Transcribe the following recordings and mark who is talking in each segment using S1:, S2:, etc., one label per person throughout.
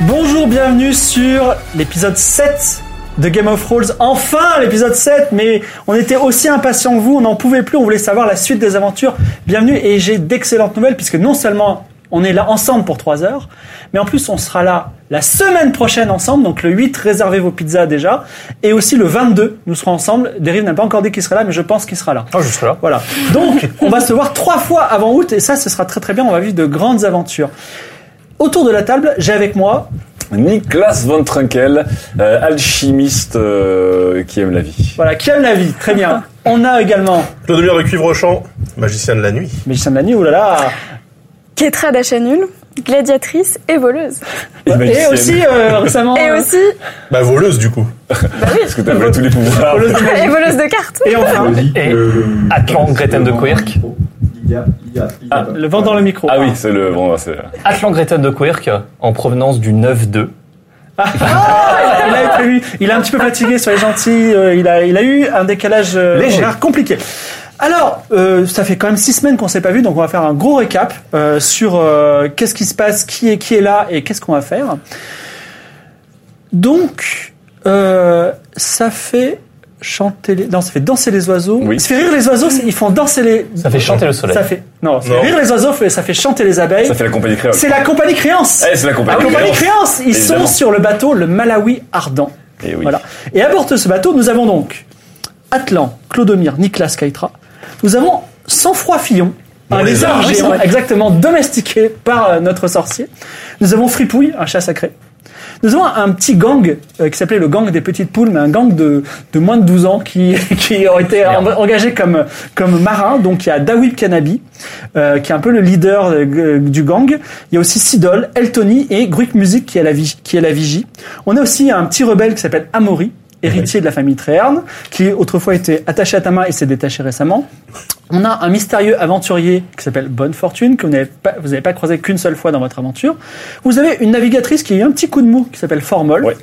S1: Bonjour, bienvenue sur l'épisode 7 de Game of Thrones. Enfin, l'épisode 7, mais on était aussi impatients que vous, on n'en pouvait plus, on voulait savoir la suite des aventures. Bienvenue et j'ai d'excellentes nouvelles puisque non seulement on est là ensemble pour 3 heures, mais en plus on sera là la semaine prochaine ensemble, donc le 8, réservez vos pizzas déjà, et aussi le 22, nous serons ensemble. Dérive n'a pas encore dit qu'il serait là, mais je pense qu'il sera là.
S2: Ah, je serai là.
S1: Voilà. Donc, on va se voir trois fois avant août et ça, ce sera très très bien. On va vivre de grandes aventures. Autour de la table, j'ai avec moi.
S3: Niklas von Trunkel, euh, alchimiste euh, qui aime la vie.
S1: Voilà, qui aime la vie. Très bien. On a également
S2: Le donneur de cuivre au champ, magicien de la nuit.
S1: Mélissa oh Mani, oulala.
S4: Ketra d'achat nul, gladiatrice et voleuse.
S3: Et
S1: Et
S3: magicienne.
S1: aussi euh, récemment.
S4: Et
S1: euh,
S4: aussi, bah
S2: Bah, voleuse, du coup.
S3: Parce que t'as volé tous les pouvoirs.
S1: voleuse de magie.
S4: et voleuse de cartes.
S1: euh, Et enfin,
S5: Et Atlan Gretten de Quirk.
S1: le vent dans le micro.
S3: Ah oui, c'est le. Bon, bah, c'est.
S5: Atlan Gretten de Quirk, en provenance du 9-2.
S1: Il a, été, lui, il est un petit peu fatigué, soyez gentil. il, a, il a eu un décalage euh,
S5: Léger.
S1: horaire compliqué. Alors, euh, ça fait quand même six semaines qu'on s'est pas vu, donc on va faire un gros récap euh, sur euh, qu'est-ce qui se passe, qui est qui est là et qu'est-ce qu'on va faire. Donc, euh, ça fait chanter les, non, ça fait danser les oiseaux.
S3: Oui.
S1: Ça fait rire les oiseaux. c'est- Ils font danser les.
S5: Ça fait chanter le soleil.
S1: Ça fait non, ça fait
S2: Non.
S1: rire les oiseaux. fait- Ça fait chanter les abeilles.
S3: Ça fait la compagnie créole.
S1: C'est la compagnie créance.
S3: Eh, c'est la compagnie
S1: La compagnie
S3: créole.
S1: créance. Ils sont
S3: Évidemment.
S1: sur le bateau le Malawi Ardent.
S3: Eh oui.
S1: Voilà. Et à bord de ce bateau, nous avons donc Atlan, Clodomir, Nicolas Kaitra. Nous avons Sang-Froid Fillon, un lézard
S2: lézard.
S1: géant, exactement domestiqué par euh, notre sorcier. Nous avons Fripouille, un chat sacré. Nous avons un petit gang euh, qui s'appelait le gang des petites poules, mais un gang de, de moins de 12 ans qui, qui ont été en- engagés comme, comme marins. Donc il y a Dawib Kanabi, euh, qui est un peu le leader euh, du gang. Il y a aussi Sidol, Eltony et Gruik Music qui est, la vigi- qui est la vigie. On a aussi un petit rebelle qui s'appelle Amori, héritier de la famille Tréherne, qui autrefois était attaché à Tama et s'est détaché récemment. On a un mystérieux aventurier qui s'appelle Bonne Fortune, que vous n'avez pas, vous n'avez pas croisé qu'une seule fois dans votre aventure. Vous avez une navigatrice qui a eu un petit coup de mou qui s'appelle Formol.
S3: Ouais.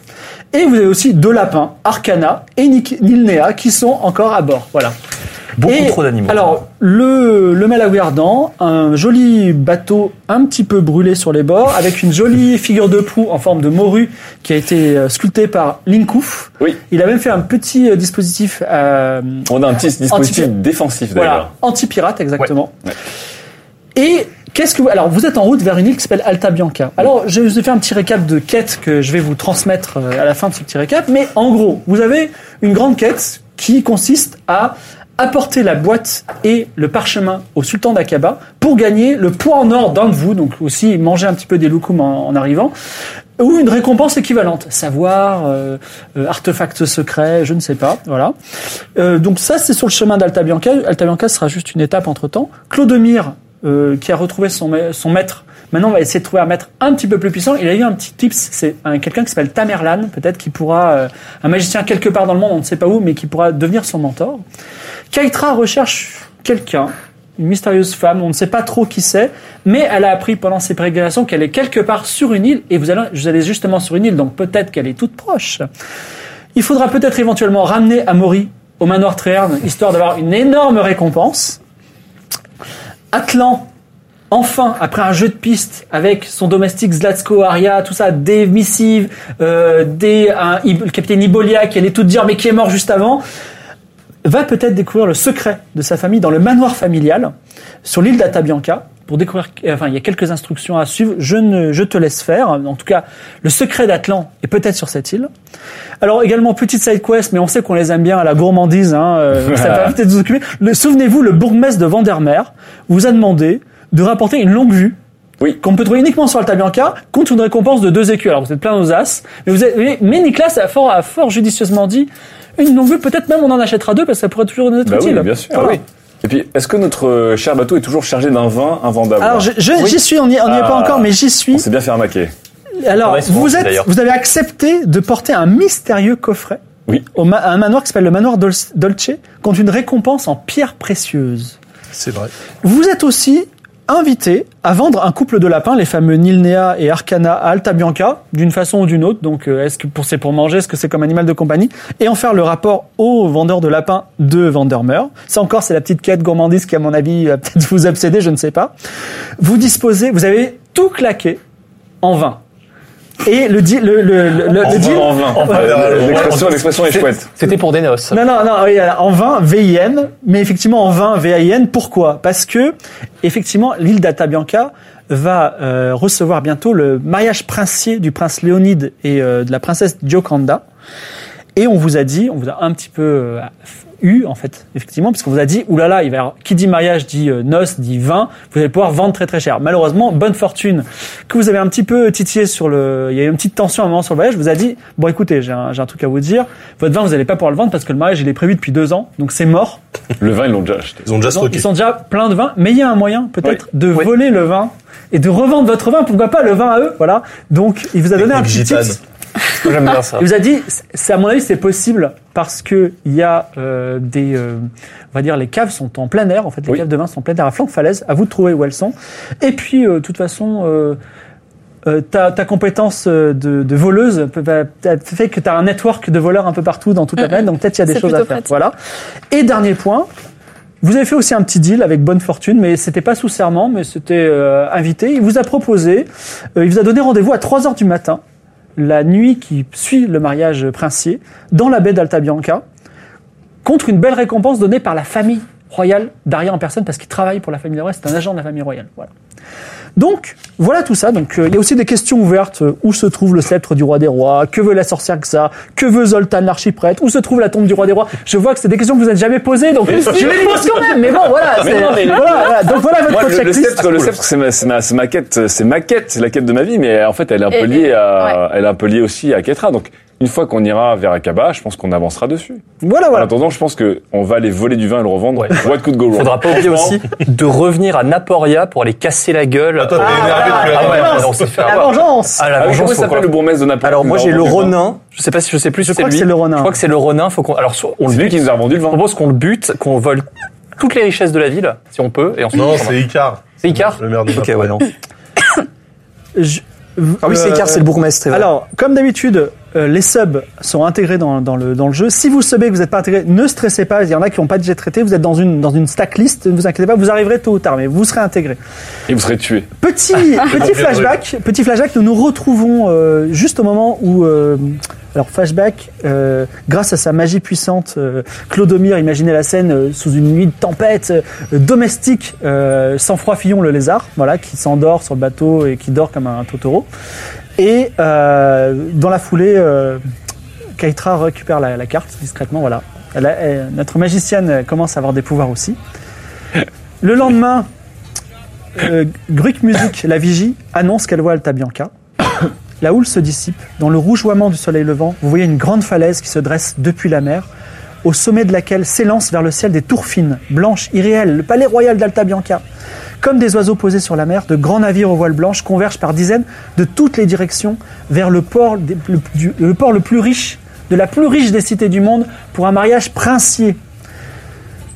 S1: Et vous avez aussi deux lapins, Arcana et Nick- Nilnea, qui sont encore à bord. Voilà.
S5: Beaucoup
S1: Et
S5: trop d'animaux.
S1: Alors, le, le Malawi ardent, un joli bateau un petit peu brûlé sur les bords, avec une jolie figure de proue en forme de morue qui a été euh, sculptée par Linkouf.
S3: Oui.
S1: Il a même fait un petit euh, dispositif euh,
S3: On a un petit dispositif
S1: Anti-
S3: défensif
S1: voilà,
S3: d'ailleurs.
S1: anti-pirate, exactement. Et qu'est-ce que vous... Alors, vous êtes en route vers une île qui s'appelle Alta Bianca. Alors, je vous ai fait un petit récap de quêtes que je vais vous transmettre euh, à la fin de ce petit récap. Mais en gros, vous avez une grande quête qui consiste à apporter la boîte et le parchemin au sultan d'Aqaba pour gagner le poids en or d'un de vous, donc aussi manger un petit peu des loukoums en, en arrivant, ou une récompense équivalente, savoir, euh, euh, artefact secret, je ne sais pas, voilà. Euh, donc ça, c'est sur le chemin d'Alta Bianca. Alta Bianca sera juste une étape entre temps. Clodomir, euh, qui a retrouvé son, ma- son maître, maintenant on va essayer de trouver un maître un petit peu plus puissant. Il a eu un petit tips, c'est un- quelqu'un qui s'appelle Tamerlan, peut-être qui pourra, euh, un magicien quelque part dans le monde, on ne sait pas où, mais qui pourra devenir son mentor. Kaitra recherche quelqu'un, une mystérieuse femme, on ne sait pas trop qui c'est, mais elle a appris pendant ses pérégrinations qu'elle est quelque part sur une île, et vous allez, vous allez justement sur une île, donc peut-être qu'elle est toute proche. Il faudra peut-être éventuellement ramener Amaury au manoir Tréherne, histoire d'avoir une énorme récompense. Atlan, enfin, après un jeu de piste avec son domestique Zlatko, Aria, tout ça, des missives, euh, des, un- le capitaine Ibolia qui allait tout dire mais qui est mort juste avant, va peut-être découvrir le secret de sa famille dans le manoir familial sur l'île d'Atabianca. pour découvrir. euh, Enfin, il y a quelques instructions à suivre. Je ne, je te laisse faire. En tout cas, le secret d'Atlan est peut-être sur cette île. Alors également petite side quest, mais on sait qu'on les aime bien à la gourmandise. Hein, euh, ça permet peut-être de vous occuper. Le- Souvenez-vous, le bourgmestre de Vandermeer vous a demandé de rapporter une longue vue.
S3: Oui.
S1: Qu'on peut trouver uniquement sur Alta Bianca, contre une récompense de 2 écus. Alors vous êtes plein aux as, mais, vous êtes- mais- mais Nicolas a fort, a fort judicieusement dit une longue vue, peut-être même on en achètera deux parce que ça pourrait toujours nous être
S3: Bah oui,
S1: utile.
S3: bien sûr.
S1: Voilà.
S3: Ah oui. Et puis, est-ce que notre euh, cher bateau est toujours chargé d'un vin invendable
S1: Alors je- je- j'y
S3: Oui.
S1: suis, on n'y on n'y est pas
S3: Ah.
S1: encore, mais j'y suis.
S3: On s'est bien fait arnaquer.
S1: Alors,
S5: correspond,
S1: vous, êtes,
S5: d'ailleurs.
S1: vous avez accepté de porter un mystérieux coffret
S3: Oui.
S1: au ma- à un manoir qui s'appelle le manoir Dol- Dolce, contre une récompense en pierres précieuses.
S2: C'est vrai.
S1: Vous êtes aussi invité à vendre un couple de lapins, les fameux Nilnea et Arcana à Alta Bianca, d'une façon ou d'une autre. Donc, euh, est-ce que pour, c'est pour manger, est-ce que c'est comme animal de compagnie Et en faire le rapport aux vendeurs de lapins de Vandermeer. Ça encore, c'est la petite quête gourmandise qui, à mon avis, va peut-être vous obséder, je ne sais pas. Vous disposez, vous avez tout claqué en vain. Et le, di- le, le, le, le-
S3: En
S1: le
S3: vin,
S1: deal-
S3: en vin. Euh, L'expression, l'expression est chouette.
S5: C'était pour des noces.
S1: non, non, non, oui, alors, en vain, VIN, mais effectivement en vain, VIN, pourquoi Parce que, effectivement, l'île d'Atabianca va euh, recevoir bientôt le mariage princier du prince Léonide et euh, de la princesse Diocanda. Et on vous a dit, on vous a un petit peu euh, eu, en fait, effectivement, puisqu'on vous a dit, oulala, il va y avoir- qui dit mariage dit euh, noces, dit vin, vous allez pouvoir vendre très très cher. Malheureusement, bonne fortune que vous avez un petit peu titillé sur le, il y a eu une petite tension à un moment sur le voyage, vous a dit, bon écoutez, j'ai un, j'ai un truc à vous dire, votre vin vous n'allez pas pouvoir le vendre parce que le mariage il est prévu depuis deux ans, donc c'est mort.
S3: Le vin, ils l'ont déjà acheté.
S2: Ils ont déjà
S1: Donc,
S2: stocké.
S1: ils sont déjà plein de vin, mais il y a un moyen peut-être de
S5: Oui.
S1: voler le vin et de revendre votre vin, pourquoi pas le vin à eux, voilà. Donc il vous a donné un petit
S2: Technique gitane.
S1: tips.
S5: J'aime bien ça.
S1: Il vous a dit, c'est- c'est à mon avis c'est possible parce que il y a euh, des, euh, on va dire les caves sont en plein air en fait, les
S3: Oui.
S1: caves de vin sont en plein air à flanc de falaise. À vous de trouver où elles sont. Et puis euh, de toute façon. Euh, euh, ta, ta compétence euh, de, de voleuse peut- va- peut- fait que tu as un network de voleurs un peu partout dans toute la planète, donc peut-être il y a des
S4: C'est
S1: choses à
S4: plutôt
S1: faire.
S4: pratique.
S1: Voilà. Et dernier point, vous avez fait aussi un petit deal avec bonne fortune, mais c'était pas sous serment, mais c'était euh, invité. Il vous a proposé, euh, il vous a donné rendez-vous à 3 heures du matin, la nuit qui suit le mariage princier, dans la baie d'Alta Bianca, contre une belle récompense donnée par la famille royale d'Aria en personne, parce qu'il travaille pour la famille royale, c'est un agent de la famille royale. Voilà. Donc, voilà tout ça. Donc, euh, il y a aussi des questions ouvertes. Euh, où se trouve le sceptre du roi des rois Que veut la sorcière que ça Que veut Zoltan l'archiprêtre Où se trouve la tombe du roi des rois Je vois que c'est des questions que vous n'avez jamais posées, donc je les pose quand même. Mais bon, voilà. c'est- voilà, voilà. Donc voilà votre
S3: Moi, le, le
S1: checklist.
S3: sceptre, le sceptre, c'est ma, c'est ma, c'est ma quête, euh, c'est ma quête, c'est la quête de ma vie, mais en fait, elle est un peu
S4: Et-
S3: liée
S4: et-
S3: à, elle est un peu liée aussi à Ketra. Donc, une fois qu'on ira vers Akaba, je pense qu'on avancera dessus.
S1: Voilà,
S3: En
S1: voilà.
S3: attendant, je pense que on va aller voler du vin et le revendre.
S5: Ouais.
S3: What could go wrong?
S5: Faudra pas oublier aussi de revenir à Naporia pour les casser la gueule.
S2: Attends, t'es énervé depuis la
S5: ah ouais,
S2: vengeance.
S5: on s'est fait
S1: La
S5: avoir.
S1: vengeance.
S5: Ah, la
S3: Ah oui,
S5: vengeance,
S3: comment
S5: faut
S3: s'appelle
S5: qu'on-
S3: le bourgmestre de Napoléon?
S5: Alors moi j'ai le
S3: Ronin.
S5: Ronin, je sais pas si je sais plus si c'est
S1: crois que
S5: lui.
S1: c'est le Ronin.
S5: Je crois que c'est le Ronin, faut qu'on alors soit- on le
S3: C'est lui
S5: bute,
S3: qui nous a revendu le
S5: je
S3: vin.
S5: propose qu'on le bute, qu'on vole toutes les richesses de la ville si on peut et ensuite
S2: Non, c'est Icar.
S5: c'est Icar.
S2: Le maire de
S6: Ok, ouais, non.
S1: Je-
S6: Ah oui, c'est
S1: euh,
S6: Écart, c'est le bourgmestre. c'est vrai.
S1: Alors, comme d'habitude, euh, les subs sont intégrés dans, dans le, dans le jeu. Si vous subez que vous n'êtes pas intégré, ne stressez pas. Il y en a qui n'ont pas déjà traité. Vous êtes dans une, dans une stack list. Ne vous inquiétez pas, vous arriverez tôt ou tard, mais vous serez intégré.
S3: Et vous serez tué.
S1: Petit, petit flashback. Petit flashback. Nous nous retrouvons euh, juste au moment où. euh, alors flashback, euh, grâce à sa magie puissante, euh, Clodomir imaginait la scène euh, sous une nuit de tempête euh, domestique, euh, sans froid Fillon le lézard, voilà, qui s'endort sur le bateau et qui dort comme un Totoro. Et euh, dans la foulée, euh, Keitra récupère la, la carte discrètement, voilà. Elle a- elle- notre magicienne euh, commence à avoir des pouvoirs aussi. Le lendemain, euh, Gruc Music, la vigie, annonce qu'elle voit Alta Bianca. La houle se dissipe. Dans le rougeoiement du soleil levant, vous voyez une grande falaise qui se dresse depuis la mer, au sommet de laquelle s'élancent vers le ciel des tours fines, blanches, irréelles, le palais royal d'Alta Bianca. Comme des oiseaux posés sur la mer, de grands navires aux voiles blanches convergent par dizaines de toutes les directions vers le port, des- le, du- le port le plus riche, de la plus riche des cités du monde, pour un mariage princier.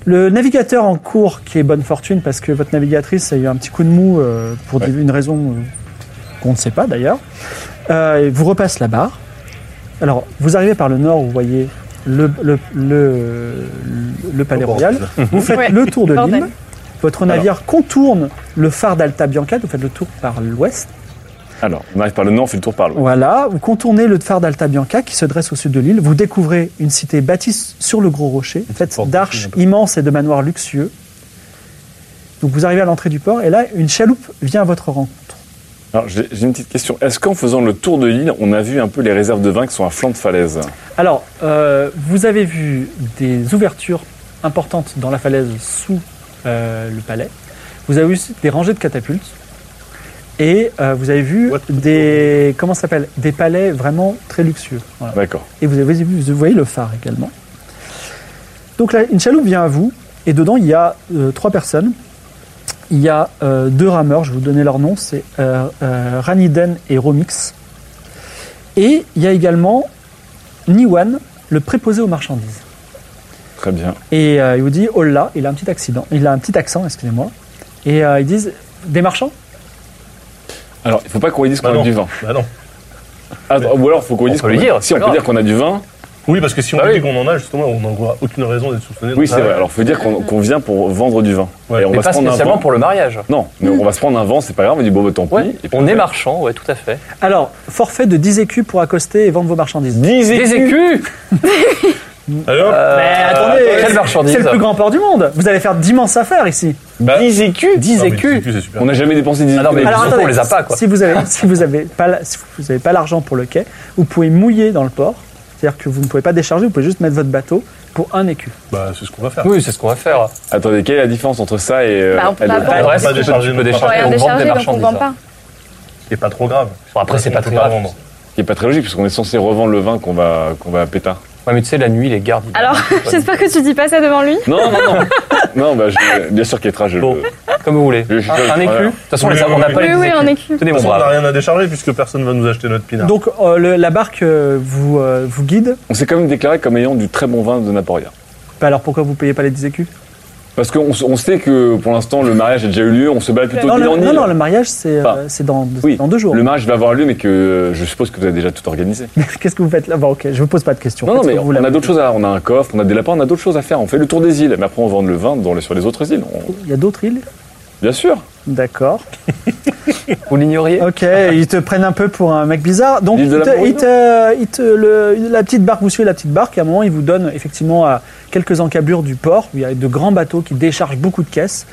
S1: Le navigateur en cours, qui est bonne fortune, parce que votre navigatrice a eu un petit coup de mou euh, pour des- une raison euh, qu'on ne sait pas d'ailleurs, euh, et vous repasse la barre. Alors, vous arrivez par le nord, vous voyez le, le, le, le palais
S2: Oh,
S1: royal,
S2: bordel.
S1: vous faites
S4: Ouais.
S1: le tour de
S4: Bordel.
S1: l'île, votre navire contourne le phare d'Alta Bianca, vous faites le tour par l'ouest.
S3: Alors, on arrive par le nord, on fait le tour par l'ouest.
S1: Voilà, vous contournez le phare d'Alta Bianca qui se dresse au sud de l'île. Vous découvrez une cité bâtie sur le gros rocher, faite
S2: porte
S1: d'arches immenses et de manoirs luxueux. Donc vous arrivez à l'entrée du port et là, une chaloupe vient à votre rencontre.
S3: Alors, j'ai j'ai une petite question. Est-ce qu'en faisant le tour de l'île, on a vu un peu les réserves de vin qui sont à flanc de falaise
S1: Alors, euh, vous avez vu des ouvertures importantes dans la falaise sous euh, le palais. Vous avez vu aussi des rangées de catapultes. Et euh, vous avez vu
S2: What?
S1: des comment ça s'appelle des palais vraiment très luxueux. Voilà.
S3: D'accord.
S1: Et vous avez vu, vous voyez le phare également. Donc là, une chaloupe vient à vous, et dedans il y a euh, trois personnes. Il y a euh, deux rameurs, je vais vous donner leur nom, c'est euh, euh, Raniden et Romix. Et il y a également Niwan, le préposé aux marchandises.
S3: Très bien.
S1: Et euh, il vous dit, oh là, il a un petit accident, il a un petit accent, excusez-moi. Et euh, ils disent, des marchands
S3: Alors, il faut pas qu'on lui dise qu'on
S2: Bah
S3: a
S2: non.
S3: du vin.
S2: Bah non.
S3: Ah, ou alors, il faut qu'on lui
S5: On
S3: dise
S5: peut
S3: qu'on
S5: lui
S3: a...
S5: dire,
S3: Si, on
S5: c'est
S3: peut
S5: grave.
S3: dire qu'on a du vin.
S2: Oui, parce que si on
S5: Ah
S2: dit
S5: oui.
S2: qu'on en a, justement, on n'aura aucune raison d'être soupçonné.
S3: Oui, c'est
S2: Ah,
S3: vrai. Alors, faut dire qu'on qu'on vient pour vendre du vin.
S2: Ouais.
S3: Et on
S5: Mais
S3: va
S5: pas
S3: se prendre un
S5: spécialement
S3: vin.
S5: pour le mariage.
S3: Non, mais on va se prendre un vent, c'est pas grave. On dit bon, bah, tant pis.
S5: Ouais,
S3: Et puis,
S5: on est marchand, ouais, tout à fait.
S1: Alors, forfait de 10 écus pour accoster et vendre vos marchandises.
S3: 10
S5: Des écus
S2: Alors,
S5: Quelle marchandise
S1: Euh, c'est le plus grand port du monde Vous allez faire d'immenses affaires ici
S3: Bah,
S5: 10 écus 10
S2: Ah oui,
S5: écus
S2: c'est super.
S3: On n'a jamais dépensé 10
S5: Ah non, mais
S3: écus.
S5: Alors, surtout, on les a pas, quoi.
S1: Si vous avez, si vous avez pas, la- si vous avez pas l'argent pour le quai, vous pouvez mouiller dans le port. C'est-à-dire que vous ne pouvez pas décharger, vous pouvez juste mettre votre bateau pour un écu.
S2: Bah, c'est ce qu'on va faire.
S5: Oui, c'est ce qu'on va faire.
S3: Attendez, quelle est la différence entre ça et. euh,
S4: Bah, on peut
S3: et le-
S4: pas vendre.
S2: On va
S5: Ouais,
S2: pas
S5: c'est ce qu'on peut-
S2: décharger
S5: tu peux
S2: notre
S5: décharger.
S2: part.
S4: Ouais,
S5: on
S4: on
S5: vend des
S4: déchargé, donc on
S5: marchandises,
S4: vend
S5: hein.
S4: pas.
S2: C'est pas trop grave.
S5: Bon, après, c'est
S2: On
S5: pas
S2: peut
S5: très grave.
S2: vendre.
S3: qui est pas très logique, puisqu'on est censé revendre le vin qu'on va, qu'on va à pétard.
S5: Ouais, mais tu sais, la nuit, les gardes. ils-
S4: Alors, j'espère que tu dis pas ça devant lui.
S3: Non, non, non. non, bah, je- bien sûr qu'il est trash. je-
S5: Bon, comme vous voulez.
S3: Je suis
S5: Un,
S3: sûr,
S5: un
S3: je-
S5: écu De
S3: voilà.
S5: toute façon,
S2: Oui,
S5: les- on
S2: oui,
S5: n'a
S2: oui.
S5: pas les
S4: Oui,
S5: dix
S4: oui, un
S5: écus.
S4: écu.
S5: Tenez
S2: De
S5: mon
S2: toute façon, on n'a
S5: bras.
S2: rien à décharger puisque personne va nous acheter notre pinard.
S1: Donc euh, le- la barque euh, vous, euh, vous guide.
S3: On s'est quand même déclaré comme ayant du très bon vin de Naporia.
S1: Bah alors pourquoi vous payez pas les 10 écus
S3: Parce qu'on s- on sait que pour l'instant, le mariage a déjà eu lieu, on se balade plutôt
S1: non,
S3: d'île
S1: le,
S3: en
S1: non,
S3: île.
S1: non, le mariage c'est euh,
S3: Pas.
S1: c'est dans,
S3: Oui,
S1: dans deux jours.
S3: Le mariage va avoir lieu, mais que euh, je suppose que vous avez déjà tout organisé.
S1: Qu'est-ce que vous faites là Bon, ok, je vous pose pas de questions.
S3: Non, non,
S1: Faites ce
S3: mais
S1: que vous
S3: on
S1: voulez.
S3: a d'autres choses à On a un coffre, on a des lapins, on a d'autres choses à faire. On fait le tour des îles, mais après on vend le vin dans les- sur les autres îles. On-
S1: Il y a d'autres îles
S3: Bien sûr.
S1: D'accord.
S5: Vous l'ignoriez
S1: Ok, ils te prennent un peu pour un mec bizarre. Donc,
S3: L'île de
S1: ils
S3: la
S1: te-
S3: Mourine
S1: ils te- ils te- le- la petite barque, vous suivez la petite barque, et à un moment, ils vous donnent effectivement à quelques encablures du port, où il y a de grands bateaux qui déchargent beaucoup de caisses.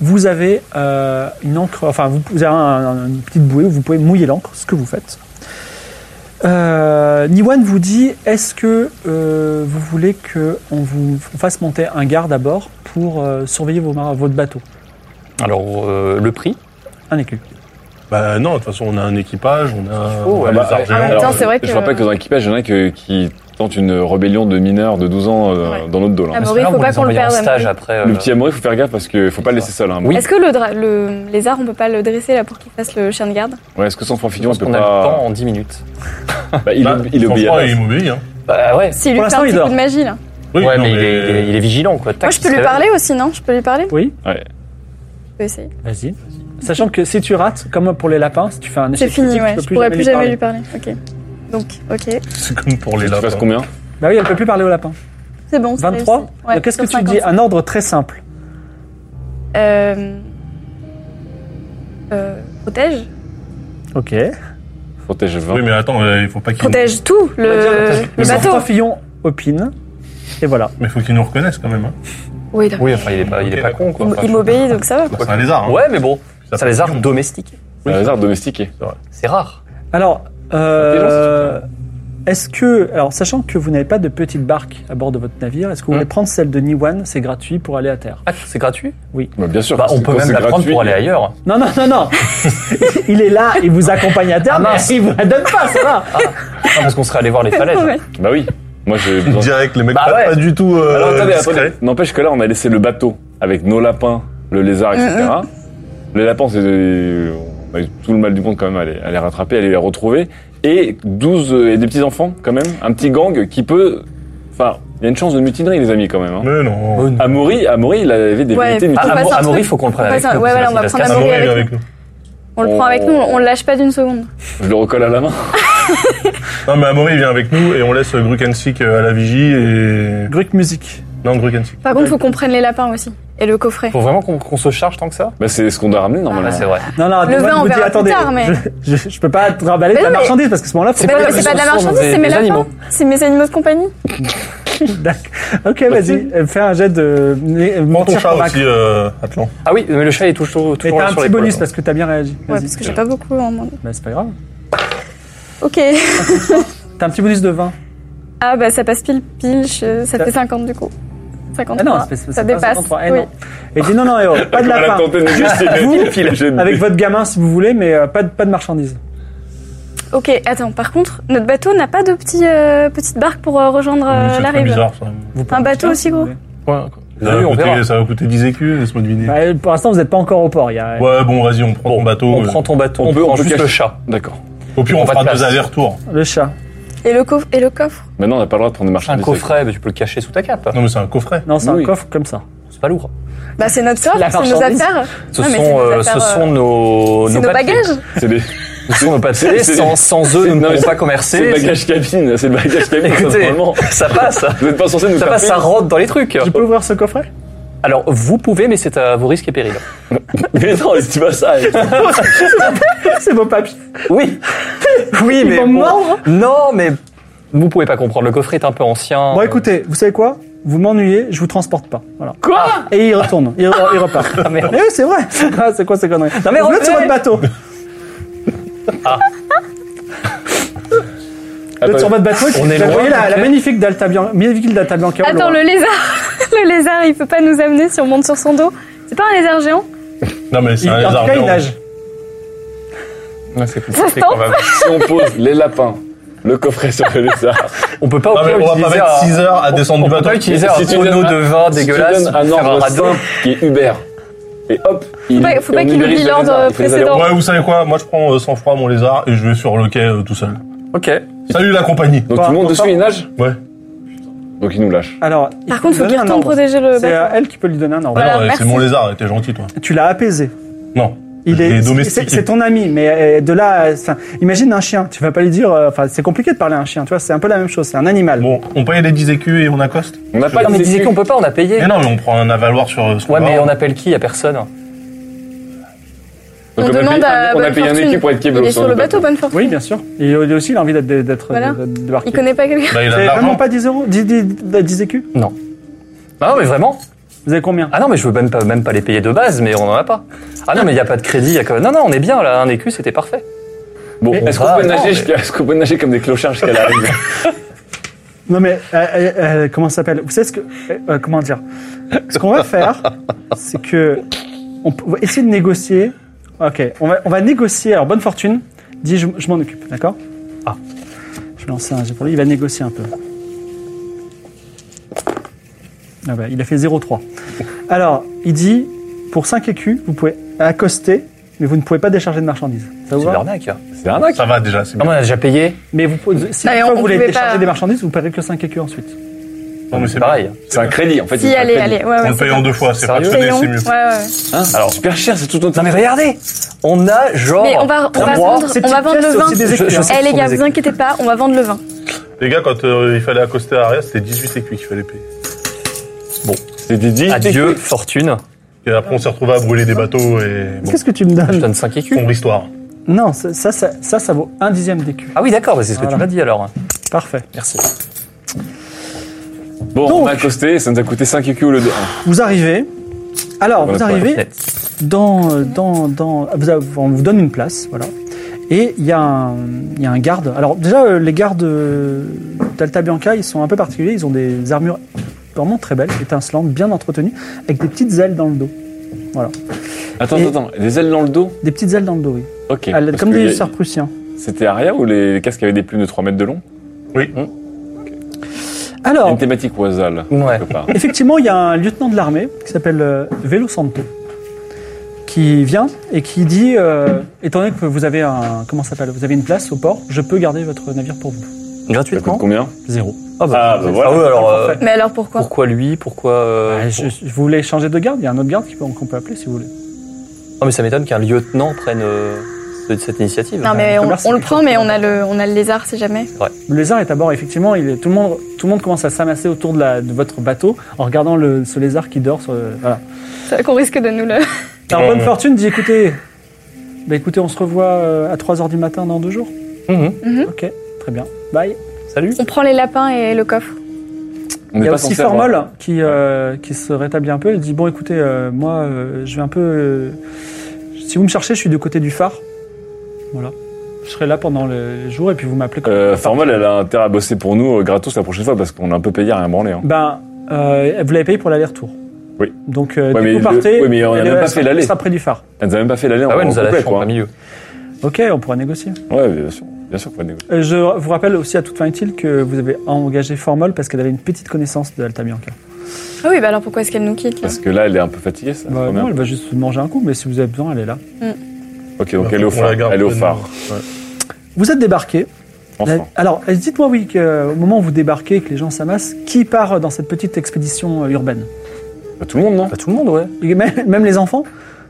S1: Vous avez euh, une encre, enfin, vous, vous avez un- un- une petite bouée où vous pouvez mouiller l'encre, ce que vous faites. Euh, Niwan vous dit est-ce que euh, vous voulez qu'on vous on fasse monter un garde à bord pour euh, surveiller vos, mar- votre bateau
S5: Alors, euh, le prix
S1: Un écu.
S2: Bah non, de toute façon, on a un équipage, on a on
S5: Oh,
S2: a
S5: ouais,
S2: un
S5: ouais.
S2: sergent.
S4: En même temps, c'est vrai que.
S3: Ah bah, Je rappelle que dans l'équipage, il y en a que- qui tentent une rébellion de mineurs de 12 ans euh,
S4: Ouais.
S3: dans notre dos. là.
S4: Ah,
S5: Parce
S4: bon,
S5: que
S4: oui,
S5: là,
S4: faut
S5: on va
S4: pas
S5: les
S4: qu'on le
S5: envoyer en
S4: perde,
S5: stage
S4: Amaury.
S5: après. euh,
S3: Le petit amoureux, il faut faire gaffe parce qu'il faut pas le laisser seul. hein.
S5: Oui.
S4: Est-ce que le, dra- le lézard, on peut pas le dresser là pour qu'il fasse le chien de garde
S3: Ouais, est-ce que sans franc
S5: Je
S3: figure, on
S5: pense
S3: peut
S5: qu'on a le temps
S3: pas.
S5: en 10 minutes.
S3: Bah, il,
S2: Bah,
S3: ob- il
S2: son
S3: obéit.
S2: froid
S3: à-
S2: est immobile. Hein.
S5: Bah ouais.
S4: S'il lui
S1: Pour
S4: fait
S1: l'instant,
S4: un petit
S1: il dort.
S4: coup de magie là.
S2: Oui,
S5: ouais,
S2: non,
S5: mais, il est- Il, est, il est vigilant, quoi. Tac,
S4: Moi, je
S5: il
S4: peux
S5: se
S4: lui
S5: réveille.
S4: parler aussi, non Je peux lui parler
S1: Oui
S4: Je peux essayer.
S1: Vas-y. Sachant que si tu rates, comme pour les lapins, si tu fais un échec
S4: C'est fini,
S1: critique,
S4: ouais.
S1: tu peux
S4: Je pourrais plus jamais
S1: parler.
S4: lui parler. Ok. Donc, ok.
S2: C'est comme pour les
S3: Tu
S2: lapins.
S3: fasses combien
S1: Bah oui, elle peut plus parler aux lapins.
S4: C'est bon. c'est
S1: 23
S4: réussi. Ouais,
S1: Donc, Qu'est-ce que
S4: sur
S1: tu dis
S4: 50.
S1: Un ordre très simple.
S4: Euh. euh, Protège
S1: Ok.
S3: Protège le vin.
S2: Oui, mais attends, euh, il faut pas qu'il
S4: Protège tout Euh, le, le bateau.
S1: Fillon opine. Et voilà.
S2: Mais faut qu'il nous reconnaisse quand même. Hein.
S4: Oui, d'accord.
S5: Oui, enfin, il est pas, il est pas con,
S4: Il
S5: quoi.
S4: m-
S5: Enfin,
S4: il
S5: je-
S4: m'obéit, donc ça va.
S2: Bah, c'est un lézard. Hein.
S5: Ouais, mais bon,
S2: Ça
S5: ça les
S2: fait
S5: armes
S2: bien.
S5: domestiques.
S3: C'est un hasard domestiqué.
S5: C'est rare.
S1: Alors, euh,
S3: Intelligent,
S1: est-ce que, alors sachant que vous n'avez pas de petite barque à bord de votre navire, est-ce que vous
S5: Hum.
S1: voulez prendre celle de Niwan C'est gratuit pour aller à terre.
S5: Ah, c'est gratuit
S3: Bah, bien sûr.
S5: Bah, on
S3: c'est-
S5: peut
S3: quand
S5: même
S3: c'est
S5: la prendre
S3: gratuit,
S5: pour aller ailleurs.
S1: Non, non, non, non. il est là, il vous accompagne à terre.
S5: Ah, mince.
S1: mais il vous la donne pas, ça va.
S5: Ah, parce qu'on serait allé voir les falaises.
S4: Ouais.
S3: Bah oui. Moi, j'ai besoin-
S2: Direct, les mecs,
S5: Bah
S2: pas,
S5: ouais.
S2: pas du tout. euh,
S3: Alors attendez,
S2: discrets.
S3: attendez. N'empêche que là, on a laissé le bateau avec nos lapins, le
S4: Mm,
S3: lézard, etc. Les lapins, c'est- on a eu tout le mal du monde quand même à les, à les rattraper, à les retrouver. Et 12 euh, et des petits-enfants quand même, un petit gang qui peut... Enfin, il y a une chance de mutinerie, les amis, quand même. Hein.
S2: Mais non. Ah,
S5: Oh, non.
S3: Amaury, Amaury, il avait des
S4: Ouais,
S3: vérités
S4: faut
S3: mutineries.
S5: Ah,
S4: pas
S5: Amo-
S4: sortir.
S5: Amaury, faut qu'on le prenne
S4: Faut
S5: avec
S4: pas
S5: nous.
S4: sortir. Ouais,
S5: parce
S4: voilà,
S5: que
S4: on va
S5: sinon, il
S4: prendre
S5: se
S2: Amaury,
S4: Amaury
S5: casse.
S2: il est avec
S4: avec
S2: nous.
S4: On le prend avec nous, on le lâche pas d'une seconde.
S3: Je le recolle à la main.
S2: Non, mais Amaury vient avec nous et on laisse Grukensick à la vigie et.
S1: Gruc musique.
S2: Non, Grukensick.
S4: Par contre, faut qu'on prenne les lapins aussi. Et le coffret.
S5: Faut vraiment qu'on qu'on se charge tant que ça
S3: Bah, c'est ce qu'on doit ramener normalement.
S5: Ouais, Ah, c'est vrai.
S1: Non, non,
S4: Le
S1: Niwan
S4: vin, on
S1: vous dit,
S4: verra plus
S1: attendez,
S4: tard, mais-
S1: je, je, je peux pas te remballer
S4: Mais
S1: ta
S4: non, mais-
S1: marchandise parce que ce moment-là, faut
S5: C'est
S4: Bah
S5: pas
S4: non,
S5: la
S4: mais c'est pas de la
S5: solution,
S4: marchandise,
S5: des-
S4: c'est mes
S5: des
S4: lapins.
S5: animaux.
S4: C'est mes animaux de compagnie.
S1: D'accord. Ok, vas-y, euh, fais un jet de né-
S2: Prends ton
S1: mentir
S2: chat
S1: convaincre.
S2: aussi, euh, Atlan.
S5: Ah oui, mais le chat est toujours,
S1: Mais
S5: toujours
S1: t'as
S5: là
S1: un
S5: sur
S1: petit
S5: l'épaule, hein.
S1: bonus
S5: quoi.
S1: parce que t'as bien réagi.
S4: Ouais,
S1: Vas-y.
S4: parce que j'ai pas beaucoup en mon-
S1: Bah, c'est pas grave.
S4: Ok.
S1: T'as un petit bonus de 20.
S4: Ah bah ça passe pile pile, je- ça
S1: Ça-
S4: fait 50 du coup. 53.
S1: Ah non, c'est- c'est-
S4: ça
S1: c'est pas
S4: dépasse.
S1: 53. Eh
S4: oui.
S1: non. Et il dit non, non, eh oh, pas de
S3: On a
S1: lapin.
S3: tenté de
S1: Vous,
S3: négocier. mais-
S1: Avec votre gamin si vous voulez, mais euh, pas, de, pas de marchandises.
S4: Ok, attends, par contre, notre bateau n'a pas de petit, euh, petite barque pour euh, rejoindre euh,
S2: c'est
S4: la
S2: très
S4: rive.
S2: bizarre, ça.
S1: Vous pouvez-
S4: bateau aussi gros
S5: Ouais, quoi.
S2: Ça
S5: Oui,
S2: va,
S5: on verra.
S2: coûter, ça va coûter 10 écus, laisse-moi deviner.
S1: Bah, pour l'instant, vous n'êtes pas encore au port. Il y a...
S2: Ouais, bon, vas-y, on prend ton bateau.
S5: On
S2: euh.
S5: prend ton bateau,
S3: on
S5: on,
S3: peut- on
S5: prend
S3: peut
S5: juste
S3: cacher.
S5: le chat.
S3: D'accord.
S2: Au pire,
S5: on
S2: on
S5: va
S2: fera
S5: te
S2: deux
S5: placer.
S2: allers-retours.
S1: Le chat.
S4: Et le, coffre, et le coffre
S3: Maintenant, on n'a pas le droit de prendre des
S5: Un
S3: marchandises.
S5: coffret, bah, tu peux le cacher sous ta cape.
S2: Non, mais c'est un coffret.
S1: Non, c'est
S3: Oui.
S1: un coffre comme ça.
S5: C'est pas lourd.
S4: Bah c'est notre sort,
S1: La
S4: c'est nos
S1: marchandise.
S4: affaires.
S5: Ce
S4: Non, mais c'est
S5: sont,
S4: nos
S5: euh,
S4: affaires,
S5: ce sont nos,
S4: C'est nos
S5: papiers.
S4: bagages
S3: C'est des...
S5: Ce sont nos papiers.
S3: C'est-
S5: Sans, sans eux, nous ne
S3: non, mais
S5: pourrons
S3: c'est-
S5: pas
S3: C'est le
S5: commercer.
S3: bagage cabine, c'est le bagage cabine.
S5: Écoutez,
S3: normalement.
S5: ça passe.
S3: Vous n'êtes pas censé nous
S5: Ça
S3: taper.
S5: passe, ça rentre dans les trucs.
S1: Je peux ouvrir ce coffret
S5: Alors, vous pouvez, mais c'est à vos risques et périls.
S3: Mais non, c'est pas ça.
S1: C'est vos papiers.
S5: Oui, oui, mais
S1: vont me
S4: hein.
S1: mordre.
S5: non, mais vous pouvez pas comprendre. Le coffret est un peu ancien.
S1: Bon, écoutez, vous savez quoi Vous m'ennuyez, je vous transporte pas. Voilà. Quoi Et il retourne. Il, il repart.
S4: Ah,
S1: Mais
S5: merde.
S1: oui, c'est vrai. C'est quoi- C'est quoi ces conneries
S5: Non, mais
S1: Vous êtes sur
S5: revenez.
S1: votre bateau. Vous êtes sur votre bateau. et puis
S5: On est
S1: vous voyez
S5: loin,
S1: la, la
S5: ok.
S1: magnifique Delta Bianca. Magnifique Delta Bianca. au
S4: Attends,
S1: loin.
S4: le lézard Le lézard, il peut pas nous amener si on monte sur son dos. C'est pas un lézard géant
S2: Non, mais c'est
S1: Il-
S2: un
S1: en
S2: lézard.
S1: tout cas, il
S2: géant.
S1: nage.
S5: c'est
S4: Ça se tente
S3: Si on pose les lapins, le coffret sur le lézard.
S5: On peut pas. au
S2: Non, mais
S5: pire
S2: on va pas
S5: utiliser
S2: mettre
S5: un-
S2: 6 heures à
S5: On
S2: descendre du
S5: peut
S2: bateau.
S5: pas utiliser
S3: Si
S5: un
S3: tu donnes
S5: tonneau
S3: un-
S5: de vin
S3: Si tu
S5: dégueulasse
S3: donnes
S5: pour
S3: un
S5: faire un
S3: ordre
S5: radeau.
S3: simple qui est Uber. Et hop, il
S4: pas- faut
S3: et
S4: pas
S3: on
S4: qu'il
S3: ubérise
S4: oublie
S3: le
S4: l'ordre
S3: lézard. Il faut les aller au-
S4: précédent.
S2: Ouais, vous savez quoi Moi, je prends euh, sans froid mon lézard et je vais sur le quai euh, tout seul.
S5: Ok.
S2: Salut la compagnie.
S3: Donc tu montes dessus, il nage
S2: Ouais.
S3: Donc il nous lâche.
S1: Alors, il
S4: Par contre,
S1: lui
S4: faut
S1: donner
S4: qu'il
S1: un
S4: retourne
S1: ordre.
S4: protéger le
S1: C'est euh,
S4: bateau.
S1: elle qui peut lui donner un ordre.
S2: Ah
S4: Voilà,
S2: non, ouais, c'est
S4: merci.
S2: mon lézard, t'es gentil, toi.
S1: Tu l'as apaisé.
S2: Non.
S1: Il
S2: Je l'ai
S1: est, c'est
S2: domestiqué.
S1: c'est ton ami, mais euh, de là, euh, ça- imagine un chien. Tu vas pas lui dire, euh, enfin, c'est compliqué de parler à un chien. Tu vois, c'est un peu la même chose. C'est un animal.
S2: Bon, on paye les 10 écus et on accoste
S3: On n'a pas
S5: Non, mais
S3: de
S5: disais
S3: sécu.
S5: qu'on peut pas, on a payé.
S2: Mais non, mais on prend un avaloir sur euh, ce qu'on
S5: Ouais,
S2: va
S5: mais on
S2: avoir.
S5: appelle qui Y a personne.
S3: Donc,
S4: On
S3: a
S4: demande
S3: payé-
S4: à
S3: on a
S4: Bonne
S3: payé un équipe
S4: Fortune.
S3: pour être
S4: Il
S3: Keblo
S4: est sur le bateau, bonne fortune.
S1: Oui, bien sûr. Et lui aussi, il a envie d'être d'être
S4: Voilà.
S1: de- de- de barquer.
S4: Il connaît pas quelqu'un
S2: Bah, il
S1: Vous
S2: a de
S1: avez vraiment
S2: l'argent.
S1: pas 10 euros 10, 10, 10 écus
S5: Ah non, mais vraiment
S1: Vous avez combien
S5: Ah non, mais je veux même pas, même pas les payer de base, mais on en a pas. Ah non, mais il y a pas de crédit. y a quand même- Non, non, on est bien là. Un écu, c'était parfait.
S3: Bon,
S1: Mais-
S3: est-ce qu'on
S5: Ah,
S3: peut
S5: non,
S3: nager
S5: mais-
S3: jusqu'à- est-ce qu'on peut nager comme des clochards jusqu'à la rive
S1: Non, mais euh, euh, euh, comment ça s'appelle Vous savez ce que. euh, euh, comment dire Ce qu'on va faire, c'est que. On p- on va essayer de négocier. Ok, on va, on va négocier. Alors, bonne fortune. Dis, je, je m'en occupe, d'accord
S5: Ah.
S1: Je vais lancer un jet pour lui. Il va négocier un peu. Ah bah, il a fait 0,3. Alors, il dit pour 5 écus, vous pouvez accoster, mais vous ne pouvez pas décharger de marchandises. Ça vous
S5: C'est de
S1: va
S5: l'arnaque. Ah,
S3: C'est un acte.
S2: Ça va déjà, c'est
S5: mais on
S2: bien.
S5: a déjà payé.
S1: Mais vous, pouvez- si
S4: Non, mais
S1: parfois,
S4: on- on
S1: vous voulez
S4: pouvait
S1: décharger
S4: pas-
S1: des marchandises, vous payez que 5 écus ensuite.
S2: Non, mais
S5: C'est pareil.
S3: C'est un crédit en fait.
S4: Si,
S3: c'est un
S4: allez,
S3: crédit.
S4: allez. Ouais,
S2: On
S4: ouais,
S2: le paye en deux fois, c'est
S5: Sérieux
S2: fractionné,
S4: payons.
S2: c'est
S4: Ouais,
S2: mieux.
S4: ouais.
S3: Hein Alors super cher, c'est tout notre.
S5: Non, mais regardez On a genre.
S4: Mais on va, on
S5: un
S4: va
S5: mois.
S4: vendre,
S1: ces
S4: on va
S1: petites
S4: vendre
S1: pièces,
S4: le
S1: c'est
S4: vin.
S1: aussi des
S5: Je- je sais
S4: Eh
S5: que ce
S4: les
S5: sont
S4: gars,
S5: des
S4: vous inquiétez pas, on va vendre le vin.
S2: Les gars, quand euh, il fallait accoster à Aria, c'était 18 écus qu'il fallait payer.
S3: C'était dit.
S5: Adieu, fortune.
S2: Et après, on s'est retrouvé à brûler des bateaux et bon,
S1: Qu'est-ce que tu me
S5: Je
S1: donnes
S5: donne 5 écus.
S2: sombre histoire.
S1: Non, ça ça, ça, ça, ça vaut un dixième d'écu.
S5: Ah oui, d'accord, bah, c'est ce que
S1: Voilà.
S5: tu m'as dit alors.
S1: Parfait.
S5: Merci.
S3: Bon, on a accosté, ça nous a coûté 5 écus au lieu de 1.
S1: Vous arrivez. Alors,
S3: Dans
S1: vous
S3: le
S1: arrivez
S5: toilette.
S1: dans, euh, dans, dans vous avez- on vous donne une place, voilà. Et il y, a un- il y a un garde. Alors déjà, euh, les gardes euh, d'Alta Bianca, ils sont un peu particuliers. Ils ont des armures vraiment très belles, étincelantes, bien entretenues, avec des petites ailes dans le dos.
S3: Attends,
S1: Et-
S3: attends, attends, les ailes dans le dos
S1: Des petites ailes dans le dos, oui.
S3: Ok.
S1: Elles-
S3: parce
S1: Comme
S3: que
S1: des
S3: y a-
S1: hussards prussiens.
S3: C'était Aria ou les les casques avaient des plumes de 3 mètres de long Il y a
S1: Alors,
S3: Une thématique oisale,
S5: Ouais.
S3: quelque part.
S1: Effectivement, il y a un lieutenant de l'armée qui s'appelle euh, Velo Santo qui vient et qui dit euh, étant donné que vous avez un comment ça s'appelle vous avez une place au port, je peux garder votre navire pour vous.
S3: Ça coûte
S5: Gratuitement
S2: Bah,
S3: combien
S1: Zéro.
S5: Ah
S3: Ah, bah voilà.
S5: Ah ouais, alors. euh,
S4: Mais alors pourquoi
S5: pourquoi lui Pourquoi. euh,
S1: Ah, je, je voulais changer de garde, il y a un autre garde qui peut- qu'on peut appeler si vous voulez.
S5: Non, mais ça m'étonne qu'un lieutenant prenne euh, ce- cette initiative.
S4: Non mais
S1: un
S4: on,
S1: commerce,
S4: on le
S1: quelque
S4: prend,
S1: chose.
S4: mais on a le, on a le lézard si jamais.
S1: Le lézard est à bord effectivement, il est, tout le monde tout le monde commence à s'amasser autour de, la, de votre bateau en regardant le, ce lézard qui dort sur le- voilà.
S4: C'est vrai qu'on risque de nous le.
S1: Alors
S2: Ouais,
S1: bonne
S2: ouais.
S1: fortune dit écoutez bah écoutez, on se revoit euh, à 3h du matin dans deux jours.
S5: Mhm.
S4: Mhm.
S1: OK, très bien. Bye. Salut.
S4: On prend les lapins et le coffre.
S3: On
S1: Il
S3: n'est
S1: y a
S3: pas
S1: aussi
S3: censé avoir-
S1: Formol qui, euh, qui se rétablit un peu. Il dit Bon, écoutez, euh, moi, euh, je vais un peu. euh, si vous me cherchez, je suis du côté du phare. Voilà. Je serai là pendant le jour et puis vous m'appelez quand
S3: Euh, Formol, elle a intérêt à bosser pour nous euh, gratos la prochaine fois parce qu'on a un peu payé à rien branler. Hein.
S1: Ben, euh, vous l'avez payé pour l'aller-retour.
S3: Oui.
S1: Donc, euh, dès
S3: Ouais, mais
S1: que vous
S3: le-
S1: partez,
S3: ouais, mais on a
S1: elle
S3: même
S1: est-
S3: pas
S1: elle
S3: fait
S1: sera-
S3: l'aller.
S1: elle sera près du phare.
S3: Elle nous a même pas fait l'aller
S5: Ah ouais,
S3: en
S5: nous a
S3: complet,
S5: lâchés en
S3: quoi.
S5: plein milieu.
S1: Ok, on pourra négocier.
S3: Ouais, bien sûr, bien sûr qu'on va négocier.
S1: Euh, Je vous rappelle aussi à toute fin utile que vous avez engagé Formol parce qu'elle avait une petite connaissance de Alta Bianca.
S4: Ah oui, bah alors pourquoi est-ce qu'elle nous quitte là
S3: Parce que là, elle est un peu fatiguée, ça.
S1: Bah,
S3: quand même.
S1: non, elle va juste manger un coup, mais si vous avez besoin, elle est là.
S3: Ok, donc elle est au
S2: On la
S3: phare.
S2: garde
S3: Elle est au
S2: près de
S3: phare.
S2: nous. Ouais.
S1: Vous êtes débarqué.
S3: Enfin.
S1: Alors, euh, dites-moi, oui, qu'au moment où vous débarquez et que les gens s'amassent, qui part dans cette petite expédition euh, urbaine
S3: Bah, tout le monde, non
S5: Pas tout le monde, ouais.
S1: Et Même même les enfants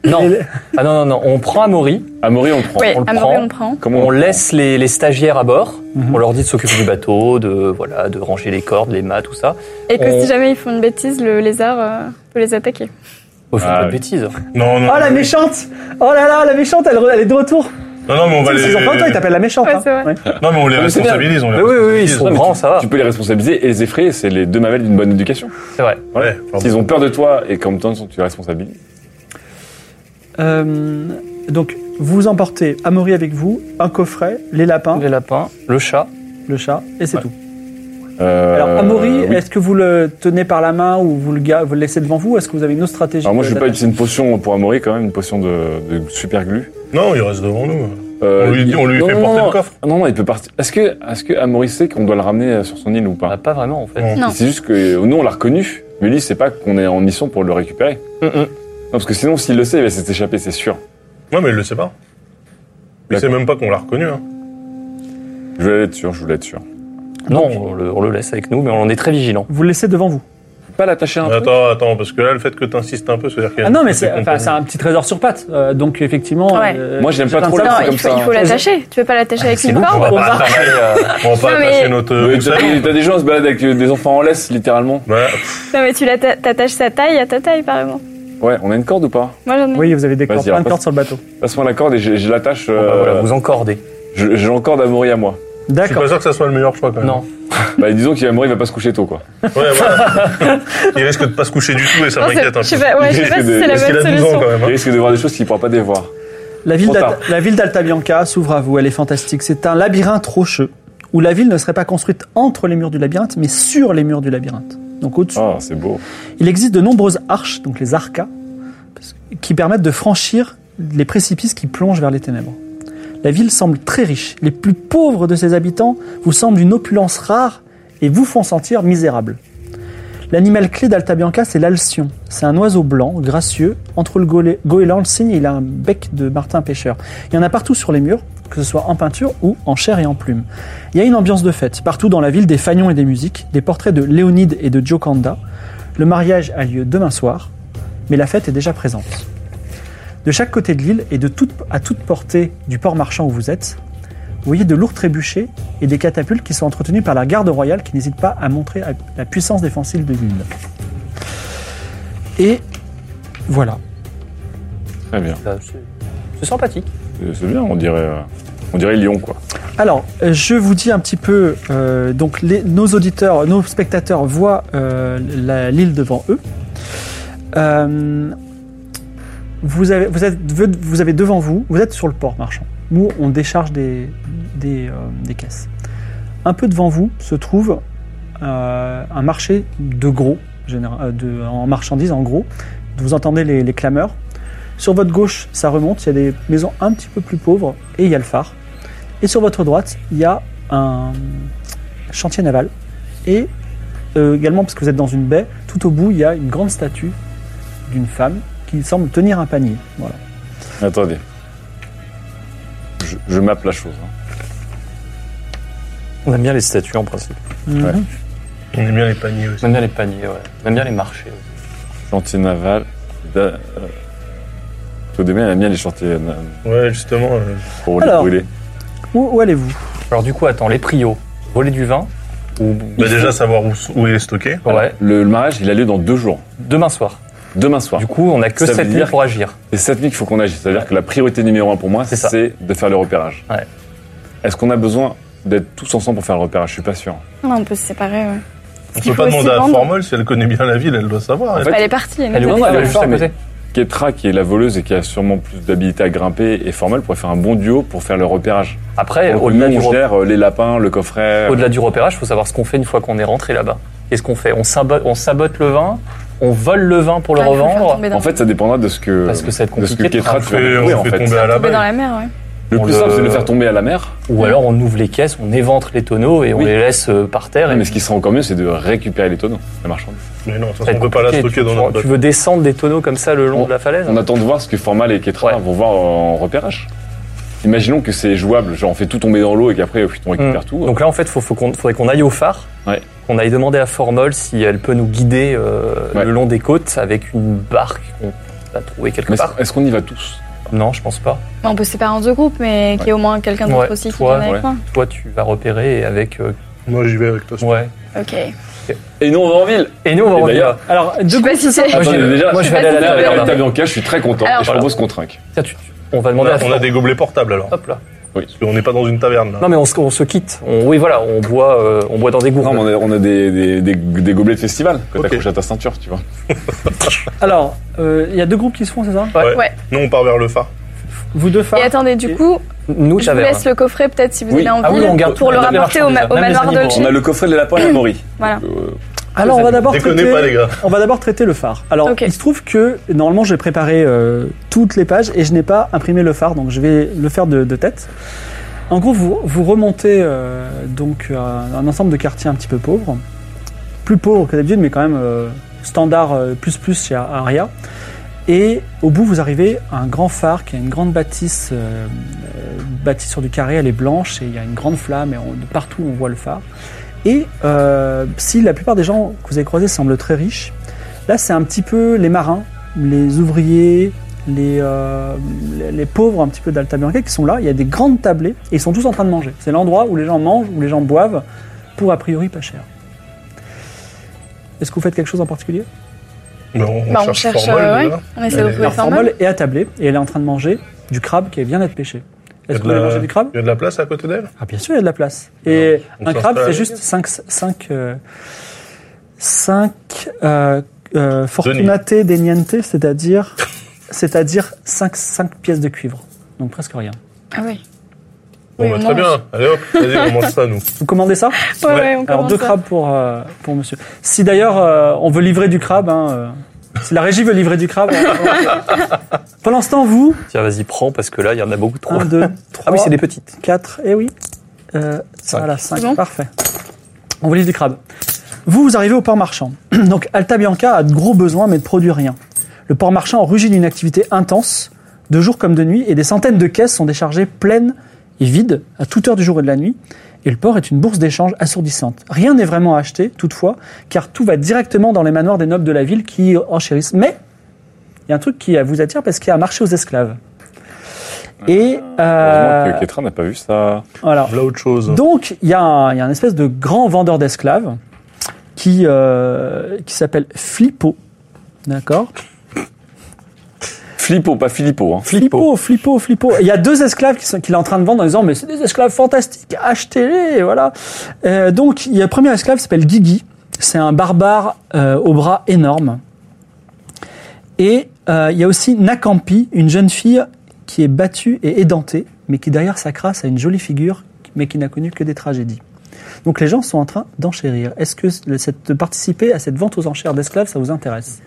S5: Non.
S1: Et-
S5: Ah non, non, non. On prend Amaury,
S3: Amaury, on le prend.
S4: Oui,
S5: on le
S4: Amaury,
S5: prend.
S4: on le prend.
S3: Comment
S5: on
S3: le prend
S5: laisse les, les stagiaires à bord.
S1: Mhm.
S5: On leur dit de s'occuper du bateau, de, voilà, de ranger les cordes, les mâts, tout ça.
S4: Et que
S5: On-
S4: si jamais ils font une bêtise, le lézard euh, peut les attaquer.
S5: Au fait,
S3: Ah,
S5: pas de
S3: oui.
S5: bêtises.
S2: Non,
S3: Ah,
S2: non.
S1: Oh la
S2: non.
S1: méchante Oh là là, la méchante, elle, re- elle est de retour
S2: Non, non, mais on va
S1: Tu sais,
S2: les.
S1: Ces enfants, toi, ils t'appellent la méchante.
S4: Ouais,
S1: hein.
S4: c'est vrai.
S1: Ouais.
S2: Non, mais on les
S3: Ah, mais c'est bien.
S2: responsabilise. On les
S5: Mais oui, oui, oui, ils
S2: responsabilise.
S5: sont grands, ça va.
S3: Tu peux les responsabiliser et les effrayer, c'est les deux mamelles d'une bonne éducation.
S5: C'est vrai.
S2: Ouais, pardon.
S3: S'ils ont peur de toi et qu'en même temps tu les responsabilises.
S1: Euh, donc, vous emportez Amaury avec vous, un coffret, les lapins,
S5: Les lapins, le chat.
S3: Bah.
S1: le chat, et c'est tout.
S3: Euh,
S1: Alors, Amaury,
S3: oui.
S1: est-ce que vous le tenez par la main ou vous le, ga- vous le laissez devant vous ou Est-ce que vous avez une autre stratégie
S3: Alors moi je vais pas
S1: d'attaque
S3: utiliser une potion pour Amaury quand même, une potion de, de super glue.
S2: Non, il reste devant nous.
S3: Euh,
S2: On lui, dit- on lui
S3: non,
S2: fait
S3: non,
S2: porter
S3: non,
S2: le coffre.
S3: Non, non, il peut partir. Est-ce que, est-ce que Amaury sait qu'on doit le ramener euh, sur son île ou
S5: On n'a
S3: pas
S5: pas vraiment, en fait.
S2: Non.
S4: Non.
S3: C'est juste que nous on l'a reconnu, mais lui c'est pas qu'on est en mission pour le récupérer.
S2: Mm,
S5: Mhm.
S3: Non, parce que sinon s'il le sait, il va s'est échappé, c'est sûr.
S2: Non, mais il le sait pas. Il sait
S3: D'accord.
S2: même pas qu'on l'a reconnu. Hein.
S3: Je voulais être sûr, je voulais être sûr.
S5: Non, on le, on le laisse avec nous, mais on est très vigilant.
S1: Vous le laissez devant vous.
S3: Faut Pas l'attacher à un truc.
S2: Attends, attends, parce que là, le fait que t'insistes un peu, c'est-à-dire qu'elle.
S1: Ah non, mais c'est
S2: qu'elle
S1: enfin,
S2: comprenne.
S1: c'est un petit trésor sur pattes. Euh, donc, effectivement. euh,
S4: Ouais.
S3: Moi, j'aime pas
S1: certains
S3: trop la-
S4: Non,
S3: c'est
S1: savent-
S3: comme
S4: il faut,
S3: ça,
S4: il faut
S3: hein.
S4: l'attacher. Tu veux pas l'attacher avec une
S5: On va
S4: corde
S5: pas travailler, euh,
S2: On va pas
S4: Non, mais-
S2: attacher notre.
S3: Mais
S2: notre
S3: T'as
S2: salut.
S3: des- t'as des gens qui se baladent avec euh, des enfants en laisse, littéralement.
S2: Ouais.
S4: Non, mais tu l'atta- t'attaches sa taille à ta taille, par exemple.
S3: Ouais, on a une corde ou pas
S4: Moi, j'en ai.
S1: Oui, vous avez des
S3: Vas-y,
S1: cordes, plein de
S3: alors,
S1: cordes sur le bateau.
S3: Passe-moi la corde et je, je
S2: Oh,
S3: l'attache.
S5: Bon, bah,
S3: euh,
S5: voilà, vous encordez.
S3: je- J'ai encore d'Amaury à moi.
S2: Je suis
S1: D'accord.
S2: pas sûr que ça soit le meilleur choix quand même.
S5: Non.
S3: Bah, disons qu'Amaury va pas se coucher tôt, quoi.
S2: Ouais, voilà. il risque de pas se coucher du tout et ça
S4: Non, Oh, c'est-
S2: m'inquiète un peu.
S4: je sais pas, ouais, je sais pas si c'est la
S3: Parce
S2: Parce qu'il
S4: bonne
S2: a 12 ans
S4: solution.
S2: quand même.
S3: Il
S2: hein.
S3: risque de voir des choses qu'il pourra pas dévoir.
S1: La ville
S3: Trop
S1: d'Alta-
S3: tard.
S1: la ville d'Alta Bianca s'ouvre à vous, elle est fantastique. C'est un labyrinthe rocheux où la ville ne serait pas construite entre les murs du labyrinthe, mais sur les murs du labyrinthe. Donc au-dessus.
S3: Ah, c'est beau.
S1: Il existe de nombreuses arches, donc les arcas, parce- qui permettent de franchir les précipices qui plongent vers les ténèbres. La ville semble très riche. Les plus pauvres de ses habitants vous semblent d'une opulence rare et vous font sentir misérable. L'animal clé d'Alta Bianca, c'est l'alcyon. C'est un oiseau blanc, gracieux. Entre le goélé- goéland et le cygne, il a un bec de martin pêcheur. Il y en a partout sur les murs, que ce soit en peinture ou en chair et en plume. Il y a une ambiance de fête. Partout dans la ville, des fanions et des musiques, des portraits de Léonide et de Gioconda. Le mariage a lieu demain soir, mais la fête est déjà présente. De chaque côté de l'île et de toute, à toute portée du port marchand où vous êtes, vous voyez de lourds trébuchets et des catapultes qui sont entretenus par la garde royale qui n'hésite pas à montrer à- la puissance défensive de l'île. Et voilà.
S3: Très bien.
S5: Bah, c'est- C'est sympathique.
S3: Euh, C'est bien, on dirait, euh, on dirait Lyon, quoi.
S1: Alors, euh, je vous dis un petit peu, euh, donc les- nos auditeurs, nos spectateurs voient euh, la- l'île devant eux. Euh, vous, avez, vous, êtes, vous avez devant vous, vous êtes sur le port marchand, où on décharge des, des, euh, des caisses. Un peu devant vous se trouve euh, un marché de gros, général- euh, de- en marchandises en gros. Vous entendez les, les clameurs. Sur votre gauche, ça remonte, il y a des maisons un petit peu plus pauvres, et il y a le phare. Et sur votre droite, il y a un chantier naval. Et euh, également, parce que vous êtes dans une baie, tout au bout, il y a une grande statue d'une femme qui semble tenir un panier. Voilà.
S3: Attendez. Je, je mappe la chose. hein.
S5: On aime bien les statues, en principe.
S1: Mhm.
S2: On aime bien les paniers aussi.
S5: On aime bien les paniers, ouais. On aime bien les marchés. aussi.
S3: Chantier naval. Da, euh, Claude Demey, elle aime bien les chantiers na-
S2: Ouais, justement. euh,
S3: pour les
S1: Alors.
S3: brûler.
S1: Où, où allez-vous
S5: Alors, du coup, attends, les prios, voler du vin. Ou...
S2: bah, déjà, savoir où, où il est stocké.
S5: Ouais,
S3: Le, le mariage, il a lieu dans deux jours.
S5: demain soir.
S3: Demain soir.
S5: Du coup, on a que
S3: Ça veut
S5: 7
S3: dire
S5: nuits pour agir.
S3: C'est cette nuit qu'il faut qu'on agisse. C'est-à-dire que la priorité numéro un pour moi,
S5: C'est ça.
S3: c'est de faire le repérage.
S5: Ouais.
S3: Est-ce qu'on a besoin d'être tous ensemble pour faire le repérage Je suis pas sûr.
S4: Non, on peut se séparer, ouais.
S2: On
S4: qu'il
S2: peut
S4: faut
S2: pas
S4: aussi
S2: demander à
S4: vendre
S2: Formol si elle connaît bien la ville, elle doit savoir.
S3: En fait,
S4: Elle est partie. Elle, nous
S5: Elle est
S4: a
S5: où
S4: laissé.
S5: Elle est
S3: fait
S5: juste à
S3: ça, mais-
S5: côté.
S3: Ketra, qui est la voleuse et qui a sûrement plus d'habilité à grimper, et Formol pourrait faire un bon duo pour faire le repérage.
S5: Après,
S3: Donc,
S5: au-delà
S3: nous,
S5: du,
S3: on
S5: repérage,
S3: gère euh, les lapins, le coffret. euh,
S5: au-delà du repérage, faut savoir ce qu'on fait une fois qu'on est rentré là-bas. Qu'est-ce qu'on fait on sabote, on sabote le vin, on vole le vin pour le
S4: Ah, il faut le faire
S5: revendre.
S4: tomber dans-
S3: En fait, ça dépendra de ce que.
S5: Parce que ça va être
S3: de ce que
S5: compliqué de
S3: Ketra, tu vas
S2: Et on
S3: découvrir, en
S2: fait
S3: fait.
S2: tomber à la
S4: tomber dans
S2: baille.
S4: la mer, ouais.
S3: Le
S5: On
S3: plus
S5: le-
S3: simple, c'est de le faire tomber à la mer.
S5: Ou alors on ouvre les caisses, on évente les tonneaux et on
S3: Oui.
S5: les laisse euh, par terre.
S3: Ouais,
S5: Et
S3: mais ce qui serait encore mieux, c'est de récupérer les tonneaux, la marchandise.
S2: Mais non, de toute
S5: Ça va
S2: façon,
S5: être
S2: on peut pas la
S5: compliqué.
S2: stocker
S5: Tu-
S2: dans
S5: tu,
S2: notre
S5: veux descendre des tonneaux comme ça le long
S3: On-
S5: de la falaise
S3: On attend de voir ce que Formal et Ketra
S5: Ouais.
S3: vont voir en repérage. Imaginons que c'est jouable, genre on fait tout tomber dans l'eau et qu'après pff, on récupère
S5: Mm.
S3: tout.
S5: Donc là, en fait, faut, faut qu'on, faudrait qu'on aille au phare.
S3: Ouais.
S5: Qu'on aille demander à Formol si elle peut nous guider euh,
S3: Ouais.
S5: le long des côtes avec une barque qu'on va trouver quelque
S3: Mais
S5: part.
S3: est-ce- est-ce qu'on y va tous
S5: Non, je pense pas.
S4: Bah, on peut se séparer en deux groupes, mais qu'il y ait au moins quelqu'un d'autre
S5: Ouais,
S4: aussi qui
S5: toi,
S4: vienne avec
S3: ouais.
S4: moi.
S5: Toi, tu vas repérer et avec. euh,
S2: Moi, j'y vais avec toi.
S5: ouais.
S4: Ok.
S3: Et nous on va en ville
S5: Et nous, on va
S3: Et
S5: revenir.
S3: d'ailleurs-
S1: Alors,
S4: Je
S1: deux
S4: sais pas
S1: groupes
S4: si c'est.
S5: Moi,
S3: Attendez,
S5: j'ai-
S3: déjà,
S5: moi, je vais
S3: on
S5: aller à
S3: est
S5: la
S3: avec
S5: mer.
S3: la Bianca, je suis très content
S4: Alors,
S3: et je
S4: voilà.
S3: propose qu'on trinque.
S5: Tiens, tu- on va demander
S2: Là,
S5: à
S2: on a
S5: Formol.
S2: des gobelets portables alors.
S5: Hop là.
S2: Parce qu'on n'est pas dans une taverne. là.
S5: Non, mais on se, on se quitte. On- oui, voilà, on boit, euh, on boit dans des gourdes.
S3: Non, mais on a, on a des, des, des- des gobelets de festival que
S2: Ok.
S3: t'accroches à ta ceinture, tu vois.
S1: Alors, euh, il y a deux groupes qui se font, c'est ça
S2: Ouais.
S4: Ouais.
S2: Nous, on part vers le phare.
S1: Vous deux
S5: Ah,
S1: femmes
S4: Et attendez, du coup,
S5: Nous,
S4: je vous
S5: taverne.
S4: laisse le coffret peut-être si vous
S3: Oui.
S4: allez en
S5: Ah oui,
S4: ville
S5: on garde
S4: pour
S5: tout,
S4: le
S5: on garde les
S4: rapporter au, ma-
S5: marchandises,
S4: au
S5: même les
S4: manoir
S5: animaux.
S4: Dolce.
S3: On a le coffret de lapins et la Maury.
S4: Voilà.
S3: Donc, euh,
S2: Ah,
S1: Alors, on va d'abord
S2: Déconnez
S1: traiter-
S2: pas, les gars.
S1: On va d'abord traiter le phare. Alors,
S4: Ok.
S1: il se trouve que normalement, j'ai préparé euh, toutes les pages et je n'ai pas imprimé le phare, donc je vais le faire de, de tête. En gros, vous, vous remontez euh, donc à un ensemble de quartiers un petit peu pauvres, plus pauvres que d'habitude, mais quand même euh, standard euh, plus plus chez Aria. Et au bout, vous arrivez à un grand phare qui a une grande bâtisse, euh, euh, bâtisse sur du carré, elle est blanche et il y a une grande flamme et on- de partout on voit le phare. Et euh, si la plupart des gens que vous avez croisés semblent très riches, Là, c'est un petit peu les marins, les ouvriers, les, euh, les, les pauvres un petit peu d'Altabianca qui sont là. Il y a des grandes tablées et ils sont tous en train de manger. C'est l'endroit où les gens mangent, où les gens boivent, pour a priori pas cher. Est-ce que vous faites quelque chose en particulier
S2: Euh, Mais on,
S4: Bah,
S2: on
S4: on
S2: cherche
S4: cherche.
S2: Formol.
S4: euh,
S2: déjà.
S4: ouais. On essaie de
S2: Mais
S4: trouver
S2: alors,
S4: Formol.
S1: Formol est attablée et elle est en train de manger du crabe qui vient d'être pêché.
S2: Il y a
S1: Est-ce
S2: de
S1: que vous voulez
S2: la-
S1: manger du crabe
S2: Il y a de la place à côté d'elle
S1: Ah bien sûr, il y a de la place. Et
S2: on
S1: un
S2: sort
S1: crabe,
S2: pas la
S1: c'est
S2: vie.
S1: juste 5 5 5 euh, euh, fortunate deniente, c'est-à-dire c'est-à-dire 5 5 pièces de cuivre. Donc presque rien.
S4: Ah oui.
S2: Bon,
S4: Oui,
S2: bah,
S4: on
S2: très
S4: mange.
S2: bien. Allez hop, vas-y, on mange ça, nous.
S1: Vous commandez ça
S4: Ouais, ouais, on
S1: Alors
S4: commence
S1: deux
S4: ça.
S1: crabes pour euh, pour monsieur. Si d'ailleurs euh, on veut livrer du crabe hein, euh, si la régie veut livrer du crabe. hein, on- Pendant ce temps, vous
S5: Tiens, vas-y, prends parce que là, il y en a beaucoup trop.
S1: 1 2 3
S5: Ah oui, c'est des petites.
S1: 4, et eh oui. Euh,
S5: Cinq.
S1: Voilà, 5,
S4: C'est bon
S1: parfait. On vous livre du crabe. Vous, vous arrivez au port marchand. Donc, Alta Bianca a de gros besoins, mais ne produit rien. Le port marchand rugit d'une activité intense, de jour comme de nuit, et des centaines de caisses sont déchargées pleines et vides à toute heure du jour et de la nuit. Et le port est une bourse d'échange assourdissante. Rien n'est vraiment acheté, toutefois, car tout va directement dans les manoirs des nobles de la ville qui enchérissent. Mais, il y a un truc qui vous attire parce qu'il y a un marché aux esclaves. Et, euh,
S3: Heureusement que Ketra n'a pas vu ça.
S1: voilà.
S2: Là, autre chose.
S1: Donc, il y, a un il y a un espèce de grand vendeur d'esclaves qui, euh, qui s'appelle Flippo. D'accord
S3: Flippo, pas Filippo. Hein.
S1: Flippo, Flippo, Flippo. Il y a deux esclaves qui sont- qu'il est en train de vendre en disant Mais c'est des esclaves fantastiques, achetez-les, et voilà. Euh, donc, il y a le premier esclave qui s'appelle Guigui. C'est un barbare euh, aux bras énormes. Et euh, il y a aussi Nakampi, une jeune fille qui est battue et édentée, mais qui derrière sa crasse a une jolie figure, mais qui n'a connu que des tragédies. Donc les gens sont en train d'enchérir. Est-ce que le- cette, participer à cette vente aux enchères d'esclaves, ça vous intéresse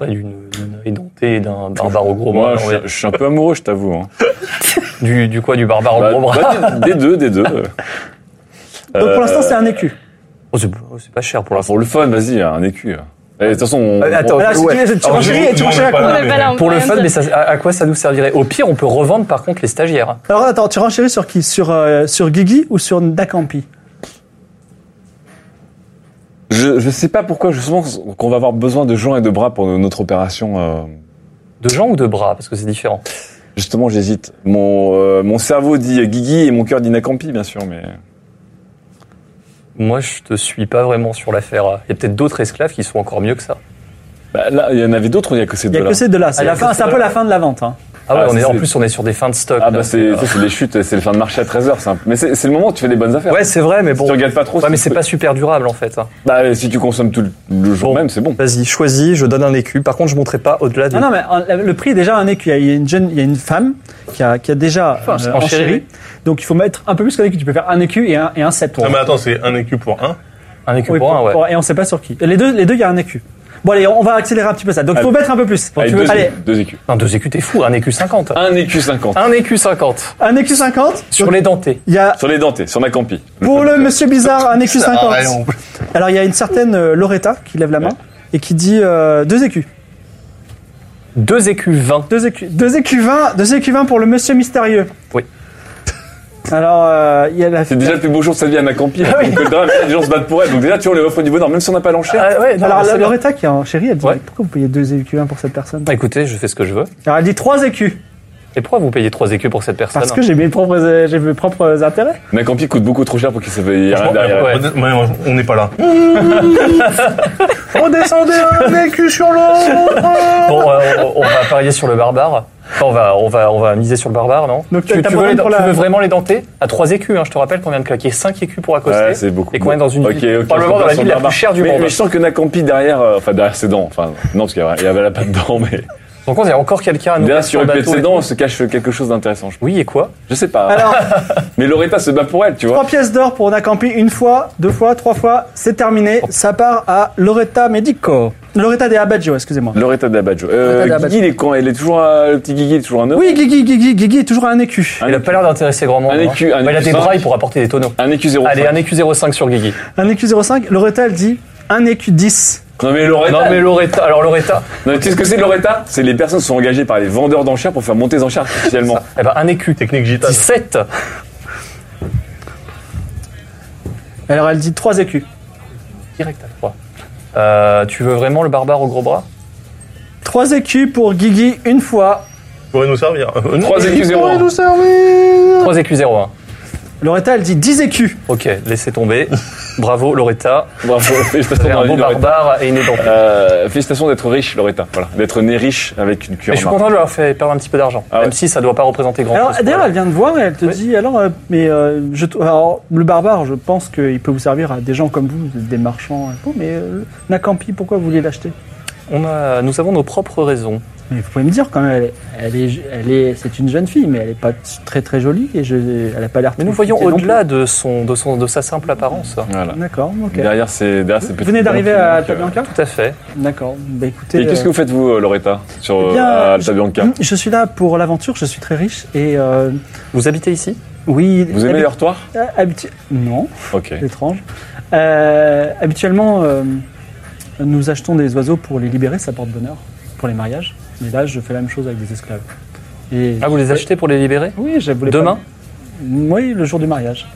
S5: Ouais, D'une d'une édentée, d'un barbare au gros bras.
S3: Moi, je, suis- je suis un peu amoureux, je t'avoue. hein.
S5: Du, du quoi Du barbare
S3: Bah,
S5: au gros bras
S3: bah, des, des deux, des deux.
S1: Donc
S3: Euh,
S1: pour l'instant, c'est un écu.
S5: Oh, c'est oh, c'est pas cher pour
S3: Bah,
S5: l'instant.
S3: pour le fun, vas-y, un écu. Eh, De toute façon, on,
S5: Euh, attends,
S3: on-
S1: Voilà, si
S5: ouais.
S1: tu, tu
S2: Alors,
S1: enchéris
S2: nous,
S1: et tu
S2: nous, on
S1: enchéris
S2: est
S1: à
S2: pas
S1: quoi
S4: euh, On
S2: là,
S4: n'est
S2: mais-
S4: pas là, on
S5: Pour le
S4: peut
S5: fun,
S4: rien
S5: mais
S4: dire.
S5: ça- à, à quoi ça nous servirait Au pire, on peut revendre par contre les stagiaires. hein,
S1: Alors attends, tu renchiris sur qui Sur, euh, sur Guigui ou sur Nakampi
S3: je, je sais pas pourquoi, je pense qu'on va avoir besoin de gens et de bras pour notre opération. euh,
S5: De gens ou de bras Parce que c'est différent.
S3: Justement, j'hésite. Mon, euh, mon cerveau dit Guigui et mon cœur dit Nakampi, bien sûr, mais.
S5: Moi, je te suis pas vraiment sur l'affaire. hein. Il y a peut-être d'autres esclaves qui sont encore mieux que ça.
S3: Bah, là, il y en avait d'autres, il y a que ces
S1: Il n'y a
S3: deux-là.
S1: que ces deux-là. C'est
S5: Ah, il y
S1: la
S5: a que
S1: fin-
S5: ces
S1: c'est un peu
S5: deux-là.
S1: la fin de la vente. hein.
S5: Ah ouais,
S3: Ah,
S5: on est, en
S3: c'est-
S5: plus, on est sur des fins de stock.
S3: Ah
S5: là.
S3: bah c'est ça, c'est les chutes, c'est le fin de marché à 13h, c'est un peu- Mais c'est c'est le moment où tu fais des bonnes affaires.
S5: Ouais, c'est vrai, mais
S3: Si
S5: bon.
S3: tu regardes pas trop.
S5: Ouais, mais
S3: si-
S5: c'est pas super durable en fait. hein.
S3: Bah, si tu consommes tout le le jour
S5: Bon.
S3: même, c'est bon.
S5: Vas-y, choisis, je donne un écu. Par contre, je monterai pas au-delà de.
S1: Non, non, mais euh, le prix est déjà un écu. Il y a- il y a une jeune, il y a une femme qui a, qui a déjà euh,
S5: enchéri.
S1: enchéri. Donc il faut mettre un peu plus qu'un écu. Tu peux faire un écu et un, et un sept.
S2: Non, Ah, mais attends, c'est un écu pour un.
S5: Un écu
S1: Oui,
S5: pour un, ouais.
S1: pour- Et on sait pas sur qui. Les deux, les deux, il y a un écu. Bon, allez, on va accélérer un petit peu ça. Donc il faut
S3: Allez.
S1: mettre un peu plus.
S3: Allez,
S1: Tu veux-
S3: deux,
S1: allez,
S3: deux écus.
S5: Non, deux écus, t'es fou, un écu 50.
S3: Un écu 50.
S5: Un écu 50.
S1: un écu 50.
S5: Sur
S1: Donc,
S5: les dentés.
S1: Il y a
S3: Sur les dentés, sur ma campi.
S1: pour le monsieur bizarre un écu 50.
S2: Ah, ouais, on-
S1: Alors il y a une certaine euh, Loretta qui lève la main
S3: Ouais.
S1: et qui dit euh, deux écus.
S5: Deux écus 20.
S1: Deux écus, deux écus 20, deux écus 20 pour le monsieur mystérieux.
S5: Oui.
S1: Alors euh, il y a la
S3: C'est déjà le plus beau jour de sa vie à ma campi.
S5: Ah oui.
S3: Donc, le drame, les gens se battent pour elle. Donc, déjà, tu vois, on les offre du bonheur, même si on n'a pas l'enchère.
S5: Ah ouais, non,
S1: Alors
S5: mais
S1: la-
S5: c'est bien.
S1: Loretta qui est en chérie, elle dit
S5: Ouais.
S1: mais pourquoi vous payez deux écus 20 pour cette personne
S5: Écoutez, je fais ce que je veux.
S1: Alors elle dit trois écus
S5: Et pourquoi vous payez trois écus pour cette personne
S1: parce que j'ai mes propres euh, j'ai mes propres intérêts.
S3: Ma campi coûte beaucoup trop cher pour qu'il se paye rien
S5: Franchement,
S3: derrière.
S5: ouais.
S2: Ouais, ouais, on n'est pas là.
S1: Redescendez un écu sur l'autre.
S5: Bon, euh, on, on va parier sur le barbare. Enfin, on va, on va, on va miser sur le barbare, non
S1: Donc,
S5: tu,
S1: t'as
S5: tu
S1: pas
S5: veux les-
S1: pour la-
S5: tu veux vraiment les denter À 3 écus, hein, je te rappelle qu'on vient de claquer 5 écus pour accoster.
S3: Ouais, c'est beaucoup.
S5: Et qu'on est dans une
S3: Ok,
S5: ville,
S3: ok,
S5: probablement
S3: on
S5: dans la
S3: passe
S5: ville
S3: sur
S5: la
S3: Barbara.
S5: plus chère du
S3: Mais-
S5: monde. hein.
S3: Mais je sens que Nakampi derrière, euh, enfin derrière ses dents, enfin non parce qu'il y avait- il y avait la patte dedans, mais
S5: Donc, on il y a encore quelqu'un à nous
S3: derrière
S5: mettre
S3: sur
S5: le
S3: le pied de
S5: bateau
S3: ses
S5: et
S3: dents
S5: tout.
S3: se cache quelque chose d'intéressant. Je,
S5: Oui, et quoi
S3: je sais pas.
S1: Alors
S3: Mais Loretta se bat pour elle, tu vois.
S1: Trois pièces d'or pour Nakampi, une fois, deux fois, trois fois, c'est terminé. Ça part à Loretta Medico. Loretta de Abadjo, excusez-moi.
S3: Loretta d'Abadjo.
S1: Loretta
S3: Euh,
S1: d'Abadjo.
S3: Guigui, il est quand Elle est toujours à- le petit Guigui, est toujours un homme.
S1: Oui, Guigui, Guigui, Guigui est toujours à un écu.
S3: Un
S5: Il a
S3: écu-
S5: pas l'air d'intéresser grand monde.
S3: Un
S5: hein.
S3: écu- un
S5: Bah, il a
S3: écu
S5: des
S3: cinq.
S5: brailles pour apporter des tonneaux.
S3: Un écu 0.
S5: Allez, un écu 05 sur Guigui.
S1: Un écu 05, Loretta elle dit un écu 10.
S3: Non mais Loretta.
S5: Non, mais Loretta, alors Loretta,
S3: Non, mais tu sais ce que c'est Loretta C'est les personnes qui sont engagées par les vendeurs d'enchères pour faire monter les enchères artificiellement.
S5: eh ben, un écu. Technique
S2: gitane.
S5: 17.
S1: Alors elle dit trois écus.
S5: Direct à 3. Euh, tu veux vraiment le barbare au gros bras
S1: Trois écus pour Guigui, une fois.
S2: Pourrait nous servir. Euh, non.
S3: 3 écus 0.
S5: 3 écus 01.
S1: Loretta elle dit 10 écus.
S5: Ok, laissez tomber. Bravo Loretta,
S3: Bravo,
S5: vous
S3: félicitations
S5: avez un beau
S3: Loretta.
S5: barbare et une dentée.
S1: Ah,
S3: Euh, félicitations d'être riche, Loretta. Voilà, d'être né riche avec une cure.
S5: Mais je suis content de leur faire perdre un petit peu d'argent,
S3: Ah ouais.
S5: même si ça doit pas représenter grand
S1: Alors
S5: chose.
S1: d'ailleurs elle vient de voir et elle te
S5: Oui.
S1: dit alors, euh, mais euh, je, t- alors, le barbare, je pense qu'il peut vous servir à des gens comme vous, des marchands. et tout, mais euh, Nakampi, pourquoi vous voulez l'acheter
S5: On a, nous avons nos propres raisons.
S1: Mais vous pouvez me dire quand même, elle est, elle est, elle est- c'est une jeune fille, mais elle est pas très très jolie et je, elle a pas l'air.
S5: Mais nous
S1: très
S5: voyons
S1: excitée non
S5: au-delà de son, de son, de sa simple apparence.
S3: Voilà.
S1: plus. D'accord, ok.
S3: Derrière ces, derrière ces
S1: Vous
S3: petites
S1: venez d'arriver
S3: dents
S1: à
S3: qui manquent,
S1: Altabianca
S5: Tout à fait.
S1: D'accord. Bah
S3: euh.
S1: écoutez.
S3: Et qu'est-ce
S1: euh,
S3: que vous faites, vous, Loretta, sur
S1: eh
S3: euh,
S1: bien,
S3: à Alta Bianca
S1: je, Hmm je suis là pour l'aventure. Je suis très riche et euh,
S5: Vous habitez ici
S1: oui.
S3: Vous aimez les hortoirs
S1: habi- habitu- Euh, Non,
S3: Ok.
S1: c'est étrange. Euh, habituellement, euh, nous achetons des oiseaux pour les libérer. Ça porte bonheur pour les mariages. Mais là, je fais la même chose avec des esclaves. Et euh,
S5: Ah, vous les achetez pour les libérer
S1: oui, je voulais. pas-
S5: Demain
S1: Oui, le jour du mariage.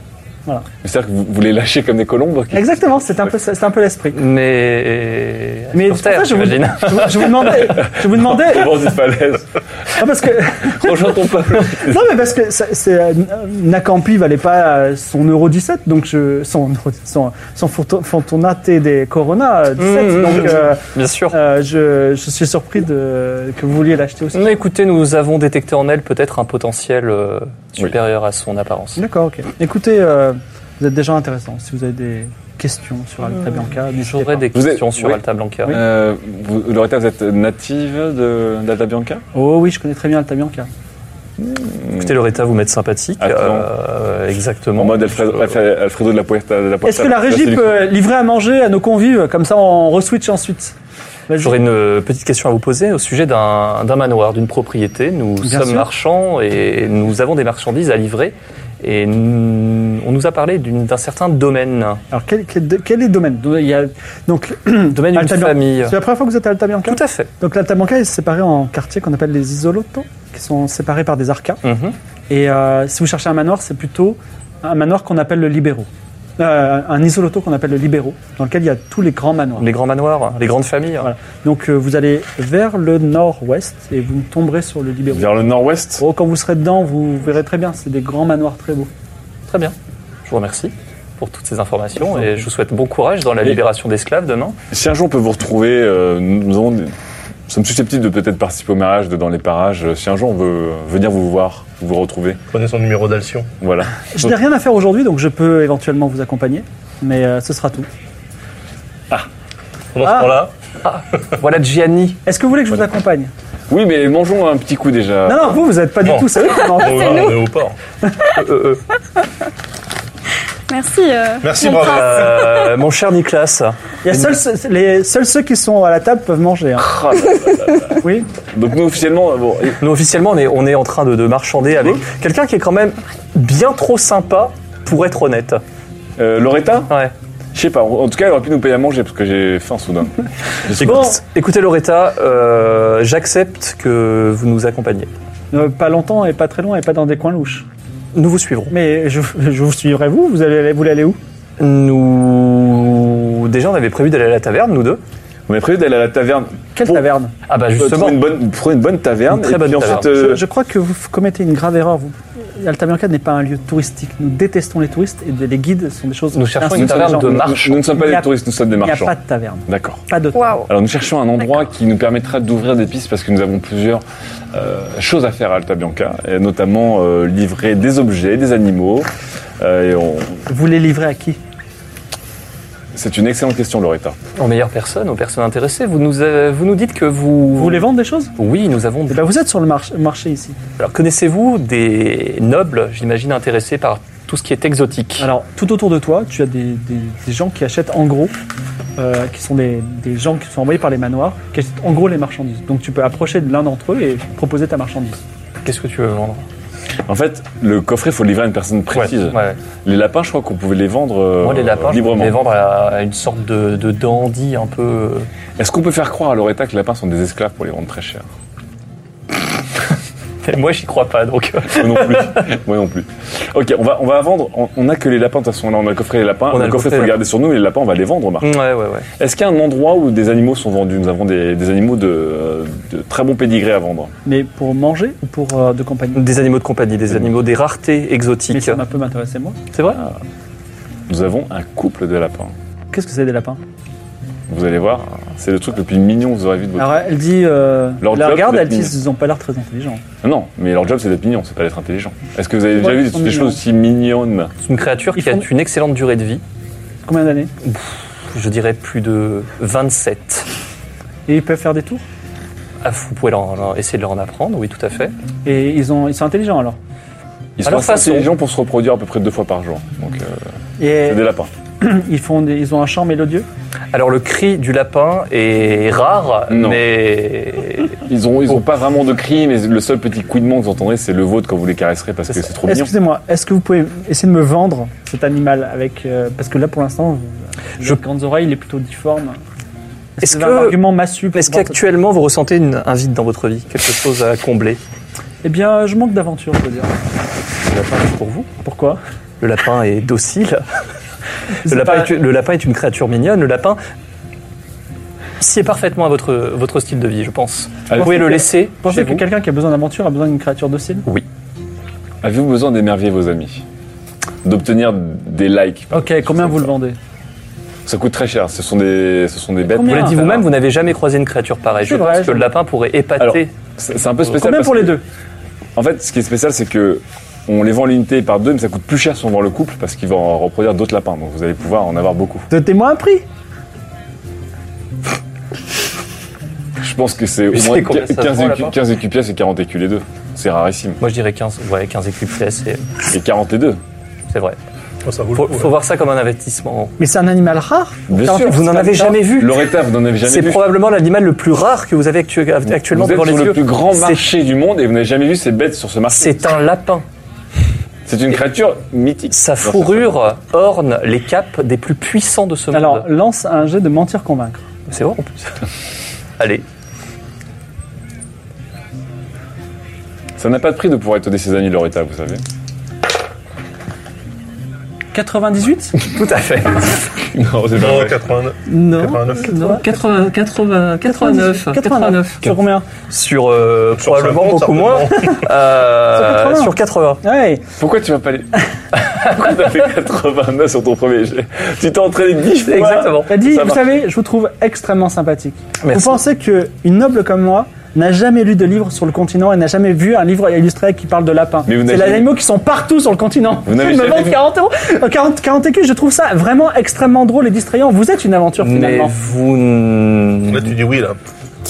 S3: Mais C'est-à-dire que vous, vous les lâchez comme des colombes qui-
S1: Exactement. C'est un peu, ça- c'est un peu l'esprit.
S5: Mais.
S1: Mais
S5: Sur
S1: c'est pour
S5: Terre,
S1: ça, je vous,
S5: j'imagine.
S1: je vous- je vous demandais, je vous demandais,
S3: Au bord d'une falaise.
S1: Ah, parce que
S3: Rejoins ton peuple.
S1: non mais parce que ça- c'est euh, Nakampi valait pas euh, son euro 17, donc je son euro- son son Fortu- Fortunate des Corona euh, 17,
S5: Mmh,
S1: donc
S5: mmh,
S1: euh,
S5: Bien sûr.
S1: euh, je, je suis surpris de que vous vouliez l'acheter aussi.
S5: Mais écoutez, nous avons détecté en elle peut-être un potentiel euh,
S3: Oui.
S5: supérieur à son apparence.
S1: D'accord, ok. Écoutez, euh, vous êtes déjà intéressant. Si vous avez des questions sur Alta Bianca, n'hésitez pas.
S5: J'aurais Euh, des
S3: Vous êtes-
S5: questions sur
S3: oui.
S5: Alta Blanca.
S3: Euh, vous- Loretta, vous êtes native de- d'Alta Bianca
S1: Oh oui, je connais très bien Alta Bianca.
S5: Écoutez, Loretta, vous m'êtes sympathique.
S3: Attends.
S5: euh, exactement.
S3: En mode Alfredo, Alfredo de la Puerta. de Puerta-
S1: Est-ce que la régie
S3: sélection.
S1: peut livrer à manger à nos convives comme ça on reswitch ensuite Vas-y.
S5: J'aurais une euh, petite question à vous poser au sujet d'un d'un manoir, d'une propriété. Nous
S1: Bien
S5: sommes
S1: sûr.
S5: marchands et nous avons des marchandises à livrer. Et nous- on nous a parlé d'une- d'un certain domaine.
S1: Alors, quel, quel- quel est le domaine Donc, il y a- Donc,
S5: Domaine d'une
S1: Hum, Alta Bianca.
S5: famille.
S1: c'est la première fois que vous êtes à Altabianca
S5: Tout à fait.
S1: Donc, l'Altabianca est séparée en quartiers qu'on appelle les isolotos, qui sont séparés par des arcas.
S5: Mhm.
S1: Et euh, si vous cherchez un manoir, c'est plutôt un manoir qu'on appelle le libéraux. Euh, un isoloto qu'on appelle le libéraux, dans lequel il y a tous les grands manoirs.
S5: Les grands manoirs, les grandes familles.
S1: Voilà. Donc, euh, vous allez vers le nord-ouest et vous tomberez sur le libéraux.
S3: Vers le nord-ouest
S1: Oh, quand vous serez dedans, vous verrez très bien, c'est des grands manoirs très beaux.
S5: Très bien. Je vous remercie pour toutes ces informations et je vous souhaite bon courage dans la libération d'esclaves demain.
S3: Si un jour on peut vous retrouver, euh, nous avons des- Nous sommes susceptibles de peut-être participer au mariage de dans les parages. Euh, Si un jour on veut venir vous voir, vous retrouver,
S2: Prenez son numéro d'Alcyon.
S3: voilà.
S1: Je n'ai rien à faire aujourd'hui, donc je peux éventuellement vous accompagner, mais euh, ce sera tout.
S2: Pendant
S1: Ah.
S2: ce temps-là,
S5: Voilà Gianni.
S1: Est-ce que vous voulez que je vous accompagne
S3: Oui, mais mangeons un petit coup déjà.
S1: Non, non, vous, vous n'êtes pas du
S2: Non.
S1: tout. C'est eux qui m'en-
S2: on va on est au port.
S5: E
S4: Merci. euh,
S2: Merci,
S4: mon
S2: bravo.
S4: prince.
S5: Euh, mon cher Nicolas.
S1: Il y a seuls ceux- les, seuls ceux qui sont à la table peuvent manger. hein.
S3: Ah, là, là, là, là.
S1: Oui.
S3: Donc nous officiellement, euh, bon, et-
S5: Nous, officiellement, on est, on est en train de, de marchander avec quelqu'un qui est quand même bien trop sympa pour être honnête.
S3: euh, Loretta,
S5: Ouais.
S3: je sais pas. En tout cas, elle aurait pu nous payer à manger parce que j'ai faim soudain. Je sais
S5: Écoute-
S3: pas.
S5: Écoutez, Loretta, euh, j'accepte que vous nous accompagniez.
S1: Euh, pas longtemps et pas très loin et pas dans des coins louches.
S5: Nous vous suivrons.
S1: Mais je, je vous suivrai vous. Vous allez, vous voulez aller où
S5: Nous. Déjà, on avait prévu d'aller à la taverne, nous deux.
S3: On a prévu d'aller à la taverne.
S1: Quelle
S3: Bon.
S1: taverne
S5: Ah bah justement.
S3: Trouver une bonne, trouver une bonne taverne.
S5: Une très
S3: et
S5: bonne
S3: puis
S5: taverne.
S3: ensuite, euh,
S1: je, je crois que vous commettez une grave erreur. Vous. Altabianca n'est pas un lieu touristique. Nous détestons les touristes et les guides sont des choses.
S5: Nous cherchons
S3: nous
S5: une
S3: ne sommes-
S1: intelligentes.
S5: taverne de
S3: nous- nous-
S5: marchands.
S3: Nous ne sommes pas
S1: Il y a-
S3: des touristes, nous sommes des
S1: Il n'y a
S3: marchands.
S1: pas de taverne,
S3: D'accord.
S1: pas de.
S4: Waouh.
S3: Alors nous cherchons un endroit qui nous permettra d'ouvrir des pistes parce que nous avons plusieurs euh, choses à faire à Alta Bianca, et notamment euh, livrer des objets, des animaux. euh, et on-
S1: Vous les livrez à qui
S3: C'est une excellente question, Loretta.
S5: Aux meilleures personnes, aux personnes intéressées. Vous nous, euh, vous nous dites que vous.
S1: Vous voulez vendre des choses
S5: Oui, nous avons.
S1: Eh ben, vous êtes sur le march- marché ici.
S5: Alors, connaissez-vous des nobles, j'imagine, intéressés par tout ce qui est exotique
S1: Alors, tout autour de toi, tu as des, des- des gens qui achètent en gros, euh, qui sont des, des gens qui sont envoyés par les manoirs, qui achètent en gros les marchandises. Donc, tu peux approcher de l'un d'entre eux et proposer ta marchandise.
S5: Qu'est-ce que tu veux vendre
S3: En fait, le coffret, il faut le livrer à une personne précise.
S5: Ouais, ouais.
S3: Les lapins, je crois qu'on pouvait les vendre euh,
S5: Moi, les lapins, je
S3: librement.
S5: vais les vendre à, à une sorte de, de dandy un peu. euh.
S3: Est-ce qu'on peut faire croire à Loretta que les lapins sont des esclaves pour les vendre très cher
S5: Et moi, j'y crois pas, donc. euh.
S3: Moi non plus. Moi non plus. Ok, on va, on va vendre. On- On n'a que les lapins, de toute façon. Là, on a le coffret et les lapins.
S5: On a
S3: le,
S5: le
S3: coffret,
S5: coffret,
S3: faut le
S5: là.
S3: garder sur nous et les lapins, on va les vendre au marché.
S5: ouais, ouais, ouais.
S3: Est-ce qu'il y a un endroit où des animaux sont vendus Nous avons des, des animaux de, euh, de très bons pédigrés à vendre.
S1: Mais pour manger ou pour euh, de compagnie
S5: Des animaux de compagnie, des animaux, des raretés
S1: Mais
S5: exotiques.
S1: ça m'a peu m'intéresser, moi.
S5: C'est vrai
S3: Nous avons un couple de lapins.
S1: Qu'est-ce que c'est des lapins
S3: Vous allez voir, c'est le truc le plus mignon que vous aurez vu de votre
S1: Alors, elle dit. euh,
S3: Leur
S1: elle la
S3: job,
S1: regarde,
S3: c'est
S1: elle dit
S3: d'être
S1: ils n'ont pas l'air très intelligents.
S3: Non, mais leur job c'est d'être mignon, c'est pas d'être intelligent. Est-ce que vous avez déjà
S1: Ouais,
S3: vu
S1: ils
S3: des,
S1: sont
S3: des
S1: mignons.
S3: choses aussi mignonnes
S5: C'est une créature
S1: Ils
S5: qui
S1: font-
S5: a une excellente durée de vie,
S1: Combien d'années
S5: je dirais plus de 27.
S1: Et ils peuvent faire des tours
S5: Ah, vous pouvez leur- leur- essayer de leur en apprendre, oui, tout à fait.
S1: Et ils, ont, ils sont intelligents alors.
S3: Ils
S5: À
S3: sont
S5: leur
S3: assez
S5: façon.
S3: intelligents pour se reproduire à peu près deux fois par jour. Donc euh,
S1: Et
S3: c'est des lapins.
S1: ils, font des- ils ont un chant mélodieux
S5: Alors, le cri du lapin est rare,
S3: Non.
S5: mais.
S3: Ils ont, ils
S1: Oh.
S3: ont pas vraiment de cris, mais le seul petit couinement que vous entendrez c'est le vôtre quand vous les caresserez parce que c'est trop mignon.
S1: Excusez-moi, est-ce que vous pouvez essayer de me vendre cet animal avec euh, parce que là pour l'instant, vous-
S5: Je-
S1: votre grandes oreilles, il est plutôt difforme.
S5: Est-ce
S1: que vous avez un
S5: que-
S1: argument massu pour
S5: Est-ce
S1: vendre cette-
S5: qu'actuellement, vous ressentez une- un vide dans votre vie Quelque chose à combler
S1: Eh bien, euh, je manque d'aventure, je veux dire.
S5: Le lapin est pour vous
S1: Pourquoi
S5: Le lapin est docile. Le lapin,
S1: pas-
S5: est, une- le lapin est une créature mignonne. Le lapin sied parfaitement à votre, votre style de vie, je pense.
S3: Allez,
S5: vous pouvez le
S3: que-
S5: laisser
S1: Vous pensez
S5: chez
S1: que
S5: vous.
S1: quelqu'un qui a besoin d'aventure a besoin d'une créature docile
S3: Avez-vous besoin d'émerveiller vos amis D'obtenir des likes
S1: Ok, combien vous le vendez
S3: Ça coûte très cher, ce sont des, ce sont des bêtes.
S5: Vous
S1: Combien
S5: l'avez dit
S1: Ah,
S5: vous-même, vous n'avez jamais croisé une créature pareille. Je
S1: C'est vrai,
S5: pense
S1: je-
S5: que le lapin pourrait épater.
S3: Alors, C'est c'est un peu spécial.
S1: Combien
S3: parce
S1: pour les
S3: que-
S1: deux
S3: En fait, ce qui est spécial, c'est que on les vend l'unité par deux, mais ça coûte plus cher si on vend le couple parce qu'ils vont en reproduire d'autres lapins. Donc vous allez pouvoir en avoir beaucoup.
S1: Donnez-moi un prix
S3: Je pense que c'est au
S5: Mais c'est
S3: moins
S5: combien ça se
S3: 15,
S5: vend,
S3: écu-
S5: lapin
S3: 15 écupias et 40 écus les deux. C'est rarissime.
S5: Moi, je dirais 15, ouais, 15 écus, c'est assez-
S3: Et 40 les deux.
S5: c'est vrai.
S2: Oh, ça vaut le
S5: Faut,
S2: coup,
S5: faut
S2: ouais.
S5: voir ça comme un investissement.
S1: Mais c'est un animal rare
S3: Bien
S1: Car-
S3: sûr.
S5: Vous n'en avez jamais vu.
S3: Loretta, vous n'en avez jamais
S5: C'est
S3: vu.
S5: probablement l'animal le plus rare que vous avez actu- actuellement
S3: vous êtes
S5: devant les
S3: sur
S5: yeux.
S3: le plus grand
S5: C'est-
S3: marché du monde et vous n'avez jamais vu ces bêtes sur ce marché.
S5: C'est un lapin.
S3: C'est une créature mythique.
S5: Sa
S3: Dans cette-
S5: fourrure orne les capes des plus puissants de ce monde.
S1: Alors, lance un jet de mentir-convaincre.
S5: C'est vrai en plus. Allez,
S3: Ça n'a pas de prix de pouvoir étonner ses amis, Loretta, vous savez.
S1: 98
S5: tout à fait.
S3: Non, c'est
S2: Non,
S3: pas vrai.
S2: 89.
S7: Non,
S2: 89.
S7: non, 80, 80, 89, 89.
S1: Sur combien
S5: Sur euh,
S2: Sur
S5: probablement
S2: 50,
S5: beaucoup moins. Euh,
S1: Sur 80.
S5: sur 80.
S1: Ouais.
S3: Pourquoi tu vas pas les. Pourquoi t'as fait 89 sur ton premier jet Tu t'es entraîné 10 fois
S5: Exactement.
S1: T'as dit,
S3: Ça
S1: vous
S3: marche.
S1: savez, je vous trouve extrêmement sympathique.
S5: Merci.
S1: Vous pensez qu'une noble comme moi n'a jamais lu de livre sur le continent et n'a jamais vu un livre illustré qui parle de lapins.
S3: Mais vous
S1: C'est les
S3: n'avez jamais-
S1: animaux qui sont partout sur le continent.
S3: Vous n'avez
S1: Ils me
S3: jamais
S1: vendent
S3: vu-
S1: 40 euros, euh, 40, 40 écus, je trouve ça vraiment extrêmement drôle et distrayant. Vous êtes une aventure
S5: Mais
S1: finalement.
S5: vous.
S2: Là,
S5: n-
S2: tu dis oui, là.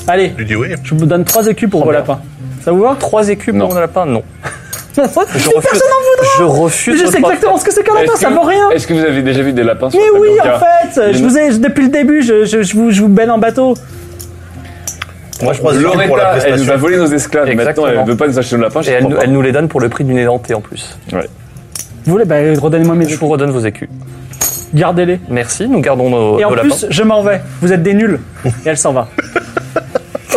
S1: Allez,
S2: Tu dis oui.
S1: je vous donne 3 écus pour vos
S5: bien.
S1: lapins. Ça vous va
S5: Trois écus
S3: Non.
S5: pour un lapin Non.
S1: Je
S5: refuse. Je refuse.
S1: Ah, je
S5: de
S1: sais
S5: croire.
S1: exactement ce que c'est qu'un lapin,
S3: Est-ce
S1: ça
S3: que-
S1: vaut rien.
S3: Est-ce que vous avez déjà vu des lapins sur
S1: Mais
S3: la
S1: oui, en
S3: Tapioca
S1: fait, je
S3: Il y en a-
S1: vous ai, je- depuis le début, je, je, je vous, je vous baigne en bateau.
S2: Moi, je crois que c'est pour la
S3: Loretta, elle nous a
S2: prestation.
S3: volé nos esclaves.
S5: Exactement.
S3: Maintenant, elle veut pas nous acheter nos lapins.
S5: Et
S3: je
S5: elle,
S3: comprends
S5: nous-
S3: pas.
S5: elle nous les donne pour le prix d'une édentée en plus.
S1: Vous voulez, bah, redonnez-moi mes
S5: Je
S1: écus.
S5: vous redonne vos écus.
S1: Gardez-les.
S5: Merci, nous gardons nos,
S1: Et en
S5: nos lapins.
S1: plus, je m'en vais. Vous êtes des nuls. Et elle s'en va.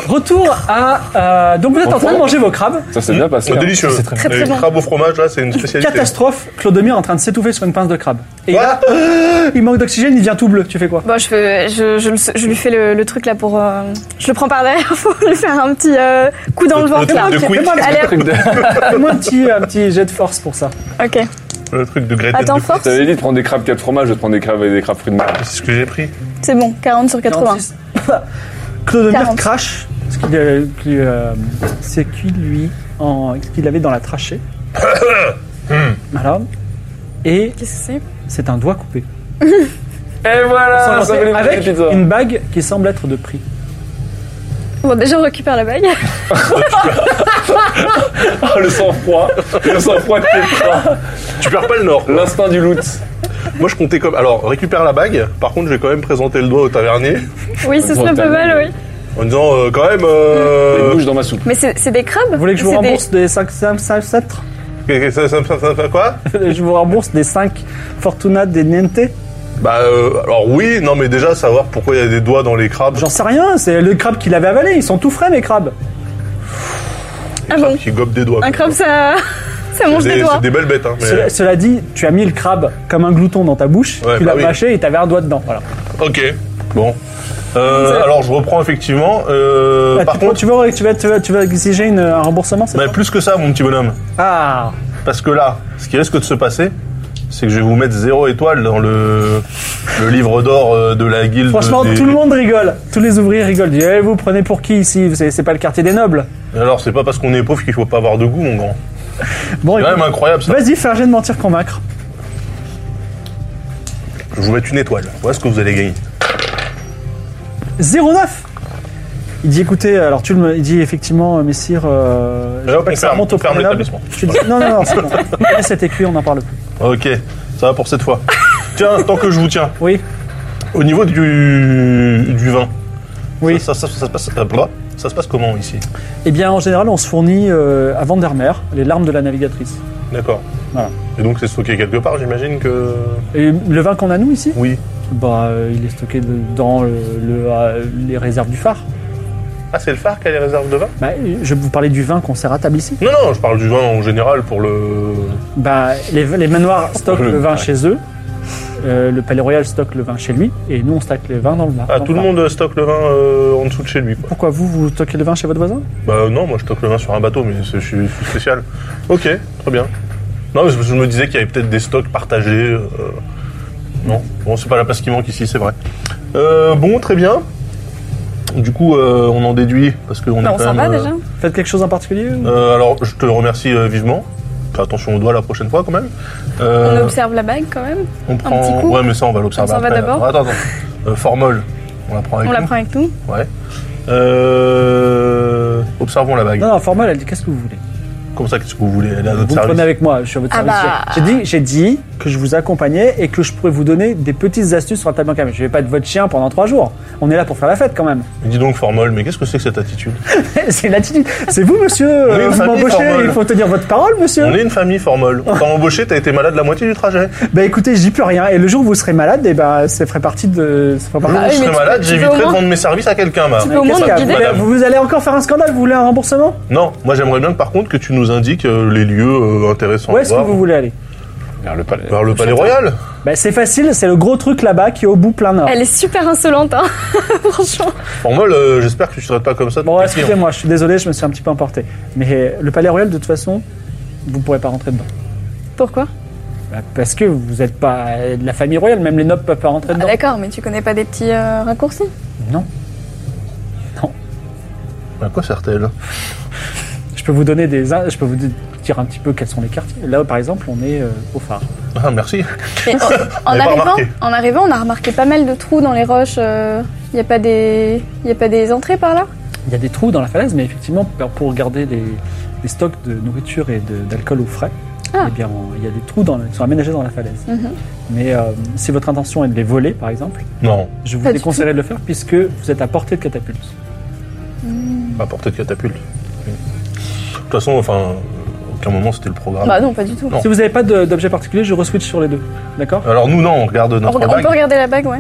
S1: Retour à. euh, donc vous êtes en train de manger vos crabes.
S3: Ça s'est bien passé.
S2: C'est
S3: hein.
S2: Hmm. Oh, délicieux.
S5: C'est très
S4: bon.
S2: Les
S4: Très, très
S2: crabes au fromage, là, c'est une spécialité.
S1: Catastrophe. Clodomir est en train de s'étouffer sur une pince de crabe. Et là, il manque d'oxygène, il devient tout bleu. Tu fais quoi
S4: Bon, je, fais- je, je, le- je lui fais le, le truc là pour. euh, je le prends par derrière pour lui faire un petit euh, coup dans le,
S2: Le- le
S4: ventre.
S2: truc
S4: là.
S2: de
S4: Ok.
S2: quick.
S4: Allez,
S3: Truc de-
S1: Fais-moi un petit, un petit jet de force pour ça.
S4: ok.
S2: Le truc de Greta.
S4: Attends, force.
S3: T'avais dit de prendre des crabes 4 fromages, de prendre des crabes et des crabes fruits de mer.
S2: C'est ce que j'ai pris.
S4: C'est bon, 40 sur 80.
S1: 46. Clodomir
S4: 40.
S1: crache ce qu'il euh, qu'il, euh, ce qu'il lui en- ce qu'il avait dans la trachée. voilà. Et
S4: Qu'est-ce que c'est
S1: c'est un doigt coupé.
S3: Et voilà, ça valait
S1: avec
S3: une pizza.
S1: une bague qui semble être de prix.
S4: Bon, déjà, on récupère la bague.
S3: Ah, le sang-froid. Le sang-froid de Petra.
S2: Tu perds pas le nord.
S3: L'instinct du loot.
S2: Moi, je comptais comme. Alors, récupère la bague. Par contre, je vais quand même présenter le doigt au tavernier
S4: Oui, ce
S3: Bon,
S4: serait
S3: t'as
S4: pas mal,
S3: le-
S4: oui.
S2: en disant euh, quand même. euh,
S3: Les bouches dans ma soupe.
S4: Mais c'est c'est des crabes
S1: Vous voulez que je vous
S4: C'est des-
S1: rembourse des 5 sceptres
S2: ça, ça, ça- ça- ça- quoi
S1: Je vous rembourse des 5 Fortuna des Niente
S2: Bah, euh, alors oui, non, mais déjà savoir pourquoi il y a des doigts dans les crabes.
S1: J'en sais rien, c'est le crabe qu'il avait avalé, ils sont tout frais les crabes.
S4: Ah
S2: crabes
S4: bon
S2: qui gobent des doigts.
S4: Un crabe, ça. Ça mange
S2: C'est
S4: des
S2: des,
S4: doigts.
S2: c'est des belles bêtes, hein. Mais...
S1: Cela, cela dit, tu as mis le crabe comme un glouton dans ta bouche,
S2: Ouais,
S1: tu
S2: bah
S1: l'as
S2: oui.
S1: mâché et t'avais un doigt dedans. Voilà.
S2: Ok. Bon. Euh, alors, je reprends effectivement. Euh,
S1: Là,
S2: par
S1: Bah, tu,
S2: contre,
S1: tu vas, tu, vas, tu, vas, tu vas exiger une- un remboursement, c'est
S2: mais
S1: ça
S2: plus que ça, mon petit bonhomme.
S1: Ah
S2: Parce que là, ce qui risque de se passer, c'est que je vais vous mettre zéro étoile dans le, le livre d'or euh, de la guilde.
S1: Franchement,
S2: des-
S1: tout le monde rigole. Tous les ouvriers rigolent. Ils disent, Eh, vous prenez pour qui ici C'est c'est pas le quartier des nobles.
S2: Alors, c'est pas parce qu'on est pauvre qu'il faut pas avoir de goût, mon grand.
S1: Bon,
S2: C'est quand
S1: écoute,
S2: même incroyable ça.
S1: vas-y, fais un jet de mentir convaincre.
S2: Je vous mets une étoile. Voilà ce que vous allez gagner.
S1: 09 Il dit écoutez, alors tu me il dit effectivement, euh, messire, euh, je
S2: Alors,
S1: rappelle
S2: on
S1: que ça
S2: ferme,
S1: remonte au
S2: on ferme
S1: premier noble.
S2: l'établissement.
S1: Tu dis non, non, non, c'est bon. Prenez cet écu, on n'en parle plus.
S2: Ok, ça va pour cette fois. Tiens, tant que je vous tiens,
S1: Oui,
S2: au niveau du, du vin.
S1: oui.
S2: Ça, ça- ça- ça se passe, euh, blah. ça se passe comment ici
S1: Eh bien, en général, on se fournit euh, à Vandermeer les larmes de la navigatrice.
S2: D'accord.
S1: Voilà.
S2: Et donc c'est stocké quelque part, j'imagine que.
S1: Et le vin qu'on a, nous, ici
S2: Oui.
S1: Bah, euh, il est stocké de- dans le- le- euh, les réserves du phare.
S2: Ah, c'est le phare qui a les réserves de vin
S1: Bah, je vous parlais du vin qu'on sert à table ici.
S2: Non, non, je parle du vin en général pour le.
S1: Bah, les, les manoirs stockent
S3: Le
S1: le vin
S3: vin.
S1: chez eux. euh, le palais royal stocke le vin chez lui et nous on stocke le vin dans le mar.
S2: Ah,
S1: dans
S2: tout le
S1: phare.
S2: monde stocke le vin euh, en dessous de chez lui, quoi.
S1: Pourquoi vous, vous stockez le vin chez votre voisin
S2: Bah non, moi je stocke le vin sur un bateau, mais c'est- je suis je suis spécial. Ok, très bien. Non, mais je je me disais qu'il y avait peut-être des stocks partagés. euh, Non, bon, c'est pas la place qui manque ici, c'est vrai. Euh, bon, très bien. Du coup, euh, on en déduit parce qu'on est
S4: Bah,
S2: quand
S4: on s'en
S2: même,
S4: va
S2: euh,
S4: déjà.
S1: Faites quelque chose en particulier ou-
S2: euh, alors, je te remercie euh, vivement. Fais attention aux doigts la prochaine fois, quand même.
S4: On
S2: Euh,
S4: observe la bague quand même.
S2: on
S4: petit coup.
S2: Ouais, mais ça, on va l'observer.
S4: On s'en va
S2: après.
S4: d'abord.
S2: Attends, attends. Euh, formol. On la prend avec
S4: On la
S2: nous.
S4: prend avec nous.
S2: Ouais. Euh, observons la bague.
S1: Non, non, formel, elle dit qu'est-ce que vous voulez
S2: Comme ça, qu'est-ce que vous voulez Elle est à notre
S1: Vous me
S2: service.
S1: prenez avec moi, je suis à votre
S4: Ah
S1: service.
S4: bah.
S1: J'ai dit, j'ai dit que je vous accompagnais et que je pourrais vous donner des petites astuces sur la table bancaire. Mais je vais pas être votre chien pendant trois jours. On est là pour faire la fête quand même.
S2: Mais Dis donc, Formol, mais qu'est-ce que c'est que cette attitude
S4: Hein
S1: c'est l'attitude. C'est vous, monsieur. euh,
S2: une
S1: vous
S2: famille
S1: m'embauchez,
S2: formelle.
S1: il faut tenir votre parole, monsieur.
S2: On est une famille, Formol. On t'a embauché, t'as été malade la moitié du trajet.
S1: Bah écoutez, j'y peux rien. Et le jour où vous serez malade, eh ben, ça ferait partie de. ça ferait
S2: Le
S1: partie-
S2: jour où je serai
S4: oui, Bah, mais tu-
S2: malade,
S4: tu
S2: j'éviterai
S4: veux au
S2: de
S4: moins-
S2: rendre mes services à quelqu'un, Marc.
S4: peux Ah, au moins
S1: Qu'est-ce qu'il y a
S4: nous guider.
S1: Vous- vous, vous allez encore faire un scandale Vous voulez un remboursement
S2: Non, moi j'aimerais bien que par contre que tu nous indiques euh, les lieux euh, intéressants
S1: Où
S2: à
S1: est-ce que
S2: voir.
S1: vous voulez aller
S3: vers le palais.
S2: Vers le palais royal
S1: Bah, c'est facile, c'est le gros truc là-bas qui est au bout plein
S2: Ah.
S1: nord.
S4: Elle est super insolente, hein, franchement.
S2: Formol, euh, j'espère que tu ne seras pas comme ça. de
S1: Bon,
S2: ton
S1: excusez-moi, je suis désolé, je me suis un petit peu emporté. Mais euh, le palais royal, de toute façon, vous ne pourrez pas rentrer dedans.
S4: Pourquoi
S1: Bah, parce que vous n'êtes pas euh, de la famille royale, même les nobles peuvent pas rentrer
S4: Ah,
S1: dedans.
S4: D'accord, mais tu connais pas des petits euh, raccourcis
S1: non.
S2: client. À quoi sert-elle
S1: Je peux vous donner des. in- Je peux vous dire un petit peu quels sont les quartiers. Là, par exemple, on est euh, au phare.
S2: Ah, merci.
S4: Mais en, en
S2: On l'avait pas
S4: arrivant,
S2: remarqué.
S4: en arrivant, on a remarqué pas mal de trous dans les roches. Il n'y a, pas des- y a pas des entrées par là
S1: Il y a des trous dans la falaise, mais effectivement, pour- pour garder les, les stocks de nourriture et de- d'alcool au frais,
S4: Ah.
S1: eh bien, on- il y a des trous dans la- qui sont aménagés dans la falaise.
S4: Mhm.
S1: Mais euh, si votre intention est de les voler, par exemple,
S2: Non,
S1: je vous
S4: Pas du
S1: déconseillerais de le faire puisque vous êtes à portée de catapulte.
S2: pas portée de catapulte. De toute façon, enfin, à aucun moment c'était le programme.
S4: Bah non, pas du tout.
S2: Non.
S1: Si vous n'avez pas de- d'objet particulier, je reswitch sur les deux. D'accord
S2: Alors nous, non, on regarde
S4: On,
S2: notre
S4: rega- on
S2: bague.
S4: peut regarder la bague, ouais.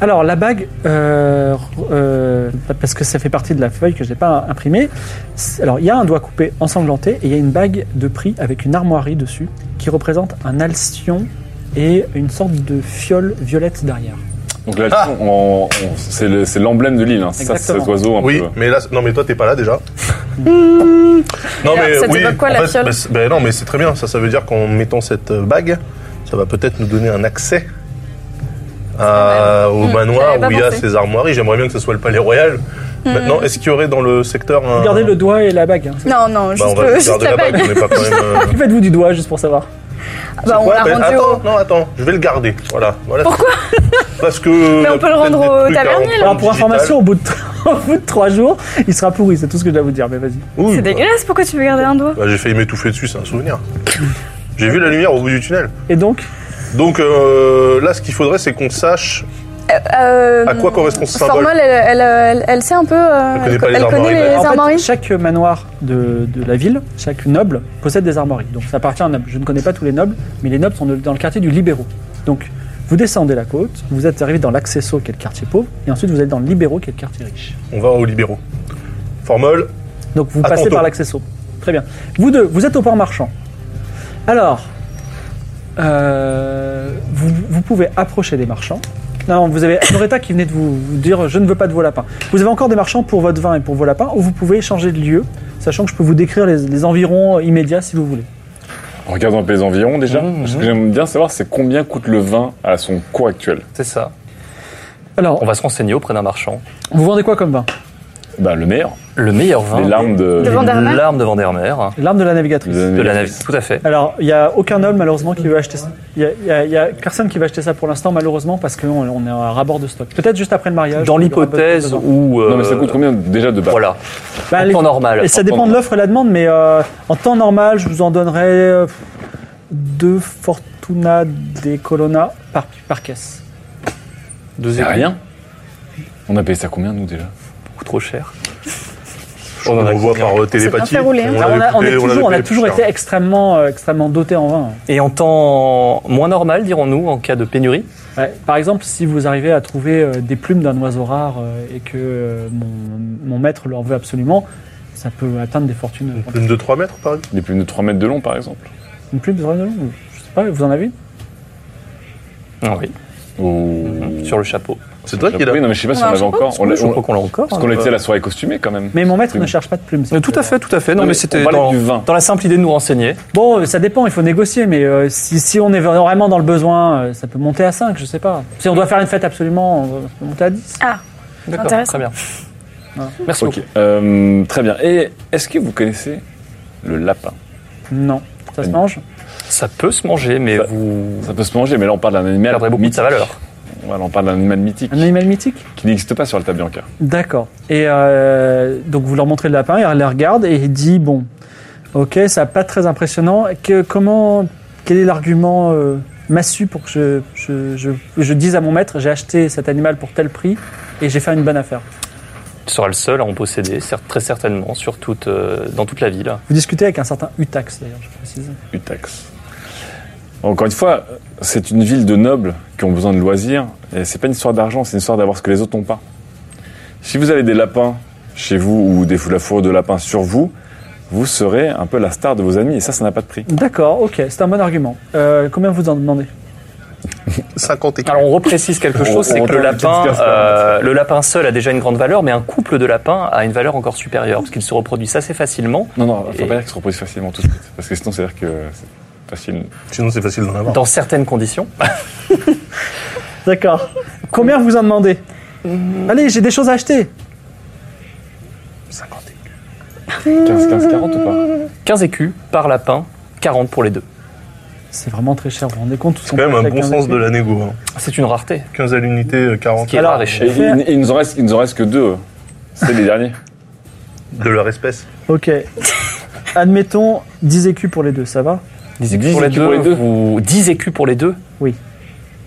S1: Alors la bague, euh, euh, parce que ça fait partie de la feuille que je n'ai pas imprimée. C'est- Alors il y a un doigt coupé ensanglanté et il y a une bague de prix avec une armoirie dessus qui représente un alcyon et une sorte de fiole violette derrière.
S3: Donc là,
S2: Ah.
S3: on- on- c'est le- c'est l'emblème de l'île, hein. C'est ça, c'est cet
S1: Exactement.
S3: oiseau un
S2: Oui,
S3: peu.
S2: mais là, non, mais toi, t'es pas là déjà. Hmm. non,
S4: Et alors, ça t'évoque quoi,
S2: en
S4: la
S2: fait,
S4: fiole
S2: bah, c'est- bah non, mais c'est très bien. Ça, ça veut dire qu'en mettant cette euh, bague, ça va peut-être nous donner un accès à- au
S4: Mmh,
S2: manoir
S4: j'avais pas
S2: où il y a
S4: pensé. Hmm.
S2: ces armoiries. J'aimerais bien que ce soit le palais royal. Maintenant, est-ce qu'il y aurait dans le secteur un.
S1: Regardez le doigt et la bague. hein.
S4: Non,
S2: Bah,
S4: non,
S2: on
S4: juste,
S2: va
S4: le-
S2: regarder
S4: juste la bague.
S2: on n'est pas quand même. euh,
S1: Que faites-vous du doigt juste pour savoir
S4: Bah, on
S2: Ouais,
S4: l'a
S2: bah,
S4: rendu
S2: attends,
S4: au...
S2: non, attends, je vais le garder. Voilà. voilà. Pourquoi Parce que.
S4: Mais on peut le rendre au tavernier, là.
S1: Alors Ah, pour information, au bout, de au bout de trois jours, il sera pourri. C'est tout ce que je dois vous dire. Mais vas-y.
S2: euh
S4: C'est dégueulasse, pourquoi tu veux garder un doigt
S2: Bah, j'ai failli m'étouffer dessus, c'est un souvenir. J'ai vu la lumière au bout du tunnel.
S1: Et donc,
S2: Donc euh, là, ce qu'il faudrait, c'est qu'on sache.
S4: Euh,
S2: À quoi correspond ce symbole
S4: Formol, elle, elle, elle- elle sait un peu... euh,
S2: Elle connaît pas les armoiries,
S4: connaît
S2: bah.
S4: les
S1: en fait,
S4: armoiries
S1: chaque manoir de, de la ville, chaque noble possède des armoiries. Donc ça appartient à un noble. Je ne connais pas tous les nobles, mais les nobles sont de- dans le quartier du Libéraux. Donc vous descendez la côte, vous êtes arrivé dans l'Accesso qui est le quartier pauvre, et ensuite vous êtes dans le Libéraux qui est le quartier riche.
S2: On va aux libéraux. Formol,
S1: Donc vous
S2: À
S1: passez
S2: Toronto.
S1: par l'Accesso. Très bien. Vous deux, vous êtes au port marchand. Alors, euh, vous, vous pouvez approcher des marchands. Non, vous avez Noretta qui venait de vous, vous dire je ne veux pas de vos lapins. Vous avez encore des marchands pour votre vin et pour vos lapins, ou vous pouvez changer de lieu, sachant que je peux vous décrire les, les environs euh, immédiats si vous voulez.
S3: Regardons un peu les environs déjà.
S5: Mhm.
S3: Ce que j'aime bien savoir, c'est combien coûte le vin à son cours actuel.
S5: C'est ça.
S1: Alors,
S5: On va se renseigner auprès d'un marchand.
S1: vous vendez quoi comme vin
S3: Bah, le meilleur.
S5: Le meilleur vin.
S3: les larmes de.
S4: De Vandermeer
S5: L'arme de Vandermeer.
S1: L'arme de la navigatrice.
S5: De la navette, tout à fait.
S1: Alors, il n'y a aucun homme malheureusement qui veut acheter ça. Il y a- il y a, il y a personne qui va acheter ça pour l'instant malheureusement parce qu'on on est à rabord de stock. Peut-être juste après le mariage.
S5: Dans
S1: il y aura un peu-
S5: l'hypothèse où. euh,
S3: Non, mais ça coûte combien déjà de base
S5: Voilà.
S1: Bah,
S5: En
S1: les-
S5: temps normal.
S1: Et ça
S5: En temps
S1: dépend de
S5: normal.
S1: l'offre et de la demande, mais euh, en temps normal, je vous en donnerais euh, deux Fortuna des Colonna par, par caisse.
S5: Deux
S3: C'est
S5: écus.
S3: rien. On a payé ça combien, nous, déjà
S5: Beaucoup trop cher.
S2: on,
S5: en a
S2: voit par euh,
S4: C'est
S2: télépathie.
S4: bien fait rouler, hein.
S2: l'avait
S1: on, a, on est
S2: coupé-
S1: toujours,
S2: l'avait
S1: on a
S2: coupé
S1: toujours
S2: plus
S1: été
S2: cher.
S1: extrêmement, euh, extrêmement doté en vin.
S5: Et en temps moins normal, dirons-nous, en cas de pénurie
S1: Ouais. Par exemple, si vous arrivez à trouver euh, des plumes d'un oiseau rare euh, et que euh, mon, mon maître leur veut absolument, ça peut atteindre des fortunes.
S2: Plume de 3 mètres, par exemple.
S3: Des plus de 3 mètres de long, par exemple.
S1: Une plume, vous en avez une je sais pas, vous en avez une
S5: Ah Oui.
S3: Ou.
S5: Mmh. Sur le chapeau.
S2: C'est toi qui l'as.
S3: Oui, non, mais je sais pas si on
S4: Ouais, je
S3: l'avait
S4: sais pas,
S3: encore. On l'a-
S5: Je
S3: on-
S5: crois qu'on l'a encore.
S3: Parce
S5: hein.
S3: qu'on était à la soirée costumée, quand même.
S1: Mais mon maître
S3: Oui.
S1: ne cherche pas de plumes.
S5: Euh, Tout à fait, tout à fait.
S3: Non,
S5: Non, mais
S3: mais
S5: c'était
S3: on parlait
S5: dans,
S3: du vin.
S5: dans la simple idée de nous renseigner.
S1: Bon, euh, ça dépend, il faut négocier, mais euh, si, si on est vraiment dans le besoin, euh, ça peut monter à 5, je sais pas. Si on doit faire une fête absolument, on va monter à 10.
S4: Ah,
S5: D'accord,
S4: Intéressant.
S5: très bien.
S3: Merci Euh, très bien. Et est-ce que vous connaissez le lapin
S1: Non, ça se
S3: Oui.
S1: mange.
S5: Ça peut se manger, mais
S3: Ça-
S5: vous
S3: Ça peut se manger, mais là, on parle d'un animal.
S5: perdrez beaucoup de
S3: mythique.
S5: sa valeur.
S3: Voilà, on parle d'un animal mythique
S1: Un animal mythique
S3: qui n'existe pas sur le Bianca.
S1: D'accord. Et euh, donc vous leur montrez le lapin, il les regarde et il dit, bon, ok, ça n'a pas très impressionnant. Que, comment, quel est l'argument euh, massu pour que je, je, je, je dise à mon maître, j'ai acheté cet animal pour tel prix et j'ai fait une bonne affaire
S5: Tu seras le seul à en posséder, certes- très certainement, sur toute, euh, dans toute la ville.
S1: Vous discutez avec un certain Utax, d'ailleurs, je précise.
S3: Utax. Encore une fois, c'est une ville de nobles qui ont besoin de loisirs. Et c'est pas une histoire d'argent, c'est une histoire d'avoir ce que les autres n'ont pas. Si vous avez des lapins chez vous ou des fou- la fourrure de lapin sur vous, vous serez un peu la star de vos amis et ça, ça n'a pas de prix.
S1: D'accord, ok, c'est un bon argument. Euh, combien vous en demandez
S2: 50 et
S5: Alors on reprécise quelque
S3: On- on
S5: chose, c'est que
S3: reprend
S5: le
S3: la petite
S5: lapin,
S3: case,
S5: euh, le lapin seul a déjà une grande valeur, mais un couple de lapins a une valeur encore supérieure, parce qu'il se reproduisent assez facilement.
S3: Non, non, faut
S5: Et-
S3: pas dire qu'ils se reproduisent facilement tout de suite. Parce que sinon, c'est-à-dire que c'est facile.
S2: Sinon, c'est facile d'en avoir.
S5: Dans certaines conditions.
S1: D'accord. Combien vous en demandez Allez, j'ai des choses à acheter.
S2: 50 et
S3: 15, 15, 40 ou pas
S5: 15 écus par lapin, 40 pour les deux.
S1: C'est vraiment très cher, vous vous rendez compte tout
S2: C'est quand même un bon sens de la négo. hein.
S5: C'est une rareté.
S2: 15 à l'unité, euh, 40
S5: Qui est rare et
S3: Et
S5: cher.
S3: il, il nous en reste, il nous en reste que deux. euh. C'est les derniers.
S2: de leur espèce.
S1: Ok. Admettons 10 écus pour les deux, ça va
S5: 10 écus,
S3: 10
S5: pour, les
S3: écus
S5: deux,
S3: pour les deux.
S5: vous- 10 écus pour les deux
S1: Oui.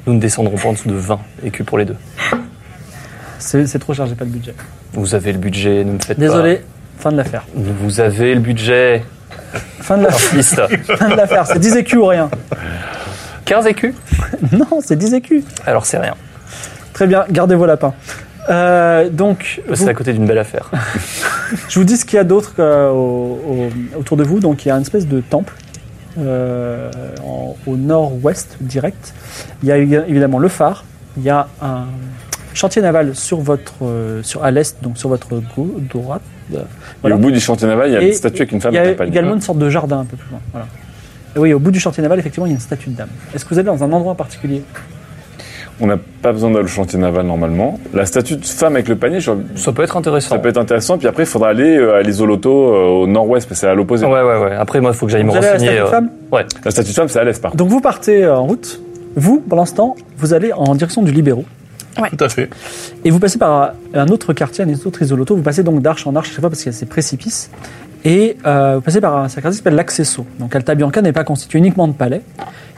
S5: Nous ne descendrons pas en dessous de 20 écus pour les deux.
S1: C'est c'est trop cher, j'ai pas le budget.
S5: Vous avez le budget, ne me faites
S1: Désolé, fin de l'affaire.
S5: pas. Vous avez le budget.
S1: Fin de l'affaire,
S5: Liste.
S1: fin de l'affaire, c'est 10 écus ou rien.
S5: 15 écus
S1: Non, c'est 10 écus.
S5: Alors c'est rien.
S1: Très bien, gardez vos lapins. Euh, donc, vous-
S5: C'est à côté d'une belle affaire.
S1: je vous dis ce qu'il y a d'autre euh, au- au- autour de vous. Donc, il y a une espèce de temple euh, en- au nord-ouest direct. Il y a ég- évidemment le phare. Il y a un chantier naval sur votre, euh, sur à l'est, donc sur votre gau- droite. Euh, Voilà.
S3: Et au bout du chantier naval, il y a
S1: Et
S3: une statue avec une femme
S1: Il y a
S3: accompagnée.
S1: également une sorte de jardin un peu plus loin. Voilà. Et oui, au bout du chantier naval, effectivement, il y a une statue de dame. Est-ce que vous êtes dans un endroit particulier
S3: On n'a pas besoin d'aller au chantier naval normalement. La statue de femme avec le panier, je-
S5: Ça peut être intéressant.
S3: ça peut être intéressant. Puis après, il faudra aller euh, à l'isoloto euh, au nord-ouest, parce que c'est à l'opposé.
S5: Ouais, ouais, ouais. Après, moi, il faut que j'aille me
S1: Vous allez à la
S5: renseigner.
S1: statue de
S5: euh,
S1: femme
S5: Ouais.
S3: La statue de femme, c'est à l'est, par contre.
S1: Donc vous partez euh, en route. Vous, pour l'instant, vous allez en direction du Libéraux.
S2: Tout à fait.
S1: Et vous passez par un autre quartier, un autre isoloto. Vous passez donc d'arche en arche à chaque fois parce qu'il y a ces précipices. Et euh, vous passez par un, c'est un quartier qui s'appelle l'Accesso. Donc Alta Bianca n'est pas constitué uniquement de palais.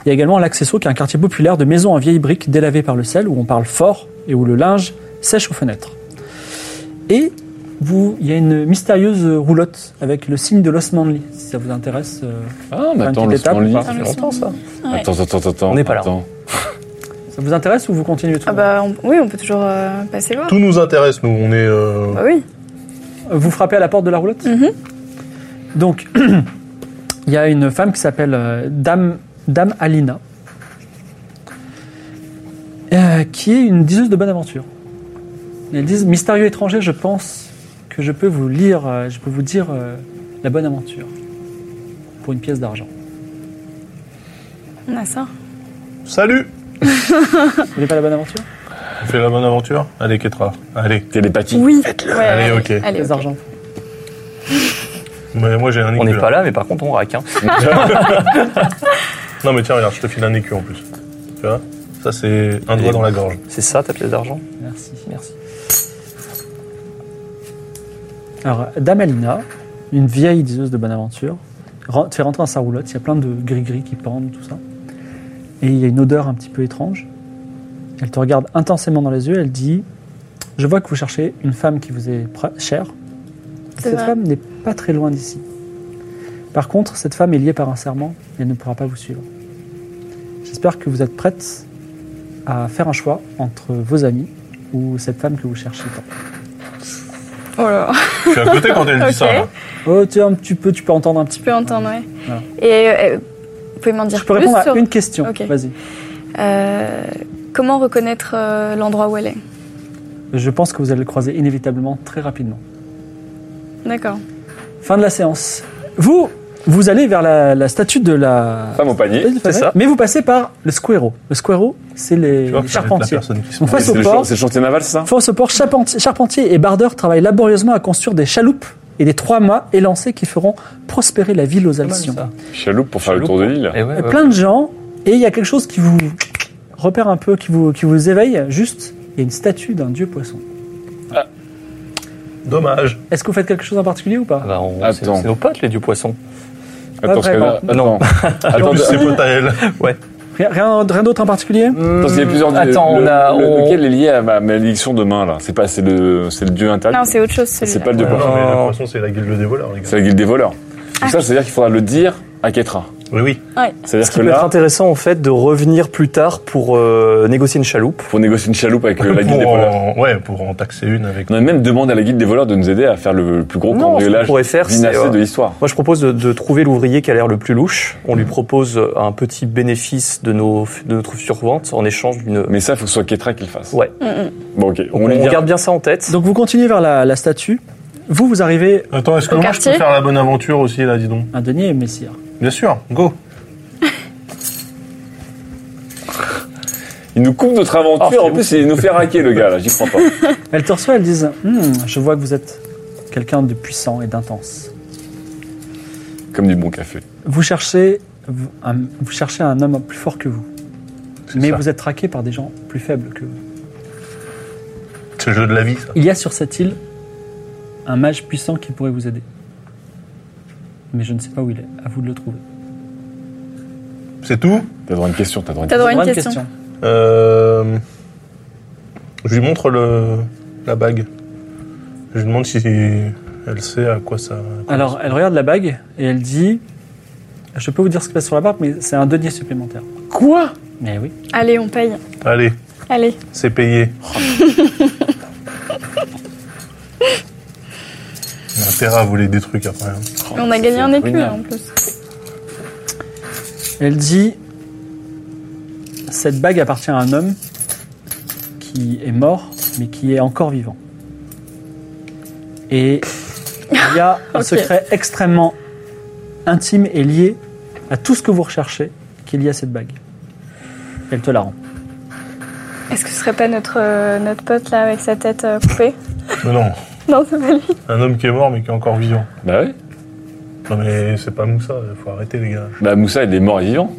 S1: Il y a également l'Accesso qui est un quartier populaire de maisons en vieilles briques délavées par le sel où on parle fort et où le linge sèche aux fenêtres. Et vous, il y a une mystérieuse roulotte avec le signe de Los Manly, si ça vous intéresse. euh,
S3: Ah,
S1: Faire
S3: mais
S1: une
S3: attends,
S1: petite
S3: le
S1: étape,
S3: Stanley.
S1: pas
S3: ça fait
S4: Ouais.
S3: longtemps, ça.
S4: Ouais.
S3: Attends, attends, attends, attends.
S5: On n'est pas là.
S3: attends.
S1: Ça vous intéresse ou vous continuez tout
S4: Ah bah on- oui, on peut toujours euh, passer voir.
S2: Tout nous intéresse, nous. On est. euh,
S4: Bah oui.
S1: Vous frappez à la porte de la roulotte
S4: Mhm.
S1: Donc, il y a une femme qui s'appelle euh, Dame, Dame Alina, euh, qui est une diseuse de bonne aventure. Elle dit Mystérieux étranger, je pense que je peux vous lire, euh, je peux vous dire euh, la bonne aventure pour une pièce d'argent.
S4: On a ça.
S2: Salut
S1: Vous voulez pas la bonne aventure
S2: On fait la bonne aventure Allez, Ketra. Allez.
S3: Télépathie.
S4: Oui. Ouais,
S2: Allez,
S4: ouais,
S2: ok.
S4: Allez,
S1: Pièce
S4: ok.
S1: d'argent.
S2: Mais moi, j'ai un écu.
S5: On n'est
S2: là.
S5: pas là, mais par contre, on raque. hein.
S2: Non, mais tiens, regarde, je te file un écu en plus. Tu vois Ça, c'est un doigt dans la gorge.
S5: C'est ça, ta pièce d'argent
S1: Merci.
S5: Merci.
S1: Alors, Dame Alina, une vieille diseuse de bonne aventure, ren- te fait rentrer dans sa roulotte. Il y a plein de gris-gris qui pendent, tout ça. Et il y a une odeur un petit peu étrange. Elle te regarde intensément dans les yeux. Elle dit Je vois que vous cherchez une femme qui vous est pr- chère.
S4: C'est
S1: Cette
S4: vrai.
S1: femme n'est pas très loin d'ici. Par contre, cette femme est liée par un serment. Elle ne pourra pas vous suivre. J'espère que vous êtes prête à faire un choix entre vos amis ou cette femme que vous cherchez tant.
S4: Oh là là.
S2: Je suis à côté quand elle dit
S4: Ok.
S2: ça. là.
S1: Oh, tu, un petit peu, tu peux entendre un petit
S4: Je
S1: peu.
S4: peux entendre, ouais.
S1: Voilà.
S4: Et euh, vous pouvez m'en dire
S1: Je peux
S4: plus
S1: répondre à
S4: sur-
S1: une question.
S4: Ok.
S1: Vas-y.
S4: Euh, comment reconnaître euh, l'endroit où elle est
S1: Je pense que vous allez le croiser inévitablement très rapidement.
S4: D'accord.
S1: Fin de la séance. Vous, vous allez vers la, la statue de la.
S3: Femme au panier.
S1: C'est ça. Mais vous passez par le squero. Le squero, c'est les,
S2: Tu vois,
S1: les
S2: ça va être la
S1: charpentiers.
S2: personne qui se
S1: Donc
S3: Et
S1: face
S3: C'est
S1: au
S3: le,
S1: port,
S3: chan- c'est le chantier naval, c'est ça
S1: face au port, charpentier, charpentier et bardeur travaillent laborieusement à construire des chaloupes et des trois mâts élancés qui feront prospérer la ville aux
S5: Pas mal,
S1: Alcyons.
S5: ça.
S3: Chaloupe pour faire le tour de l'île.
S5: Eh ouais, ouais.
S1: plein de gens et il y a quelque chose qui vous repère un peu, qui vous, qui vous éveille. Juste, il y a une statue d'un dieu poisson.
S2: Dommage.
S1: Est-ce que vous faites quelque chose en particulier ou pas
S5: Ah bah, on- c'est
S3: Attends.
S5: c'est nos potes, les dieux poissons.
S3: Attends, parce que
S1: vraiment.
S3: là- attends.
S2: En
S3: Attends,
S2: plus, c'est
S3: attends,
S2: pote à elle.
S1: Rien, rien, rien d'autre en particulier
S2: Mm.
S3: parce qu'il y a plusieurs.
S5: Attends,
S3: le-
S5: on a.
S3: le-
S5: on-
S3: Lequel est lié à ma malédiction de main là C'est pas, c'est le, c'est le dieu interdit.
S4: Non, c'est autre chose celui-là.
S3: C'est pas le dieu
S5: Ouais.
S3: poisson.
S2: Non, mais
S5: Non.
S2: la poisson, c'est la guilde des voleurs, les gars.
S3: C'est la guilde des voleurs. Donc ça, c'est-à-dire qu'il faudra le dire à Ketra.
S2: Oui, oui.
S3: C'est-à-dire
S5: Ce qui
S3: que
S5: peut être
S3: là,
S5: intéressant en fait de revenir plus tard pour euh, négocier une chaloupe.
S3: faut négocier une chaloupe avec euh, la guide des
S2: pour,
S3: voleurs.
S2: en, ouais, pour en taxer une avec.
S3: On a même demandé à la guide des voleurs de nous aider à faire le plus gros
S5: Non, ce qu'on
S3: cambriolage
S5: pourrait faire, c'est,
S3: menacé
S5: euh,
S3: de l'histoire.
S5: Moi je propose de, de trouver l'ouvrier qui a l'air le plus louche. On lui propose un petit bénéfice de, nos, de notre survente en échange d'une...
S3: Mais ça, faut que ce soit Ketra qui le fasse.
S5: Ouais.
S3: Bon, ok.
S5: On,
S3: On lui dira.
S5: garde bien ça en tête.
S8: Donc vous continuez vers la, la statue. Vous, vous arrivez
S2: Attends, est-ce que
S4: Au
S2: moi
S4: quartier
S2: je peux faire la bonne aventure aussi là, dis donc
S1: Un denier, messire.
S2: Bien sûr, go.
S3: Il nous coupe notre
S5: Ah, c'est
S3: aventure. en
S5: bon.
S3: plus, il nous fait raquer, le gars, là. J'y crois pas.
S1: Elles te reçoivent, elles disent Hmm, Je vois que vous êtes quelqu'un de puissant et d'intense.
S3: Comme du bon café.
S1: Vous cherchez, vous- un, vous cherchez un homme plus fort que vous,
S2: C'est
S1: mais
S2: ça.
S1: vous êtes traqué par des gens plus faibles que vous.
S2: C'est le jeu de la vie, ça.
S1: Il y a sur cette île un mage puissant qui pourrait vous aider. Mais je ne sais pas où il est, à vous de le trouver.
S2: C'est tout
S3: T'as droit à une question, t'as droit à une
S4: T'as
S3: question.
S4: droit à une
S1: Bonne
S4: question.
S2: Euh, Je lui montre le, la bague. Je lui demande si elle sait à quoi ça.
S1: Alors, elle regarde la bague et elle dit Je peux vous dire ce qui passe sur la barque, mais c'est un denier supplémentaire.
S3: Quoi
S1: Mais oui.
S4: Allez, on paye.
S2: Allez,
S4: Allez.
S2: c'est payé. On a intérêt à voler des trucs après. hein.
S4: on a gagné un écu
S3: ruinard.
S4: hein, en plus.
S1: Elle dit Cette bague appartient à un homme qui est mort, mais qui est encore vivant. Et il y a un
S4: Ok.
S1: secret extrêmement intime et lié à tout ce que vous recherchez qui est lié à cette bague. Elle te la rend.
S4: Est-ce que ce serait pas notre, euh, notre pote là avec sa tête euh, coupée
S2: Mais non,
S4: Non, c'est pas lui.
S2: un homme qui est mort mais qui est encore vivant.
S3: Bah ouais.
S2: Non mais c'est pas Moussa, faut arrêter les gars.
S3: Bah, Moussa, il est mort et vivant.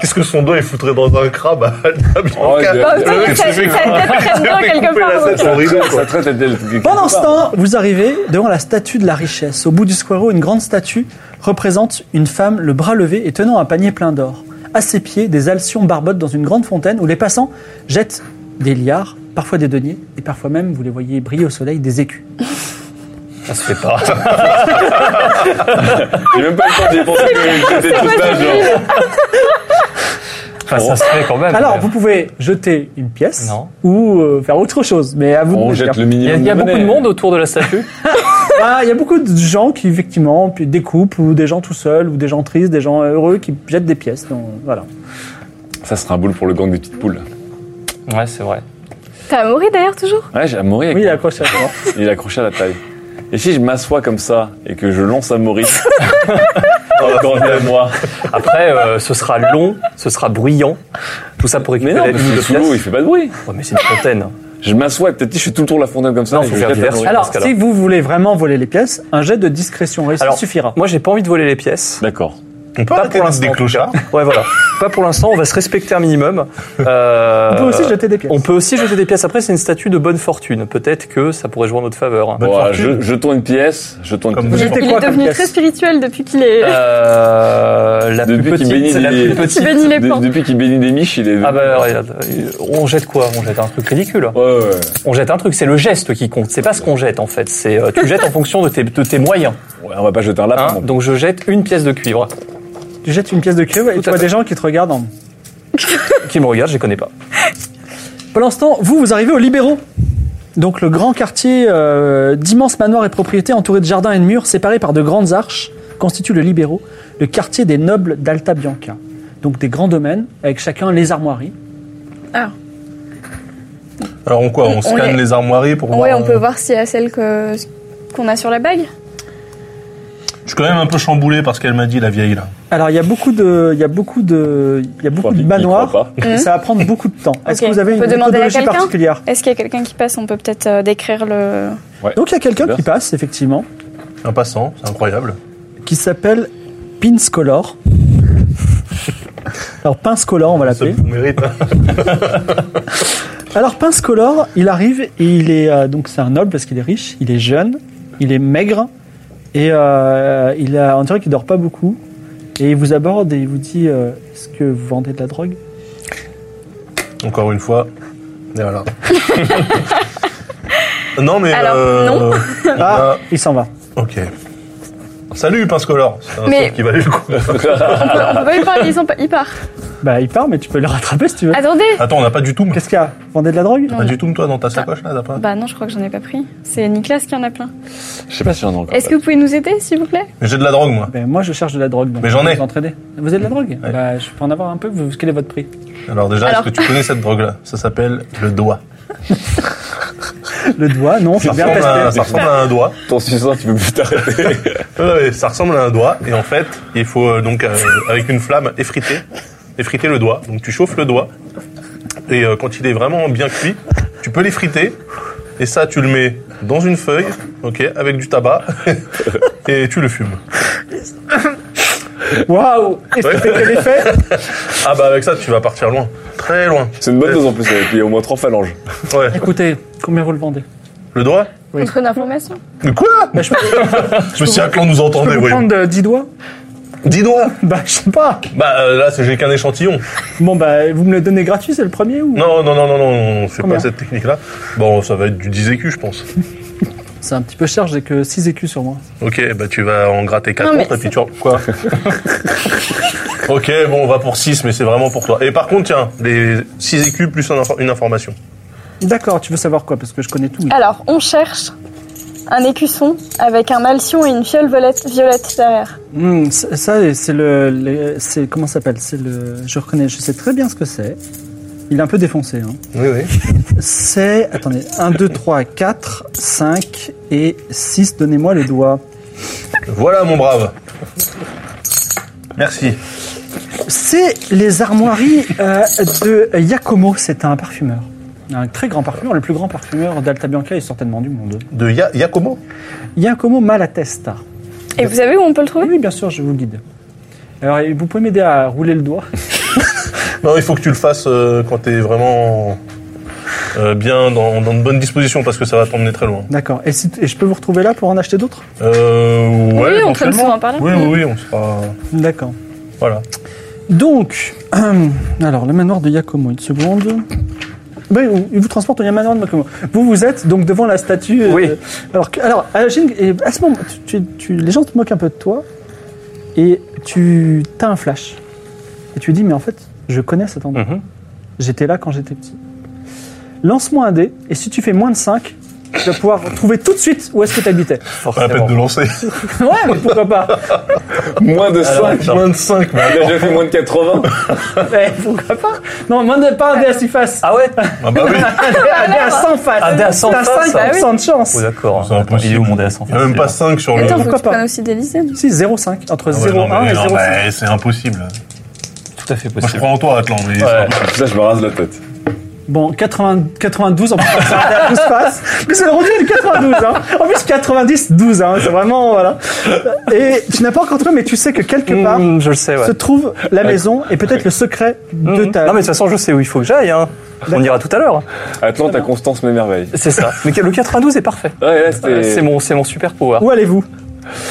S2: Qu'est-ce que son doigt il foutrait dans un crabe à
S3: Oh, il
S2: Altabianca
S3: a-
S4: Bah,
S3: le
S4: putain, il
S3: mec,
S4: a sa
S3: il s'est
S4: sa
S3: fait
S4: tête
S3: couper-
S4: très bien
S2: fait
S4: quelque
S2: couper la
S4: part.
S2: tête.
S4: donc.
S3: sa-
S2: on rigole, quoi.
S3: sa traite était-
S1: Pendant ce temps, vous arrivez devant la statue de la richesse. Au bout du square, une grande statue représente une femme, le bras levé et tenant un panier plein d'or. À ses pieds, des alcions barbotent dans une grande fontaine où les passants jettent des liards, parfois des deniers, et parfois même, vous les voyez briller au soleil, des écus.
S5: Ça se fait pas.
S3: J'ai même pas le temps d'y penser que j'étais tout ça, genre.
S5: Enfin, ça se fait quand
S3: Ah,
S5: même.
S1: Alors, vous pouvez jeter une pièce
S5: Non.
S1: ou euh, faire autre chose, mais à vous de
S3: On
S1: le
S3: jette
S1: faire.
S3: le
S5: Il y a,
S3: minimum.
S5: il y a
S3: monnaie.
S5: beaucoup de monde autour de la statue.
S1: Ah, il y a beaucoup de gens qui, effectivement, puis des couples ou des gens tout seuls ou des gens tristes, des gens heureux qui jettent des pièces. Donc, voilà.
S3: Ça sera un boule pour le gang des petites poules.
S5: ouais, c'est vrai.
S4: T'as Amaury d'ailleurs toujours
S3: Ouais, j'ai Amaury avec
S1: Oui,
S3: moi.
S1: accroché à toi.
S3: Il est accroché à la taille. Et si je m'assois comme ça et que je lance Amaury Encore à moi.
S5: Après, euh, ce sera long, ce sera bruyant. Tout ça pour
S3: Mais
S5: récupérer
S3: non,
S5: la
S3: parce
S5: ligne
S3: que
S5: de
S3: sous l'eau, il
S5: place.
S3: fait pas de bruit.
S5: Ouais, mais c'est une fontaine.
S3: Je m'assois et peut-être je suis tout le tour la fontaine comme ça.
S5: Non,
S3: et
S5: faut
S3: je
S5: faire
S3: jette
S5: diversion.
S3: Amaury.
S1: Alors,
S5: Dans ce cas-là.
S1: si vous voulez vraiment voler les pièces, un jet de discrétion réussi
S5: Alors,
S1: suffira.
S5: Moi, j'ai pas envie de voler les pièces.
S3: D'accord.
S2: On peut
S5: Pas
S2: arrêter
S5: pour
S2: d'être des
S5: l'instant, en tout
S2: clochards.
S5: Ouais, voilà. Pas pour l'instant, on va se respecter un minimum. Euh,
S1: On peut aussi jeter des pièces.
S5: On peut aussi jeter des pièces. Après, c'est une statue de bonne fortune. Peut-être que ça pourrait jouer en notre faveur. hein.
S2: Bonne
S3: Bon,
S2: fortune.
S3: je, je tourne une pièce. Je tourne
S2: Comme
S3: une
S2: vous.
S3: pièce.
S1: Jetez
S4: Il
S1: quoi
S4: est
S1: comme
S4: devenu
S1: pièce
S4: très spirituel depuis qu'il est.
S5: Euh, la
S3: Depuis
S5: plus
S3: qu'il bénit
S5: petite, c'est la
S3: des-
S5: plus
S4: Qui
S5: petite.
S4: bénit les
S3: De-
S4: pans.
S3: depuis qu'il bénit des miches, il est.
S5: Ah bah regarde, on jette quoi On jette un truc ridicule.
S3: Ouais, ouais, ouais.
S5: On jette un truc, c'est le geste qui compte, c'est pas ce qu'on jette en fait, c'est euh, tu jettes en fonction de tes, de tes moyens.
S3: Ouais, On va pas jeter un
S2: Ah,
S5: hein.
S3: lapin. non plus.
S5: Donc je jette une pièce de cuivre
S1: Tu jettes une pièce de cuivre et
S5: Tout
S1: tu
S5: à
S1: vois
S5: fait.
S1: des gens qui te regardent. En...
S5: qui me regarde, je les connais pas.
S1: Pour l'instant, vous, vous arrivez aux Libéraux. Donc le grand quartier euh, d'immenses manoirs et propriétés entourés de jardins et de murs séparés par de grandes arches constitue le Libéraux, le quartier des nobles d'Alta Bianca. Donc des grands domaines avec chacun les armoiries.
S4: Ah.
S2: Alors on quoi On,
S4: On
S2: scanne
S4: les-
S2: les armoiries pour
S4: Ouais,
S2: voir.
S4: on
S2: euh,
S4: peut voir s'il y a celle que- qu'on a sur la bague.
S2: Je suis quand même un peu chamboulé parce qu'elle m'a dit la vieille là.
S1: Alors il y a beaucoup de, il y a beaucoup de, il y a beaucoup
S3: Enfin,
S1: de
S3: il- il croit
S1: manoirs.
S3: pas.
S1: et Ça va prendre beaucoup de temps. Est-ce
S4: Mmh. Ok.
S1: que vous avez
S4: On
S1: une
S4: peut demander à
S1: méthodologie
S4: quelqu'un
S1: particulière
S4: Est-ce qu'il y a quelqu'un qui passe On peut peut-être euh, décrire le.
S1: Donc il y a quelqu'un
S3: Super.
S1: qui passe effectivement.
S2: Un passant, c'est incroyable.
S1: qui s'appelle Pinscolor. Alors Pinscolor, on va
S2: Ça
S1: l'appeler.
S2: vous mérite. hein.
S1: Alors Pinscolor, il arrive et il est euh, donc c'est un noble parce qu'il est riche, il est jeune, il est maigre et euh, il a on dirait qu'il dort pas beaucoup et il vous aborde et il vous dit euh, est-ce que vous vendez de la drogue
S2: Encore une fois. Et voilà. non mais.
S4: Alors,
S2: euh,
S4: non.
S2: on
S1: Ah,
S2: a-
S1: il s'en va.
S2: Ok. Salut, Pinscolor C'est un
S4: Mais-
S2: truc qui valait le coup.
S4: On peut,
S3: Ah.
S4: on peut pas lui parler, ils, sont pas, ils partent.
S1: Bah, il part, mais tu peux le rattraper si tu veux.
S4: Attendez
S2: Attends, on n'a pas du tout, mais.
S1: Qu'est-ce qu'il y a Vendez de la drogue
S2: Pas du tout, toi, dans ta sacoche, là, t'as pas.
S4: Bah non, je crois que j'en ai pas pris. C'est Nicolas qui en a plein.
S3: Je sais pas si j'en ai encore.
S4: Est-ce que vous pouvez nous aider, s'il vous plaît
S2: Mais j'ai de la drogue, moi.
S1: Ben, Moi, je cherche de la drogue. Donc
S2: Mais j'en
S1: je vais
S2: ai.
S1: Vous entraider. Vous avez de la drogue
S2: Ouais.
S1: Bah, je peux en avoir un peu. Vous- Quel est votre prix
S2: Alors, déjà,
S4: Alors-
S2: est-ce que tu connais cette drogue-là Ça s'appelle le doigt.
S1: Le doigt, non,
S2: Ça
S1: c'est bien
S2: ressemble, à,
S1: testé.
S2: ça ressemble à un doigt.
S3: Ton suceur, tu peux plus t'arrêter.
S2: Ouais, ouais, ça ressemble à un doigt. Et en fait, il faut euh, donc, euh, avec une flamme, effriter, effriter le doigt. Donc, tu chauffes le doigt. Et euh, quand il est vraiment bien cuit, tu peux l'effriter. Et ça, tu le mets dans une feuille, ok, avec du tabac. et tu le fumes.
S1: Waouh Et ça
S2: Ouais.
S1: fait quel effet
S2: Ah, bah, avec ça, tu vas partir loin. Très loin.
S3: C'est une bonne dose en plus, et puis il y a au moins trois phalanges.
S2: Ouais.
S1: Écoutez, combien vous le vendez
S2: Le doigt
S1: Oui.
S4: Contre une information
S2: Mais quoi
S1: Bah, je peux, je peux
S2: Monsieur Atlan nous entendait,
S1: vous
S2: oui.
S1: prendre euh, 10 doigts
S2: Dix doigts
S1: Bah, je sais pas.
S2: Bah, euh, là, c'est- j'ai qu'un échantillon.
S1: Bon, bah, vous me le donnez gratuit, c'est le premier ou
S2: Non, non, non, non, non, on fait
S1: Combien
S2: pas cette technique-là. Bon, ça va être du 10 écus, je pense.
S1: C'est un petit peu cher, j'ai que 6 écus sur moi.
S2: Ok, bah tu vas en gratter quatre
S4: Non, mais
S2: autres, et puis tu... Quoi Ok, bon, on va pour 6, mais c'est vraiment pour toi. Et par contre, tiens, les 6 écus plus un infor- une information.
S1: D'accord, tu veux savoir quoi Parce que je connais tout.
S4: Alors, on cherche un écusson avec un malcion et une fiole violette, violette derrière.
S1: Hmm, ça, ça, c'est le. les- c'est Comment ça s'appelle C'est le. Je reconnais, je sais très bien ce que c'est. Il est un peu défoncé. Hein.
S2: Oui, oui.
S1: C'est. Attendez. 1, 2, 3, 4, 5 et 6. Donnez-moi les doigts.
S2: Voilà, mon brave. Merci.
S1: C'est les armoiries euh, de Yacomo. C'est un parfumeur. Un très grand parfumeur, le plus grand parfumeur d'Alta Bianca et certainement du monde.
S2: De Ya- Yacomo
S1: Yacomo Malatesta.
S4: Et vous savez où on peut le
S1: Oui,
S4: trouver
S1: oui, bien sûr, je vous guide. Alors, vous pouvez m'aider à rouler le doigt
S2: Non, il faut que tu le fasses euh, quand t'es vraiment euh, bien dans, dans de bonnes dispositions, parce que ça va t'emmener très loin.
S1: D'accord. Et, si- et je peux vous retrouver là pour en acheter d'autres
S2: Euh, ouais,
S4: Oui, on traîne
S2: éventuellement.
S4: souvent par là.
S2: Oui, oui, oui, on sera...
S1: D'accord.
S2: Voilà.
S1: Donc, alors le manoir de Yakomo, une seconde. Oui, ou- il vous transporte au manoir de Yakomo. Vous, vous êtes donc devant la statue. euh,
S5: Oui.
S1: alors, que- alors, à, la Jing- et à ce moment, tu, tu- tu- les gens te moquent un peu de toi et tu as un flash. Et tu dis, mais en fait, je connais cet endroit.
S5: Mhm.
S1: J'étais là quand j'étais petit. Lance-moi un dé et si tu fais moins de 5, tu vas pouvoir trouver tout de suite où est-ce que tu habitais.
S2: Pas la peine de lancer.
S1: ouais, mais pourquoi pas
S3: Moins de 5
S2: Moins de 5, mais
S3: On a
S2: alors.
S3: déjà fait moins de 80
S1: Eh, Pourquoi pas Non, moins de pas un dé à 6 faces.
S5: Ah ouais
S2: Ah bah oui,
S1: Un dé à 100 faces.
S5: Un dé à 100
S1: T'as
S5: faces, ah
S1: 5% de chance.
S5: Oh, d'accord.
S2: C'est
S5: Attends, Il est où
S2: impossible.
S5: mon dé à 100
S2: il y a même pas 5 sur le...
S4: Attends, faut que
S1: pourquoi
S4: tu
S1: pas
S4: prennes aussi des lycées.
S1: Si, 0,5. Entre
S2: Ah ouais,
S1: 0,1
S2: non, mais
S1: et
S2: non,
S1: 0,5.
S2: bah, c'est impossible.
S5: Tout à fait
S2: Moi, je
S5: possible.
S2: crois en toi, Atlan, mais c'est
S5: Ouais.
S2: impossible.
S3: Là, je me rase la tête.
S1: Bon, 80 92 en plus, c'est à 12 faces. Mais c'est le rendu du 92. Hein. En plus, 90, 12. Hein. C'est vraiment. Voilà. Et tu n'as pas encore trouvé, mais tu sais que quelque part
S5: Mmh, je le sais, ouais.
S1: se trouve la maison et peut-être le secret de
S5: Mmh.
S1: ta.
S5: Non, mais de toute façon, je sais où il faut que j'aille. Hein. On ira tout à l'heure.
S3: Atlante à Constance m'émerveille.
S5: C'est ça. Mais le 92 est parfait.
S3: Ouais, là,
S5: Euh, C'est
S3: c'était.
S5: mon, c'est mon super pouvoir.
S1: Où allez-vous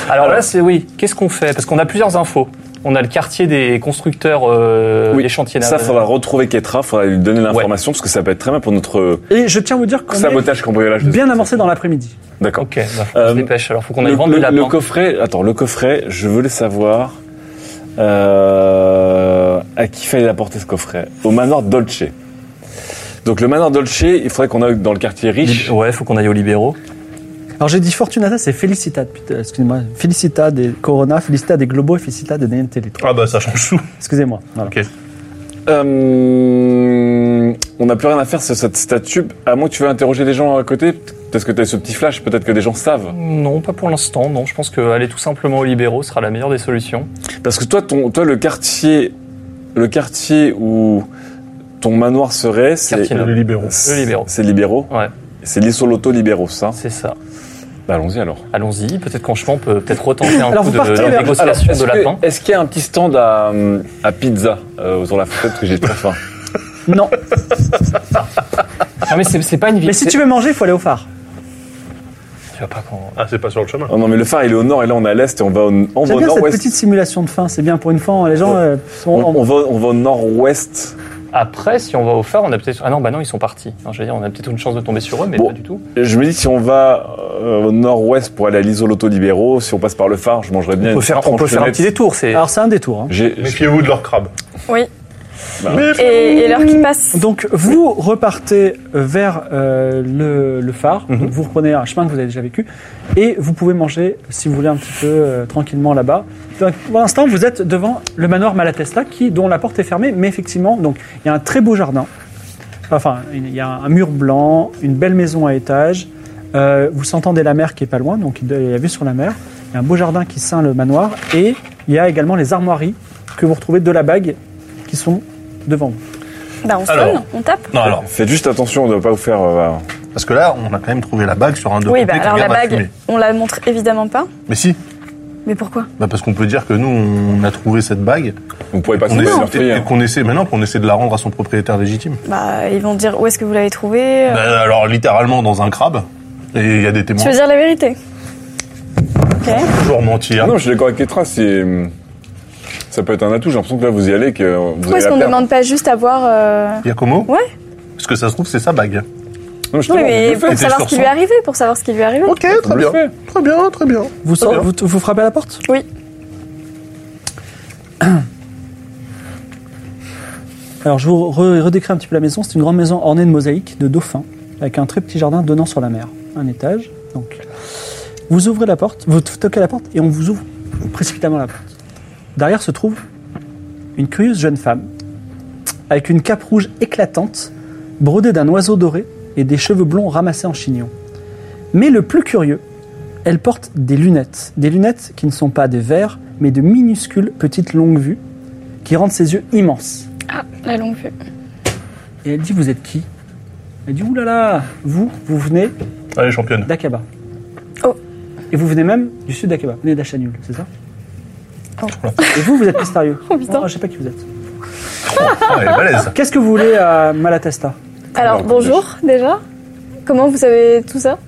S5: Alors là, c'est oui. Qu'est-ce qu'on fait Parce qu'on a plusieurs infos. On a le quartier des constructeurs, euh,
S3: Oui.
S5: les chantiers
S3: Ça,
S5: navals.
S3: faudra retrouver Ketra, faudra lui donner l'information, parce que ça peut être très bien pour notre
S1: Et je tiens à vous dire qu'on est
S3: sabotage cambriolage. de-
S1: bien avancé dans l'après-midi.
S3: D'accord.
S5: Ok, bah, faut qu'on
S3: Euh,
S5: se dépêche. Alors, faut qu'on aille
S3: Le,
S5: vendre
S3: le-
S5: du lapin.
S3: le coffret, attends, le coffret, je veux le savoir. Euh, à qui fallait apporter ce coffret Au manoir Dolce. Donc le manoir Dolce, il faudrait qu'on aille dans le quartier riche.
S5: Lib- Ouais, faut qu'on aille aux libéraux.
S1: Alors j'ai dit Fortunata, c'est Felicitad. putain, Excusez-moi. Felicitad des Corona, Felicitad des Globo et Felicitad des DNT. les trois.
S2: Ah bah, ça change tout.
S1: Excusez-moi. Voilà.
S3: Euh, on n'a plus rien à faire sur cette statue, à moins que tu veux interroger des gens à côté. Peut-être que tu as ce petit flash, peut-être que des gens savent.
S5: Non, pas pour l'instant. Non, je pense qu'aller tout simplement aux libéraux sera la meilleure des solutions.
S3: Parce que toi, ton, toi le quartier, le quartier où ton manoir serait, c'est
S5: Quartier nord.
S2: Les libéraux.
S3: c'est-
S5: Le libéraux.
S3: C'est libéraux.
S5: Ouais.
S3: C'est l'Isoloto hein. libéraux, ça.
S5: C'est ça.
S3: Bah, Allons-y alors.
S5: Allons-y. Peut-être qu'en chemin, on peut peut-être retenter un
S1: Alors,
S5: coup
S1: vous
S5: de,
S1: partez
S5: de
S1: vers-
S5: négociation
S3: est-ce
S5: de
S3: que-
S5: lapin.
S3: Est-ce qu'il y a un petit stand à, euh, à pizza euh, autour de la fenêtre que j'ai très faim
S1: Non.
S5: Non, mais c'est c'est pas une ville.
S1: Mais si
S5: c'est-
S1: tu veux manger, il faut aller au phare.
S5: Tu vas pas qu'on-
S2: Ah, c'est pas sur le chemin.
S3: Oh non, mais le phare il est au nord et là on est à l'est et on va au, on va
S1: J'aime
S3: au
S1: bien cette
S3: nord-ouest.
S1: petite simulation de fin, c'est bien pour une fois, les gens
S3: Ouais.
S1: euh, sont
S3: On,
S1: en-
S3: on va, on va au nord-ouest
S5: Après, si on va au phare, on a peut-être. Ah non, bah non, ils sont partis. Hein, je veux dire, on a peut-être une chance de tomber sur eux, mais
S3: Bon.
S5: pas du tout.
S3: Je me dis, si on va euh, au nord-ouest pour aller à l'isoloto libéraux, si on passe par le phare, je mangerais bien.
S5: On peut faire, on peut faire un petit détour. C'est
S1: Alors c'est un détour. hein.
S3: J'ai,
S2: Méfiez-vous de leur crabe.
S4: Oui.
S3: Bah.
S4: Et, et l'heure qui passe.
S1: Donc vous repartez euh, vers euh, le, le phare, Donc, vous reprenez un chemin que vous avez déjà vécu, et vous pouvez manger, si vous voulez, un petit peu euh, tranquillement là-bas. Donc, Pour l'instant, vous êtes devant le manoir Malatesta, qui, dont la porte est fermée, mais effectivement, donc il y a un très beau jardin, enfin, il y a un mur blanc, une belle maison à étage, Euh, vous entendez la mer qui est pas loin, donc il y a la vue sur la mer, il y a un beau jardin qui ceint le manoir, et il y a également les armoiries que vous retrouvez de la bague, qui sont devant vous.
S4: Bah, on sonne,
S2: Alors.
S4: on tape.
S2: Non, alors.
S3: Faites juste attention, on ne doit pas vous faire. euh,
S2: Parce que là, on a quand même trouvé la bague sur un de
S4: Oui,
S2: côtés
S4: bah
S2: qui
S4: alors la
S2: regarde
S4: bague,
S2: fumer.
S4: on la montre évidemment pas.
S2: Mais si,
S4: Mais pourquoi
S2: bah parce qu'on peut dire que nous, on a trouvé cette bague.
S3: vous pourrez pas
S2: On
S3: se
S2: essaie-
S3: faire hein.
S2: et
S3: meurtrier.
S2: qu'on essaie maintenant qu'on essaie de la rendre à son propriétaire légitime.
S4: Bah, ils vont dire où est-ce que vous l'avez trouvé. euh,
S2: Bah, alors littéralement dans un crabe. Et il y a des témoins.
S4: Tu veux dire la vérité Ok.
S2: Toujours mentir.
S5: hein.
S3: Ah non, je suis d'accord avec Ketra, c'est. Ça peut être un atout, j'ai l'impression que là vous y allez, que euh, vous
S4: Pourquoi
S3: allez
S4: est-ce
S3: la
S4: qu'on
S3: perdre.
S4: demande pas juste à voir euh,
S2: Giacomo
S4: Ouais.
S2: Parce que ça se trouve, c'est sa bague.
S3: Non,
S4: Oui,
S3: justement, on
S4: mais
S3: peut
S4: pour
S3: le
S2: était
S4: savoir
S2: sur
S4: ce qui lui est
S2: son-
S4: arrivé, pour savoir ce qui lui est arrivé.
S2: Ok,
S3: On
S2: très
S3: le
S2: bien.
S3: fait.
S2: Très bien, très bien.
S1: Vous, sort-
S2: bien.
S1: vous, vous frappez à la porte
S4: Oui.
S1: Alors je vous re- redécris un petit peu la maison. C'est une grande maison ornée de mosaïques, de dauphins, avec un très petit jardin donnant sur la mer. Un étage. Donc vous ouvrez la porte, vous toquez à la porte et on vous ouvre précipitamment la porte. Derrière se trouve une curieuse jeune femme avec une cape rouge éclatante, brodée d'un oiseau doré et des cheveux blonds ramassés en chignon. Mais le plus curieux, elle porte des lunettes, des lunettes qui ne sont pas des verres, mais de minuscules petites longues vues qui rendent ses yeux immenses.
S4: Ah, la longue vue.
S1: Et elle dit Vous êtes qui Elle dit Oulala, là là, vous, vous venez
S2: Allez, championne.
S1: d'Akaba.
S4: Oh.
S1: Et vous venez même du sud d'Akaba, vous venez d'Achanul, c'est ça
S4: Oh.
S1: Et vous, vous êtes mystérieux.
S4: Oh, putain.
S1: je sais pas qui vous êtes.
S2: Ah, elle est balèze.
S1: Qu'est-ce que vous voulez à Malatesta
S4: Alors,
S3: Alors,
S4: bonjour déjà. Comment vous savez tout ça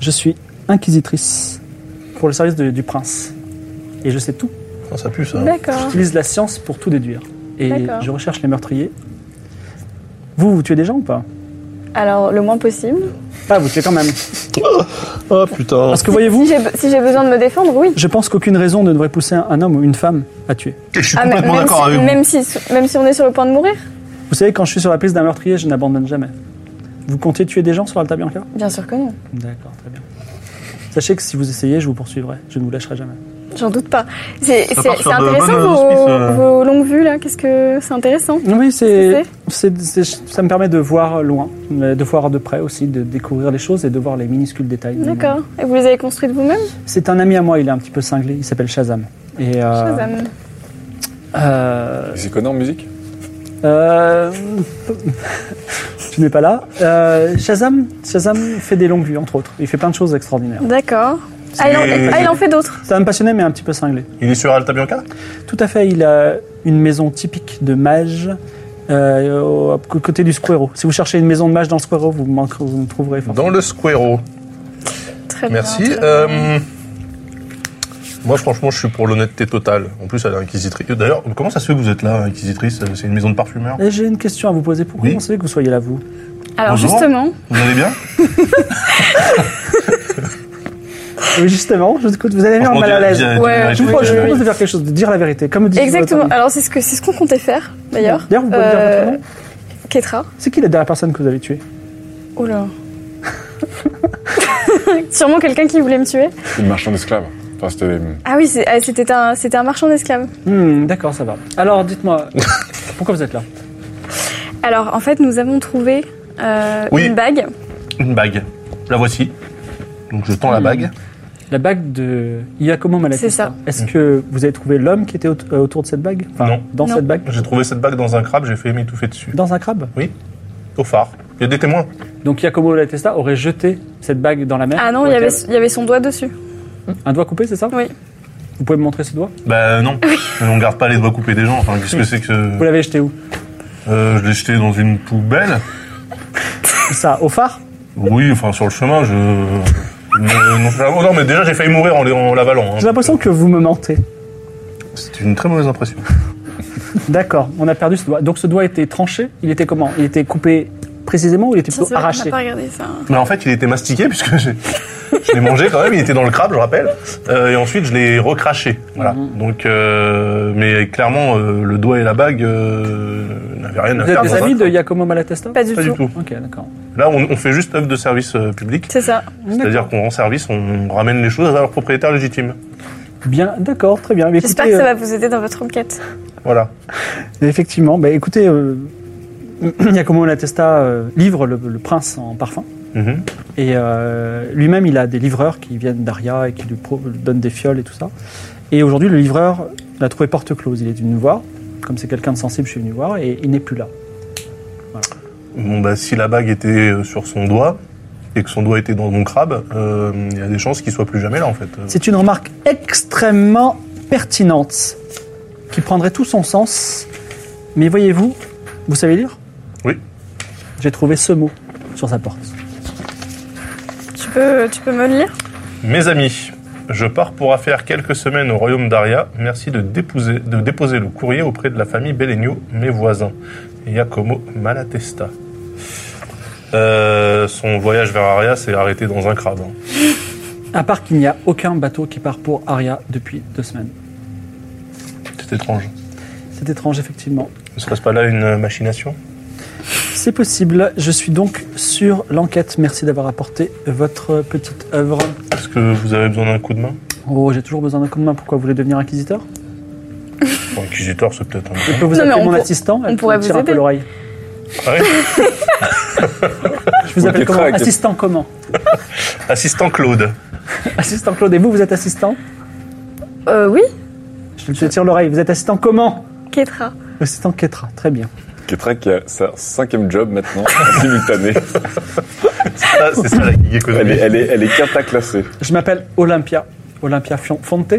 S1: Je suis inquisitrice pour le service de- du prince. Et je sais tout.
S2: Ah, ça pue, ça.
S4: D'accord.
S1: J'utilise la science pour tout déduire. Et
S4: D'accord.
S1: je recherche les meurtriers. Vous, vous tuez des gens ou pas
S4: Alors, le moins possible.
S1: Ah, vous tuez quand même.
S2: Oh putain.
S1: Parce que voyez-vous,
S4: Si j'ai si j'ai besoin de me défendre, oui.
S1: je pense qu'aucune raison ne devrait pousser un- un homme ou une femme à tuer.
S2: Je suis
S4: Ah, mais-
S2: complètement
S4: même,
S2: d'accord
S4: si,
S2: avec vous.
S4: même, si, même si on est sur le point de mourir
S1: Vous savez, quand je suis sur la piste d'un meurtrier, je n'abandonne jamais. Vous comptez tuer des gens sur Alta Bianca
S4: Bien sûr que non.
S1: D'accord, très bien. Sachez que si vous essayez, je vous poursuivrai. Je ne vous lâcherai jamais.
S4: J'en doute pas. C'est
S2: Ça
S4: c'est-
S2: part sur
S4: c'est
S2: de
S4: intéressant
S2: bonnes
S4: vos,
S2: auspices, euh.
S4: vos longues vues là. Qu'est-ce que c'est intéressant
S1: Oui, c'est,
S4: C'est-
S1: c'est- c'est- ça me permet de voir loin, de voir de près aussi, de découvrir les choses et de voir les minuscules détails.
S4: D'accord. Et vous les avez construites vous-même
S1: C'est un ami à moi, il est un petit peu cinglé, il s'appelle Shazam. Et, euh,
S2: Ah.
S4: Shazam.
S1: euh,
S3: C'est connard en musique
S1: euh, tu n'es pas là. Euh, Shazam, Shazam fait des longues vues, entre autres. Il fait plein de choses extraordinaires.
S4: D'accord. Ah, il en- ah, il en fait d'autres.
S1: C'est un passionné, mais un petit peu cinglé.
S2: Il est sur Alta Bianca
S1: Tout à fait, il a une maison typique de mage euh, au, à côté du Squero. Si vous cherchez une maison de mage dans le Squero, vous, manquerez- vous me trouverez. forcément.
S2: Dans le Squero.
S4: Très bien,
S2: Merci.
S4: très bien.
S2: Euh, moi, franchement, je suis pour l'honnêteté totale. En plus, elle est inquisitrice. D'ailleurs, comment ça se fait que vous êtes là, inquisitrice C'est une maison de parfumeurs
S1: Et J'ai une question à vous poser. Pourquoi
S2: Oui.
S1: vous savez que vous soyez là, vous
S4: Alors
S2: bonjour.
S4: justement,
S2: Vous allez bien
S1: Oui, justement, je vous écoute, vous allez bien
S2: Franchement,
S1: mal à
S2: dire-
S1: l'aise.
S2: dire-
S4: Ouais,
S2: dire les
S1: Je vous
S2: choses,
S1: propose je
S2: c'est
S1: vous
S2: la
S1: propose de
S2: vérité.
S1: faire quelque chose, de dire la vérité, comme le dit
S4: Exactement.
S1: votre ami.
S4: Alors c'est ce que c'est ce qu'on comptait faire d'ailleurs.
S1: D'ailleurs, vous pouvez dire
S4: Euh,
S1: votre nom.
S4: Ketra.
S1: C'est qui la dernière personne que vous avez tuée
S4: Oh là. Sûrement quelqu'un qui voulait me tuer.
S3: C'est le marchand d'esclaves. Enfin, c'était.
S4: Ah oui, c'est- ah, c'était un c'était un marchand d'esclaves.
S1: Hmm, D'accord, ça va. Alors, dites-moi, pourquoi vous êtes là
S4: Alors en fait, nous avons trouvé euh,
S2: Oui.
S4: une bague.
S2: Une bague. La voici. Donc, je tends
S4: Hmm.
S2: la bague.
S1: La bague de Iacomo Malatesta.
S4: C'est ça.
S1: Est-ce que vous avez trouvé l'homme qui était aut- euh, autour de cette bague Enfin,
S2: Non.
S1: dans
S4: Non.
S1: cette bague
S2: J'ai trouvé cette bague dans un crabe, j'ai fait m'étouffer dessus.
S1: Dans un crabe
S2: Au phare. Il y a des témoins.
S1: Donc Giacomo La Testa aurait jeté cette bague dans la mer.
S4: Ah non, il y avait il y avait son doigt dessus.
S1: Un doigt coupé, c'est ça
S4: Oui.
S1: Vous pouvez me montrer ce doigt
S2: Bah non, on garde pas les doigts coupés des gens. Enfin, qu'est-ce que c'est
S1: Vous
S2: que
S1: l'avez jeté où
S2: euh, je l'ai jeté dans une poubelle
S1: Ça, au phare
S2: Oui, enfin sur le chemin, je non, non, non, mais déjà j'ai failli mourir en, en l'avalant. hein.
S1: J'ai l'impression que vous me mentez.
S2: C'est une très mauvaise impression.
S1: D'accord, on a perdu ce doigt. Donc ce doigt était tranché Il était comment Il était coupé précisément ou il était
S4: Tiens,
S1: plutôt
S4: c'est vrai qu'on
S1: arraché
S4: n'a pas regardé ça.
S2: Mais en fait, il était mastiqué puisque j'ai- je l'ai mangé quand même. Il était dans le crabe, je rappelle. Euh, et ensuite, je l'ai recraché. Voilà.
S1: Mm-hmm.
S2: Donc, euh, mais clairement, euh, le doigt et la bague euh, n'avaient rien à
S1: Vous
S2: faire.
S1: êtes des
S2: dans un
S1: amis de
S2: crabe.
S1: Giacomo Malatesta
S4: Pas du
S2: Pas du
S4: tout.
S2: tout.
S1: Ok, d'accord.
S2: Là, on, on fait juste œuvre de service euh, public.
S4: C'est ça.
S2: C'est-à-dire qu'on rend service, on ramène les choses à leur propriétaire légitime.
S1: Bien, d'accord, très bien. Mais
S4: J'espère
S1: écoutez,
S4: que ça va vous aider dans votre enquête.
S2: Voilà.
S1: euh, Effectivement, bah, écoutez, euh, Giacomo Malatesta euh, livre le, le prince en parfum.
S2: Mhm.
S1: Et euh, lui-même, il a des livreurs qui viennent d'Aria et qui lui pro- donnent des fioles et tout ça. Et aujourd'hui, le livreur l'a trouvé porte close. Il est venu nous voir. Comme c'est quelqu'un de sensible, je suis venu voir et il n'est plus là.
S2: Bon, bah, si la bague était euh, sur son doigt et que son doigt était dans mon crabe, euh, il y a des chances qu'il soit plus jamais là, en fait. Euh,
S1: C'est une remarque extrêmement pertinente qui prendrait tout son sens. Mais voyez-vous, vous savez lire
S2: Oui.
S1: J'ai trouvé ce mot sur sa porte.
S4: Tu peux, tu peux me le lire
S2: Mes amis, je pars pour affaire quelques semaines au royaume d'Aria. Merci de déposer, de déposer le courrier auprès de la famille Bellegno, mes voisins. Giacomo Malatesta. Euh, son voyage vers Aria s'est arrêté dans un crabe. hein.
S1: À part qu'il n'y a aucun bateau qui part pour Aria depuis deux semaines.
S2: C'est étrange.
S1: C'est étrange, effectivement.
S2: Ne serait-ce pas là une euh, machination
S1: C'est possible. Je suis donc sur l'enquête. Merci d'avoir apporté votre petite œuvre.
S2: Est-ce que vous avez besoin d'un coup de main
S1: Oh, j'ai toujours besoin d'un coup de main. Pourquoi vous voulez devenir inquisiteur
S2: Bon, inquisiteur, c'est peut-être un
S1: Je peux vous
S4: Non, mais
S1: appeler
S4: on
S1: mon
S4: pour-
S1: assistant. Elle
S4: pourrait
S1: tire
S4: vous
S1: un peu
S4: aider.
S1: l'oreille.
S2: Ah ouais
S1: Je vous
S3: Vous
S1: appelle
S3: êtes
S1: comment
S3: très actif.
S1: Assistant comment
S2: Assistant Claude.
S1: Assistant Claude. Et vous, vous êtes assistant
S4: Euh, oui.
S1: Je te tire l'oreille. Vous êtes assistant comment
S4: Ketra.
S1: Assistant Ketra. Très bien.
S3: Ketra qui a sa cinquième job maintenant, en simultané.
S2: Ça, Ah, c'est ça la gig
S3: Elle est,
S2: économique.
S3: elle est, elle est cataclassée.
S1: Je m'appelle Olympia. Olympia Fion- Fonte.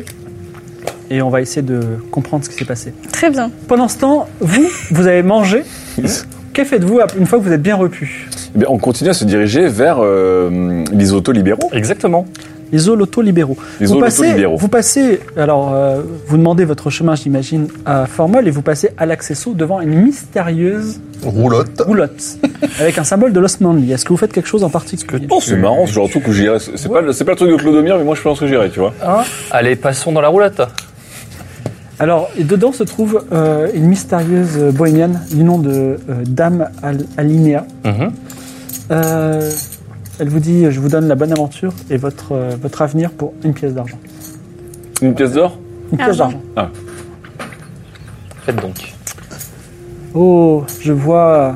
S1: Et on va essayer de comprendre ce qui s'est passé.
S4: Très bien.
S1: Pendant ce temps, vous, vous avez mangé. Que faites-vous une fois que vous êtes bien repu
S3: Eh bien, on continue à se diriger vers euh, les auto-libéraux.
S5: Exactement.
S1: Les auto libéraux.
S3: Les
S1: vous, passez,
S3: auto-libéraux.
S1: vous passez, alors euh, vous demandez votre chemin, j'imagine, à Formol et vous passez à l'Accessoire devant une mystérieuse
S2: Roulotte.
S1: roulotte avec un symbole de Lost Manly. Est-ce que vous faites quelque chose en particulier
S3: Oh, c'est marrant, ce genre de truc où j'irais. C'est pas, le- c'est pas le truc de Clodomir, mais moi je pense que j'irais, tu vois.
S5: Allez, passons dans la roulotte.
S1: Alors, et dedans se trouve euh, une mystérieuse bohémienne du nom de euh, Dame Al- Alinea. Euh, elle vous dit Je vous donne la bonne aventure et votre, euh, votre avenir pour une pièce d'argent.
S3: Une pièce d'or
S1: Une pièce
S4: Argent.
S1: d'argent.
S5: Faites donc.
S1: Oh, je vois,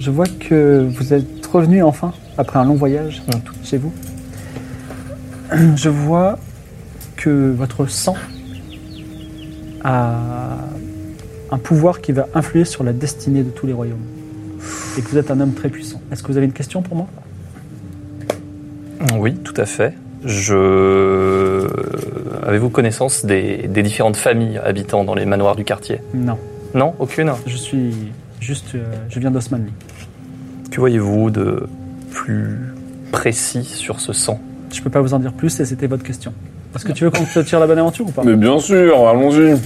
S1: je vois que vous êtes revenu enfin après un long voyage chez vous. Je vois que votre sang a un pouvoir qui va influer sur la destinée de tous les royaumes et que vous êtes un homme très puissant. Est-ce que vous avez une question pour moi
S5: Oui, tout à fait. Je. Avez-vous connaissance des, des différentes familles habitant dans les manoirs du quartier
S1: Non,
S5: Non, aucune.
S1: je suis juste, euh, je viens d'Osmanli.
S5: Que voyez-vous de plus précis sur ce sang
S1: Je peux pas vous en dire plus et c'était votre question. Est-ce que tu veux qu'on te tire la bonne aventure ou pas
S3: Mais bien sûr, allons-y.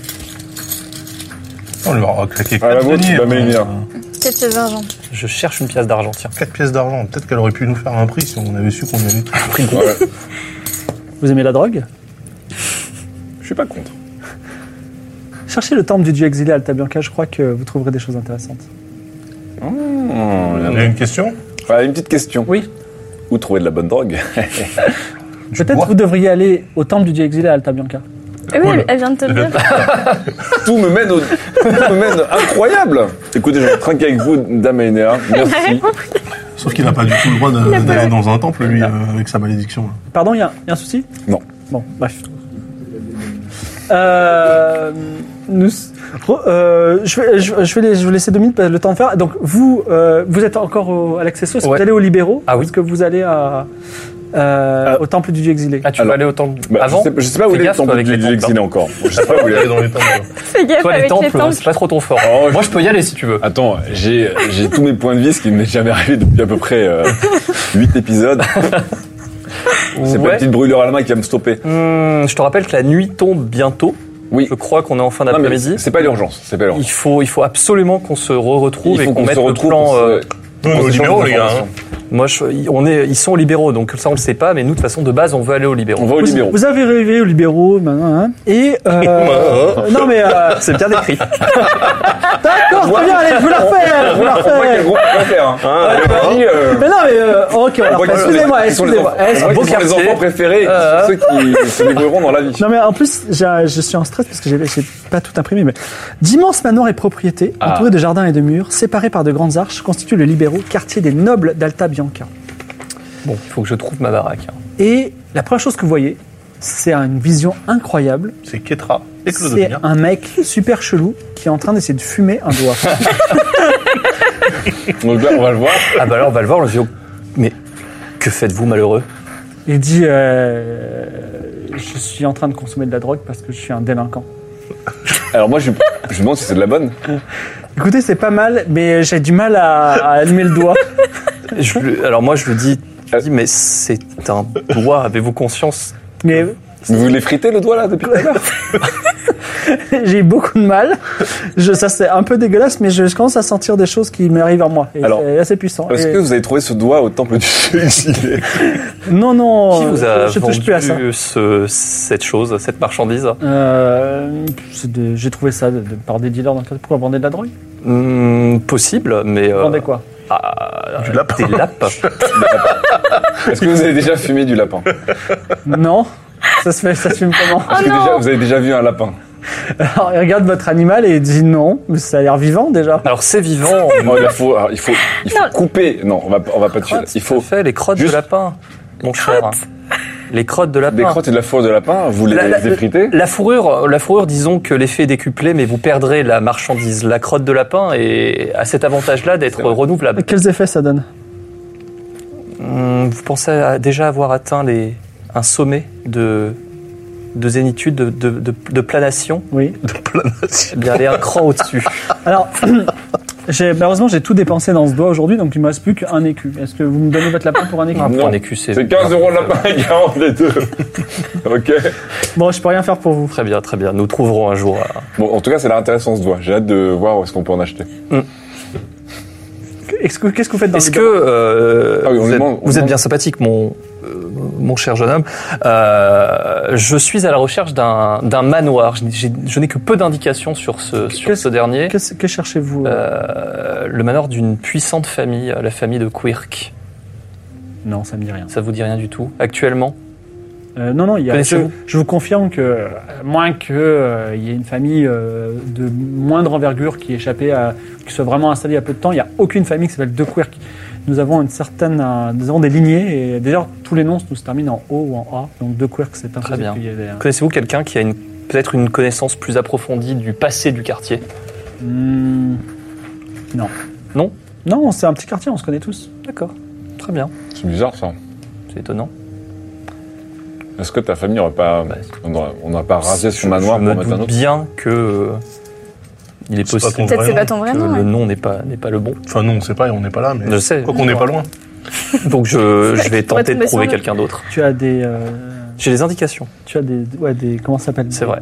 S2: On lui aura claqué
S3: À Ah, la
S2: 4
S3: vôtre, bah, la meilleure.
S4: Peut-être ses argent.
S5: Je cherche une pièce d'argent, tiens.
S2: pièces d'argent. Peut-être qu'elle aurait pu nous faire un prix si on avait su qu'on y allait.
S3: Ouais,
S1: Vous aimez la drogue
S3: je suis pas contre.
S1: Cherchez le temple du dieu exilé à Altabianca, je crois que vous trouverez des choses intéressantes.
S3: Hmm, il y en
S2: On
S3: a-
S2: a une question
S3: Ah, une petite question.
S1: Oui.
S3: Où trouver de la bonne drogue
S2: Du
S1: Peut-être
S2: bois.
S1: vous devriez aller au temple du dieu exilé à Altabianca.
S4: Eh oui,
S2: Cool.
S4: elle- elle vient de te le dire.
S3: Tout me mène au... Tout me mène incroyable Écoutez, je vais trinquer avec vous, Dame Aenéa. Merci.
S2: Sauf qu'il n'a pas du tout le droit de- d'aller dans un temple, lui, euh, avec sa malédiction. là.
S1: Pardon, il y, a il y a un souci
S3: Non.
S1: Bon, bref. Euh, nous, re- euh, je, vais, je, je vais les- je vais laisser deux minutes, parce que le temps de faire. Donc, vous, euh, vous êtes encore au- à l'accesso, est-ce que
S5: Ouais.
S1: vous allez aux libéraux
S5: Ah oui.
S1: Est-ce que vous allez à, euh,
S3: Ah.
S1: au temple du dieu exilé
S5: Ah, tu
S3: Alors,
S5: vas aller au temple
S3: Bah,
S5: avant
S3: je, sais, je sais pas où
S5: Fais
S3: il est le
S5: gaffe,
S3: temple
S5: avec
S3: du
S5: les hein.
S3: dieu
S5: temples,
S3: exilé encore. Je sais pas où il est.
S2: Aller dans les temples.
S4: Fais gaffe
S5: Toi, les
S4: avec
S5: temples,
S4: les temples.
S5: c'est pas trop ton fort.
S3: Oh, je-
S5: Moi, je peux y aller si tu veux.
S3: Attends, j'ai j'ai tous mes points de vie, ce qui ne m'est jamais arrivé depuis à peu près 8 épisodes. C'est pas
S5: Ouais.
S3: une petite brûlure à la main qui va me stopper.
S5: Hmm, je te rappelle que la nuit tombe bientôt
S3: Oui.
S5: Je crois qu'on est en fin
S3: Non, mais
S5: d'après-midi.
S3: C'est pas l'urgence, c'est pas
S5: Il
S3: l'urgence.
S5: faut, il faut absolument qu'on se
S3: Il
S5: re-retrouve
S3: faut
S5: et qu'on
S3: qu'on
S5: mette
S3: se
S5: le
S3: retrouve.
S5: plan.
S3: qu'on se-
S5: euh,
S2: Nous,
S3: qu'on
S2: nos
S3: s'échange
S2: libéraux, les gars. hein.
S3: d'informations.
S5: moi, je- on est, ils sont aux libéraux, donc ça on le sait pas, mais nous de toute façon de base on veut aller aux libéraux.
S3: On va aux
S1: Vous,
S3: libéraux.
S1: vous avez rêvé aux libéraux, maintenant, hein, et... euh, euh, non, mais... euh,
S5: C'est bien décrit.
S1: D'accord, très bien, allez, je vous la refais, je vous la
S3: On voit quel
S1: refais.
S3: groupe on va faire. hein.
S5: Ah,
S3: Allez, vas-y, euh,
S1: Mais non, mais... euh, ok, on la
S3: on voit
S1: refait.
S3: qu'ils sont les-
S1: Excusez-moi,
S3: qu'ils sont les
S1: excusez-moi.
S3: enfants- on voit
S1: excusez-moi.
S3: qu'ils sont les
S5: Eh, quartier.
S3: enfants préférés,
S5: Euh,
S3: ceux qui se débrouilleront dans la vie.
S1: Non mais en plus, j'ai- je suis en stress parce que j'ai j'ai pas tout imprimé. Mais d'immenses manoirs et propriétés,
S3: Ah.
S1: entourés de jardins et de murs, séparés par de grandes arches, constituent le libéraux quartier des nobles d'Alta Bianca.
S5: Bon, il faut que je trouve ma baraque. hein.
S1: Et la première chose que vous voyez, c'est une vision incroyable.
S2: C'est Ketra. Et Claude
S1: C'est
S2: Odegaard.
S1: un mec super chelou qui est en train d'essayer de fumer un doigt.
S3: Donc là, on va le voir.
S5: Ah bah alors on va le voir, le vieux. Mais que faites-vous malheureux
S1: Il dit euh, Je suis en train de consommer de la drogue parce que je suis un délinquant.
S3: Alors moi, je, je me demande si c'est de la bonne.
S1: Écoutez, c'est pas mal, mais j'ai du mal à, à allumer le doigt.
S5: Je lui- Alors moi je lui dis, je lui dis, mais c'est un doigt, avez-vous conscience
S1: Mais
S3: Vous voulez friter le doigt là depuis tout à l'heure
S1: J'ai eu beaucoup de mal. Je, ça c'est un peu dégueulasse, mais je, je commence à sentir des choses qui m'arrivent en moi. Et
S3: Alors,
S1: c'est assez puissant.
S3: Est-ce
S1: Et-
S3: que vous avez trouvé ce doigt au temple du feu exilé
S1: Non, non,
S5: Qui vous
S1: euh,
S5: a
S1: je
S5: vendu
S1: touche plus à ça.
S5: ce- cette chose, cette marchandise
S1: Euh, c'est de- J'ai trouvé ça de- de- par des dealers dans le quartier. Pourquoi vendre de la drogue
S5: Hmm, Possible, mais... euh,
S1: Vendez quoi
S5: ah,
S2: Du lapin.
S5: Des lapins.
S3: Est-ce que vous avez déjà fumé du lapin Est-ce
S1: Non ça se fait, ça se fume comment
S3: que déjà, vous avez déjà vu un lapin
S1: Alors, il regarde votre animal et il dit non, mais ça a l'air vivant déjà.
S5: Alors c'est vivant,
S3: Oh, il faut, alors, il faut, il faut
S4: Non.
S3: couper. Non, on va, on va pas tuer. Il faut
S5: fait les crottes
S3: Juste-
S5: de lapin, mon cher. Les crottes de lapin.
S3: des crottes et de la fourrure de lapin. Vous les
S5: La- la-
S3: défritez.
S5: La fourrure, la fourrure, disons que l'effet est décuplé, mais vous perdrez la marchandise. La crotte de lapin est à cet avantage-là d'être renouvelable.
S1: Quels effets ça donne
S5: Hmm, Vous pensez à- déjà avoir atteint les, un sommet de, de zénitude, de, de, de, de planation
S1: Oui.
S5: Eh Bien, aller un cran au-dessus.
S1: Alors, j'ai- malheureusement, j'ai tout dépensé dans ce doigt aujourd'hui, donc il me reste plus qu'un écu. Est-ce que vous me donnez votre lapin pour un écu
S5: Un
S3: Non.
S5: point d'écu, c'est...
S3: C'est 15 euros le lapin et 40 les deux. ok.
S1: Bon, je peux rien faire pour vous.
S5: Très bien, très bien. Nous trouverons un jour. euh,
S3: Bon, en tout cas, c'est intéressant ce doigt. J'ai hâte de voir où est-ce qu'on peut en acheter.
S1: Est-ce que- Qu'est-ce que vous faites dans
S5: Est-ce
S1: le
S5: que euh,
S3: Ah oui, on
S5: vous,
S3: lui
S5: êtes,
S3: demande- on
S5: vous
S3: lui
S5: êtes
S3: demande.
S5: bien sympathique, mon euh, mon cher jeune homme Euh, Je suis à la recherche d'un d'un manoir. Je n'ai- j'ai- je n'ai que peu d'indications sur ce sur
S1: Qu'est-ce-
S5: ce dernier.
S1: Qu'est-ce- Que cherchez-vous
S5: Euh, le manoir d'une puissante famille, la famille de Quirk.
S1: Non, ça me dit rien.
S5: Ça vous dit rien du tout Actuellement
S1: Euh, non, non, il y a, je,
S5: Connaissez-vous
S1: je vous confirme que, euh, moins que euh, il y ait une famille euh, de moindre envergure qui échappait à, qui soit vraiment installée il y a peu de temps, il n'y a aucune famille qui s'appelle De Quirk. Nous avons une certaine, euh, nous avons des lignées et d'ailleurs tous les noms nous se terminent en O ou en A, donc De Quirk c'est imposé.
S5: Très bien.
S1: depuis, euh,
S5: Connaissez-vous quelqu'un qui a une peut-être une connaissance plus approfondie du passé du quartier
S1: hmm, non.
S5: Non
S1: Non, c'est un petit quartier, on se connaît tous.
S5: D'accord. Très bien.
S3: C'est bizarre ça.
S5: C'est étonnant.
S3: Est-ce que ta famille n'aurait pas,
S5: Bah,
S3: on n'aurait- on n'aurait pas rasé
S5: Je-
S3: son manoir
S5: je me
S3: pour mettre un
S5: doute
S3: autre
S5: bien que euh, il est
S2: C'est pas
S5: possible
S2: ton
S4: Peut-être
S2: vrai
S4: c'est pas
S2: nom.
S4: ton vrai
S5: que
S4: nom.
S5: le
S4: hein.
S5: nom n'est pas n'est pas le bon.
S2: Enfin, non, on sait pas et on n'est pas là, mais.
S5: Je sais.
S2: Quoi qu'on n'est pas loin.
S5: Donc je, je vais
S4: pourrait
S5: tenter de
S4: tomber
S5: trouver
S4: sur lui.
S5: quelqu'un d'autre.
S1: Tu as des, euh,
S5: J'ai les indications,
S1: tu as des, ouais, des, comment ça s'appelle
S5: c'est vrai.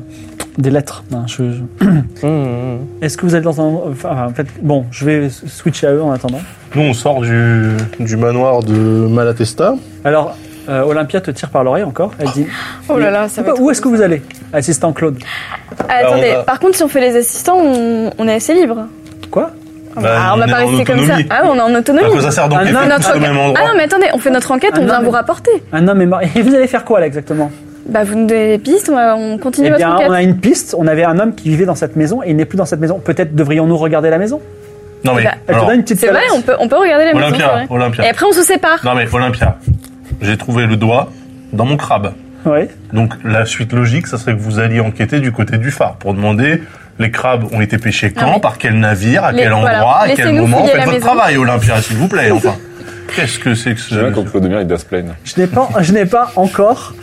S1: Des lettres. Non, je- je-
S5: Mmh, mmh.
S1: Est-ce que vous êtes dans un, enfin, en fait, bon, je vais switcher à eux en attendant.
S2: Nous, on sort du, du manoir de Malatesta.
S1: Alors, euh, Olympia te tire par l'oreille encore. Elle dit
S4: Oh là là, ça
S1: Où-
S4: va. être-
S1: Ah bah, Où est-ce que vous allez Assistant Claude.
S4: Ah,
S2: Alors,
S4: attendez,
S2: on va-
S4: par contre, si on fait les assistants, on, on est assez libre.
S1: Quoi
S4: Ah,
S2: Bah,
S4: on
S2: on
S4: va
S2: est
S4: pas
S2: en
S4: rester comme ça.
S2: autonomie.
S4: Ah, on est en
S2: À quoi
S4: autonomie.
S2: ça sert donc
S1: Ah,
S2: les
S1: non,
S2: faire
S1: non,
S2: tous
S4: non,
S2: au même
S4: Ah
S2: endroit
S4: non, mais attendez, on fait notre enquête,
S1: Ah,
S4: on vient
S1: non,
S4: vous
S1: mais-
S4: rapporter.
S1: Un homme est mort. Et vous allez faire quoi là exactement
S4: Bah, vous nous donnez des pistes, on, va- on continue
S1: Eh
S4: votre
S1: bien,
S4: enquête.
S1: on a une piste. On avait un homme qui vivait dans cette maison et il n'est plus dans cette maison. Peut-être devrions-nous regarder la maison
S2: Non, mais.
S1: Elle
S2: alors,
S1: te donne une petite
S4: C'est vrai,
S1: falaise.
S4: on peut, on peut regarder les maisons.
S2: Olympia,
S4: c'est vrai. Et
S2: Olympia.
S4: après, on se sépare.
S2: Non, mais Olympia. J'ai trouvé le doigt dans mon crabe.
S1: Ouais.
S2: Donc la suite logique, ça serait que vous alliez enquêter du côté du phare pour demander les crabes ont été pêchés quand,
S4: Ah oui.
S2: par quel navire, à
S4: Les-
S2: quel
S4: voilà.
S2: endroit, à quel
S4: Laissez-nous
S2: moment.
S4: fouiller
S2: Faites
S4: la
S2: votre
S4: maison.
S2: travail, Olympia, s'il vous plaît, enfin. Qu'est-ce que c'est que
S3: J'aime bien
S2: ce...
S3: quand Claude Mire, il doit se plaindre.
S1: Je n'ai pas, je n'ai pas encore,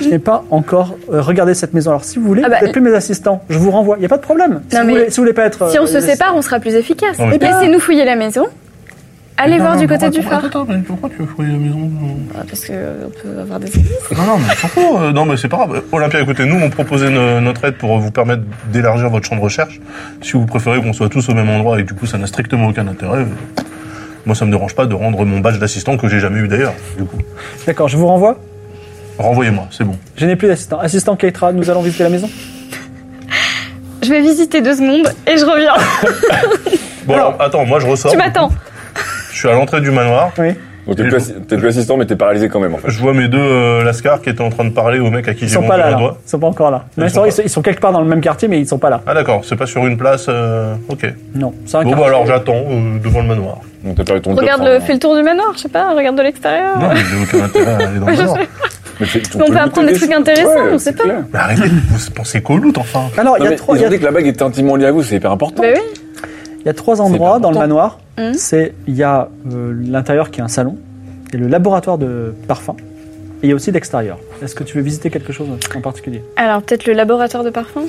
S1: je n'ai pas encore euh, regardé cette maison. Alors, si vous voulez,
S4: Ah bah,
S1: vous n'êtes plus mes assistants. Je vous renvoie. Il n'y a pas de problème. Si
S4: Non,
S1: vous
S4: mais
S1: voulez, si vous voulez pas être.
S4: Si on
S1: euh,
S4: se sépare, on sera plus efficace. Eh
S2: Non, mais-
S4: Laissez-nous fouiller la maison. Allez voir du
S2: pourquoi-
S4: côté du
S2: pourquoi-
S4: phare.
S2: Attends, mais pourquoi tu veux fouiller la maison
S4: Ah, Parce qu'on peut avoir des indices.
S2: Non, non, mais pourquoi euh, Non, mais c'est pas grave. Olympia, écoutez, nous, on proposait no- notre aide pour vous permettre d'élargir votre champ de recherche. Si vous préférez qu'on soit tous au même endroit et que du coup, ça n'a strictement aucun intérêt, euh, moi, ça me dérange pas de rendre mon badge d'assistant que j'ai jamais eu d'ailleurs. Du coup,
S1: D'accord, je vous renvoie.
S2: renvoyez-moi, c'est bon.
S1: Je n'ai plus d'assistant. Assistant Keitra, nous allons visiter la maison.
S4: Je vais visiter deux secondes et je reviens.
S2: Ah, Bon, alors, attends, moi, je ressors.
S4: tu m'attends.
S2: Je suis à l'entrée du manoir.
S1: Oui.
S3: Donc t'es plus, assi- t'es plus assistant, mais t'es paralysé quand même en fait.
S2: Je vois mes deux euh, lascars qui étaient en train de parler au mec à qui
S1: Ils
S2: j'ai
S1: sont
S2: montré
S1: pas là,
S2: le
S1: là.
S2: doigt.
S1: Ils sont pas encore là. Mais ils
S2: sont
S1: sont,
S2: pas.
S1: ils sont- ils sont quelque part dans le même quartier, mais ils sont pas là.
S2: Ah d'accord, c'est pas sur une place. euh, Ok.
S1: Non, c'est un
S2: Bon bah
S1: quartier.
S2: alors j'attends euh, devant le manoir.
S3: Donc t'as perdu ton hein. job,
S4: Regarde le,
S3: probablement.
S4: fais le tour du manoir, je sais pas, regarde de
S1: Ah.
S4: l'extérieur.
S2: Non mais j'ai aucun intérêt à aller dans le
S4: Ouais, je
S2: manoir.
S4: sais.
S3: Mais c'est-
S4: Mais on peut
S3: goûter
S4: apprendre des trucs intéressants, on
S3: c'est
S4: sait pas.
S3: clair.
S2: Mais arrêtez de vous penser qu'au loot enfin.
S1: Alors, il
S3: Non,
S1: y a
S3: mais
S1: trois- il
S3: ils
S1: y
S3: ont
S1: a-
S3: dit que la bague était intimement liée à vous, c'est hyper important.
S4: Bah oui,
S1: il y a trois
S3: hyper
S1: endroits dans le
S3: important. Hum.
S1: manoir.
S4: Mhm.
S1: C'est Il y a euh, l'intérieur qui est un salon, et le laboratoire de parfum, et il y a aussi l'extérieur. Est-ce que tu veux visiter quelque chose en particulier
S4: alors peut-être le laboratoire de parfum.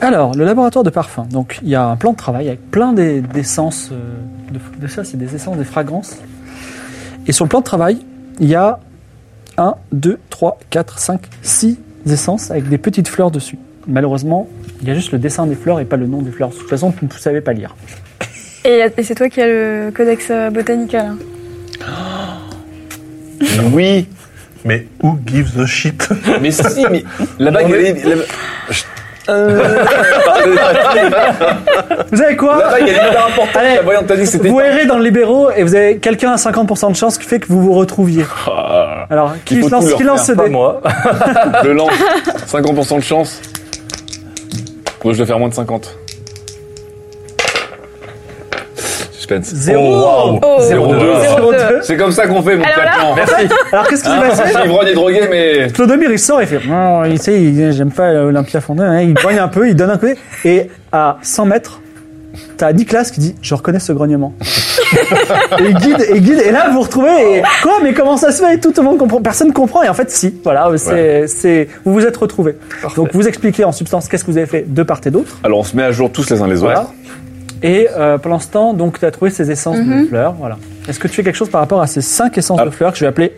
S1: Alors, le laboratoire de parfum. Donc, il y a un plan de travail avec plein des- d'essences. euh, de, de ça, c'est des essences, des fragrances. Et sur le plan de travail, il y a 1, 2, 3, 4, 5, 6 essences avec des petites fleurs dessus. Malheureusement, il y a juste le dessin des fleurs et pas le nom des fleurs. De toute façon, vous ne savez pas lire.
S4: Et, et c'est toi qui as le codex euh, botanical. hein.
S3: Oui,
S2: Mais who gives a shit
S3: mais si, mais la bague,
S2: On
S3: elle est. La... Chut. Euh, pardon, la
S1: Vous avez quoi
S3: bague, elle est hyper importante.
S1: Allez,
S3: La voyante t'a dit que c'était.
S1: Vous errez dans le libéraux et vous avez quelqu'un à 50% de chance qui fait que vous vous retrouviez.
S3: Ah,
S1: Alors, qui
S3: Il faut
S1: lance,
S3: tout leur
S1: qui lance ce
S3: faire,
S5: Pas
S1: dé
S5: moi.
S3: Je lance. 50% de chance. Moi, je dois faire moins de 50. Suspense.
S1: Zéro.
S3: Oh,
S4: Oh.
S3: wow. Zéro
S4: Zéro
S3: deux.
S4: deux.
S1: Zéro deux.
S3: C'est comme ça qu'on fait, mon
S4: Alors là-
S3: claquant. Merci.
S1: Alors, qu'est-ce qui s'est
S3: Hein,
S1: passé
S3: Je suis ivrogne et drogué, mais.
S1: Clodomir, il sort et fait Non, il sait, il- j'aime pas Olympia Fondin. hein. Il grogne un peu, il donne un coup. Et à 100 mètres, t'as Nicolas qui dit Je reconnais ce grognement. et il guide, et il guide. Et là, vous vous retrouvez. Et, Quoi Mais comment ça se fait Tout le monde comprend. Personne comprend. Et en fait, si. Voilà, c'est, c'est, vous vous êtes retrouvés. Donc, vous expliquez en substance qu'est-ce que vous avez fait de part et d'autre.
S3: Alors on se met à jour tous les uns les autres.
S1: Voilà. Et euh, pour l'instant, donc, tu as trouvé ces essences de
S4: Mhm.
S1: fleurs. Voilà. Est-ce que tu fais quelque chose par rapport à ces cinq essences
S3: Ah.
S1: de fleurs que je vais appeler,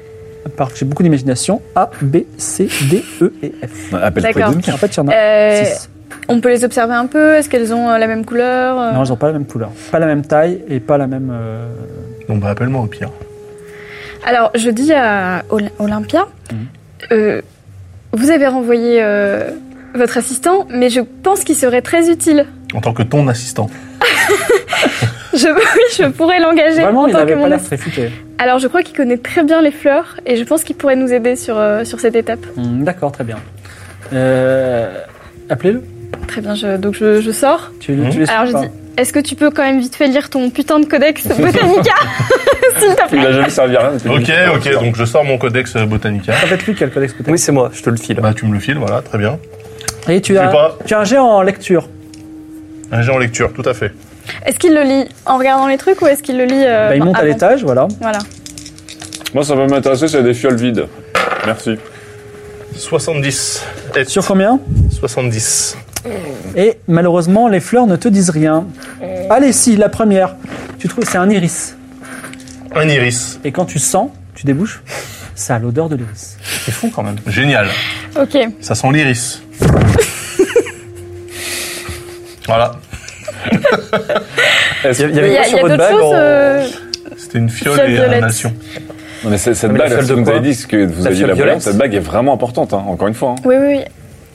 S1: parce que j'ai beaucoup d'imagination, A, B, C, D, E et F
S3: Appelle
S4: D'accord.
S3: Claudine.
S1: en fait, il y en a
S4: Euh,
S1: six.
S4: on peut les observer un peu, est-ce qu'elles ont euh, la même couleur euh
S1: Non, elles n'ont pas la même couleur, pas la même taille et pas la même. euh,
S2: Bon bah appelle-moi au pire.
S4: Alors, je dis à Oly- Olympia,
S1: Mhm.
S4: euh, vous avez renvoyé euh, votre assistant, mais je pense qu'il serait très utile.
S2: En tant que ton assistant.
S4: Je, oui, je pourrais l'engager
S1: Vraiment,
S4: en
S1: il
S4: tant que
S1: n'avait
S4: mon
S1: pas l'air
S4: ass-
S1: très futé.
S4: Alors, je crois qu'il connaît très bien les fleurs et je pense qu'il pourrait nous aider sur, euh, sur cette étape.
S1: Hum, D'accord, très bien. Euh, Appelez-le.
S4: Très bien, je- donc je, je sors.
S1: Tu, tu laisses
S4: Alors, je
S1: pas.
S4: dis, est-ce que tu peux quand même vite fait lire ton putain de codex Botanica S'il te
S3: Il
S4: plaît.
S3: a jamais servi à rien. depuis
S2: Ok,
S3: le
S2: ok,
S3: début.
S2: donc je sors mon codex euh, botanica.
S1: Ça va être lui qui a le codex peut-être.
S5: Oui, c'est moi, je te le file.
S2: Bah tu me le files, voilà, très bien.
S1: Et tu
S2: Je sais
S1: as,
S2: pas.
S1: tu as un jet en lecture.
S4: Euh,
S2: Un jet en lecture, tout à fait.
S4: Est-ce qu'il le lit en regardant les trucs ou est-ce qu'il le lit euh,
S1: Bah, il monte à
S4: avant
S1: l'étage, voilà.
S4: Voilà.
S3: Moi ça va m'intéresser, c'est des fioles vides. Merci.
S2: 70. Et
S1: Sur combien
S2: 70.
S1: Et malheureusement, les fleurs ne te disent rien. Allez, si, la première. Tu trouves, c'est un iris.
S2: Un iris.
S1: Et quand tu sens, tu débouches, ça a l'odeur de l'iris.
S5: C'est fou quand même.
S2: Génial.
S4: Ok.
S2: Ça sent l'iris. voilà.
S5: Il y a- il y
S4: Il
S5: avait
S4: y
S5: quoi
S4: a, il y
S5: sur
S4: a
S5: votre
S4: d'autres
S5: bague
S4: choses
S5: en-
S4: euh,
S2: C'était une fiole et
S4: Fiole
S2: un
S4: violette.
S2: nation.
S3: Non, mais c'est- cette
S5: Mais la
S3: bague,
S5: fiole
S3: parce
S5: de
S3: que vous
S5: quoi
S3: avez dit ce que vous
S5: La
S3: aviez
S5: fiole
S3: la
S5: violette
S3: violette, cette bague est vraiment importante, hein, encore une fois. hein.
S4: Oui, oui, oui.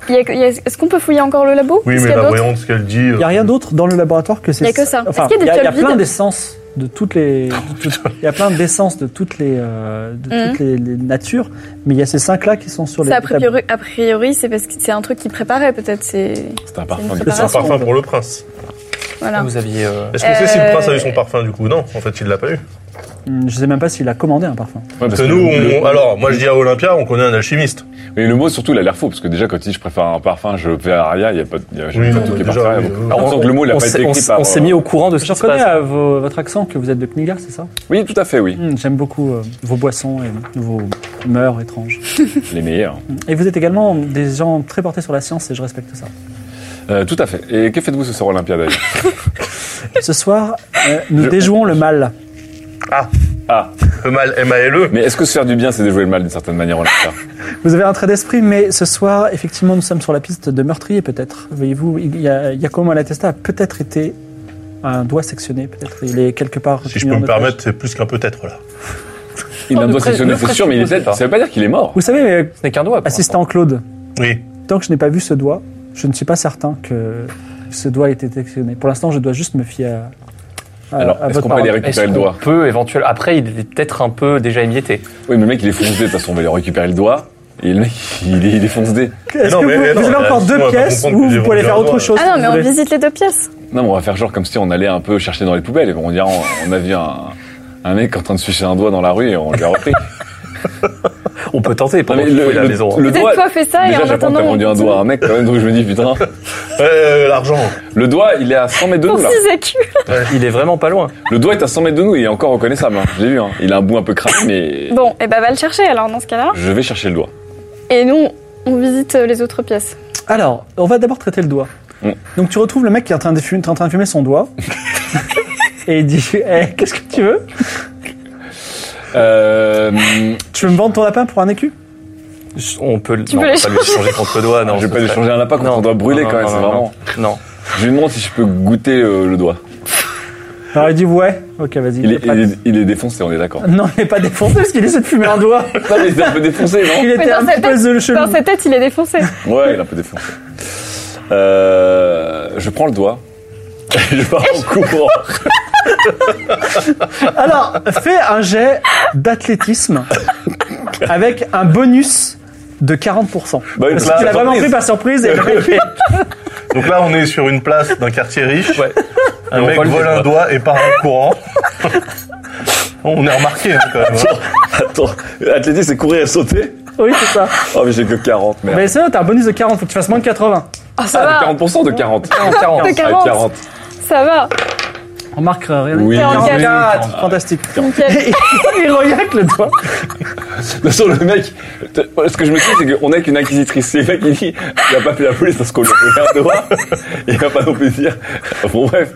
S4: Il y a que- il y a- Est-ce qu'on peut fouiller encore le labo
S2: Oui,
S4: Est-ce
S2: mais bah,
S4: qu'il y a
S2: là,
S4: d'autres
S2: voyons ce qu'elle dit. euh,
S1: Il n'y a rien d'autre dans le laboratoire que ces
S4: Il y a que ça. Est-ce
S1: Enfin,
S4: qu'il y a des
S1: il y a
S4: fioles
S1: plein
S4: vides
S1: d'essences de toutes les. de toutes- Il y a plein d'essences de toutes les, euh, de
S4: Mhm.
S1: toutes les, les natures, mais il y a ces cinq-là qui sont sur les.
S4: Ça, a
S1: tables.
S4: priori, a priori c'est parce que c'est un truc qu'il préparait peut-être. C'est
S3: C'est un parfum.
S4: C'est
S3: du-
S4: une
S2: C'est un
S4: préparation.
S2: parfum pour le prince.
S4: voilà.
S5: Vous aviez. euh,
S2: Est-ce qu'on sait si le
S4: Euh,
S2: prince a eu son parfum du coup Non, en fait, il l'a pas eu.
S1: Hum, Je sais même pas s'il a commandé un parfum.
S3: Ouais, parce
S2: Parce que
S3: que
S2: nous,
S3: le-
S2: on- alors, moi je dis à Olympia, on connaît un alchimiste.
S3: Mais le mot surtout, il a l'air faux, parce que déjà quand il dit je préfère un parfum, je fais à Aria, il y a pas, il y a, j'ai
S2: Oui,
S3: pas
S2: non,
S3: tout qui est
S2: déjà,
S3: parti à
S2: oui,
S3: Aria. Donc,
S2: oui.
S3: on sent que le mot, il a
S5: on
S3: pas
S5: s'est-
S3: été
S5: on
S3: écrit
S5: s'est-
S3: par. euh,
S5: On s'est mis au courant de ce
S1: Je
S5: qui se
S1: reconnais
S5: passe.
S1: à vos- votre accent que vous êtes de Kniga, c'est ça
S3: Oui, tout à fait, oui.
S1: Hum, J'aime beaucoup euh, vos boissons et vos mœurs étranges.
S3: Les meilleurs.
S1: Hum. Et vous êtes également des gens très portés sur la science et je respecte ça.
S3: Euh, tout à fait. Et que faites-vous ce soir Olympia d'ailleurs
S1: Ce soir, euh, nous
S3: Je-
S1: déjouons le mal.
S2: Ah,
S3: Ah.
S2: le mal, M-A-L-E.
S3: Mais est-ce que se faire du bien, c'est déjouer le mal d'une certaine manière, Olympia
S5: Oh,
S1: Vous avez un trait d'esprit, mais ce soir, effectivement, nous sommes sur la piste de meurtrier, peut-être. Voyez-vous, il y a- Giacomo Malatesta a peut-être été un doigt sectionné, peut-être. Il est quelque part.
S2: Si je
S1: retenu
S2: peux
S1: en
S2: me
S1: otage.
S2: permettre, c'est plus qu'un peut-être là.
S3: Il a un
S5: ne
S3: doigt
S5: pré-
S3: sectionné,
S5: ne
S3: c'est sûr, mais il est
S5: présupposez
S3: peut-être.
S5: pas.
S3: Ça veut pas dire qu'il est mort.
S1: Vous savez, euh,
S5: Ce n'est qu'un doigt. pour l'instant.
S1: assistant Claude,
S2: Oui.
S1: tant que je n'ai pas vu ce doigt, je ne suis pas certain que ce doigt ait été sectionné. Pour l'instant, je dois juste me fier à. à-
S3: Alors,
S1: à
S3: est-ce
S1: votre
S3: qu'on peut aller
S1: parole.
S5: Est-ce
S3: récupérer le
S5: qu'on
S3: doigt
S5: peut éventuellement. Après, il est peut-être un peu déjà émietté.
S3: Oui, mais le mec, il est foncé. De toute façon, on va lui récupérer le doigt. Et le mec, il est, il est foncé.
S1: Est-ce
S2: Non,
S1: que
S2: mais-
S1: vous,
S2: mais
S1: vous
S2: non,
S1: avez
S2: là,
S1: encore
S2: sinon, on
S1: deux
S2: va pas
S1: pièces
S2: comprendre
S1: ou
S2: que j'ai
S1: vous pouvez aller
S2: vendu
S1: faire
S2: un
S1: autre
S2: doigt.
S1: chose
S4: Ah
S1: si
S4: non, mais
S1: vous
S4: on
S1: voulez.
S4: visite les deux pièces.
S3: Non, mais on va faire genre comme si on allait un peu chercher dans les poubelles. Et on dirait, on, on a vu un, un mec en train de se ficher un doigt dans la rue et on lui a repris.
S5: On peut tenter
S3: Non,
S5: pendant
S3: mais
S5: qu'il fouille la maison. hein.
S3: le
S4: Peut-être
S3: doigt.
S4: toi fais ça et
S3: Déjà,
S4: en
S3: j'apprends que t'as
S4: attendant.
S3: vendu un doigt à un mec quand même, donc je me dis, putain,
S2: Euh, l'argent.
S3: le doigt, il est à 100 mètres de
S4: Pour
S3: nous, là.
S4: 6 écus.
S5: Il est vraiment pas loin.
S3: Le doigt est à 100 mètres de nous, il est encore reconnaissable, hein. j'ai vu. Hein. Il a un bout un peu cramé, mais
S4: Bon, et bah va le chercher alors dans ce cas-là.
S3: je vais chercher le doigt.
S4: Et nous, on visite euh, les autres pièces.
S1: Alors, on va d'abord traiter le doigt.
S3: Mm.
S1: Donc, tu retrouves le mec qui est en train de fumer, en train de fumer son doigt. Et il dit Eh, Qu'est-ce que tu veux
S3: Euh,
S1: Tu veux me vendre ton lapin pour un écu
S5: Je- On peut.
S4: Tu
S5: non,
S4: peux
S5: on
S4: les
S5: peut pas lui échanger contre le doigt. Non,
S3: je vais
S5: ce
S3: pas lui
S5: serait-
S3: changer un lapin quand
S5: Non,
S3: on doit brûler
S5: non,
S3: quand même,
S5: non,
S3: c'est
S5: non,
S3: vraiment.
S5: Non.
S3: Je lui demande si je peux goûter euh, le doigt.
S1: Alors, il dit Ouais. Ok, vas-y.
S3: Il est,
S1: prête.
S3: il est- il est défoncé, on est d'accord.
S1: Non, il n'est pas défoncé parce qu'il essaie de fumer un doigt.
S3: Non, mais il est un peu défoncé,
S1: Il
S3: non
S1: était
S4: dans
S1: un
S4: sa
S1: petit peu
S4: tête-
S1: le
S4: Dans
S1: chemin.
S4: sa tête, il est défoncé.
S3: Ouais, il est un peu défoncé. Euh, je prends le doigt. et Je pars en courant.
S1: Alors, fais un jet d'athlétisme avec un bonus de 40%.
S3: Bah oui,
S1: Parce
S3: bah,
S1: que tu l'as
S3: surprise.
S1: vraiment pris par surprise. Et le mec-
S2: Donc là, on est sur une place d'un quartier riche.
S5: Ouais.
S2: Un
S5: Et on
S2: mec
S5: vole des
S2: vole un doigt et part en courant. on est remarqué hein, quand même. hein.
S3: Attends, athlétisme, c'est courir et sauter
S1: oui, c'est ça.
S3: Oh, mais j'ai que 40, merde.
S1: Mais c'est vrai, t'as un bonus de 40, faut que tu fasses moins de 80.
S4: Ah, ça
S3: Ah,
S4: va.
S3: de 40% de 40
S5: Non, 40.
S4: De
S3: Ah,
S4: 40. Ça va.
S1: Remarque, euh, rien.
S3: Oui.
S4: 44.
S1: 44, fantastique.
S4: Nickel.
S1: Et il regarde le doigt.
S3: De toute façon, le mec, te- ce que je me dis, c'est qu'on est avec une inquisitrice. Le mec, il dit, il a pas fait la police parce qu'on lui a fait un doigt. Il va pas non plus dire. Bon, bref,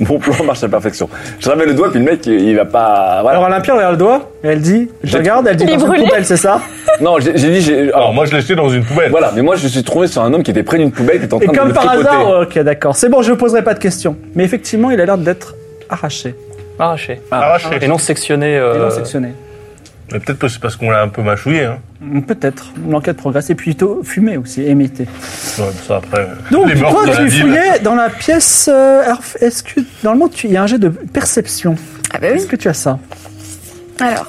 S3: mon plan marche à perfection. Je ramène le doigt, puis le mec, il va pas. Voilà.
S1: Alors Olympia regarde le doigt, et elle dit, je
S3: J'ai-
S1: regarde, elle dit,
S4: Il est
S1: dans une
S4: brûlé.
S1: poubelle, c'est ça
S3: non, j'ai j'ai dit, j'ai.
S2: Alors
S3: Alors,
S2: moi, je l'ai jeté dans une poubelle.
S3: voilà, mais moi, je suis tombé sur un homme qui était près d'une poubelle qui était en train
S1: Et comme
S3: de
S1: par
S3: tripoter.
S1: hasard, ok, d'accord. C'est bon, je ne poserai pas de questions. Mais effectivement, il a l'air d'être arraché,
S5: Arraché.
S3: Ah.
S2: Arraché.
S5: Et non sectionné.
S1: et non
S5: euh,
S1: sectionné.
S2: Mais peut-être que c'est parce qu'on l'a un peu mâchouillé. Hein.
S1: Peut-être. L'enquête progresse. Et plutôt fumé aussi, émité.
S2: Ouais, mais ça, après, euh,
S1: Donc,
S2: les
S1: toi,
S2: meurtres de la
S1: tu
S2: ville.
S1: fouillais dans la pièce. euh, alors, est-ce que. Normalement, tu- il y a un jet de perception.
S4: Ah, bah
S1: Est-ce
S4: oui.
S1: que tu as ça
S4: Alors,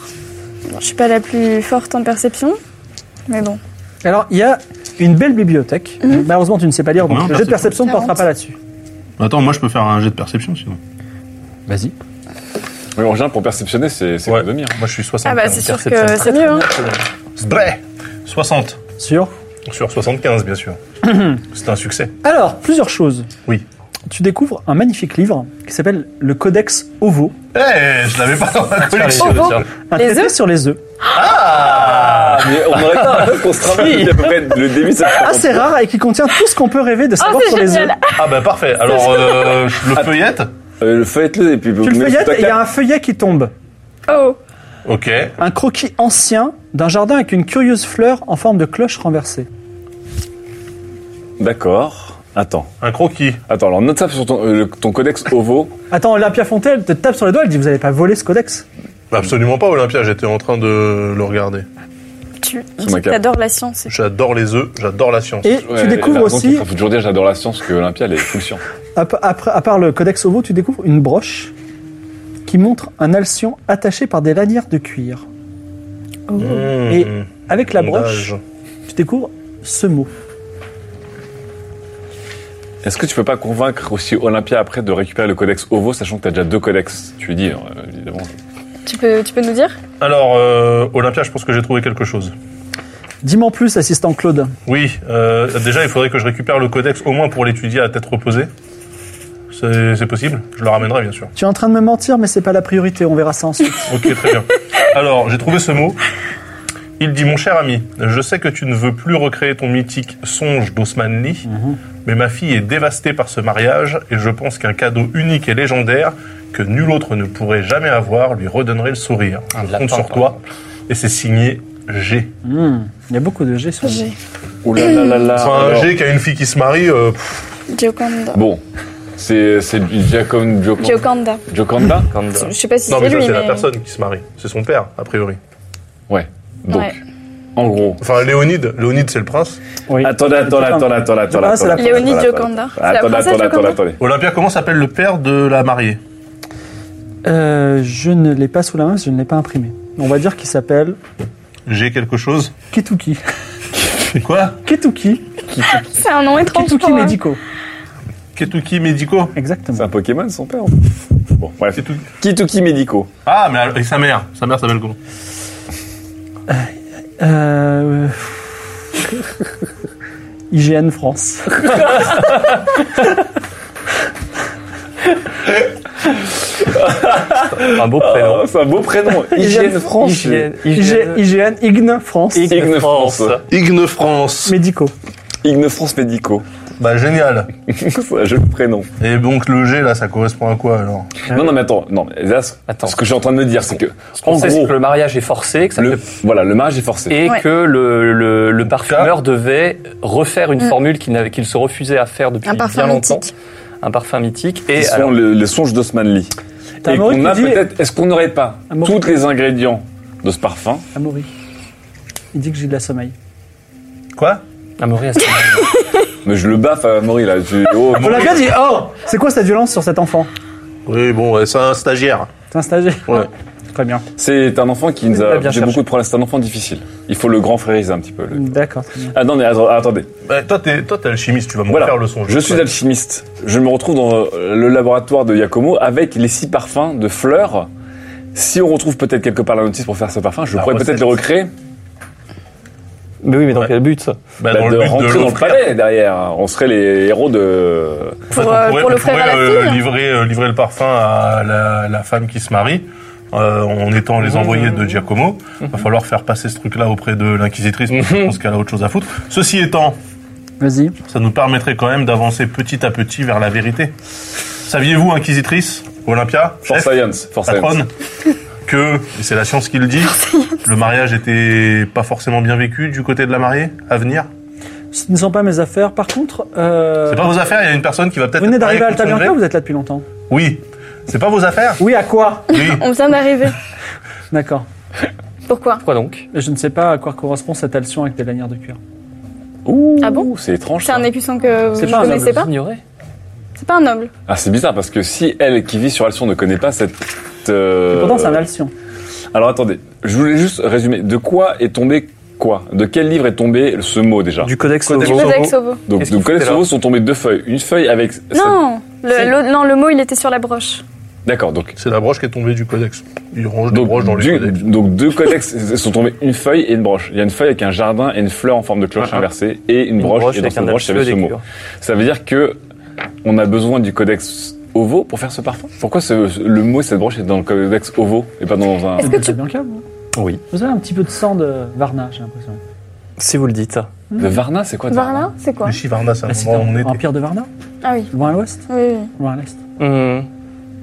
S4: bon, je suis pas la plus forte en perception, mais bon.
S1: Alors, il y a une belle bibliothèque. Malheureusement, tu ne sais pas lire, donc
S2: Combien
S1: le
S2: en
S1: jet de perception ne portera
S4: 40.
S1: pas là-dessus.
S2: Attends, moi, je peux faire un jet de perception sinon.
S1: Vas-y.
S3: Oui, en général, pour perceptionner, c'est c'est
S2: Ouais.
S3: de mire.
S2: Moi, je suis 60.
S4: Ah, bah c'est sûr que c'est mieux. hein.
S2: Vrai. 60.
S1: Sûr.
S2: Sur 75, bien sûr. C'est un succès.
S1: Alors, plusieurs choses.
S2: Oui.
S1: Tu découvres un magnifique livre qui s'appelle Le Codex Ovo,
S2: Eh, je l'avais pas dans ma collection.
S4: Oh, bon.
S5: tiens.
S1: un
S4: Les
S1: traité
S4: œufs
S1: sur les œufs.
S3: Ah, mais on aurait pas un œuf qu'on se travaille il y a à peu près le début de cette
S1: Assez rare et qui contient tout ce qu'on peut rêver de savoir
S4: Oh, c'est
S1: sur les œufs.
S4: génial.
S2: Ah, bah parfait. Alors, euh, je
S1: Ah.
S2: le feuillette
S3: Euh, Faites-le et puis vous
S1: Tu le
S3: mettez
S1: feuillettes
S3: ta
S1: et il y a
S3: carte.
S1: un feuillet qui tombe.
S4: Oh,
S2: Ok.
S1: Un croquis ancien d'un jardin avec une curieuse fleur en forme de cloche renversée.
S3: D'accord. Attends.
S2: Un croquis.
S3: Attends, alors note ça sur ton, euh, le- ton codex OVO.
S1: Attends, Olympia Fontaine te tape sur le doigt, elle dit Vous n'allez pas voler ce codex
S2: Bah, Absolument pas, Olympia. J'étais en train de le regarder.
S4: tu
S3: ma carte.
S4: adores la science.
S2: J'adore les œufs, j'adore la science.
S1: Et
S3: Ouais,
S1: tu découvres
S3: la- donc,
S1: aussi,
S3: Il faut toujours dire j'adore la science que Olympia elle est full science.
S1: à, p- après- à part le codex ovo, tu découvres une broche qui montre un alcyon attaché par des lanières de cuir. Et
S2: Mmh.
S1: avec la broche,
S2: Sondage.
S1: tu découvres ce mot.
S3: Est-ce que tu peux pas convaincre aussi Olympia après de récupérer le codex OVO sachant que t'as déjà deux codex Tu lui dis euh, évidemment.
S4: Tu peux, tu peux nous dire
S2: Alors, euh, Olympia, je pense que j'ai trouvé quelque chose.
S1: Dis-moi en plus, assistant Claude.
S2: Oui, euh, déjà, il faudrait que je récupère le codex au moins pour l'étudier à tête reposée. C'est c'est possible Je le ramènerai, bien sûr.
S1: Tu es en train de me mentir, mais c'est pas la priorité, on verra ça ensuite.
S2: Ok, très bien. Alors, j'ai trouvé ce mot. Il dit Mon cher ami, je sais que tu ne veux plus recréer ton mythique songe d'Osman Lee, mais ma fille est dévastée par ce mariage et je pense qu'un cadeau unique et légendaire que nul autre ne pourrait jamais avoir lui redonnerait le sourire.
S5: Un
S2: Je
S5: lapin,
S2: compte sur
S5: par
S2: toi. Et c'est signé G.
S1: Hmm, Il y a beaucoup de G sur le-
S3: Ouh là là là là.
S2: Enfin, un
S3: Ah, alors.
S2: G qui a une fille qui se marie, euh, pff,
S4: Gioconda.
S3: Bon, c'est c'est du Giacom Gioconda. Gioconda
S4: Gioconda. Je sais pas si
S2: non
S4: c'est
S2: mais ça
S4: lui,
S2: c'est la
S4: mais-
S2: personne qui se marie, c'est son père a priori.
S3: Donc,
S4: Ouais.
S3: en gros.
S2: Enfin Léonide, Léonide c'est le prince.
S1: Oui.
S3: Attendez, attendez, attendez, attendez, attendez.
S1: Ah, c'est la
S3: attendez,
S4: Léonie
S3: attendez,
S4: Gioconda. C'est la
S3: Attendez, attendez,
S4: princesse
S3: attendez,
S4: Gioconda.
S3: attendez.
S2: Olympia, comment s'appelle le père de la mariée
S1: Euh, je ne l'ai pas sous la main, parce que je ne l'ai pas imprimé. On va dire qu'il s'appelle
S2: G quelque chose.
S1: Ketuki.
S2: Quoi
S1: Ketuki.
S4: C'est un nom étrange.
S1: Ketuki
S4: pour euh, moi.
S1: Medico.
S2: Ketuki Médico.
S1: Exactement.
S3: C'est un Pokémon, son père. en fait. Bon, bref.
S2: Ketuki.
S3: Kituki Médico.
S2: Ah mais alors- et sa mère, sa mère s'appelle comment
S1: Euh... IGN France.
S5: Un beau prénom.
S3: Ah, c'est un beau prénom.
S1: IGN
S3: IGN France.
S5: IGN.
S1: IG- IGN Igne France.
S3: Igne France.
S2: Igne France.
S1: Médico.
S3: Igne France Médico.
S2: Bah génial.
S3: C'est un joli prénom.
S2: Et donc le G là, ça correspond à quoi alors
S3: Non, non, mais attends. Non, mais là, ce-
S5: Ah Attends.
S3: ce que je suis en train de me dire, c'est que, en
S5: On sait
S3: gros,
S5: que le mariage est forcé, que ça
S3: le,
S5: fait-
S3: voilà, le mariage est forcé.
S5: et
S4: Ouais.
S5: que le, le, le parfumeur devait refaire une
S4: Mm.
S5: formule qu'il n'avait- qu'il se refusait à faire depuis
S4: Un
S5: bien
S4: parfum
S5: longtemps.
S4: mythique.
S5: Un parfum mythique.
S3: Et
S5: Et
S3: sont
S5: alors,
S3: le- les songes d'Osman Lee.
S1: T'as
S3: Et
S1: Amaury
S3: qu'on a
S1: qui dit-
S3: peut-être. Est-ce qu'on n'aurait pas
S1: Amaury.
S3: tous les ingrédients de ce parfum
S1: Amaury. Il dit que j'ai de la sommeil.
S2: Quoi
S5: Ah, Maurice, est-ce que-
S3: Mais je le baffe à Maury là. Tu- oh,
S1: On l'a
S3: Amaury.
S1: bien dit. Oh C'est quoi cette violence sur cet enfant
S2: Oui bon, ouais, c'est un stagiaire.
S1: T'es un stagiaire Ah.
S2: Ouais.
S1: Très bien.
S3: C'est un enfant qui nous
S5: Il l'a
S3: a.
S5: bien Mm.
S3: J'ai
S5: cherché.
S3: beaucoup de problèmes. C'est un enfant difficile. Il faut le grand frériser un petit peu. le-
S1: D'accord. très bien.
S3: Ah non, mais attends- attendez.
S2: Bah, toi t'es toi t'es alchimiste, tu vas me
S3: Voilà.
S2: faire le son.
S3: Je suis alchimiste. Je me retrouve dans euh, le laboratoire de Yakomo avec les six parfums de fleurs. Si on retrouve peut-être quelque part la notice pour faire ce parfum, je
S2: La
S3: pourrais
S2: recette.
S3: peut-être le recréer.
S5: Mais oui, mais dans
S2: Ouais.
S5: quel but ça
S2: Bah,
S3: Bah,
S2: dans
S3: de
S2: le but
S3: rentrer
S2: de
S3: dans le
S2: l'offrir.
S3: palais derrière. On serait les héros de.
S2: En fait,
S4: Pour,
S2: on
S4: euh,
S2: pourrait-
S4: pour
S2: on
S4: le frère
S2: pourrait,
S4: à la
S2: euh,
S4: fille.
S2: livrer, euh, livrer le parfum à la, la femme qui se marie. euh, en étant
S4: Mmh.
S2: les envoyés de Giacomo, va falloir faire passer ce truc-là auprès de l'inquisitrice parce
S4: Mmh.
S2: que je pense qu'elle a autre chose à foutre. Ceci étant,
S1: Vas-y.
S2: ça nous permettrait quand même d'avancer petit à petit vers la vérité. Saviez-vous, inquisitrice, Olympia,
S3: For
S2: chef,
S3: Science. For Science.
S2: patronne, que, et c'est la science qui le dit, le mariage était pas forcément bien vécu du côté de la mariée à venir
S1: Ce ne sont pas mes affaires. Par contre, euh,
S2: C'est pas vos affaires, il y a une personne qui va peut-être...
S1: vous venez d'arriver à
S2: être mariée contre
S1: Altabianca
S2: son
S1: ou
S2: gré
S1: vous êtes là depuis longtemps
S2: Oui. C'est pas vos affaires
S1: Oui, à quoi
S2: Oui.
S4: On vient d'arriver.
S1: D'accord.
S4: Pourquoi
S5: Pourquoi donc
S1: Je ne sais pas à quoi correspond cette altion avec des lanières de cuir.
S3: Ouh,
S4: Ah bon
S3: C'est étrange.
S4: C'est
S3: ça.
S4: un écusson que vous
S1: C'est
S4: ne
S1: pas un
S4: connaissez
S1: noble,
S4: pas
S5: Ignoré.
S4: C'est pas un noble.
S3: Ah, c'est bizarre parce que si elle qui vit sur Alcyon ne connaît pas cette. euh,
S1: Pourtant, c'est un altion.
S3: Alors attendez, je voulais juste résumer. De quoi est tombé quoi De quel livre est tombé ce mot déjà
S5: Du codex
S2: Codex
S5: Lobo.
S2: Lobo.
S4: Codex Hobo.
S3: Donc,
S5: Qu'est-ce
S3: de
S5: qu'il
S3: Codex
S5: foutait,
S3: Lobo
S5: là
S3: sont tombées deux feuilles. Une feuille avec.
S4: Non
S5: C'est-
S4: le, l'autre- non, le mot, il était sur la broche.
S3: cette- D'accord, donc.
S2: C'est la broche qui est tombée du codex. Il range des
S3: Donc,
S2: broches dans les
S3: du-
S2: codex.
S3: donc deux codex sont tombés une feuille et une broche. Il y a une feuille avec un jardin et une fleur en forme de cloche
S5: Ah, ah.
S3: inversée et une,
S5: Une
S3: broche, et dans
S5: avec
S3: cette
S5: un
S3: broche il y avait
S5: alcieux
S3: ce
S5: des
S3: mot.
S5: cures.
S3: Ça veut dire que on a besoin du codex ovo pour faire ce parfum. Pourquoi ce- ce- le mot cette broche est dans le codex ovo et pas dans un
S4: Est-ce que tu-
S1: Altabianca, vous
S5: Oui.
S1: hein. Vous avez un petit peu de sang de Varna, j'ai l'impression.
S5: Si vous le dites.
S3: de Varna C'est quoi de
S4: Varlin, c'est quoi
S2: Le Chivarna, c'est
S1: Ah,
S2: un
S1: c'est
S2: moment où on
S1: dans
S2: était.
S1: l'empire de Varna
S4: Ah oui.
S1: Loin à l'ouest
S4: Oui, oui.
S1: Loin à l'est
S5: Hum,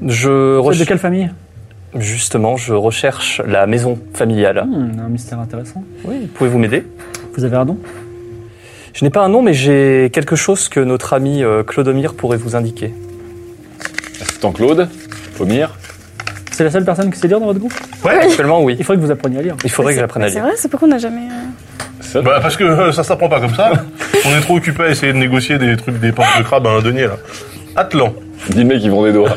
S5: Je
S1: Vous êtes De
S5: recherche.
S1: quelle famille
S5: Justement, je recherche la maison familiale.
S1: Hmm, Un mystère intéressant.
S5: Oui, pouvez-vous m'aider
S1: Vous avez un don
S5: Je n'ai pas un nom, mais j'ai quelque chose que notre ami euh, Clodomir pourrait vous indiquer.
S3: Tant Claude, Pomir.
S1: C'est la seule personne qui sait lire dans votre groupe
S5: Actuellement, oui.
S1: Il faudrait que vous appreniez à lire.
S5: Il faudrait que j'apprenne à
S4: C'est
S5: lire.
S4: vrai, c'est pourquoi on n'a jamais. euh,
S3: Ça,
S2: Bah, parce que euh, ça s'apprend pas comme ça. on est trop occupé à essayer de négocier des trucs, des pinces de crabe à un denier, là. Atlan,
S3: Dis le mec, ils vendent des doigts.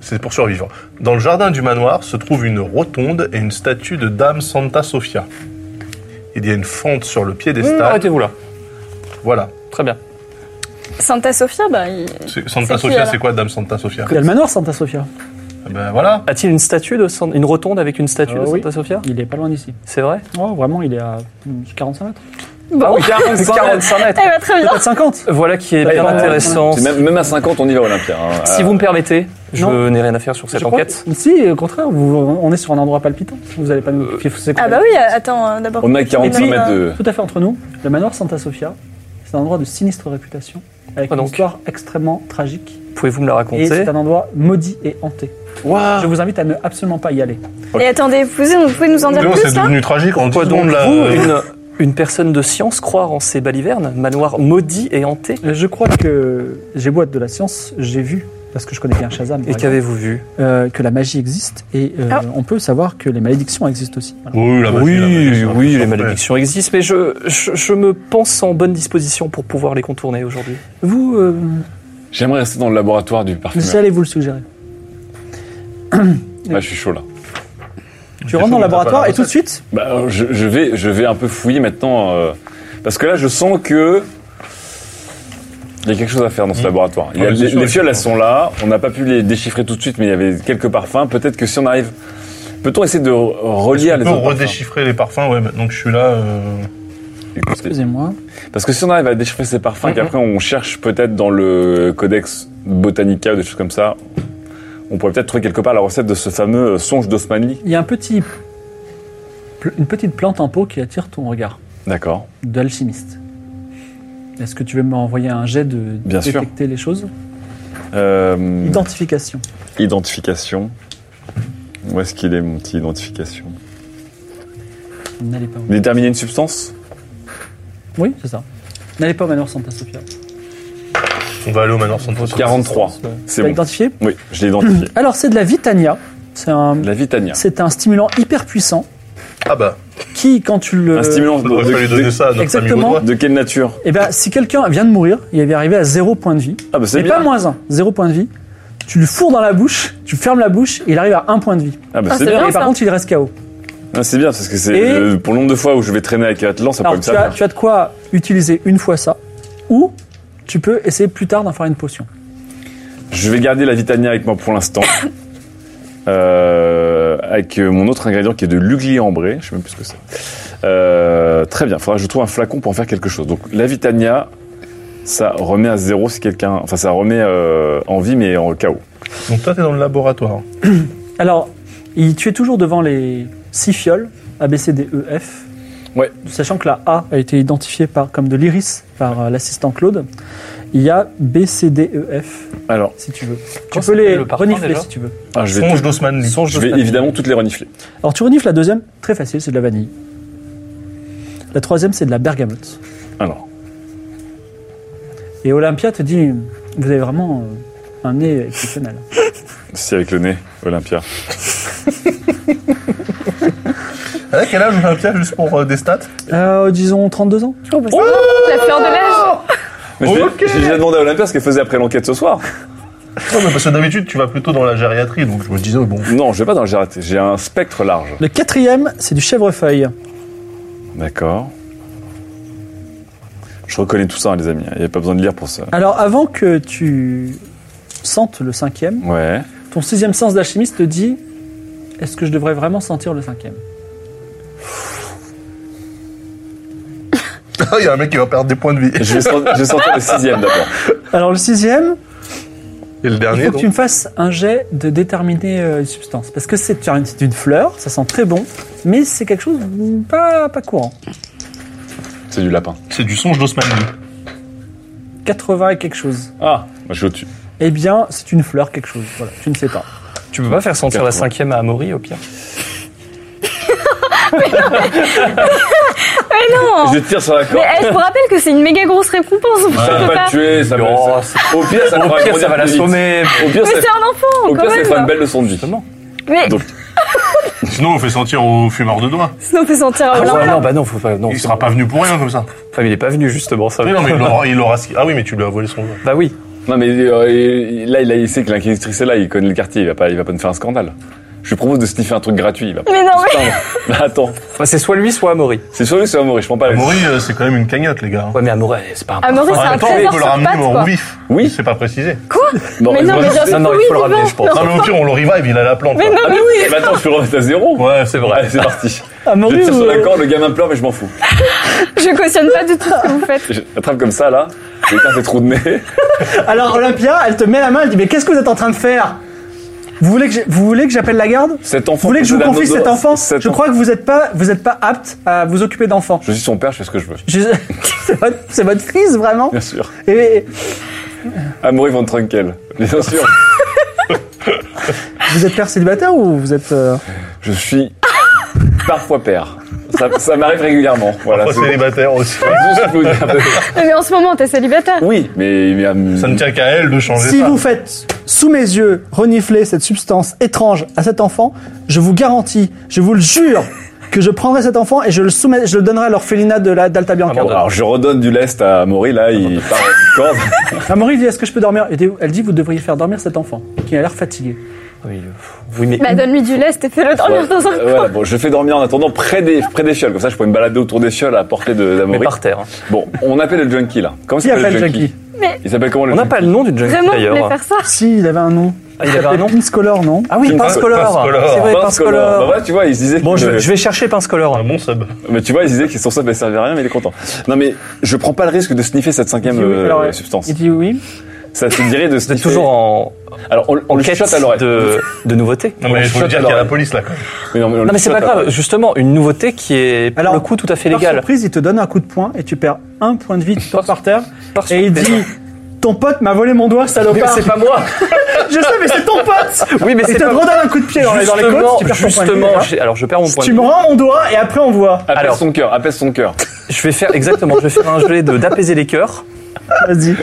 S2: c'est pour survivre. Dans le jardin du manoir se trouve une rotonde et une statue de Dame Santa Sofia. Il y a une fente sur le
S5: Hum,
S2: piédestal.
S5: Arrêtez-vous là.
S2: voilà.
S5: Très bien.
S4: Santa Sofia, bah. il-
S2: C'est- Santa
S4: qui,
S2: Sofia,
S4: alors
S2: c'est quoi Dame Santa Sofia
S1: Il y a le manoir Santa Sofia.
S2: Ben voilà.
S5: A-t-il une statue de San- une rotonde avec une statue
S1: Euh,
S5: de
S1: oui.
S5: Santa Sofia
S1: Il est pas loin d'ici.
S5: C'est vrai
S1: Oh, vraiment, il est à hmm, 45 mètres.
S4: Bon.
S5: Ah oui, 40,
S1: C'est quand même-
S5: 45 mètres.
S4: Eh bah, très bien.
S1: Peut-être 50
S5: Voilà qui est
S1: Ouais,
S5: bien
S1: ouais, ouais.
S5: intéressant.
S3: C'est Même, même à 50, on y va Olympia. hein.
S5: Si
S3: Euh,
S5: vous me permettez, je
S1: Non.
S5: n'ai rien à faire sur cette
S1: Je crois-
S5: enquête.
S1: Si, au contraire, vous- on est sur un endroit palpitant. Vous n'allez pas nous. c'est
S4: Ah bah oui, euh, attends, euh, d'abord.
S3: On a 45
S4: Et puis, euh,
S3: mètres de.
S1: Tout à fait entre nous, le manoir Santa Sofia, c'est un endroit de sinistre réputation, avec
S5: Ah
S1: une
S5: donc.
S1: histoire extrêmement tragique.
S5: Pouvez-vous me la
S1: Et
S5: raconter
S1: c'est un endroit maudit et hanté. Je vous invite à ne absolument pas y aller.
S4: Et attendez, vous pouvez, vous pouvez nous en dire
S2: Non,
S4: plus
S2: c'est
S4: là
S2: devenu tragique. On dit
S5: Pourquoi
S2: tout le monde
S5: donc
S2: là.
S5: vous,
S2: euh,
S5: une, une personne de science, croire en ces balivernes, manoir maudit et hanté
S1: Je crois que j'ai beau être de la science, j'ai vu, parce que je connais bien Shazam, par
S5: Et
S1: exemple,
S5: qu'avez-vous vu
S1: euh, que la magie existe et euh,
S4: Ah.
S1: on peut savoir que les malédictions existent aussi. Voilà.
S2: Oui, la magie, la magie,
S5: Oui,
S2: Ah bah, c'est
S5: oui, les
S2: important.
S5: malédictions existent, mais je, je, je me pense en bonne disposition pour pouvoir les contourner aujourd'hui.
S1: Vous, euh,
S3: J'aimerais rester dans le laboratoire du parfum.
S1: vous allez vous le suggérer.
S3: Là, je suis chaud là.
S1: Tu rentres dans le
S2: chaud, mais t'as pas
S1: laboratoire
S2: la
S1: et tout de
S2: recette.
S1: suite,
S3: Bah, euh, je, je vais, je vais un peu fouiller maintenant. euh, parce que là, je sens que. Il y a quelque chose à faire dans ce
S2: Mmh.
S3: laboratoire. Il y a
S2: Ouais, c'est
S3: les,
S2: sûr,
S3: les fioles,
S2: c'est
S3: elles
S2: sûr.
S3: sont là. On n'a pas pu les déchiffrer tout de suite, mais il y avait quelques parfums. Peut-être que si on arrive. Peut-on essayer de re-
S2: Est-ce
S3: relire
S2: qu'on
S3: les
S2: peut
S3: autres parfums
S2: redéchiffrer les parfums, ouais, maintenant que je suis là. euh,
S3: Écoutez,
S1: excusez-moi,
S3: Parce que si on arrive à déchiffrer ces parfums,
S2: Hmm.
S5: Mhm.
S3: qu'après on cherche peut-être dans le codex Botanica, des choses comme ça, on pourrait peut-être trouver quelque part la recette de ce fameux euh, songe d'Osmanli.
S1: il y a un petit, pl- une petite plante en pot qui attire ton regard
S3: D'accord.
S1: d'alchimiste. Est-ce que tu veux m'envoyer un jet de
S3: Bien sûr.
S1: détecter les choses
S3: Euh,
S1: Identification.
S3: identification. Où est-ce qu'il est mon petit identification
S1: N'allez pas au
S3: Déterminer une substance
S1: Oui, c'est ça. N'allez pas au manoir Santa Sofia.
S2: On va aller au manoir Santos.
S3: 43. C'est
S1: T'as
S3: bon.
S1: identifié
S3: Oui, je l'ai identifié.
S1: Alors, c'est de la Vitania. C'est un,
S3: La vitania.
S1: c'est un stimulant hyper puissant
S2: Ah bah,
S1: qui, quand tu le.
S3: Un stimulant
S2: on
S3: de,
S2: aurait fallu
S3: de-
S2: donner ça à notre ami
S1: Exactement.
S2: Baudouin.
S3: de quelle nature
S1: Eh ben, si quelqu'un vient de mourir, il est arrivé à zéro point de vie.
S3: Ah bah c'est
S1: Mais
S3: bien.
S1: pas moins un, zéro point de vie. Tu le fourres dans la bouche, tu fermes la bouche, et il arrive à un point de vie.
S3: Ah bah
S4: Ah,
S3: c'est
S4: c'est
S3: bien.
S4: bien.
S1: Et par
S4: ça.
S1: contre, il reste KO.
S3: Ah, c'est bien parce que c'est
S1: Et-
S3: euh, pour le nombre de fois où je vais traîner avec Atlan, ça peut
S1: Alors,
S3: me
S1: tu as,
S3: servir.
S1: tu as de quoi utiliser une fois ça, ou tu peux essayer plus tard d'en faire une potion.
S3: Je vais garder la Vitania avec moi pour l'instant. Euh, avec euh, mon autre ingrédient qui est de l'ugli ambré, je sais même plus ce que c'est. Euh, très bien, faudra que je trouve un flacon pour en faire quelque chose. Donc la Vitania, ça remet à zéro si quelqu'un. Enfin, ça remet euh, en vie mais en chaos.
S2: Donc toi, t'es dans le laboratoire.
S1: Alors, il- tu es toujours devant les six fioles, A, B, C, D, E, F.
S3: Ouais.
S1: Sachant que la A a été identifiée par, comme de l'iris par euh, l'assistant Claude. Il y a B, C, D, E, F,
S3: Alors,
S1: si tu veux. Tu
S5: Comment
S1: peux les
S5: s'appelle le parfum,
S1: renifler
S5: déjà
S1: si tu veux.
S3: ah, je vais,
S2: Songe d'Osmanli.
S3: tout- je vais évidemment toutes les renifler.
S1: Alors, tu renifles la deuxième, très facile, c'est de la vanille. La troisième, c'est de la bergamote.
S3: Alors,
S1: Et Olympia te dit Vous avez vraiment euh, un nez exceptionnel.
S3: si avec le nez, Olympia.
S2: Elle a Ah, quel âge Olympia, juste pour euh, des stats
S1: Euh, disons 32 ans
S4: Oh, bah, ça va, La fleur de
S5: Oh,
S4: l'âge
S3: Mais je vais- j'ai déjà demandé à Olympia ce qu'elle faisait après l'enquête ce soir.
S2: Non, mais parce que d'habitude, tu vas plutôt dans la gériatrie, donc je me disais, oh, bon.
S3: Non, je vais pas dans le Gérard, j'ai un spectre large.
S1: Le quatrième, c'est du chèvrefeuille.
S3: D'accord. Je reconnais tout ça, hein, les amis. Il n'y a pas besoin de lire pour ça.
S1: Alors, avant que tu sentes le cinquième,
S3: Ouais.
S1: Ton sixième sens d'alchimiste te dit Est-ce que je devrais vraiment sentir le cinquième
S2: Ah, Il y a un mec qui va perdre des points de vie.
S3: Je vais, sent- je vais sentir le sixième d'abord.
S1: Alors, le sixième,
S2: Et le
S1: il
S2: dernier,
S1: faut que
S2: donc.
S1: tu me fasses un jet de déterminer euh, les substances. Parce que c'est une, c'est une fleur, ça sent très bon, mais c'est quelque chose de pas, pas courant.
S3: C'est du lapin.
S2: C'est du songe d'Osmanli.
S1: 80 et quelque chose.
S3: Ah, moi, je suis au-dessus.
S1: Eh bien, c'est une fleur quelque chose. Voilà, tu ne sais pas.
S5: Tu peux pas faire sentir la
S3: Quatre-vingts.
S5: cinquième à Amaury, au pire
S3: Je tire sur la
S4: Mais
S3: corde.
S4: eh, je vous rappelle que c'est une méga grosse récompense, je
S3: Ça
S5: bah,
S4: peux
S3: va pas
S4: pas.
S3: le tuer, ça va.
S5: Oh,
S3: ça- Au pire, ça,
S5: Au
S3: fera
S5: pire,
S3: grandir
S5: ça va
S3: plus vite.
S5: l'assommer
S3: Au pire,
S4: Mais
S3: ça,
S4: c'est un enfant,
S3: au
S4: quand
S3: pire, ça fera une
S4: même
S3: belle leçon de vie.
S4: Mais
S3: Donc-
S2: Sinon, on fait sentir au fumeur de doigts.
S4: sinon on peut sentir à
S5: Ah,
S4: Olympia.
S5: ouais, non, bah non, faut pas. Non,
S2: Il sera pas venu pour rien comme ça.
S5: Enfin, il est pas venu, justement, ça.
S2: Mais non, mais il aura, il aura. Ah oui, mais tu lui as volé son doigt.
S5: Bah oui.
S3: Non, mais euh, il- là, il, a- il sait que l'inquisitrice est là, il connaît le quartier, il va pas, il va pas nous faire un scandale. Je lui propose de sniffer un truc gratuit, il va pas.
S4: Mais non, mais.
S3: Putain, bah, attends,
S5: Bah, c'est soit lui, soit Amaury.
S3: c'est sur lui, Bah, c'est Amaury, je prends pas la
S2: Amaury, euh, c'est quand même une cagnotte, les gars. Ah,
S5: Ouais, mais Amaury, c'est pas un.
S4: Amaury,
S5: parfum.
S4: c'est un
S2: Attends,
S4: trésor
S2: on peut le
S4: sur
S2: ramener
S4: pattes,
S2: mais en
S4: quoi.
S2: vif.
S3: Oui.
S2: C'est pas précisé.
S3: Bon,
S4: Mais non,
S3: vas-y.
S4: mais genre,
S5: Non, non, il faut le
S4: oui,
S5: ramener,
S4: vivant.
S5: je pense.
S2: Non, mais au pire, on le revive, il a la plante.
S4: Mais
S2: quoi.
S4: non, mais
S3: Eh ben, attends, je peux le remettre à zéro.
S2: Ouais, c'est vrai.
S3: Allez, c'est parti. Je
S1: Amaury
S3: tire sur la
S1: ou...
S3: corde, le gamin pleure, mais je m'en fous.
S4: je cautionne pas du tout ce que vous faites.
S3: Je l'attrape comme ça, là, j'éteins ses trous de nez.
S1: Alors, Olympia, elle te met la main, elle dit Mais qu'est-ce que vous êtes en train de faire vous voulez, que j'ai- vous voulez que j'appelle la garde
S3: Cet enfant.
S1: Vous voulez que je vous
S3: la-
S1: confie cet enfant Je
S3: enfant-
S1: crois que vous n'êtes pas, vous êtes pas apte à vous occuper d'enfants.
S3: Je suis son père, je fais ce que je veux.
S1: Je- C'est votre, c'est votre fils, vraiment
S3: Bien sûr.
S1: Et
S3: Amaury Van Trunkel. Bien sûr.
S1: Vous êtes père célibataire ou vous êtes. euh,
S3: Je suis parfois père. Ça, ça m'arrive régulièrement. Voilà.
S2: Parfois
S3: c'est-
S2: célibataire aussi.
S3: c'est tout ce que je peux vous dire.
S4: Mais en ce moment, t'es célibataire.
S3: Oui, mais, mais, euh,
S2: Ça ne tient qu'à elle de changer
S1: Si
S2: ça.
S1: vous faites, sous mes yeux, renifler cette substance étrange à cet enfant, je vous garantis, je vous le jure, que je prendrai cet enfant et je le, soumets, je le donnerai à l'orphelinat de la- d'Alta Bianca.
S3: Ah Bon, bah, alors je redonne du lest à Amaury, là, il part en corde.
S1: Amaury Ah, dit Est-ce que je peux dormir Elle dit- Elle dit Vous devriez faire dormir cet enfant, qui a l'air fatigué.
S5: Oui, euh, oui, mais
S4: Bah, donne-lui du lest et fais-le dormir
S3: Ouais,
S4: Ah, dans un
S3: euh, voilà, bon, je fais dormir en attendant près des, près des fioles, comme ça je pourrais me balader autour des fioles à portée de-
S5: mais
S3: d'Amaury.
S5: par terre. hein.
S3: Bon, on appelle le junkie là. Comment
S1: Qui appelle Junkie
S3: Il s'appelle comment le
S5: On n'a
S3: junkie
S5: pas le nom du junkie
S4: Vraiment, vous voulez
S5: d'ailleurs.
S4: faire ça
S1: Si, il avait un nom.
S5: Ah, il avait un nom
S1: Pince Color, non
S5: Ah oui,
S3: Pince-
S5: Pince Color.
S2: Pince-Color.
S5: C'est vrai, Pince
S3: Color. Bah
S5: Color.
S3: ouais, tu vois, il se disait
S5: Bon,
S3: que-
S5: je vais, je vais chercher Pince
S2: Un
S5: Color.
S2: Ah, bon sub.
S3: Mais tu vois, il se disait que son sub ne servait à rien, mais il est content. Non mais je prends pas le risque de sniffer cette cinquième
S1: Il dit oui,
S3: euh,
S1: alors, ouais.
S3: substance.
S1: Il dit Oui.
S3: Ça te dirait de
S5: Vous êtes
S3: sniffer.
S5: toujours en,
S3: Alors on, on
S5: en
S3: le
S5: quête
S3: chuchote à l'oreille.
S5: de, de nouveautés.
S2: Non, mais il faut lui
S3: choque
S2: dire
S3: à
S2: qu'il y a la
S3: l'oreille.
S2: police là. quoi.
S3: Mais non, mais, on
S5: Non
S3: le
S5: mais c'est
S3: chuchote
S5: pas
S3: à
S5: grave,
S3: l'oreille.
S5: justement une nouveauté qui est pour
S1: Alors,
S5: le coup tout à fait
S1: Par
S5: légale.
S1: surprise, il te donne un coup de poing et tu perds un point de vie, tu tombes par terre.
S5: Par
S1: Et il
S5: surprise.
S1: dit Ton pote m'a volé mon doigt,
S5: Mais
S1: salopard.
S5: c'est pas moi.
S1: Je sais, mais c'est ton pote
S5: Oui mais
S1: Il
S5: c'est
S1: te
S5: pas moi.
S1: redonne un coup de pied dans les dans les côtes, tu perds ton point de vie,
S5: justement,
S1: hein.
S5: j'ai- alors je perds mon point.
S1: Tu
S5: de
S1: me
S5: vue.
S1: rends mon doigt et après on voit.
S3: Apaise
S5: Alors-
S3: son cœur, apaise son cœur.
S5: Je vais faire exactement, je vais faire un jeu de d'apaiser les cœurs.
S1: Vas-y.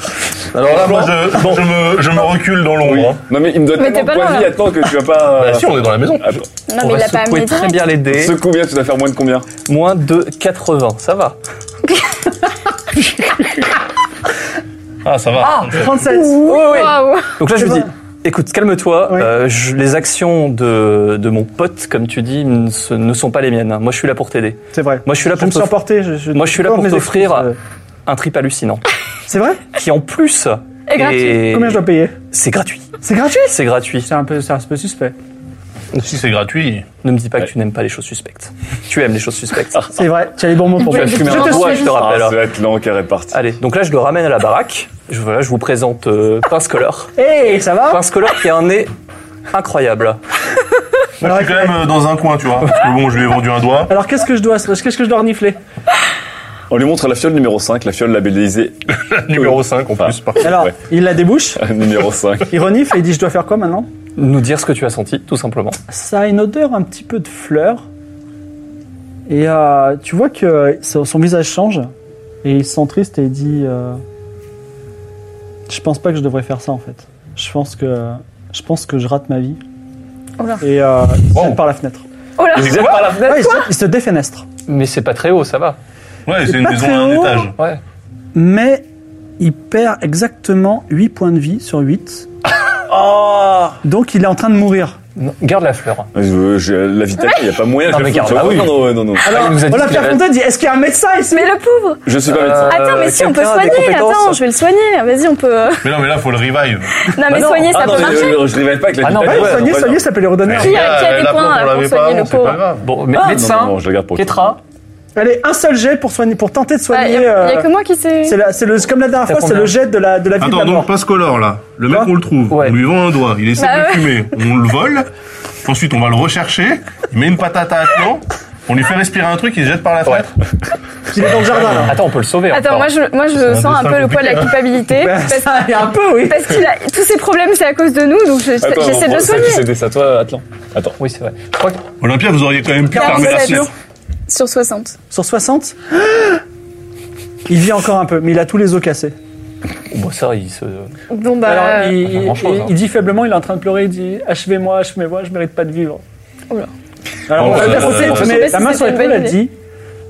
S5: Alors là,
S2: Moi, je, je me, je me recule dans l'ombre. hein.
S3: Non mais il me donne
S4: Mais t'es
S3: tellement de
S4: pas
S3: points de
S4: là,
S3: vie,
S4: là.
S3: attends que tu vas pas. euh,
S2: Bah, si, on est dans la maison.
S3: Attends,
S4: Non,
S5: on
S4: mais il
S5: va
S4: a pas
S5: secouer
S4: amené
S5: très
S4: direct.
S5: bien les dés.
S3: ce combien tu dois faire moins de combien
S5: Moins de 80, ça va.
S2: Ah, ça va.
S1: 37.
S4: Waouh.
S5: Donc là,
S1: C'est
S5: je lui dis,
S1: bon.
S5: écoute, calme-toi.
S1: Oui.
S5: euh, je- les actions de, de mon pote, comme tu dis, ne se- ne sont pas les miennes. hein. Moi, je suis là pour t'aider.
S1: C'est vrai.
S5: Moi, je suis là
S1: Je
S5: pour
S1: me suis
S5: t'offrir
S1: emporté. Je,
S5: Moi, je suis là
S1: porte mes
S5: pour t'offrir-
S1: excuses.
S5: un trip hallucinant.
S1: C'est vrai
S5: qui, en plus,
S4: Et gratuit.
S5: est-
S1: Combien je dois payer
S5: C'est gratuit.
S1: C'est gratuit
S5: C'est gratuit.
S1: C'est un peu, c'est un peu suspect.
S2: Si c'est gratuit.
S5: Ne me dis pas que tu n'aimes pas les choses suspectes. Tu aimes les choses suspectes.
S1: C'est vrai. Tu as les bons mots pour
S5: Tu
S1: moi.
S5: vas fumer
S1: Je
S5: un
S1: te
S5: doigt,
S1: suis.
S5: je te
S3: Ah,
S5: rappelle.
S3: ça va être lent qui est parti.
S5: Allez, donc là, je le ramène à la baraque. Je, voilà, je vous présente euh, Pince Color.
S1: Hey, ça va
S5: Pince Color qui a un nez incroyable.
S2: Moi, je suis quand même euh, dans un coin, tu vois. Parce que bon, je lui ai vendu un doigt.
S1: Alors qu'est-ce que je dois Qu'est-ce que je dois renifler
S3: On lui montre la fiole numéro 5, la fiole labellisée
S2: Numéro 5 en
S3: Enfin,
S2: plus. parfait.
S1: Alors,
S3: Ouais.
S1: il la débouche,
S3: numéro 5.
S1: il renifle et il dit je dois faire quoi maintenant
S5: Nous dire ce que tu as senti, tout simplement.
S1: Ça a une odeur un petit peu de fleurs. Et euh, tu vois que son, son visage change. Et il se sent triste et il dit euh, Je pense pas que je devrais faire ça en fait. Je pense que je, pense que je rate ma vie.
S4: Oh là.
S1: Et euh, il
S2: Wow.
S1: saute par la fenêtre.
S4: Oh là.
S5: Vous êtes par la
S1: Ouais,
S5: fenêtre
S1: il, se, il se défenestre.
S5: Mais c'est pas très haut, ça va.
S2: Ouais, c'est une
S4: Ah,
S1: pas
S2: maison
S1: très
S2: à un
S1: haut.
S2: étage.
S5: Ouais.
S1: Mais il perd exactement 8 points de vie sur 8.
S3: Oh
S1: Donc il est en train de mourir.
S5: Non, garde la fleur.
S3: la vitalité, il n'y a pas moyen.
S5: Non,
S3: je
S5: mais
S3: vais
S5: garde,
S3: foutre.
S5: bah oui.
S3: Non, non, Ah non, non.
S5: Alors, nous a dit
S1: On l'a
S5: qu'il
S1: Pierre
S5: avait-
S1: Fontaine dit Est-ce qu'il y a un médecin ici
S4: Mais le pauvre
S3: Je suis pas médecin.
S5: Euh,
S4: Attends, mais si, on peut
S5: quelqu'un a des
S4: soigner.
S5: compétences
S4: Attends, je vais le soigner. Vas-y, on peut. euh,
S2: Mais non, mais là, faut le revive.
S4: Non, mais
S1: Bah
S5: non.
S4: soigner,
S3: Ah
S4: ça
S3: non,
S4: peut
S3: mais
S4: marcher.
S3: je, je révèle pas avec la
S5: Ah non,
S3: vitalité.
S5: bah ouais,
S3: non,
S1: Soigner,
S3: bah
S1: soigner,
S3: non.
S1: ça peut lui redonner. un-
S4: Qui a- qui a des
S2: là,
S4: points,
S2: Ah, on
S4: là, pour
S2: l'avait
S4: soigner
S2: pas,
S4: le
S2: on sait
S4: pauvre.
S2: pas grave.
S5: Bon, mais
S3: Ah Non,
S5: médecin,
S3: non, non, je regarde pour le
S5: Ketra,
S1: Allez, un seul jet pour soigner, pour tenter de
S4: Il
S1: soigner.
S4: n'y a, Bah, y
S1: euh,
S4: a que moi qui sais.
S1: C'est la- c'est le, c'est comme la dernière
S5: T'as
S1: fois, c'est
S5: combien
S1: le jet de la, de la vie de
S2: Attends,
S1: la mort.
S2: donc passe color là. Le mec,
S1: Quoi
S2: on le trouve.
S5: Ouais.
S2: On lui vend un doigt. Il essaie
S4: Bah
S2: de le fumer. On le vole. Ensuite, on va le rechercher. Il met une patate à Atlan. On lui fait respirer un truc, il se jette par la fenêtre.
S1: Il est dans le jardin, là.
S5: Attends, on peut le sauver.
S4: Attends,
S5: encore.
S4: moi je, moi, je
S2: un
S4: sens un
S2: dessin
S4: peu le poids de la
S2: compliqué,
S4: culpabilité. parce
S1: Ça, il y a un peu, oui.
S4: parce qu'il a tous ces problèmes, c'est à cause de nous, donc je-
S3: Attends,
S4: j'essaie de
S3: on-
S4: le
S3: ça,
S4: soigner.
S3: C'était ça, toi, Atlan. Attends.
S5: Oui, c'est vrai. Je crois que
S2: Olympia, vous auriez quand même pu fermer la
S4: 47
S2: fenêtre.
S4: sur 60.
S1: Sur 60 Il vit encore un peu, mais il a tous les os cassés.
S5: bon, ça, il se.
S4: Bon bah.
S1: Alors, il,
S5: pas
S1: il-
S5: grand-chose,
S1: il-
S5: hein.
S1: il dit faiblement, il est en train de pleurer, il dit Achevez-moi, achevez-moi, je mérite pas de vivre.
S4: Oula.
S1: Alors,
S2: Oh,
S1: on va
S2: ça,
S1: dire,
S2: ça,
S1: c'est-
S2: ça,
S1: tu mets
S4: ça,
S1: la
S4: ça,
S1: main
S4: ça,
S1: sur
S4: c'est une
S1: l'épaule,
S4: bonne
S1: elle dit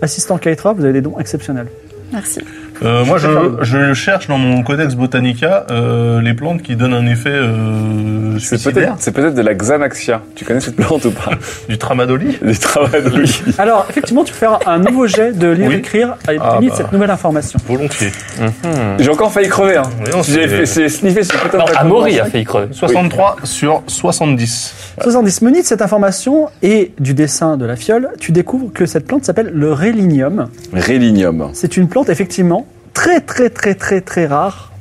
S1: Assistant Kaitra, vous avez des dons exceptionnels.
S4: Merci.
S2: Euh, moi, je, je cherche dans mon codex botanica euh, les plantes qui donnent un effet euh,
S3: C'est
S2: suicidaire.
S3: peut-être c'est peut-être de la Xanaxia. Tu connais cette plante ou pas
S2: Du tramadoli.
S3: Les travadouilles.
S1: Alors, effectivement, tu peux faire un nouveau jet de lire
S2: Oui.
S1: écrire à
S2: Ah,
S1: l'épidémie de
S2: bah.
S1: cette nouvelle information.
S2: Volontiers.
S3: J'ai encore failli crever. Hein.
S2: Oui, on s'est-
S3: J'ai fait- j'ai sniffé ce putain
S5: Non,
S3: de
S5: Amaury a failli crever.
S2: 63 sur 70.
S1: 70 minutes, cette information et du dessin de la fiole, tu découvres que cette plante s'appelle le rélinium.
S3: Rélinium.
S1: C'est une plante effectivement très très très très très rare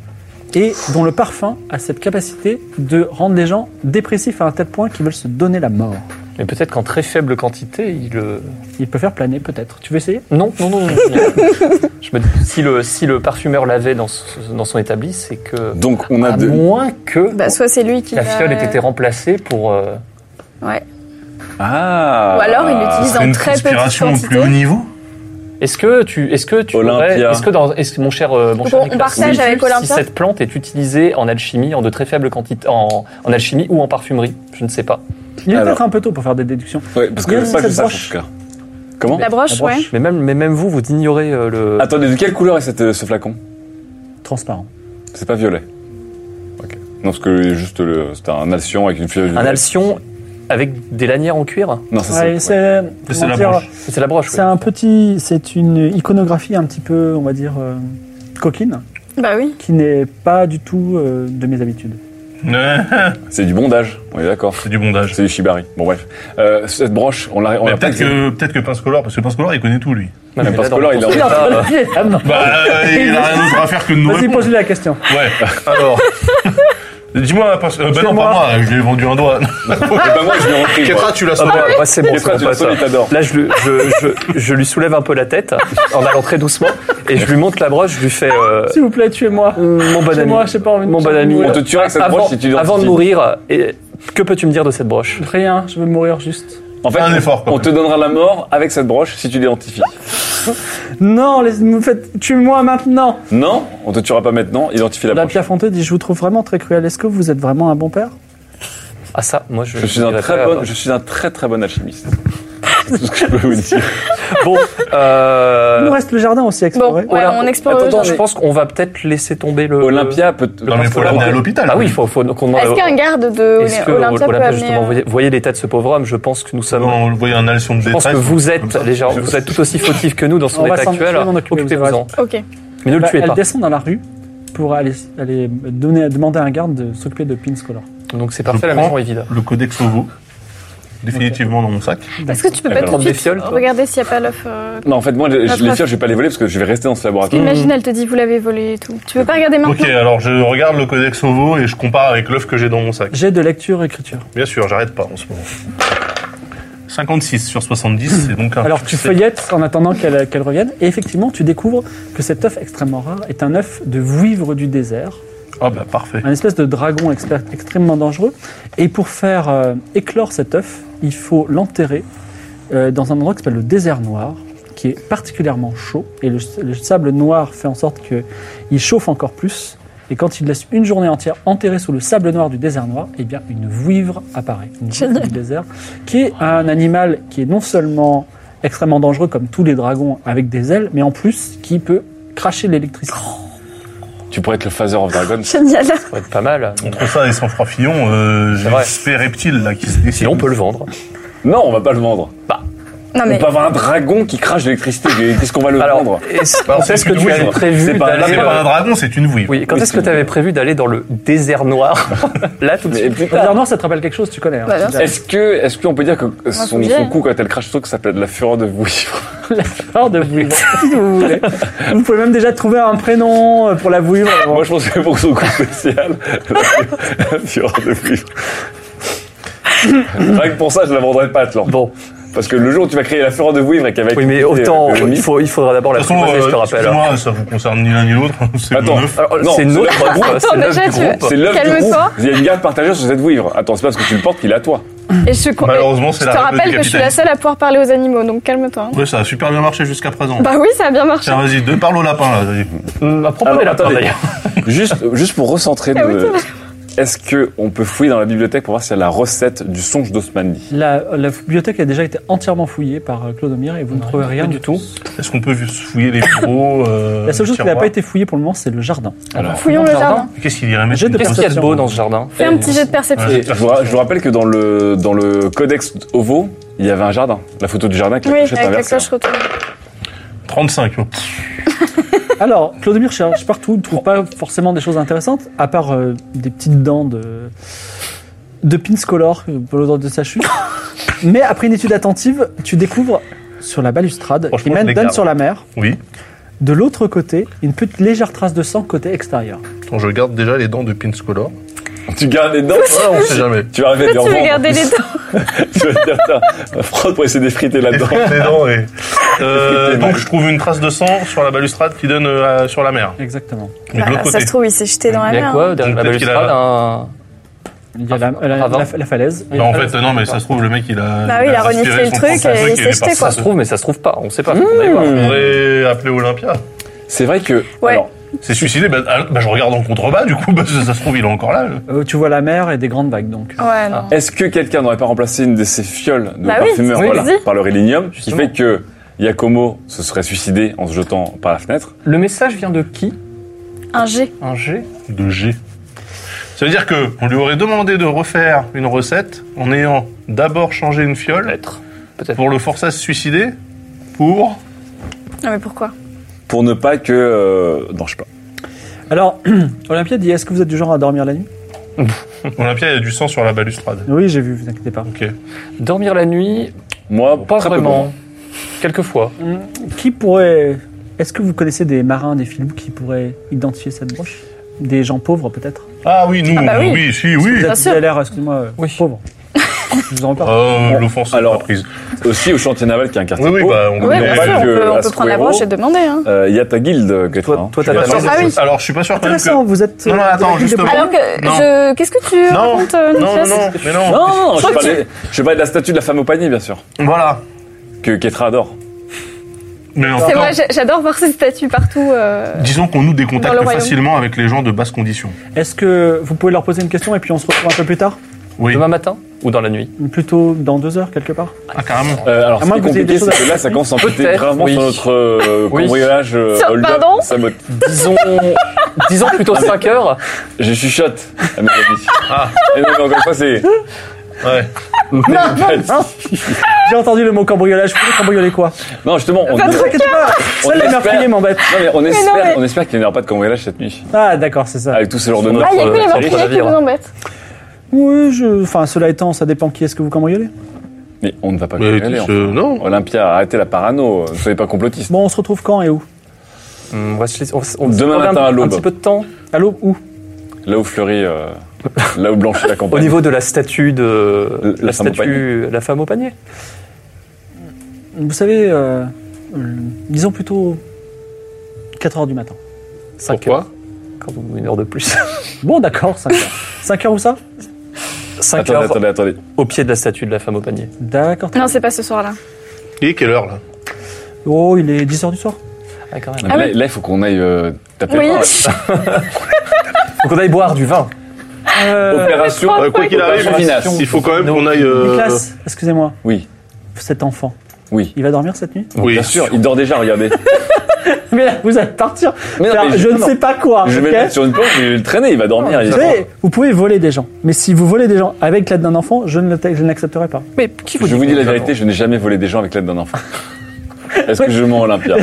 S1: et dont le parfum a cette capacité de rendre les gens dépressifs à un tel point qu'ils veulent se donner la mort.
S5: Mais peut-être qu'en très faible quantité, il. euh,
S1: Il peut faire planer peut-être. Tu veux essayer
S5: Non, non, non, non. Je me dis, si le, si le parfumeur l'avait dans, ce- dans son établi, c'est que.
S3: Donc on a
S5: à
S3: deux.
S5: moins que
S4: Ah, Bah, soit c'est lui qui.
S5: la
S4: va-
S5: fiole ait été remplacée pour. euh,
S4: Ouais.
S3: Ah
S4: Ou alors, il l'utilise en très petite
S2: conspiration au
S4: quantité.
S2: plus haut niveau
S5: Est-ce que tu, est-ce que tu,
S3: Olympia.
S5: aurais- est-ce que dans, est-ce que mon cher, euh, mon
S4: Donc,
S5: cher
S4: on
S5: Nicolas,
S4: partage
S5: sais-tu
S4: avec
S5: si
S4: Olympia
S5: cette plante est utilisée en alchimie en de très faibles quantités, en, en alchimie ou en parfumerie, je ne sais pas.
S1: Il est
S3: Alors.
S1: peut-être un peu tôt pour faire des déductions.
S3: Ouais, parce
S1: Il y a
S3: que c'est pas que
S1: cette
S3: ça, en
S1: broche.
S3: tout cas. Comment
S4: La broche, ouais.
S5: Mais même, mais même vous, vous ignorez euh, le.
S3: Attendez, de quelle couleur est cette, euh, ce flacon
S1: Transparent.
S3: C'est pas violet. Ok. Non, parce que juste le, c'était un alcyon avec une fiole.
S5: un
S3: violette.
S5: alcyon avec des lanières en cuir.
S3: Non, ça
S1: Ouais,
S3: c'est. ouais.
S1: c'est
S2: c'est
S1: comment
S2: la
S1: dire,
S2: broche.
S5: C'est la broche.
S1: c'est un petit, c'est une iconographie un petit peu, on va dire, euh, coquine,
S4: Bah oui.
S1: qui n'est pas du tout euh, de mes habitudes.
S2: Ouais,
S3: C'est du bondage. On est d'accord.
S2: C'est du bondage.
S3: C'est du shibari. Bon bref. Euh, cette broche, on l'a, on
S2: Mais
S3: l'a pas.
S2: Peut-être que, peut que Pince Color, parce que Pince Color, il connaît tout, lui.
S5: Oui.
S3: Même parce que là, il
S5: dans
S3: est
S5: ton
S3: en-
S5: état, euh,
S2: Bah, euh, il a rien d'autre à faire que de nous
S1: Vas-y,
S2: répondre.
S1: pose-lui la question.
S2: Ouais, alors. Dis-moi, parce euh, bah non, pas
S1: Fais-moi.
S2: moi, je lui ai vendu un doigt.
S3: Eh ben, moi, je l'ai repris.
S2: Ketra, tu l'as
S5: Ah,
S2: sauvé.
S5: bah, bah, c'est bon,
S3: Ketra,
S5: c'est
S3: tu
S5: bon,
S3: l'as
S5: ça.
S3: sauvé, t'adores.
S5: Là, je, le- je, je, je lui soulève un peu la tête en allant très doucement et je lui montre la broche, je lui fais. euh,
S4: Ah,
S1: S'il vous plaît, tuez-moi.
S5: mon bon ami.
S1: Tuez-moi, j'ai pas envie de
S5: Mon bon
S1: tuer.
S5: ami.
S3: On te tuera avec cette
S5: avant,
S3: broche si tu
S5: Avant de
S3: l'identifies.
S5: mourir, et, que peux-tu me dire de cette broche
S1: Rien, je veux mourir juste.
S3: En fait,
S2: Un effort, quoi.
S3: on te donnera la mort avec cette broche si tu l'identifies.
S1: Non, laisse- me faites, tue-moi maintenant.
S3: Non, on te tuera pas maintenant. Identifie la
S1: La
S3: broche.
S1: Pierre Fonté dit, je vous trouve vraiment très cruel. Est-ce que vous êtes vraiment un bon père
S5: Ah ça, moi je.
S3: Je suis un
S5: dirais
S3: très
S5: pas.
S3: bon, je suis un très très bon alchimiste. C'est tout ce que je peux vous dire.
S5: Bon,
S1: Il nous
S5: euh,
S1: reste le jardin aussi à
S4: Bon,
S1: explorer.
S4: ouais, on explore
S5: attends,
S4: aujourd'hui.
S5: je pense qu'on va peut-être laisser tomber le.
S3: Olympia peut. peut-
S2: Non, mais faut l'amener à l'hôpital.
S5: Ah oui, il faut, faut qu'on demande.
S4: Est-ce qu'un garde de
S5: Est-ce que
S4: Olympia peut
S5: Olympia,
S4: amener.
S5: justement,
S4: euh,
S5: voyez, voyez l'état de ce pauvre homme. Je pense que nous sommes.
S2: Ah, bah, On voyait un alcyon de
S5: je pense
S2: détresse.
S5: que vous êtes,
S2: comme ça.
S5: les gens, vous êtes tout aussi fautif que nous dans son
S1: On va
S5: état
S1: s'en-
S5: actuel.
S1: je vais m'en occuper, vous avez
S5: Occupez-vous-en.
S4: Ok.
S5: Mais ne le
S1: Bah,
S5: tuez
S1: elle
S5: pas.
S1: descend dans la rue pour aller, aller donner, demander à un garde de s'occuper de Pin Scholar.
S5: Donc c'est
S2: Je
S5: parfait, la
S2: prends
S5: maison est vide.
S2: Le codex Ovo. Définitivement dans mon sac.
S4: Est-ce que tu peux
S3: Elle
S4: pas
S3: va
S4: tout
S5: prendre
S4: de
S5: des
S4: suite
S5: fioles, toi
S4: regarder s'il n'y a pas l'œuf euh,
S3: Non, en fait, moi, je-
S4: Notre
S3: je- les
S4: œuf.
S3: fioles, je vais pas les voler parce que je vais rester dans ce
S5: Mmh.
S3: laboratoire.
S4: Imagine, elle te dit vous l'avez volé et tout. Tu veux pas regarder maintenant
S2: Ok, alors je regarde le codex Ovo et je compare avec l'œuf que j'ai dans mon sac.
S1: J'ai de lecture écriture.
S2: Bien sûr, j'arrête pas en ce moment. 56 sur 70, c'est
S5: Ah,
S2: donc un.
S1: Alors tu
S2: succès.
S1: feuillettes en attendant qu'elle qu'elle revienne et effectivement tu découvres que cet œuf extrêmement rare est un œuf de vouivre du désert,
S2: Ah bah parfait.
S1: un espèce de dragon expert- extrêmement dangereux. Et pour faire euh, éclore cet œuf, il faut l'enterrer euh, dans un endroit qui s'appelle le désert noir, qui est particulièrement chaud et le, le sable noir fait en sorte que il chauffe encore plus. Et quand il laisse une journée entière enterré sous le sable noir du désert noir, eh bien une vouivre apparaît, une vouivre du désert, qui est un animal qui est non seulement extrêmement dangereux comme tous les dragons avec des ailes, mais en plus qui peut cracher de l'électricité.
S3: Tu pourrais être le Phaser of Dragon.
S4: Génial.
S5: Ça pourrait être pas mal.
S2: Entre ça et sans froid fillon, euh, j'ai
S5: vrai.
S2: l'aspect reptile là qui se dessine.
S5: Sinon, on peut le vendre.
S3: Non, on va pas le vendre.
S4: Non
S3: On
S4: mais
S3: peut avoir un dragon qui crache de l'électricité. mais Qu'est-ce qu'on va le vendre Bah,
S5: Alors, est-ce quand
S2: c'est
S5: est-ce que
S2: une
S5: tu
S2: vouivre.
S5: avais prévu
S3: C'est pas un
S2: C'est
S5: d'aller
S2: pas un
S5: euh,
S2: dragon, c'est une vouivre.
S5: Oui, quand
S3: Oui,
S5: est-ce
S3: c'est
S5: que tu avais prévu d'aller dans le désert noir Là, tout de
S3: Mais
S5: suite.
S3: plus
S1: Le désert
S3: tard.
S1: noir, ça te rappelle quelque chose, tu connais. hein.
S4: Voilà.
S5: euh,
S3: Est-ce que, est-ce qu'on peut dire que
S4: faut
S3: son,
S4: le
S3: son
S4: dire.
S3: coup quand elle crache ce truc s'appelle de la fureur de vouivre
S1: la fleur de vouivre, si vous voulez. Vous pouvez même déjà trouver un prénom euh, pour la vouivre.
S5: Ah
S3: Moi, je pense que pour son coup spécial, la fureur de vouivre. Rien que pour ça, je la vendrais pas, Atlan.
S5: Bon,
S3: Parce que le jour où tu vas créer la fureur de vouivre et qu'avec.
S5: oui, mais autant,
S3: le
S5: il,
S3: mythe-
S5: faut, il faudra d'abord la
S2: De toute façon,
S5: proposer, je te
S2: euh,
S5: rappelle. hein.
S2: excuse-moi, ça vous concerne ni l'un ni l'autre. C'est
S3: Attends.
S2: mon œuf.
S5: Alors,
S3: Non,
S5: c'est notre
S3: c'est la-
S5: groupe, c'est
S4: Attends,
S5: l'œuf
S4: déjà,
S5: du
S4: tu-
S5: groupe.
S3: C'est l'œuf du
S4: Calme-toi.
S3: groupe. Il y a une garde partagée sur cette vouivre. Attends, c'est pas parce que tu le portes qu'il est à toi.
S4: Et je suis con-
S2: Malheureusement, c'est
S4: Je
S2: la
S4: te
S2: règle du
S4: rappelle que je suis la
S2: capitalisme.
S4: seule à pouvoir parler aux animaux, donc calme-toi. hein.
S2: Ouais, ça a super bien marché jusqu'à présent.
S4: Bah oui, ça a bien marché.
S2: Tiens, vas-y, deux parle au lapin là. vas-y.
S5: Hum, À propos
S3: Alors,
S5: des lapins,
S3: attendez.
S5: d'ailleurs.
S3: Juste, euh, juste pour recentrer,
S4: Ah oui,
S3: de-
S4: c'est vrai.
S3: est-ce que on peut fouiller dans la bibliothèque pour voir s'il y a la recette du songe d'Osmanli
S1: La, la bibliothèque a déjà été entièrement fouillée par euh, Clodomir et vous ne trouvez rien du tout.
S2: Est-ce qu'on peut fouiller les bureaux euh,
S1: La seule chose qui n'a
S2: tiroirs
S1: pas été fouillée pour le moment, c'est le jardin.
S3: Alors,
S4: Fouillons le
S5: Jardin.
S4: jardin.
S2: Qu'est-ce qu'il irait mettre
S1: J'ai de
S2: une
S5: Qu'est-ce
S1: perception.
S5: qu'il y a de beau dans ce jardin
S4: Fais un petit jet de perception.
S3: et je, vous, je vous rappelle que dans le, dans le codex Ovo, il y avait un jardin. La photo du jardin avec la
S4: Oui,
S3: clochette
S4: avec la
S3: inversée.
S4: cloche retournée.
S2: 35. ouais.
S1: Alors, Clodomir cherche partout, ne trouve pas forcément des choses intéressantes, à part euh, des petites dents de, de Pinscolor euh, pour l'odeur de sa chute. Mais après une étude attentive, tu découvres sur la balustrade qui
S2: Franchement, je
S1: mène
S2: les
S1: donne
S2: garde.
S1: sur la mer,
S2: Oui.
S1: de l'autre côté, une petite légère trace de sang côté extérieur.
S2: Attends, je garde déjà les dents de Pinscolor.
S3: Tu gardes les dents hein,
S2: Ouais, on sait jamais.
S3: Tu vas arriver à dire
S4: Toi, tu veux
S3: vendre.
S4: garder les dents.
S3: Tu vas dire, tiens, frotte pour essayer d'effriter
S2: Et
S3: là-dedans.
S2: frapper les dents et- Euh, donc je trouve une trace de sang sur la balustrade qui donne euh, à- sur la mer.
S1: Exactement.
S2: Mais de
S4: Bah,
S2: l'autre
S4: ça
S2: côté.
S4: se trouve, il s'est jeté dans la
S5: Il y a
S4: mer.
S5: quoi
S4: hein.
S5: derrière la
S2: Peut-être qu'il a-
S5: balustrade un...
S1: Il y a la, la-
S5: Avant.
S1: la- la falaise.
S2: Bah, en fait, non, mais ça se trouve, le mec, il a.
S4: Bah oui, il a reniflé
S2: aspiré
S4: le
S2: son
S4: truc
S2: propre
S4: et
S2: sang
S4: il
S2: qui
S4: s'est
S2: est
S4: jeté,
S2: par-
S4: quoi. Mmh.
S5: Ça se trouve, mais ça se trouve pas. On sait pas. On allez voir.
S2: On pourrait appeler Olympia.
S3: C'est vrai que.
S4: Ouais.
S3: Alors,
S2: C'est suicidé, bah, ah, bah, je regarde en contrebas, du coup, bah, ça ça se trouve, il est encore là. le-
S1: Euh, tu vois la mer et des grandes vagues, donc.
S4: Ouais, non.
S3: est-ce que quelqu'un n'aurait pas remplacé une de ces fioles de
S4: Bah oui,
S3: parfumeur
S4: oui,
S3: voilà,
S4: vas-y.
S3: par le rélinium, qui
S5: Justement.
S3: fait que Yakomo se serait suicidé en se jetant par la fenêtre
S5: Le message vient de qui
S4: Un G.
S5: Un G
S2: de G. Ça veut dire que on lui aurait demandé de refaire une recette en ayant d'abord changé une fiole
S5: Lettre. Peut-être.
S2: pour le forcer à se suicider pour
S4: Non, mais pourquoi
S3: pour ne pas que. euh, non, je sais pas.
S1: Alors, Olympia dit est-ce que vous êtes du genre à dormir la nuit
S2: Olympia il y a du sang sur la balustrade.
S1: Oui, j'ai vu, vous inquiétez pas.
S2: Ok.
S5: Dormir la nuit
S3: Moi,
S5: Pas
S3: très peu pour moi.
S5: vraiment. Quelquefois.
S1: Qui pourrait. Est-ce que vous connaissez des marins, des filous qui pourraient identifier cette broche Des gens pauvres, peut-être
S2: Ah oui nous
S4: bah oui.
S2: oui. si oui
S1: Vous
S4: Bien
S1: êtes- vous
S4: sûr.
S1: avez l'air, excuse-moi, euh,
S5: Oui.
S1: pauvre. Je vous en parle.
S2: euh,
S3: Bon,
S2: l'offense n'est
S3: alors-
S2: pas prise.
S3: Aussi au chantier naval qui est un quartier.
S2: Oui oui
S3: pauvre,
S2: bah on
S3: Oui,
S4: Ouais,
S3: mais
S4: bien
S3: pas
S4: sûr, on
S3: que
S4: peut, on
S3: à
S4: peut prendre la
S3: Squero.
S4: broche et demander. Hein.
S3: euh, il y a ta guilde, Gaëtan, hein.
S2: Je
S5: toi,
S2: suis
S5: t'as
S2: pas
S5: ta
S2: sûr-
S4: Ah oui.
S2: Alors je suis pas sûr quand même que
S1: Intéressant, vous êtes.
S2: euh,
S1: euh,
S2: Non, non, attends,
S1: vous êtes-
S2: justement.
S4: Alors que,
S2: Non.
S4: je... qu'est-ce que tu
S2: Non.
S4: racontes, euh,
S2: non,
S4: Nicolas
S2: non, non, mais non.
S3: Non, non, non, je,
S4: crois que
S3: parlais, je parlais de la statue de la femme au panier, bien sûr,
S2: Voilà.
S3: que Ketra adore.
S2: Mais en
S4: C'est
S2: même
S4: vrai,
S2: temps,
S4: j'a- j'adore voir ces statues partout. euh.
S2: disons qu'on nous
S4: Dans
S2: décontacte
S4: le royaume.
S2: facilement avec les gens de basse condition.
S1: Est-ce que vous pouvez leur poser une question et puis on se retrouve un peu plus tard
S2: Oui.
S5: Demain matin ou dans la nuit
S1: Plutôt dans deux heures, quelque part
S2: Ah carrément.
S3: Euh, alors,
S1: À
S3: ce
S1: moins que
S3: qui est
S1: vous ayez
S3: compliqué,
S1: des choses
S3: c'est
S1: à-
S3: que là, ça commence à empiéter
S5: Peut-être,
S3: gravement
S5: oui.
S3: sur notre euh,
S5: Oui.
S3: cambriolage euh,
S4: Ça,
S3: hold-up,
S4: pardon
S3: sabote.
S5: Disons, disons plutôt 5 heures.
S3: Je chuchote à mes amis.
S2: Ah.
S3: Et non, mais encore une fois, c'est...
S2: Ouais. Ah.
S1: J'ai entendu le mot cambriolage. Vous voulez cambrioler quoi
S3: Non, justement, on,
S1: Ne vous inquiétez pas
S3: on
S1: Seul les
S3: espère-
S1: meurtriers m'embêtent.
S3: Non, mais on espère,
S4: mais-
S3: on espère qu'il n'y aura pas de cambriolage cette nuit.
S1: Ah, d'accord, c'est ça.
S3: Avec tout ce genre de notes.
S4: Ah, il y a que
S3: euh,
S4: les
S3: terribles.
S4: meurtriers qui vous embêtent.
S1: Oui, je. Enfin, cela étant, ça dépend qui est-ce que vous cambriolez.
S3: Mais on ne va pas
S2: Mais
S3: cambrioler.
S2: ce- non.
S3: enfin. Olympia, arrêtez la parano, ne soyez pas complotiste.
S1: Bon, on se retrouve quand et où
S5: Hum, on va se laisser- on- on-
S3: Demain
S5: on va un-
S3: matin à
S5: Un
S3: l'aube.
S5: petit peu de temps.
S1: Allô Où
S3: Là où fleurit, euh, là où blanchit la campagne.
S5: Au niveau de la statue de
S3: La
S5: la,
S3: femme au
S5: statue, la femme au panier.
S1: Vous savez, euh, euh, disons plutôt 4 heures du matin.
S5: Cinq
S3: Pourquoi
S5: heures. Quand vous une heure de plus.
S1: Bon, d'accord, 5 heures. 5 heures ou ça
S5: 5
S3: Attendez,
S5: heures
S3: attendez, attendez.
S1: Ah
S5: au pied de la statue de la femme au panier.
S1: D'accord.
S4: Non, c'est pas ce soir-là.
S2: Et quelle heure là
S1: Oh, il est 10 heures du soir.
S5: Ah, quand même.
S3: Là,
S4: oui.
S3: là, il faut qu'on aille euh, taper
S4: Oui.
S3: le pain, là.
S5: Faut qu'on aille boire du vin.
S1: Euh,
S3: Opération.
S2: Euh, Quoi qu'il arrive,
S3: Opération
S2: il faut quand même qu'on aille. euh,
S1: Nicolas, excusez-moi,
S3: Oui,
S1: cet enfant,
S3: oui.
S1: il va dormir cette nuit
S2: Oui.
S3: Bien sûr, il dort déjà, regardez.
S1: Mais là, vous allez partir
S3: Mais non,
S1: faire
S3: mais
S1: je ne
S3: non.
S1: sais pas quoi.
S3: Je vais
S1: ok
S3: le mettre sur une planche, je vais le traîner, il va dormir. il-
S1: vous, savez, vous pouvez voler des gens, mais si vous volez des gens avec l'aide d'un enfant, je ne le- je ne l'accepterai pas.
S5: Mais qui
S3: Je vous dis la vérité, je n'ai jamais volé des gens avec l'aide d'un enfant. Est-ce que je mens, Olympia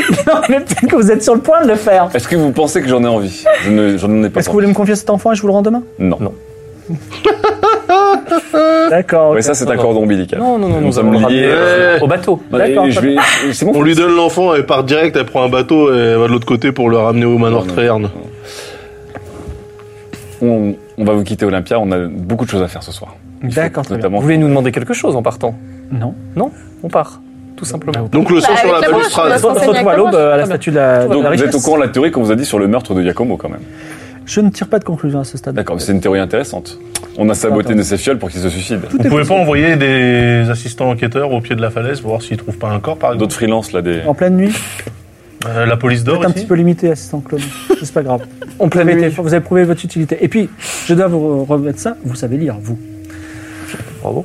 S1: non, mais peut-être que vous êtes sur le point de le faire.
S3: Est-ce que vous pensez que j'en ai envie Je ne- j'en ai pas
S1: Est-ce que vous voulez me confier cet enfant et je vous le rends demain
S3: Non.
S5: Non. Mmh.
S1: D'accord.
S3: Mais
S1: ok.
S3: ça, c'est un cordon ombilical.
S5: Non, non, non,
S3: Nous
S5: nous
S3: sommes
S5: allons le ramener
S3: liés.
S5: euh, au bateau.
S3: Bah,
S1: D'accord,
S3: et je vais- C'est bon.
S2: On lui donne l'enfant, elle part direct, elle prend un bateau et elle va de l'autre côté pour le ramener au manoir Tréherne.
S3: On, on va vous quitter, Olympia. On a beaucoup de choses à faire ce soir.
S1: D'accord, très bien.
S3: Notamment.
S5: Vous voulez nous demander quelque chose en partant
S1: Non.
S5: Non On part. Tout
S3: Ah,
S5: simplement.
S2: Donc le sang
S4: Bah,
S2: sur la
S4: avec la broche, on a
S2: balustrade.
S1: On se retrouve à l'aube euh, à la
S5: Très bien.
S1: statue de la, de
S3: Donc,
S1: la
S3: vous êtes au
S1: richesse.
S3: courant de la théorie qu'on vous a dit sur le meurtre de Giacomo, quand même.
S1: Je ne tire pas de conclusion à ce stade.
S3: D'accord, mais c'est une théorie intéressante. On a saboté
S1: Attends.
S3: une de ses fioles pour qu'il se suicide.
S2: Vous pouvez pas envoyer des assistants enquêteurs au pied de la falaise pour voir s'ils trouvent pas un corps, par exemple
S3: D'autres freelances, là, des.
S1: En pleine nuit,
S2: Euh, La police
S1: vous
S2: d'or
S1: êtes un
S2: ici
S1: petit peu limité, assistant clone. C'est pas grave.
S5: On
S1: Vous avez,
S5: planète.
S1: vous avez prouvé votre utilité. Et puis, je dois vous remettre ça, vous savez lire, vous.
S5: Bravo.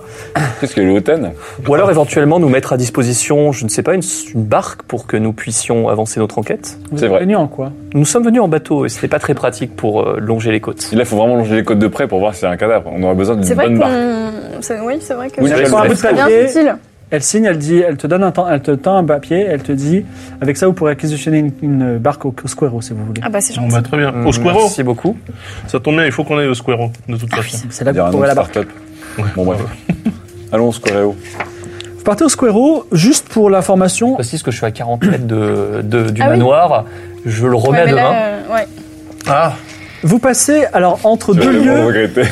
S3: Qu'est-ce que le Hoten
S5: Ou alors éventuellement nous mettre à disposition, je ne sais pas, une, une barque pour que nous puissions avancer notre enquête.
S1: Vous
S3: C'est
S1: êtes
S3: vrai.
S1: venu en quoi
S5: Nous sommes venus en bateau et c'était pas très pratique pour euh, longer les côtes.
S3: Et Là, il faut vraiment longer les côtes de près pour voir s'il y a un cadavre. On aurait besoin d'une
S4: C'est vrai
S3: bonne barre.
S4: qu'on. c'est- Oui, c'est vrai que.
S3: Oui,
S4: ça-
S3: j'avais
S1: Sur un bout de
S4: c'est bien
S1: papier,
S4: utile.
S1: elle signe, elle dit, elle te donne un temps, elle te tend un papier, elle te dit, avec ça vous pourrez acquisitionner une, une barque au, au Squero si vous voulez.
S4: Ah bah c'est
S2: Bon,
S4: gentil.
S2: bah, très bien.
S3: Mm,
S2: Au Squero
S5: Hum, Merci beaucoup.
S2: Ça tombe bien, il faut qu'on aille au Squero, de toute façon.
S1: Ah, C'est là que
S3: Dire
S1: vous
S3: un
S1: pourrez
S3: nom
S1: la
S3: de
S1: barque.
S3: start-up. Bon, bref. Allons, Scoreo.
S1: Vous partez au Squero, juste pour la formation.
S5: Précise que je suis à 40 mètres de, de- du
S4: Ah oui.
S5: manoir. Je le
S4: Ouais,
S5: remets
S4: mais
S5: à demain.
S4: là, euh, ouais.
S2: Ah,
S1: Vous passez alors entre
S3: Tu vas
S1: deux
S3: vraiment
S1: lieux.
S3: regretter.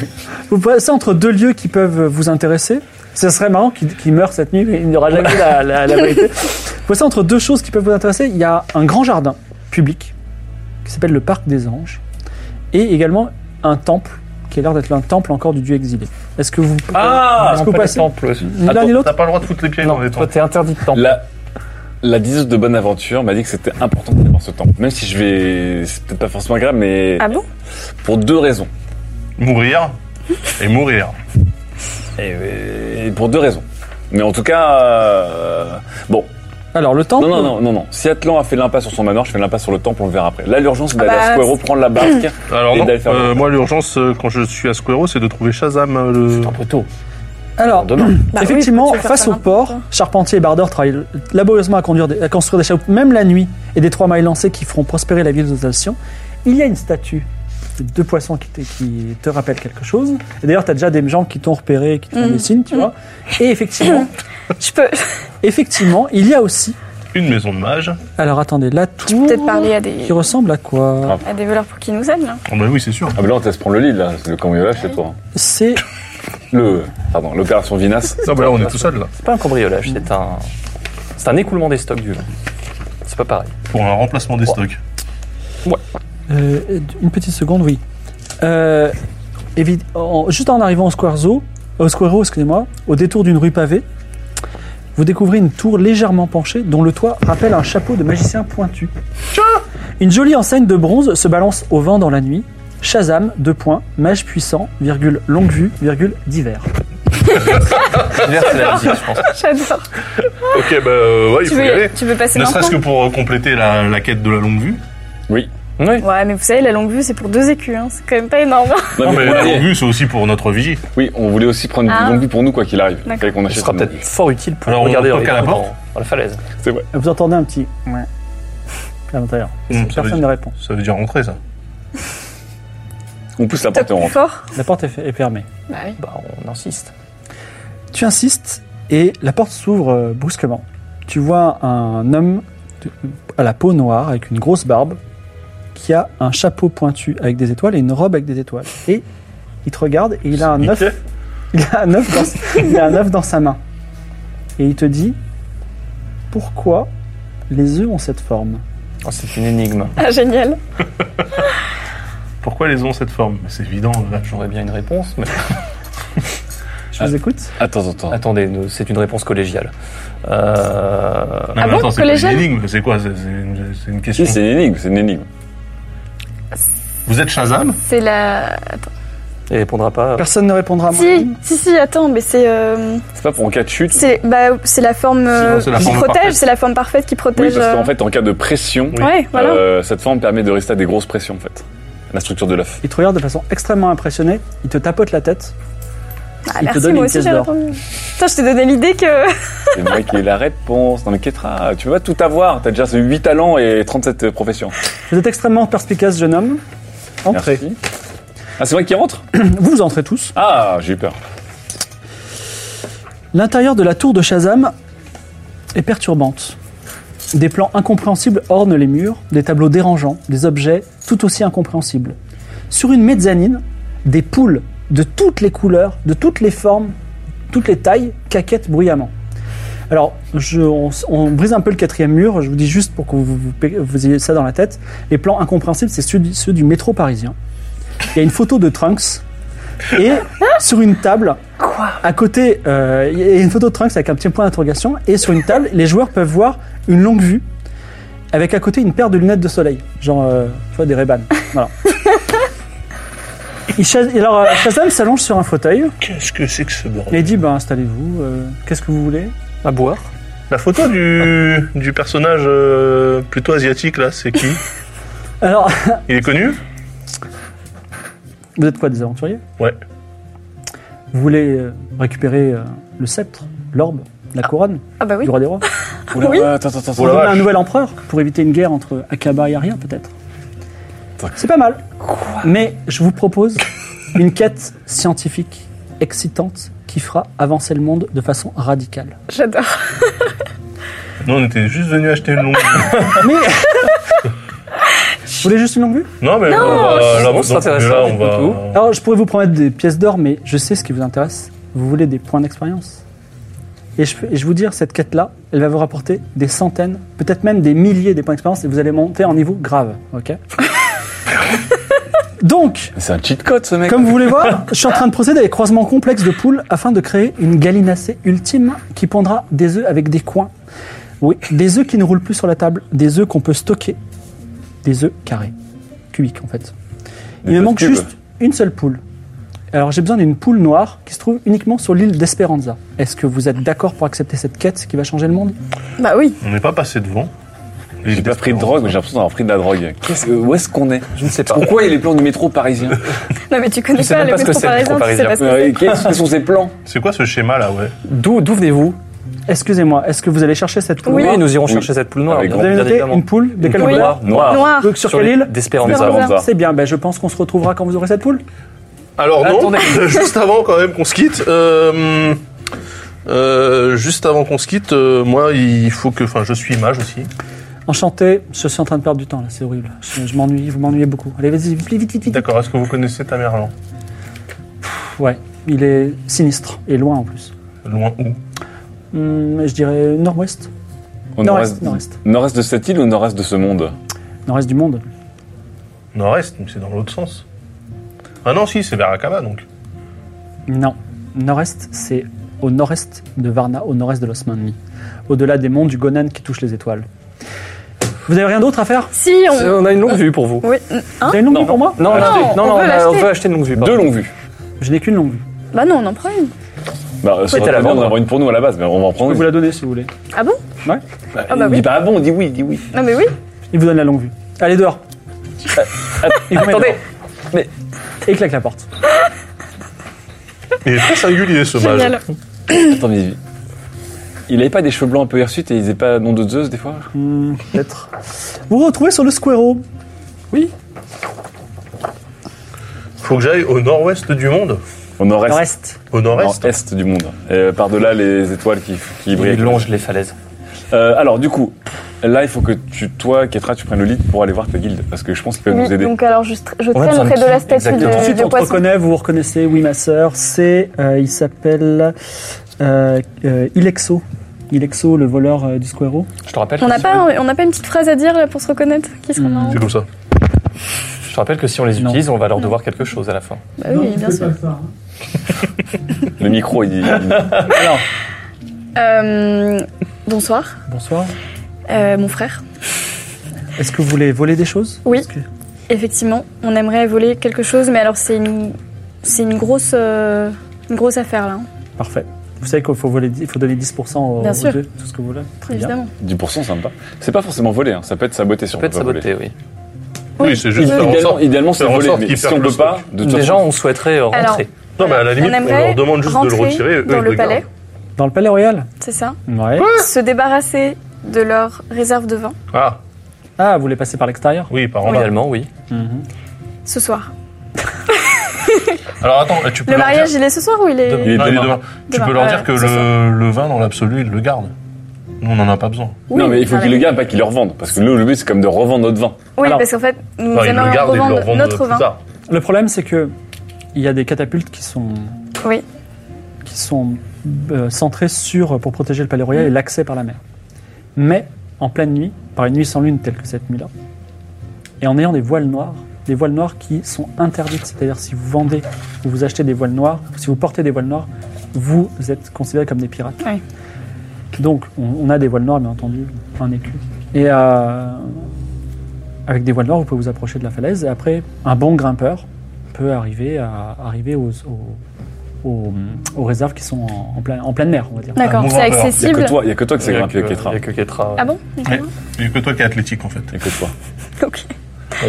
S1: Vous passez entre deux lieux qui peuvent vous intéresser. Ce serait marrant qu'il qu'il meure cette nuit, mais il n'y aura jamais la, la, la vérité. Vous passez entre deux choses qui peuvent vous intéresser. Il y a un grand jardin public qui s'appelle le Parc des Anges et également un temple qui a l'air d'être un temple encore du dieu exilé. Est-ce que vous.
S5: Ah,
S1: Est-ce que
S5: non,
S1: vous
S5: pas les
S1: passez-
S5: temples aussi.
S1: Ni l'un
S5: Attends,
S1: ni l'autre
S2: T'as pas le droit de foutre les pieds dans les temps.
S5: Toi, t'es interdit de temple.
S3: La, la diseuse de bonne aventure m'a dit que c'était important d'avoir ce temple. Même si je vais. C'est peut-être pas forcément grave, mais.
S4: Ah bon
S3: Pour deux raisons.
S2: Mourir et mourir.
S3: Eh Et, et pour deux raisons. Mais en tout cas. euh, bon.
S1: Alors le temple.
S3: Non, non, non, non, non. Si Atlan a fait l'impasse sur son manoir, je fais l'impasse sur le temple, on le verra après. Là, l'urgence, c'est d'aller
S4: Ah bah,
S3: à Squero prendre la barque.
S2: Alors
S3: Et
S2: non,
S3: d'aller faire-
S2: euh, moi l'urgence euh, quand je suis à Squero, c'est de trouver Shazam euh, le...
S5: C'est un peu tôt.
S1: Alors,
S3: Demain.
S4: Bah oui,
S1: Effectivement,
S4: tu veux faire
S1: face
S4: ça
S1: au
S4: n'importe
S1: port,
S4: quoi.
S1: charpentiers et bardeurs travaillent laborieusement à, conduire des- à construire des chaloupes, même la nuit, et des trois mailles lancées qui feront prospérer la ville de Alcyon. Il y a une statue de deux poissons qui, te- qui te rappellent quelque chose. Et d'ailleurs, tu as déjà des gens qui t'ont repéré, qui te font
S4: Mhm.
S1: des signes, tu vois. Et effectivement,
S4: Je peux
S1: effectivement, il y a aussi.
S2: une maison de mage.
S1: Alors attendez, la
S4: je peux
S1: tour
S4: peut-être parler à des,
S1: qui ressemble à quoi
S4: à des voleurs pour qu'ils nous aident. là.
S2: Ah bah oui, c'est sûr.
S3: Ah, bah là, on te laisse prendre le lit, là. Le cambriolage, c'est toi. hein.
S1: C'est
S3: Le. Pardon, l'opération Vinas.
S2: Non, bah là on est tout seul là.
S5: C'est pas un cambriolage, c'est un. C'est un écoulement des stocks du vin. C'est pas pareil.
S2: Pour un remplacement des stocks.
S1: Euh, une petite seconde, oui. Euh, évi- en- juste en arrivant au Squarzo, au Squareo, excusez-moi, au détour d'une rue pavée, vous découvrez une tour légèrement penchée dont le toit rappelle un chapeau de magicien pointu. Une jolie enseigne de bronze se balance au vent dans la nuit. Shazam, deux points, mage puissant, virgule longue vue, virgule divers.
S5: Divers, c'est la musique, je pense.
S4: J'adore.
S2: Ok, bah euh, ouais, il
S4: Tu
S2: faut y aller.
S4: veux, tu veux passer
S2: Ne serait-ce que
S4: maintenant
S2: pour euh, compléter la, la quête de la longue vue.
S3: Oui.
S5: Oui.
S4: Ouais, mais vous savez, la longue vue, c'est pour deux écus. hein. C'est quand même pas énorme.
S3: Non,
S2: Non,
S3: mais
S2: mais
S3: on
S2: la
S3: voulait-
S2: longue vue, c'est aussi pour notre vigie.
S3: Oui, on voulait aussi prendre
S4: Ah.
S3: une longue vue pour nous, quoi qu'il arrive.
S4: D'accord.
S3: Fallait qu'on
S5: Ce
S3: achète
S5: sera
S3: une
S5: peut-être
S3: longue
S5: fort utile pour
S2: Alors, on
S5: regarder
S2: toque à la
S5: dans-
S2: porte
S5: dans la falaise.
S3: vue. C'est vrai.
S1: Vous entendez un petit ouais à l'intérieur.
S2: Hum, ça, veut
S1: Personne ne
S2: dire,
S1: répond.
S2: ça veut dire rentrer ça.
S3: On pousse la
S4: Top
S3: porte et on
S4: plus
S3: rentre.
S4: fort.
S1: La porte est fe- est fermée.
S4: Bah oui.
S5: Bah, on insiste.
S1: Tu insistes et la porte s'ouvre euh, brusquement. Tu vois un homme de- à la peau noire avec une grosse barbe qui a un chapeau pointu avec des étoiles et une robe avec des étoiles. Et il te regarde et il a un œuf, il a un œuf dans, il a un œuf dans sa main. Et il te dit pourquoi les œufs ont cette forme.
S5: Oh, c'est une énigme.
S4: Ah, génial.
S2: Pourquoi les ont cette forme Mais C'est évident, là, j'aurais
S5: J'aurais bien une réponse, mais
S1: Je vous écoute.
S3: Attends, attends.
S5: attendez, nous- c'est une réponse collégiale. Euh,
S2: Non,
S4: Ah
S2: mais attends,
S4: bon,
S2: c'est pas une
S4: collégial
S2: énigme, c'est quoi C'est c'est une, c'est une question.
S3: Si, c'est une énigme, c'est une énigme.
S2: Vous êtes Shazam
S4: C'est la.
S5: Il répondra pas.
S1: Personne ne répondra à moi.
S4: Si, si, si, attends, mais c'est. euh,
S3: C'est pas pour en cas de chute.
S4: c'est bah, c'est la forme euh,
S2: c'est la
S4: qui
S2: forme
S4: protège,
S2: parfaite.
S4: c'est la forme parfaite qui
S3: Oui,
S4: protège.
S3: parce qu'en
S4: euh,
S3: fait, en cas de pression,
S2: Oui.
S4: Ouais, voilà.
S3: euh, cette forme permet de rester à des grosses pressions, en fait. La structure de l'œuf.
S1: Il te regarde de façon extrêmement impressionnée. Il te tapote la tête.
S4: Ah,
S1: il te
S4: merci,
S1: donne
S4: moi
S1: une
S4: aussi
S1: pièce
S4: j'avais
S1: d'or.
S4: entendu. Putain, je t'ai donné l'idée que.
S3: C'est moi qui ai la réponse. Non, mais Ketra, tu peux pas tout avoir. T'as déjà 8 talents et 37 professions.
S1: Vous êtes extrêmement perspicace, jeune homme. Entrez.
S3: Merci. Ah, c'est moi qui rentre
S1: Vous vous entrez tous.
S3: Ah, j'ai eu peur.
S1: L'intérieur de la tour de Shazam est perturbante. Des plans incompréhensibles ornent les murs, des tableaux dérangeants, des objets tout aussi incompréhensibles. Sur une mezzanine, des poules de toutes les couleurs, de toutes les formes, toutes les tailles caquettent bruyamment. Alors, je- on, s- on brise un peu le quatrième mur, je vous dis juste pour que vous, vous- vous ayez ça dans la tête. Les plans incompréhensibles, c'est ceux, du- ceux du métro parisien. Il y a une photo de Trunks, et sur une table, à côté, euh, il y a une photo de Trunks avec un petit point d'interrogation. Et sur une table, les joueurs peuvent voir une longue vue avec à côté une paire de lunettes de soleil. Genre, euh, tu vois, des Ray-Ban. Voilà. Il cha- et alors, euh, Shazam s'allonge sur un fauteuil.
S2: Qu'est-ce que c'est que ce bordel
S1: Il dit Ben, installez-vous. euh, Qu'est-ce que vous voulez
S5: À boire.
S2: La photo du, du personnage euh, plutôt asiatique là, c'est qui
S1: Alors,
S2: Il est connu
S1: vous êtes quoi, des aventuriers
S2: Ouais.
S1: Vous voulez euh, récupérer euh, le sceptre, l'orbe, la couronne
S4: Ah bah oui.
S1: du roi des rois
S3: Oula,
S4: Oui.
S3: attends, attends, attends.
S1: Pour
S3: attends.
S1: donner un nouvel empereur pour éviter une guerre entre Akaba et Aria, peut-être. C'est pas mal. Mais je vous propose une quête scientifique excitante qui fera avancer le monde de façon radicale.
S4: J'adore.
S2: Non, on était juste venu acheter une longue vue.
S1: Mais
S4: Je
S1: Vous voulez juste une longue vue
S2: Non, mais on va
S5: c'est-
S2: là,
S5: on
S2: donc,
S5: s'intéresse
S2: mais
S5: à
S2: là,
S5: ça,
S2: on va.
S5: beaucoup.
S1: Alors, je pourrais vous promettre des pièces d'or, mais je sais ce qui vous intéresse. Vous voulez des points d'expérience. Et je, peux- et je vous dire, cette quête-là, elle va vous rapporter des centaines, peut-être même des milliers de points d'expérience, et vous allez monter en niveau grave, ok Donc,
S3: C'est un cheat.
S5: Code ce mec.
S1: comme vous voulez voir, je suis en train de procéder à des croisements complexes de poules afin de créer une gallinacée ultime qui pondra des œufs avec des coins. Oui, des œufs qui ne roulent plus sur la table, des œufs qu'on peut stocker, des œufs carrés, cubiques en fait. Il
S3: Des
S1: me
S3: œufs
S1: manque
S3: cubes.
S1: juste une seule poule. Alors j'ai besoin d'une poule noire qui se trouve uniquement sur l'île d'Esperanza. Est-ce que vous êtes d'accord pour accepter cette quête qui va changer le monde
S4: Bah oui.
S2: On n'est pas passé devant.
S3: J'ai pas pris de drogue, mais j'ai l'impression d'avoir pris de la drogue. Qu'est-ce que- où est-ce qu'on est
S5: Je ne sais pas.
S3: Pourquoi il y a les plans du métro parisien
S4: Non, mais tu connais
S5: sais
S4: pas
S5: même
S4: le
S5: pas ce que
S4: métro
S5: c'est, le métro
S4: parisien, tu sais
S5: parisien.
S4: pas ce que
S3: Euh,
S4: c'est.
S3: Qu'est-ce que sont ces plans
S2: C'est quoi ce schéma là, ouais
S5: D'où d'où venez-vous
S1: Excusez-moi, est-ce que vous allez chercher cette poule
S5: Oui,
S1: noire
S5: nous irons
S3: Oui.
S5: chercher cette poule noire.
S3: Avec
S5: bien
S1: Vous avez noté
S5: évidemment.
S1: une poule de
S5: Une
S1: quelle
S5: poule
S4: Oui.
S1: couleur
S5: noire Noire.
S4: Noir.
S1: Donc sur,
S5: Sur
S1: quelle
S5: les-
S1: île
S5: d'Espéranza.
S3: Esperanza.
S1: C'est bien, ben, je pense qu'on se retrouvera quand vous aurez cette poule.
S2: Alors non,
S5: Attendez.
S2: juste avant quand même qu'on se quitte, euh, euh, juste avant qu'on se quitte, euh, moi il faut que, enfin je suis mage aussi.
S1: Enchanté, je suis en train de perdre du temps là, c'est horrible. Je, je m'ennuie, vous m'ennuyez beaucoup. Allez, vas-y, vite, vite, vite, vite.
S2: D'accord, est-ce que vous connaissez Tamerlan
S1: Ouais, il est sinistre et loin en plus.
S2: Loin où
S1: Hum, je dirais nord-ouest,
S3: Au
S1: Nord-est,
S3: nord-est
S1: nord-est.
S3: nord-est de cette île ou nord-est de ce monde
S1: nord-est du monde.
S2: Nord-est, mais c'est dans l'autre sens. Ah non, si, c'est vers Akaba donc.
S1: Non, nord-est, c'est au nord-est de Varna, au nord-est de l'Osmanli, au-delà des monts du Gonan qui touchent les étoiles. Vous avez rien d'autre à faire
S4: Si,
S5: Euh,
S4: on.
S5: On a une longue vue pour vous.
S4: Oui.
S1: Vous
S4: Hein
S1: avez une longue vue pour moi
S5: Non, on a
S4: Non,
S5: acheté- non,
S4: on
S5: non,
S4: peut
S5: on a- on
S4: l'acheter.
S5: peut acheter une longue vue.
S3: Deux
S5: pardon.
S3: longues vues.
S1: Je n'ai qu'une longue vue.
S4: Bah non, on en prend une.
S3: Bah, euh, ça
S5: Ouais, t'as
S3: aurait
S5: la
S3: été bien
S5: vendre.
S3: d'en avoir une pour nous à la base, mais on va en
S1: Je
S3: prendre
S1: peux
S3: une.
S1: vous la donner si vous voulez.
S4: Ah bon
S3: Bah,
S4: Ah bah
S3: il
S4: oui.
S3: dit pas ah bon, il dit oui, il dit oui.
S4: Non, mais oui.
S1: Il vous donne la longue vue. Allez dehors. Il vous met
S5: Attendez.
S1: dehors. Et il claque la porte.
S2: Il est très singulier ce mage.
S4: Génial.
S3: Attends, mais il- il avait pas des cheveux blancs un peu hirsutes et il disait pas nom de Zeus des fois
S1: Hmm, Peut-être. Vous vous retrouvez sur le Squero.
S2: Faut que j'aille au nord-ouest du monde,
S3: Au nord-est.
S1: Nord-est.
S2: au nord-est. hein.
S3: Nord-est du monde. Et par-delà les étoiles qui, qui brillent.
S5: Il longe les falaises.
S3: Euh, alors, du coup, là, il faut que tu, toi, Ketra, tu prennes le lead pour aller voir ta guilde. Parce que je pense qu'ils peuvent nous
S4: Oui,
S3: aider.
S4: donc alors je, tr- je
S5: On a
S4: traîne
S5: besoin de
S4: près de
S5: qui
S4: la statue
S5: exactement
S1: Ensuite,
S4: de, de
S1: on te
S4: Euh, poisson.
S1: reconnaît, vous vous reconnaissez, oui, ma sœur. C'est, euh, il s'appelle euh, euh, Ilexo. Ilexo, le voleur euh, du Squero.
S5: Je te rappelle.
S4: On
S5: que
S4: n'a
S5: si-
S4: pas, un- on n'a pas une petite phrase à dire là, pour se reconnaître qui serait marrant
S2: C'est comme ça.
S5: Je te rappelle que si on les
S1: Non.
S5: utilise, on va leur devoir quelque chose à la fin.
S4: Bah oui, bien sûr.
S3: Le micro, il dit.
S4: Euh, bonsoir,
S1: Bonsoir.
S4: euh, mon frère.
S1: Est-ce que vous voulez voler des choses
S4: Oui.
S1: Parce que-
S4: Effectivement, on aimerait voler quelque chose, mais alors c'est une, c'est une grosse, euh, une grosse affaire là. hein,
S1: Parfait. Vous savez qu'il faut, voler, il faut donner 10% aux,
S4: Bien
S1: aux
S4: sûr.
S1: deux, tout ce que vous voulez. Très bien.
S4: évidemment.
S3: 10%, sympa. C'est pas forcément voler, hein. ça peut être saboté si
S5: Ça
S3: on
S5: peut être
S3: pas voler.
S5: saboté, oui.
S2: Oui, c'est juste faire en
S3: Idéalement,
S2: sorte.
S3: idéalement c'est
S2: Faire en
S3: voler.
S2: sorte
S3: Mais
S2: qu'ils
S3: si
S2: perdent
S3: on
S2: le
S3: peut pas, de toute
S5: Déjà,
S3: façon,
S5: on souhaiterait euh,
S4: Alors,
S5: rentrer.
S2: Non, mais à la
S4: On
S2: limite, on,
S4: aimerait
S2: leur demande juste de le
S4: rentrer
S2: retirer. eux,
S4: dans
S2: ils
S4: le
S2: le
S4: palais.
S2: gardent.
S1: Dans le palais royal
S4: C'est ça.
S1: Ouais.
S4: Se débarrasser de leur réserve de vin
S2: Ah,
S1: Ah, vous voulez passer par l'extérieur
S2: oui, par en bas.
S5: Idéalement, oui.
S4: ce soir.
S2: Alors attends, tu peux
S4: Le
S2: leur dire-
S4: mariage, il est ce soir ou il
S3: il
S4: est
S3: est
S2: Non, il est
S3: demain.
S2: demain. Tu
S4: Demain,
S2: peux leur
S4: ouais,
S2: dire que
S4: ce
S2: le, le vin, dans l'absolu, ils le gardent. Nous, on n'en a pas besoin.
S3: Non, mais il faut
S4: voilà.
S3: qu'ils le gardent, pas qu'ils le revendent. Parce que nous, le but, c'est comme de revendre notre vin.
S4: Oui,
S1: Alors-
S4: parce qu'en fait, nous
S2: Enfin, ils le
S4: aimerions
S2: gardent et ils le
S4: revendre
S2: revendent
S4: notre
S2: plus
S4: vin.
S2: tard.
S1: Le problème, c'est que il y a des catapultes qui sont
S4: Oui.
S1: qui sont euh, centrées sur pour protéger le palais royal et l'accès par la mer. Mais en pleine nuit, par une nuit sans lune telle que cette nuit-là, et en ayant des voiles noires, des voiles noires qui sont interdites, c'est-à-dire si vous vendez ou vous achetez des voiles noires, si vous portez des voiles noires, vous êtes considéré comme des pirates.
S4: Oui.
S1: Donc on, on a des voiles noires, bien entendu, un écu. Et euh, avec des voiles noires, vous pouvez vous approcher de la falaise. Et après, un bon grimpeur peut arriver à arriver aux, aux- aux- aux réserves qui sont en, en plein- en pleine mer, on va dire.
S4: D'accord,
S2: Un
S4: c'est
S2: mouvement peur.
S3: Il y a
S4: accessible.
S3: que toi, il y a que toi qui sais
S5: Il y a
S3: grimper
S5: que-
S3: avec Ketra.
S5: Il y a que Ketra.
S4: Ah bon
S2: Ouais. Il n'y a que toi qui es athlétique, en fait.
S3: Il y a que toi.
S4: Ok.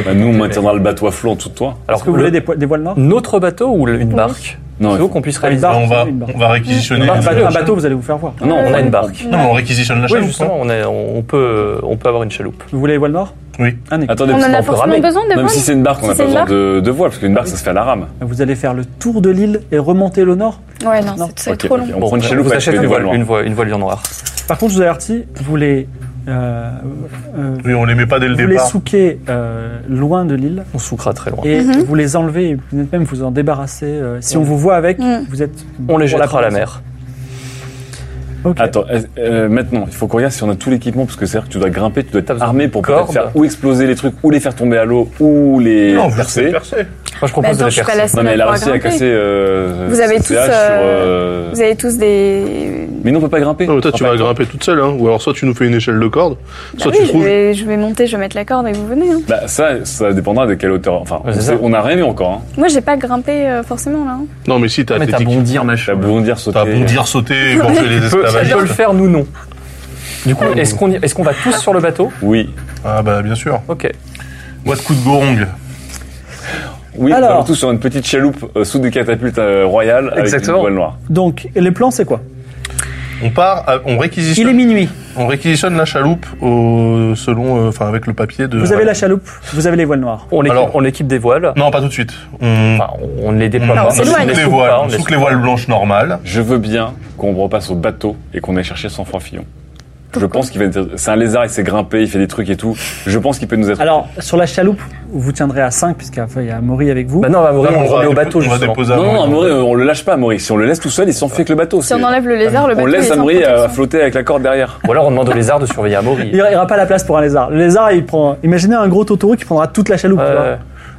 S3: Bah, nous, on maintiendra le bateau à flot en dessous de toi.
S5: Alors
S1: Est-ce que vous
S5: le-
S1: voulez des, po- des voiles noires
S5: notre bateau ou le- une
S4: Oui.
S5: barque
S3: Non,
S5: Il
S3: il
S5: faut
S3: faut-
S5: qu'on puisse
S1: Ah, une
S5: réaliser.
S1: barque.
S2: on, va,
S1: une barque.
S2: on va réquisitionner.
S1: un,
S2: les-
S1: bateau,
S5: une
S1: Ah, un bateau, vous allez vous faire voir.
S3: Non,
S5: on a une barque.
S2: Non, mais on réquisitionne la
S5: Oui,
S2: chaîne,
S5: justement,
S2: bah, justement.
S5: on, est- on peut, euh, on peut avoir une chaloupe.
S1: Vous voulez les voiles noires
S2: Oui.
S1: Un écu.
S3: Attendez,
S4: On
S3: parce
S4: en
S3: qu'on
S4: a
S3: peut
S4: forcément
S3: ramer.
S4: besoin de
S3: Même si
S4: voiles.
S3: c'est une barque, on
S4: Si
S3: n'a
S4: c'est
S3: pas
S4: une
S3: besoin
S4: barque.
S3: de, de voile, parce qu'une barque, ça se fait à la rame.
S1: Vous allez faire le tour de l'île et remonter le nord.
S4: Ouais, non,
S1: Non.
S4: c'est- c'est
S3: Ok,
S4: trop
S3: ok,
S4: long.
S3: On prend une chaloupe
S5: vous
S3: avec
S5: achetez
S3: des hein.
S5: une
S3: voiles
S5: voile,
S3: noires.
S5: une voile, une voilure noire.
S1: Par contre, je vous avertis, vous les euh, euh,
S2: Oui, on les met pas dès le
S1: vous les
S2: départ.
S1: souquez euh, loin de l'île
S5: On souquera très loin.
S1: et vous les enlevez et peut-être même vous en débarrassez. euh, si on vous voit avec,
S4: Mhm.
S1: vous êtes.
S5: On
S1: pour
S5: les jettera à la
S1: prochaine.
S5: mer.
S1: Ok.
S3: Attends, est-ce- euh, maintenant, il faut qu'on regarde si on a tout l'équipement, parce que c'est-à-dire que tu dois grimper, tu dois
S5: T'as
S3: être
S5: besoin
S3: armé
S5: de
S3: pour peut-être
S5: cordes.
S3: faire ou exploser les trucs, ou les faire tomber à l'eau, ou les
S2: Non, vous
S3: percer.
S2: les percez.
S5: Moi, je propose
S4: Bah, attends,
S5: de
S4: je
S5: les
S4: suis pas
S5: percer.
S4: la seule
S3: Non mais elle a
S4: à
S3: réussi à
S4: grimper.
S3: casser. euh,
S4: Vous avez
S3: CH
S4: tous,
S3: sur, euh,
S4: Vous avez tous des.
S3: Mais non, on peut pas grimper.
S2: Non, mais toi, tu
S3: Enfin,
S2: vas grimper toute seule, hein. Ou alors, soit tu nous fais une échelle de corde,
S4: Bah
S2: soit
S4: oui,
S2: tu
S4: je
S2: trouves.
S4: vais, je vais monter, je vais mettre la corde et vous venez. hein.
S3: Bah ça, ça dépendra de quelle hauteur. Enfin,
S5: Ouais,
S3: on
S5: c'est
S3: sait-
S5: ça.
S3: on a rien vu encore. Hein.
S4: Moi, j'ai pas grimpé euh, forcément là. hein.
S2: Non, mais si, t'as
S5: Mais t'as
S2: athlétique.
S5: bondi en
S3: T'as
S5: machin.
S3: bondir, sauter.
S2: T'as bondir, sauter, éventuer les
S5: Elle peut, elle peut le
S2: esclavagistes.
S5: faire, nous non. Du coup, est-ce qu'on y- est-ce qu'on va tous sur le bateau
S3: euh, Oui,
S2: Ah, bah, bien sûr.
S5: Ok.
S2: Moi, de coup de gorong.
S3: oui.
S1: Alors.
S3: Alors tout sur une petite chaloupe euh, sous des catapultes euh, royales avec une
S5: Exactement.
S3: voile noire.
S1: Donc, les plans, c'est quoi
S2: On part, à- on
S1: Il est
S2: réquisitionne,
S1: minuit.
S2: on réquisitionne la chaloupe au, selon, euh, enfin, avec le papier de.
S1: Vous avez la chaloupe, vous avez les voiles noires.
S5: On l'équipe,
S2: Alors-
S5: on l'équipe des voiles.
S2: Non, pas tout de suite. On,
S5: Enfin, on ne les déploie
S2: on-
S5: pas.
S2: on
S4: on
S2: souque
S4: s'éloigne.
S5: les
S2: les
S5: soupe
S2: voiles,
S5: pas,
S2: on
S5: les
S2: souque
S5: soupe
S2: les voiles blanches normales.
S3: Je veux bien qu'on repasse au bateau et qu'on aille chercher sans franc Fillon. Je pense qu'il va être... C'est un lézard, il sait grimper, il fait des trucs et tout. Je pense qu'il peut nous être...
S1: Alors, sur la chaloupe, vous tiendrez à 5, puisqu'il y a Maury avec vous.
S5: Bah non, on va mourir,
S2: Non,
S5: on, remet
S2: va
S5: au bateau
S2: on va
S5: justement.
S2: déposer à
S3: non,
S2: Maurice.
S3: non, Amaury, on le lâche pas, Amaury. Si on le laisse tout seul, il s'enfuit avec le bateau.
S4: Si
S3: C'est-
S4: on enlève le lézard, le bateau.
S3: on laisse
S4: il est sans
S3: Amaury euh,
S4: protection.
S3: flotter avec la corde derrière.
S5: Ou alors on demande au lézard de surveiller
S1: Il n'y
S5: Amaury.
S1: aura pas la place pour un lézard. Le lézard, il prend. Imaginez un gros Totoro qui prendra toute la chaloupe. tu vois.
S5: Euh,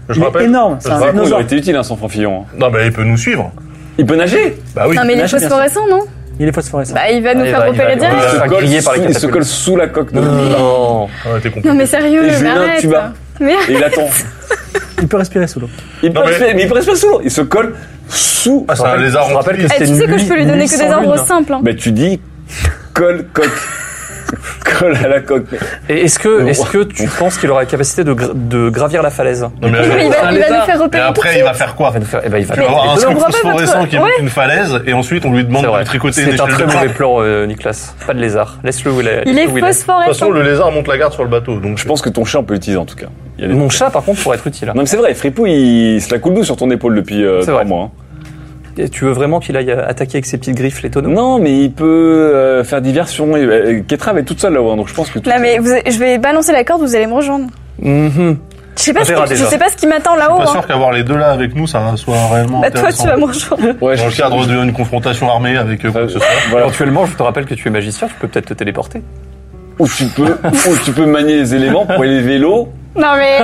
S2: Je
S1: Il est
S2: rappelle.
S1: énorme, c'est
S2: je
S1: un
S3: Par
S2: rappelle-
S3: contre, il
S1: dinosaure.
S3: aurait été utile, hein, sans franc Fillon. hein.
S2: Non, bah, il peut nous suivre.
S3: Il peut nager
S2: Bah oui.
S4: Non, mais il
S1: Là,
S4: est
S1: je viens
S4: phosphorescent, non
S1: Il est phosphorescent.
S4: Bah, il va nous
S5: il
S4: faire
S5: va- il
S4: repérer
S5: va- il va-
S3: Il
S4: direct.
S5: Ah,
S3: se colle
S5: grillé par les
S3: sous- il se
S5: catapultes.
S3: colle sous la coque de
S5: Euh, non.
S2: Ça aurait été compliqué.
S4: Non, mais sérieux,
S3: Et
S4: mais
S3: Julien,
S4: arrête.
S3: tu vas.
S4: Mais ah,
S3: Et il attend.
S1: Il peut respirer sous l'eau.
S3: Il
S2: Non,
S3: peut
S2: mais-
S3: respirer, mais il peut respirer sous l'eau. Il se colle sous.
S2: Ah, c'est un lézard
S5: Je
S2: en
S5: rappelle que
S4: Eh,
S5: c'était
S4: tu sais que
S5: lui-
S4: je peux lui donner que
S5: lui
S4: des
S5: sans
S4: ordres
S5: lune.
S4: simples. hein.
S3: Mais tu dis colle, coque. colle à la coque.
S5: Et Est-ce que,
S3: Non.
S5: est-ce que tu penses qu'il aura la capacité de, gra- de gravir la falaise
S2: Non, mais,
S4: Mais il
S5: C'est
S4: va,
S5: un
S4: il va
S5: lézard.
S4: nous faire
S2: mais
S4: repérer. tout de
S2: après, il
S4: suite.
S2: va faire quoi
S5: Il va nous faire- eh ben, il va
S2: Tu vas avoir un
S4: mais
S2: scoop
S4: on voit pas
S2: phosphorescent
S4: votre-
S2: qui est
S4: Ouais.
S2: une falaise, et ensuite, on lui demande
S5: C'est
S2: de
S5: vrai.
S2: tricoter une
S5: C'est un
S2: échelle de
S5: très
S2: corde.
S5: mauvais plan, euh, Nicolas. Pas de lézard. Laisse-le où il est.
S4: Il
S5: laisse-le où
S4: est
S2: De toute façon,
S4: phosphorescent.
S2: le lézard monte la garde sur le bateau, donc
S3: Je pense que ton chat, on peut l'utiliser en tout cas. Il y a des-
S5: Mon chat, par contre, pourrait être utile.
S3: Ah, Non, mais c'est vrai, Fripou, il se la coule d'eau sur ton épaule depuis euh,
S5: C'est
S3: trois
S5: vrai.
S3: mois. hein.
S5: Et tu veux vraiment qu'il aille euh, attaquer avec ses petites griffes les tonneaux
S3: Non, mais il peut euh, faire diversion. Et, euh, Ketra va être toute seule là-haut, donc je pense que. tout-
S4: Là, mais vous- je vais balancer la corde, vous allez me rejoindre.
S5: Mhm.
S4: Je sais pas,
S5: On
S4: ce
S5: verra
S4: qui, je
S5: déjà.
S4: sais pas ce qui m'attend
S2: je
S4: là-haut.
S2: suis pas
S4: hein.
S2: sûr qu'avoir les deux là avec nous, ça soit réellement
S4: Bah, toi,
S2: intéressant.
S4: tu vas me rejoindre.
S3: Ouais,
S2: Dans le cadre d'une confrontation armée avec euh, quoi que ce soit.
S3: Voilà.
S5: Éventuellement, je te rappelle que tu es magicien, tu peux peut-être te téléporter.
S3: Ou tu peux, ou tu peux manier les éléments pour élever l'eau.
S4: Non, mais.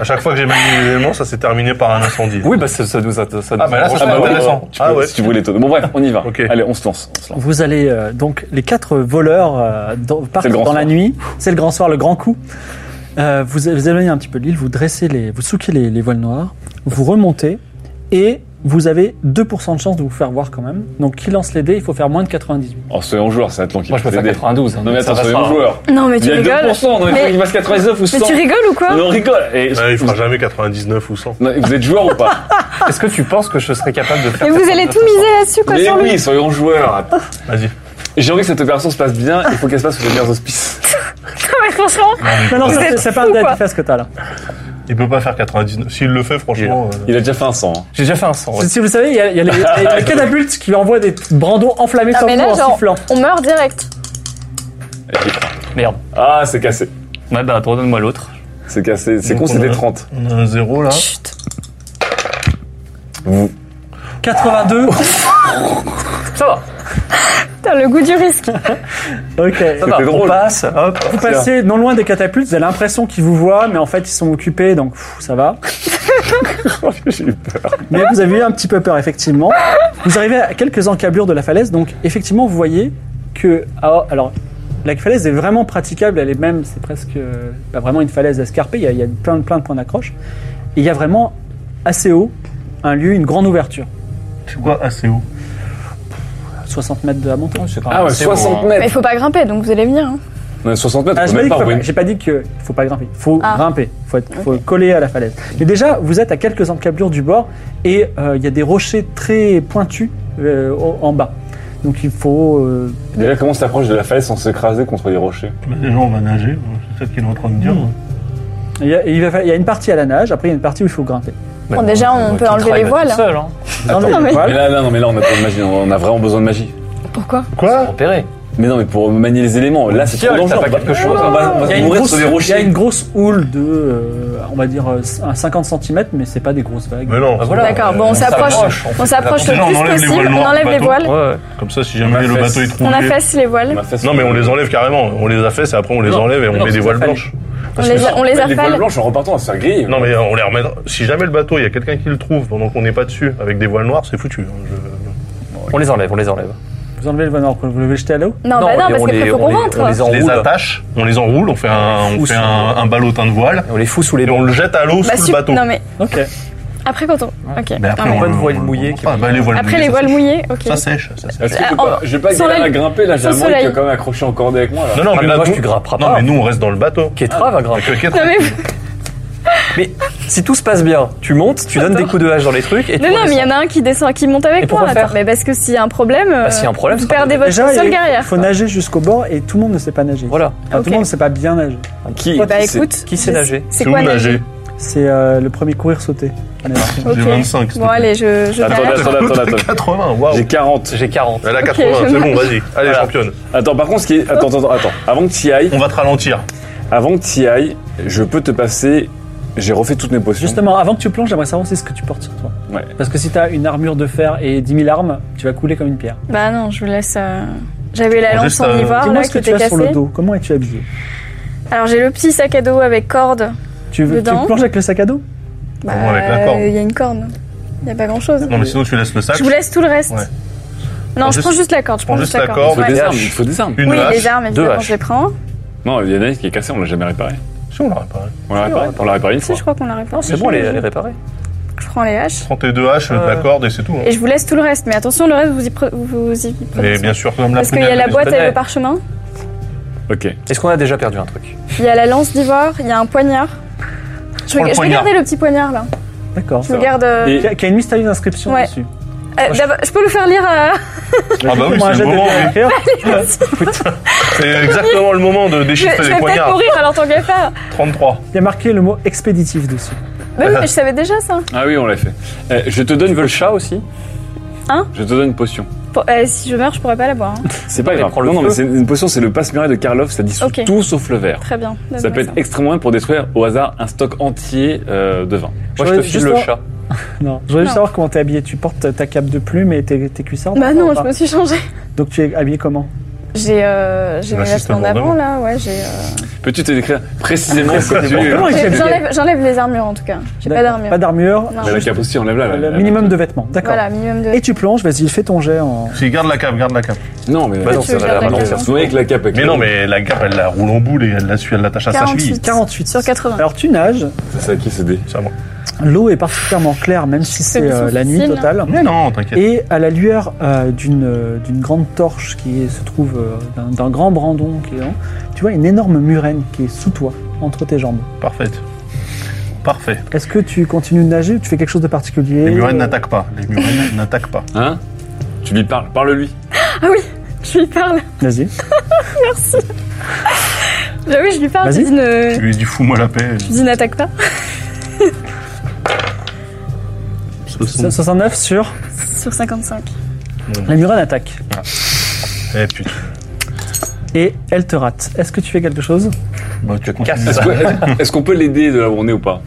S2: À chaque fois que j'ai mis les éléments, ça s'est terminé par un incendie.
S5: Oui, bah ça, ça nous a. Ça
S2: Ah, bah là, ça serait
S3: bah oui.
S2: intéressant.
S3: Tu peux-
S2: Ah ouais.
S3: Si tu brûles les tonneaux. Bon bref, on y va.
S2: Ok.
S3: Allez, on se lance. on se lance.
S1: Vous allez euh, donc les quatre voleurs euh, dans- partent
S3: le
S1: dans
S3: grand
S1: la
S3: soir.
S1: nuit. C'est le grand soir, le grand coup. Euh, vous, vous éloignez un petit peu l'île, vous dressez les, vous souquez les, les voiles noires, vous remontez et vous avez 2% de chance de vous faire voir quand même. Donc qui lance les dés, il faut faire moins de 98.
S3: Oh, soyons joueur, c'est Atlan qui
S5: Moi, je
S3: peut
S5: peux faire
S3: t'aider.
S5: 92. hein,
S3: Non mais
S5: ça
S3: attends,
S5: va, ça
S3: soyons
S5: va.
S3: joueurs.
S4: Non, mais
S3: Il
S4: tu
S3: y a
S4: rigoles.
S3: 2%, donc il faut
S4: Mais-
S3: qu'il fasse 99 ou
S4: Mais
S3: 100.
S4: tu rigoles ou quoi
S3: On rigole. Et-
S2: Ouais, il fera jamais 99 ou 100.
S3: Non, vous êtes joueur ou pas
S5: Est-ce que tu penses que je serais capable de faire
S4: Mais vous allez tout miser là-dessus, quoi,
S3: Mais
S4: sur lui.
S3: oui, soyons joueurs.
S2: Vas-y.
S3: J'ai envie que cette opération se passe bien, il faut qu'elle se passe sous les meilleurs auspices.
S4: Mais franchement,
S1: Non, non,
S4: Vous
S1: ça,
S4: êtes
S1: c'est- c'est pas
S4: fous,
S1: un dé,
S4: quoi.
S1: tu fais ce que t'as là.
S2: Il peut pas faire 99. S'il le fait, franchement. euh,
S3: Il a déjà fait un 100. hein.
S5: J'ai déjà fait un 100. ouais.
S1: Si- Si vous savez, il y a, il y a les, il y a les catapultes qui envoient des brandos enflammés
S4: Non,
S1: comme
S4: mais
S1: vous
S4: là,
S1: en
S4: genre-
S1: sifflant.
S4: on meurt direct.
S5: Merde.
S3: Ah, c'est cassé.
S5: Ouais, bah attends, donne-moi l'autre.
S3: C'est cassé. C'est
S2: Donc,
S3: con,
S2: on
S3: c'était
S2: a-
S3: 30.
S2: euh, On a un zéro là.
S4: Chut.
S1: 82.
S5: Ça va.
S4: Putain, le goût du risque.
S1: Ok.
S5: Ça va. On
S3: drôle.
S5: passe. Hop.
S1: Vous passez non loin des catapultes, vous avez l'impression qu'ils vous voient, mais en fait ils sont occupés, donc pff, ça va.
S3: J'ai eu peur.
S1: Mais vous avez eu un petit peu peur, effectivement. Vous arrivez à quelques encablures de la falaise, donc effectivement, vous voyez que. ah, alors, la falaise est vraiment praticable, elle est même, c'est presque euh, pas vraiment une falaise escarpée, il y a, il y a plein, de- plein de points d'accroche. Et il y a vraiment assez haut un lieu, une grande ouverture.
S2: ah, C'est quoi assez haut
S1: 60 mètres de la montée.
S3: Ah ouais,
S5: c'est
S3: 60
S5: bon,
S4: Mais il
S3: mètres.
S4: faut pas grimper, donc vous allez venir. hein.
S3: Non, 60 mètres,
S1: Ah,
S3: on
S1: j'ai
S3: peut
S1: pas
S3: même
S1: dit
S3: pas
S1: qu'il faut-
S3: ruiner.
S1: j'ai pas dit qu'il faut pas grimper, il faut
S4: Ah.
S1: grimper, il faut, être- faut coller à la falaise. Mais déjà, vous êtes à quelques encablures du bord et euh, il y a des rochers très pointus euh, au- en bas. Donc il faut euh,
S3: Déjà, comment on s'approche de la falaise sans s'écraser contre les rochers
S2: Déjà, on va nager. C'est ça qu'il est en train de dire.
S1: Il y, a, il va fa- il y a une partie à la nage, après il y a une partie où il faut grimper.
S4: Bon, déjà, on peut enlever les voiles.
S5: Seul, hein.
S1: Enlever
S4: non,
S1: les
S4: mais-
S1: voiles.
S3: Mais là, là, non, mais là, on a pas de magie, on on a vraiment besoin de magie.
S4: hein. Pourquoi
S2: Quoi
S5: Repérer.
S3: Mais non, mais pour manier les éléments, là c'est trop
S5: Tiens,
S3: dangereux. Bah,
S5: t'as pas
S3: on va-
S5: quelque chose.
S3: on va- on va,
S5: Il
S3: se
S5: y a
S1: une
S3: mourir
S1: grosse-
S3: sur des
S1: il y a
S3: rochers.
S1: une grosse houle de, euh, on va dire, euh, un 50 cm, mais c'est pas des grosses vagues.
S2: Mais non,
S5: Ah, voilà.
S4: D'accord, bon, on s'approche.
S5: on fait.
S4: On s'approche le
S2: Déjà, on
S4: plus
S2: enlève les
S4: possible,
S2: voiles
S4: on
S2: noires
S4: enlève
S2: du
S4: les
S2: bateau.
S4: voiles,
S5: Ouais.
S2: comme ça, si jamais le
S3: affaisse.
S2: bateau est
S4: on
S2: trouvé.
S4: affaisse les voiles,
S2: Non, mais on les enlève carrément. On les affaisse et après on les
S5: Non,
S2: enlève et on
S5: non,
S2: met des
S5: c'est
S2: voiles
S5: affalé.
S2: blanches.
S4: on les, on les
S3: Les voiles
S4: affale.
S3: blanches en repartant, on se faire griller.
S2: Non, mais on les remettra. Si jamais le bateau, il y a quelqu'un qui le trouve pendant qu'on n'est pas dessus avec des voiles noires, c'est foutu. hein. Je-
S5: On les enlève, on les enlève.
S1: Vous enlevez le voile noir, vous le jetez à l'eau
S4: Non, bah non,
S5: et
S4: parce
S5: on
S4: qu'après
S5: les-
S4: faut
S5: on
S4: qu'on
S5: les- On
S4: rentre.
S5: les
S2: On les
S5: enroule.
S2: attache, on les enroule, on fait un, on
S1: Ou
S2: fait
S1: sous-
S2: un, un ballotin de voile
S5: Et On les fout sous les
S2: et
S5: bancs.
S2: on le jette à l'eau
S4: Bah,
S2: sous le
S4: sup-
S2: bateau.
S4: Non, mais
S1: Ok.
S4: après quand on. Ok.
S2: Mais après,
S4: Non, mais-
S2: on
S5: Pas de
S2: le-
S5: voiles
S2: on le-
S5: mouillées
S2: on- Ah, bah, les voiles
S4: Après les
S2: ça
S4: voiles
S2: sèche.
S4: mouillées, ok.
S2: Ça sèche, ça sèche.
S3: Est-ce que
S4: Ah,
S3: j'ai pas, j'ai pas
S4: sans
S3: galère à
S4: soleil.
S3: grimper là J'ai un
S4: Sans
S3: mec qui est
S4: soleil.
S3: quand même accroché en corde avec moi là.
S2: Non, non,
S5: Ah,
S2: mais
S5: mais
S2: là,
S5: moi,
S2: nous-
S5: tu grimperas
S2: non,
S5: pas.
S2: mais nous, on reste dans le bateau.
S5: Kétra va grimper.
S2: Avec le
S4: Non,
S2: quai-
S4: mais
S5: Mais si tout se passe bien, tu montes, tu donnes des coups de hache dans les trucs et tu
S4: Non, non, mais il y en
S5: redescends.
S4: a un qui descend, qui monte avec
S5: Et
S4: moi.
S5: pourquoi
S4: Attends,
S5: faire Bah,
S4: mais parce que s'il y a un problème, euh,
S5: s'il y a un problème,
S4: vous
S5: ça-
S4: perdez votre
S1: Déjà,
S4: seule
S1: il
S4: carrière.
S1: faut nager jusqu'au bord et tout le monde ne sait pas nager.
S5: Voilà.
S1: Enfin, Tout
S4: Ok.
S1: le monde ne sait pas bien nager.
S3: Qui
S4: Eh bah
S3: qui sait-
S4: écoute,
S5: qui sait nager
S4: C'est
S2: où
S4: quoi nager
S2: nager
S1: C'est euh, le premier courir sauter.
S4: Ok.
S2: J'ai 25. s'il te
S4: Bon,
S2: plaît.
S4: allez, je. je
S3: Attends,
S4: m'arrête.
S3: attends, attends, attends.
S2: 80, waouh.
S3: J'ai 40.
S5: J'ai 40.
S2: Elle a
S4: Ok,
S2: 80,
S4: je
S2: c'est bon,
S4: marche.
S2: vas-y. Allez,
S5: Voilà.
S2: championne.
S3: Attends, par contre, ce qui est. Attends, attends, attends. Avant que tu y ailles,
S2: On va te ralentir.
S3: avant que tu ailles, je peux te passer. J'ai refait toutes mes potions.
S1: Justement, avant que tu plonges, j'aimerais savoir aussi ce que tu portes sur toi.
S3: Ouais.
S1: Parce que si t'as une armure de fer et 10 000 armes, tu vas couler comme une pierre.
S4: Bah non, je vous laisse. euh, J'avais la
S2: On
S4: lance
S2: reste,
S4: en
S2: euh,
S4: ivoire
S1: Dis-moi
S4: là
S1: ce que
S4: Ah, qui
S1: tu
S4: était
S1: as sur le
S4: cassée.
S1: dos. Comment es-tu habillé
S4: Alors j'ai le petit sac à dos avec corde.
S1: tu, veux, tu
S4: Dedans.
S1: plonges avec le sac à dos
S4: Bah,
S2: Comment avec la corde
S4: euh, il y a une corde. Il y a pas grand chose.
S2: Non, mais sinon, tu laisses le sac.
S4: Je vous laisse tout le reste.
S2: Ouais.
S4: Non,
S2: Prends
S4: je
S2: juste-
S4: prends juste la corde. Je prends juste la
S3: Il
S2: corde.
S3: faut
S4: Ouais.
S3: des armes, il faut des armes.
S2: Une
S4: Oui,
S2: hache.
S4: les armes, évidemment,
S5: haches.
S4: je les prends.
S3: Non, il y en a une qui est cassée, on l'a jamais réparée.
S2: Si, on l'a réparé.
S3: On l'a réparée, on l'a réparée une
S4: Si,
S3: fois.
S4: je crois qu'on la répare.
S5: Ah, C'est bon, elle est, elle est réparée.
S4: Je prends les haches.
S2: Prends tes deux haches, mets de la
S5: Ouais.
S2: corde et c'est tout. hein.
S4: Et je vous laisse tout le reste. Mais attention, le reste, vous y, pre- vous y prenez.
S2: Mais bien sûr, comme la
S4: Parce qu'il y a
S2: poubelle,
S4: la
S2: les
S4: boîte
S5: bonnets.
S4: avec le parchemin,
S3: Ok.
S5: Est-ce qu'on a déjà perdu un truc
S4: il y a la lance d'ivoire, il y a un poignard. Je,
S2: Prends le
S4: vais- je vais
S2: poignard.
S4: garder le petit poignard là.
S1: D'accord.
S4: Je garde. euh,
S3: Et-
S1: Qui a, qui a une mystérieuse inscription
S4: Ouais.
S1: dessus.
S4: euh, d'abord, je peux le faire lire à.
S2: Ah bah oui,
S1: Moi,
S2: c'est
S1: j'ai
S2: le moment.
S1: des-
S2: oui. C'est exactement le moment de
S4: Je,
S2: déchiffrer
S4: je
S2: les
S4: vais peut-être
S2: poignards.
S4: mourir alors tant qu'à faire.
S2: 33.
S1: Il y a marqué le mot expéditif dessus.
S4: Mais oui, mais je savais déjà ça.
S3: Ah oui, on l'a fait. Euh, je te donne Volcha aussi.
S4: Hein
S3: Je te donne une potion.
S4: Pour- euh, si je meurs, je pourrais pas la boire. hein.
S3: C'est pas
S5: mais
S3: grave.
S5: prends le
S3: Non, non,
S5: feu.
S3: mais c'est une potion, c'est le passe-muraille de Karloff, ça dissout
S4: Ok.
S3: tout sauf le verre.
S4: Très bien.
S3: Ça
S4: donne-moi
S3: peut être extrêmement bien pour détruire au hasard un stock entier euh, de vin.
S5: Moi, je
S1: J'aurais
S5: te file
S1: juste
S5: le
S1: pas-
S5: chat.
S1: Non. Je voudrais juste
S4: Non.
S1: savoir comment t'es habillé. Tu portes ta cape de plume et tes, tes cuissards
S4: Bah non, je
S1: d'accord,
S4: me
S1: ou
S4: suis changée.
S1: pas Donc tu es habillé comment
S4: J'ai euh, j'ai mes
S2: L'assiste
S4: vestes en
S2: Bordeaux.
S4: avant là, ouais. j'ai, euh,
S3: Peux-tu te décrire précisément ce que tu es
S1: Comment
S4: j'ai-
S1: est-il habillé
S4: J'enlève j'enlève les armures en tout cas. J'ai pas
S1: D'accord.
S4: d'armure.
S1: Pas d'armure. Euh,
S4: Non.
S3: Mais la cape aussi, enlève-la. là.
S1: Le minimum de vêtements. D'accord.
S4: Voilà, minimum de.
S1: Et tu plonges, vas-y, fais ton jet en.
S2: Si, garde la cape, garde la cape.
S3: Non, mais
S5: Bah non,
S4: tu
S5: ça
S4: veux
S5: va
S4: faire
S5: la
S4: la
S5: balancer.
S4: gueule.
S3: Souvent avec la cape. avec
S2: Mais
S3: la-
S2: non, mais la cape, elle la roule en boule et elle la suit, elle l'attache à sa cheville.
S4: 48.
S1: 48.
S4: Sur 80.
S1: Alors tu nages,
S3: C'est à qui ce dé
S2: C'est à moi.
S1: l'eau est particulièrement claire, même si c'est
S4: Ceux qui
S1: euh,
S4: sont
S1: la nuit
S4: faciles.
S1: totale.
S2: Mais non, t'inquiète.
S1: Et à la lueur euh, d'une euh, d'une grande torche qui est- se trouve euh, d'un- d'un grand brandon qui est en- tu vois une énorme murène qui est sous toi, entre tes jambes.
S2: Parfaite. Parfait.
S1: Est-ce que tu continues de nager ou tu fais quelque chose de particulier
S2: Les murènes
S1: Euh,
S2: n'attaquent pas. Les murènes n'attaquent pas.
S3: Hein Tu lui parles, parle-lui.
S4: Je lui parle.
S1: Vas-y.
S4: Bah oui, je lui parle. Je
S1: Vas-y.
S4: lui dis ne-
S2: Tu lui dis fous-moi la paix.
S4: je lui dis n'attaque pas.
S1: 69 sur
S4: Sur 55.
S1: la murène attaque
S2: Eh putain.
S1: et elle te rate. Est-ce que tu fais quelque chose
S2: Bah, tu continues.
S3: Est-ce que- est-ce qu'on peut l'aider de la journée ou pas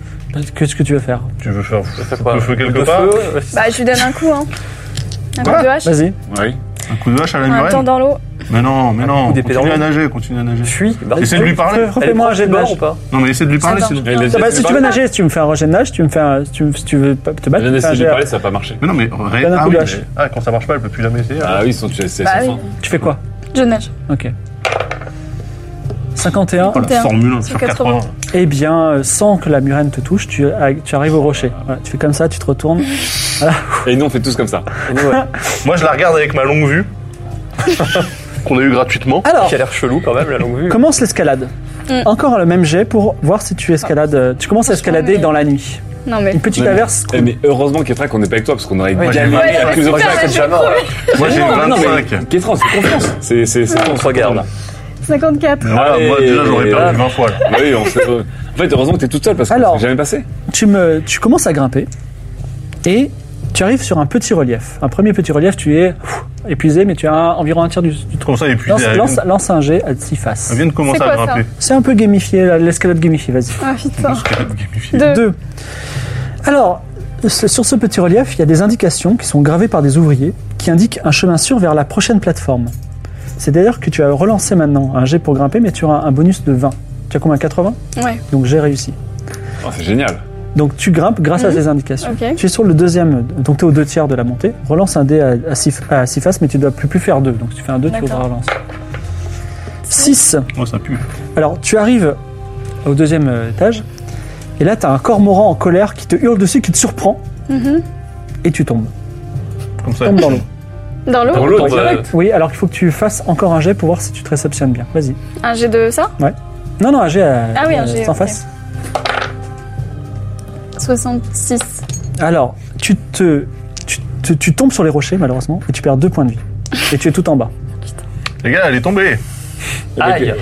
S1: Qu'est-ce que tu veux faire
S2: Tu veux faire
S5: Ça fait quoi
S2: Le feu quelque
S5: Le
S2: part
S5: feu, euh,
S4: Bah, je lui donne un coup, hein. Un
S2: Quoi
S4: coup de hache.
S1: Vas-y.
S3: Oui.
S2: un coup de hache à la
S4: Un temps
S2: murène
S4: dans l'eau.
S2: Mais non, mais non.
S5: coup d'épée dans
S2: Continue à
S5: l'eau.
S2: nager, continue à nager.
S5: Fuis. Bah,
S2: Essaie de lui parler.
S1: Fais- Fais-moi un jet de
S5: mort
S1: nage.
S5: ou pas
S2: Non, mais essaie de lui parler,
S4: Attends.
S2: sinon.
S3: Elle
S1: Ah
S3: laisse-
S1: bah, si tu veux nager, si tu me fais un jet de nage, tu me fais un- si tu, me- si tu veux pas te
S3: Elle
S1: battre, tu,
S3: vient
S1: fais Bah, un
S3: d'essayer de
S1: jet-
S3: lui parler, ça n'a pas marché.
S2: Mais non, mais. ré-
S1: Donne un
S2: Ah,
S1: coup
S2: oui,
S1: de hache.
S2: mais- ah, quand ça marche pas, elle peut plus jamais essayer.
S3: Ah oui, ils sont- c'est c'est
S4: Bah
S3: sans
S4: oui.
S3: fin.
S1: tu fais quoi
S4: Je nage.
S1: Ok. 51.
S2: Oh, la
S4: 31,
S2: Formule 1 sur
S4: 80.
S2: 80.
S1: Eh bien, euh, sans que la murène te touche, tu, a- tu arrives au rocher. Voilà, tu fais comme ça, tu te retournes.
S3: Et nous, on fait tous comme ça.
S2: Moi, je la regarde avec ma longue vue. qu'on a eu gratuitement.
S1: Alors,
S5: Qui a l'air chelou quand même, la longue vue.
S1: commence l'escalade.
S4: Mm.
S1: Encore le même jet pour voir si tu escalades. euh, Tu commences à
S4: Franchement,
S1: escalader
S4: mais-
S1: dans la nuit.
S4: Non, mais.
S1: Une petite
S3: Ouais, mais-
S1: averse.
S3: Eh, Mais heureusement, Ketra, qu'on n'est pas avec toi, parce qu'on aurait
S2: Ouais,
S3: galéré
S2: j'ai-
S3: à plusieurs fois.
S4: Super,
S2: Moi, j'ai
S3: Non, Ah, non, mais
S2: 25.
S3: Ketra, on se fait confiance. C'est- C'est c'est ton
S5: On se regarde.
S4: 54.
S2: Voilà,
S3: Allez,
S2: moi, déjà, j'aurais
S3: là.
S2: perdu 20 fois, là.
S3: Bah oui, on s'est- En fait, heureusement que t'es toute seule parce que
S1: Alors.
S3: c'est jamais passé.
S1: Tu, me, tu commences à grimper. Et Tu arrives sur un petit relief. Un premier petit relief, tu es pff, épuisé, mais tu as un- environ un tiers du, du trou.
S2: Comme ça, et puis
S1: Lance,
S2: elle,
S1: lance- lance un jet à 6 faces.
S2: elle vient de commencer
S4: C'est quoi,
S2: à grimper.
S1: C'est un peu gamifié, la- l'escalade gamifiée, vas-y.
S4: Ah putain.
S2: Parce qu'elle a gamifié.
S4: Deux.
S1: Deux. Alors, ce- sur ce petit relief, il y a des indications qui sont gravées par des ouvriers qui indiquent un chemin sûr vers la prochaine plateforme. C'est d'ailleurs que tu as relancé maintenant un jet pour grimper, mais tu auras un bonus de 20. Tu as combien 80
S4: Ouais.
S1: Donc j'ai réussi.
S3: Oh, c'est génial.
S1: Donc tu grimpes grâce à
S4: Mhm.
S1: ces indications.
S4: Ok.
S1: Tu es sur le deuxième, donc tu es aux deux tiers de la montée. Relance un dé à, à six, à six faces, mais tu dois plus, plus faire deux. Donc si tu fais un deux, tu
S4: D'accord.
S1: devras relancer. 6.
S2: Oh, ça pue.
S1: Alors, tu arrives au deuxième euh, étage, et là, tu as un corps morant en colère qui te hurle dessus, qui te surprend,
S4: Mhm.
S1: et tu tombes.
S2: Comme ça.
S1: Tu tombes dans l'eau.
S4: Dans l'eau,
S5: Dans
S3: Oh,
S5: l'eau,
S3: bah.
S5: direct.
S1: Oui, alors qu'il faut que tu fasses encore un jet pour voir si tu te réceptionnes bien. Vas-y.
S4: un jet de ça
S1: Non, non, un jet à,
S4: Ah oui, un
S1: euh,
S4: jet,
S1: sans
S4: ok.
S1: face.
S4: 66.
S1: Alors, tu te, tu, te- tu tombes sur les rochers, malheureusement, et tu perds deux points de vie. Et tu es tout en bas.
S2: Les gars, elle est tombée.
S5: Aïe.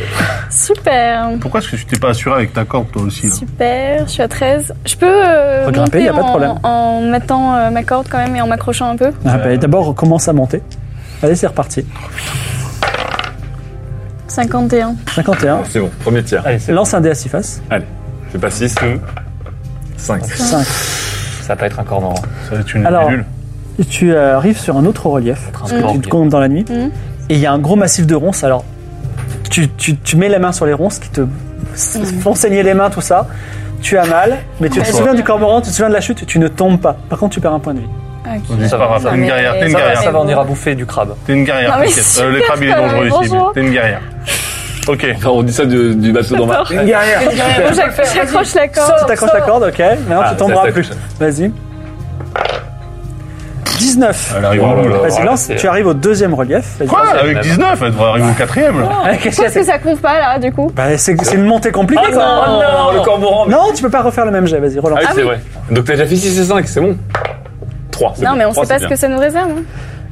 S4: Super.
S2: Pourquoi est-ce que tu t'es pas assuré avec ta corde, toi aussi là
S4: Super, je suis à 13. Je peux euh,
S1: Faut grimper,
S4: monter
S1: y a pas de
S4: en-
S1: problème.
S4: en mettant euh, ma corde quand même et en m'accrochant un peu.
S1: Ah, bah, D'abord, commence à monter. Allez, c'est reparti.
S4: 51.
S1: 51.
S3: C'est bon, premier tir.
S5: Allez, c'est-
S1: Lance un dé à six faces.
S3: C'est pas 6, 5.
S1: 5.
S5: ça va pas être un corps marrant.
S2: Ça va être une
S1: Alors,
S2: pilule.
S1: Tu euh, arrives sur un autre relief.
S4: Mmh.
S5: Être un corps
S1: tu te comptes dans la nuit.
S4: Mhm.
S1: Et il y a un gros massif de ronces. Alors, tu, tu- tu mets la main sur les ronces qui te font saigner les mains, tout ça. Tu as mal, mais tu te
S4: Mmh. Bonsoir.
S1: souviens du cormoran, tu te souviens de la chute, tu ne tombes pas. Par contre, tu perds un point de vie.
S4: Ah, Ok.
S2: Vas-y,
S5: ça
S2: c'est pas
S5: va.
S2: grave. T'es une
S4: Mais-
S2: guerrière, t'es une
S5: Ça va,
S2: guerrière.
S5: ça va, on ira bouffer du crabe.
S2: T'es une guerrière,
S4: Non, mais
S2: t'inquiète.
S4: super,
S2: Euh, le crabe, il est
S4: quand même,
S2: dangereux ici.
S4: bonjour.
S2: mais T'es une guerrière. Ok.
S3: Enfin, on dit ça du, du bateau dans ma.
S1: Une guerrière.
S4: Bon, j'ac- J'accroche la corde.
S1: Tu t'accroches la corde, ok. Maintenant,
S3: Ah,
S1: tu tomberas
S3: ça, ça
S1: plus.
S3: touche.
S1: Vas-y. 19.
S2: Elle arrive
S3: Oh
S2: en
S3: là
S2: bout,
S3: là.
S2: là.
S1: Vas-y,
S5: voilà,
S1: lance.
S5: c'est-
S1: Tu arrives au deuxième relief. Vas-y.
S2: Quoi Ah, Avec 19, elle devrait arriver au quatrième. là.
S1: Ah, qu'est-ce qu'il y a,
S4: Parce que ça Ah, compte pas là, du coup.
S1: Bah, c'est c'est une montée compliquée.
S5: Oh
S1: ça.
S5: non, le corps mourant.
S1: Non, tu peux pas refaire le même jet. Vas-y, relance.
S3: Ah oui, c'est vrai. Donc t'as déjà fait 6 et 5, c'est bon
S5: 3.
S4: Non, mais on sait pas ce que ça nous réserve. hein.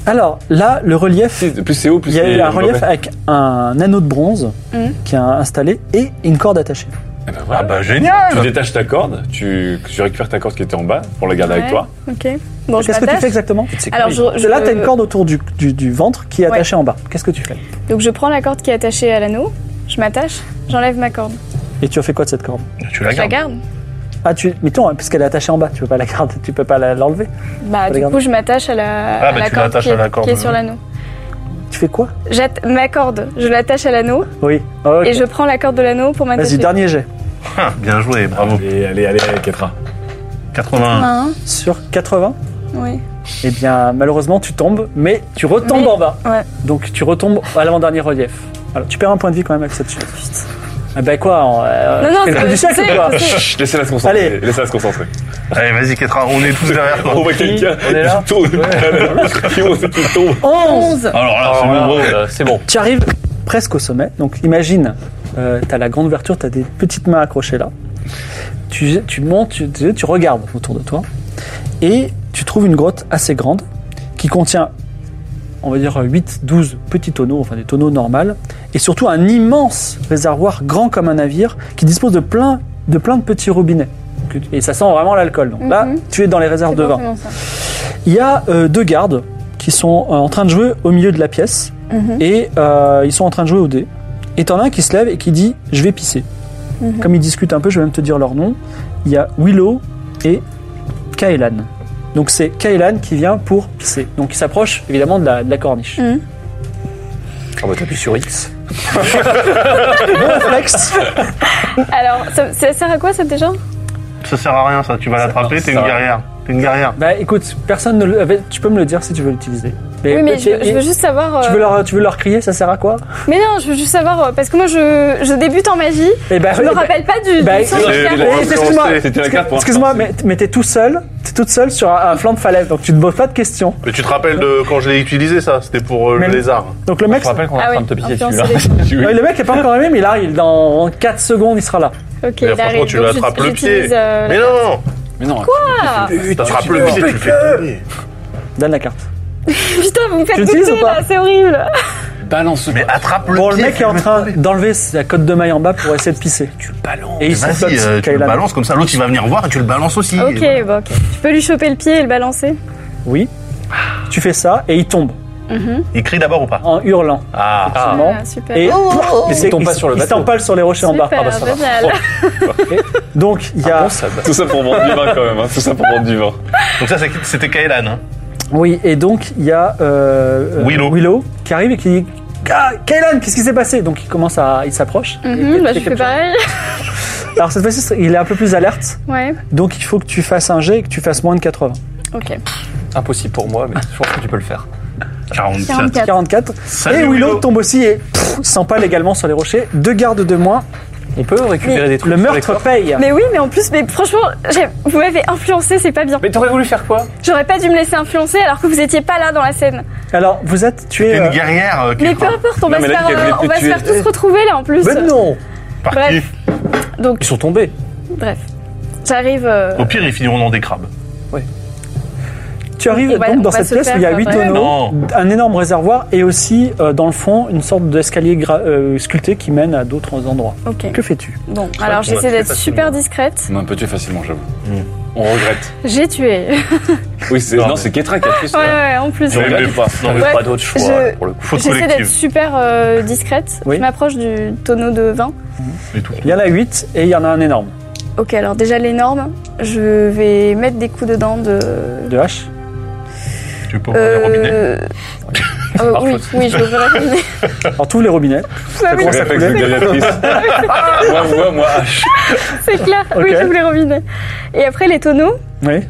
S1: Alors là, le relief.
S3: Plus c'est haut, plus
S1: Il y a
S3: c'est-
S1: eu un relief avec un anneau de bronze
S4: Mhm.
S1: qui est installé et une corde attachée.
S3: Eh ben voilà.
S2: Ah bah
S3: Tu
S2: génial
S3: détaches ta corde, tu, tu récupères ta corde qui était en bas pour la garder
S4: Ouais.
S3: avec toi.
S4: Ok. Bon, je
S1: Qu'est-ce que tu
S4: m'attache.
S1: fais exactement
S4: Alors, je, je-
S1: Là, tu as une corde autour du, du- du ventre qui est
S4: Ouais.
S1: attachée en bas. Qu'est-ce que tu fais
S4: Donc, je prends la corde qui est attachée à l'anneau, je m'attache, j'enlève ma corde.
S1: Et tu as fait quoi de cette corde
S2: Tu la
S4: Je la
S2: gardes.
S4: garde.
S1: Ah, tu, mais attends, parce qu'elle est attachée en bas, tu peux pas la garder, tu peux pas la- l'enlever.
S4: Bah, du
S1: regarde.
S4: coup, je m'attache à la,
S2: Ah,
S4: à
S2: bah,
S4: la
S2: tu
S4: corde
S2: l'attaches
S4: qui est,
S2: à la corde,
S4: qui est sur
S2: ouais.
S4: l'anneau.
S1: Tu fais quoi
S4: J'atte- Ma corde, je l'attache à l'anneau
S1: Oui. Ok.
S4: et je prends la corde de l'anneau pour
S1: Vas-y,
S4: m'attacher.
S1: dernier jet
S2: Ah, Bien joué, bravo.
S3: Allez, allez, allez, allez, Ketra.
S2: 81.
S4: Un,
S1: sur 80.
S4: oui.
S1: Eh bien, malheureusement, tu tombes, mais tu retombes
S4: Mais-
S1: en bas.
S4: ouais.
S1: Donc, tu retombes à l'avant-dernier relief. Alors, tu perds un point de vie quand même avec cette chute. Ah bah quoi on- euh,
S4: Oh, Non, non,
S1: c'est le coup
S4: c'est-
S1: du siècle ou
S4: c'est-
S1: quoi
S4: c'est-
S3: Chut, laissez-la se concentrer.
S1: Allez.
S3: Laissez-la se concentrer.
S2: Allez, vas-y, Ketra, on est tous derrière toi.
S3: On voit quelqu'un
S5: on est là
S3: qui tourne. Qui monte, qui tombe.
S1: 11
S2: Alors
S5: Ah,
S2: là, c'est nouveau.
S5: C'est bon.
S1: Tu arrives presque au sommet, donc imagine, euh, tu as la grande ouverture, tu as des petites mains accrochées là. Tu, tu montes, tu, tu- tu regardes autour de toi, et tu trouves une grotte assez grande qui contient, on va dire, 8-12 petits tonneaux, enfin des tonneaux normaux, et surtout un immense réservoir grand comme un navire qui dispose de plein de, plein de petits robinets. Que- Et ça sent vraiment l'alcool. Donc là,
S4: Mhm.
S1: tu es dans les réserves
S4: C'est
S1: de vin.
S4: forcément ça.
S1: Il y a euh, deux gardes qui sont euh, en train de jouer au milieu de la pièce
S4: Mhm.
S1: et euh, ils sont en train de jouer au dé. Et t'en as un qui se lève et qui dit Je vais pisser.
S4: Mhm.
S1: Comme ils discutent un peu, je vais même te dire leur nom. Il y a Willow et Kaelan. Donc c'est Kaelan qui vient pour pisser. Donc il s'approche évidemment de la, de la corniche.
S4: Mhm.
S5: On va t'appuyer Ah, bah, sur X.
S1: Bon réflexe
S4: Alors, ça, ça sert à quoi ça déjà
S2: Ça sert à rien, ça. Tu vas l'attraper, t'es
S5: ça
S2: une
S5: va.
S2: guerrière. T'es une guerrière.
S1: Bah écoute, personne ne le. euh, Tu peux me le dire si tu veux l'utiliser.
S4: Oui, mais
S1: tu-
S4: je, je veux juste savoir.
S1: tu
S4: euh,
S1: veux, leur, tu veux leur crier, ça sert à quoi
S4: Mais non, je veux juste savoir euh, parce que moi, je, je débute en magie.
S1: Eh ben,
S4: Je
S1: eh
S4: me
S1: ben,
S4: rappelle pas du.
S1: bah,
S4: du son
S1: c'est-
S4: de
S3: c'est-
S4: la carte.
S1: Eh, Excuse-moi,
S3: C'était la
S4: hein.
S3: carte pour
S1: excuse-moi, mais, mais t'es tout seul, t'es toute seule sur un, un flanc de falaise, donc tu ne poses pas de questions.
S2: Mais tu te rappelles de quand je l'ai utilisé, ça C'était pour euh,
S1: Mais-
S2: le lézard.
S1: Donc le mec,
S5: Je rappelle qu'on est
S4: Ah
S5: en
S4: oui,
S5: train de te piquer
S4: influencer
S5: celui-là.
S1: ouais, le mec est pas encore arrivé, mais là, il dans 4 secondes, il sera là.
S4: Ok,
S2: Mais
S4: il
S2: franchement,
S4: arrive.
S2: tu
S4: Donc,
S2: l'attrapes le
S4: j'utilise,
S2: pied.
S4: euh,
S2: Mais non
S3: Mais non,
S4: Ah,
S2: T'attrapes le pied, tu le fais tomber.
S1: Donne la carte.
S4: putain, vous me
S1: Tu
S4: faites
S1: l'utilises
S4: douter
S1: ou pas
S4: là, c'est horrible.
S3: balance
S2: Mais attrape le
S1: Bon,
S2: pied.
S1: le mec est en train d'enlever sa cote de maille en bas pour essayer de pisser.
S3: Tu balances.
S1: Et il se
S2: Vas-y, euh, tu le
S1: Kaylan.
S2: balances comme ça, l'autre il va venir voir et tu le balances aussi.
S4: Ok, bon, ok. Tu peux lui choper le pied et le balancer.
S1: Oui. Tu fais ça et il tombe
S2: Il crie d'abord ou pas
S1: en hurlant.
S2: Ah,
S5: Ah,
S1: Bon.
S4: Ah, super.
S1: Et
S4: Oh,
S1: pouf,
S5: Il
S1: c'est-
S5: tombe pas
S1: il-
S5: sur le
S1: il
S5: bateau. Ah bah,
S1: s'empale sur les rochers en bas. Ah bah,
S4: super, bah, génial.
S1: Donc il y a.
S3: Tout ça pour vendre du vin quand même, hein. tout ça pour vendre du vin.
S2: donc ça c'est- c'était Kaelan. Hein.
S1: Oui, et donc il y a euh, euh,
S2: Willow.
S1: qui arrive et qui dit Ah, Kaylan, qu'est-ce qui s'est passé Donc il commence à. Il s'approche.
S4: Mhm,
S1: Et-
S4: bah,
S1: et-
S4: je fais pareil.
S1: Alors cette fois-ci, il est un peu plus alerte,
S4: Ouais,
S1: donc il faut que tu fasses un jet et que tu fasses moins de 80.
S4: ok.
S5: Impossible pour moi, mais je pense que tu peux le faire.
S2: 47.
S4: 44.
S1: 44.
S2: Salut,
S1: et Willow,
S2: Willow.
S1: tombe aussi et pff, s'empale également sur les rochers. Deux gardes de moins.
S5: On peut récupérer
S4: Mais-
S5: des trucs.
S1: Le
S5: sur les
S1: meurtre
S5: corps.
S1: paye.
S4: Mais oui, mais en plus, mais franchement, j'ai- vous m'avez influencé, c'est pas bien.
S5: Mais t'aurais voulu faire quoi
S4: J'aurais pas dû me laisser influencer alors que vous étiez pas là dans la scène.
S1: Alors vous êtes
S2: T'es
S1: tué.
S2: une guerrière euh, qui
S4: Mais peu importe, on
S3: Non,
S4: va, se
S3: mais là,
S4: faire,
S3: il y a
S4: euh,
S3: des
S4: on va se
S3: tués.
S4: faire tous retrouver là en plus.
S1: Mais ben non
S2: par qui
S4: Bref. Donc,
S5: Ils sont tombés.
S4: bref. J'arrive. euh,
S2: Au pire ils finiront dans des crabes.
S1: Tu arrives
S4: On va-
S1: donc
S4: on
S1: dans
S4: va
S1: cette
S4: se
S1: pièce
S4: faire,
S1: où il y a
S4: euh,
S1: huit
S4: vraiment-
S1: tonneaux, un énorme réservoir et aussi euh, dans le fond une sorte d'escalier gra- euh, sculpté qui mène à d'autres endroits.
S4: Ok.
S1: Que fais-tu
S4: Bon,
S2: qu'on va
S4: alors j'essaie
S2: tuer
S4: d'être
S2: facilement.
S4: super discrète.
S3: On a un peu tué facilement, j'avoue. On regrette.
S4: J'ai tué.
S3: Oui, c'est.
S2: Non,
S3: Non,
S2: mais-
S3: c'est Ketra qui a fait
S4: Ouais,
S3: ça. euh,
S4: ouais, en plus.
S3: Je regrette pas.
S2: Non, mais
S4: Ouais.
S5: Pas d'autre choix
S4: Je-
S5: pour le coup.
S2: faute
S4: J'essaie d'être
S2: collective.
S4: super euh, discrète.
S1: Oui.
S4: Je m'approche du tonneau de vin.
S2: Et tout.
S1: Il y en a 8 et il y en a un énorme.
S4: Ok, alors déjà l'énorme, je vais mettre des coups dedans de.
S1: De hache
S2: Tu peux ouvrir
S4: Euh,
S2: le robinet.
S4: euh, oui, oui, je veux répondre.
S1: Alors tous les robinets.
S4: Bah oui,
S3: Le réflexe de gladiatrice. Moi, moi, moi, ah, H.
S4: c'est clair. Oui,
S1: Ok.
S4: je voulais robinet. Et après les tonneaux,
S1: Oui,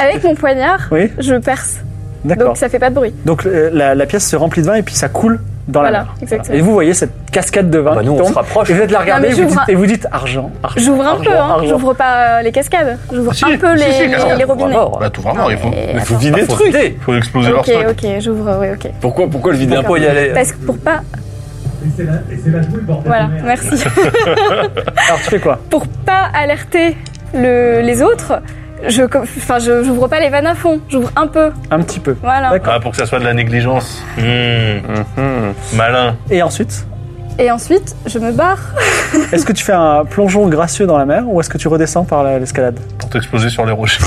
S4: avec mon poignard,
S1: oui,
S4: je perce.
S1: d'accord.
S4: Donc ça fait pas de bruit.
S1: Donc euh, la, la pièce se remplit de vin et puis ça coule dans la
S4: Voilà,
S1: mer.
S4: exactement.
S1: Et vous voyez cette cascade de vin
S5: Bah,
S1: qui
S5: nous, on se
S1: tombe.
S5: rapproche.
S1: Et vous êtes la regarder
S4: Non,
S1: et
S4: mais
S1: vous,
S4: j'ouvre
S1: dites, et vous dites argent, argent.
S4: J'ouvre un
S1: argent,
S4: peu, hein.
S1: argent.
S4: j'ouvre pas euh, les cascades. J'ouvre
S2: Si,
S4: un peu
S2: si,
S4: les,
S2: si, cascades.
S4: les robinets.
S5: D'abord.
S2: Bah tout vraiment, il faut,
S4: Mais
S2: il faut
S4: attends.
S2: vider le
S5: Ah, Faut
S2: truc.
S5: vider.
S2: faut exploser leur
S4: Ok,
S2: stock.
S4: ok, j'ouvre, oui, ok.
S3: Pourquoi, pourquoi le vider un
S5: D'accord.
S3: peu
S5: Faut y aller.
S4: Parce que pour pas. Voilà, merci.
S1: Alors tu fais quoi
S4: pour pas alerter le- les autres, je, enfin, je, j'ouvre pas les vannes à fond, j'ouvre un peu,
S1: Un petit peu.
S4: voilà.
S1: D'accord.
S2: Ah, pour que ça soit de la négligence. Hmm, Malin.
S1: Et ensuite,
S4: Et ensuite, je me barre.
S1: est-ce que tu fais un plongeon gracieux dans la mer ou est-ce que tu redescends par la- l'escalade
S2: Pour t'exploser sur les rochers.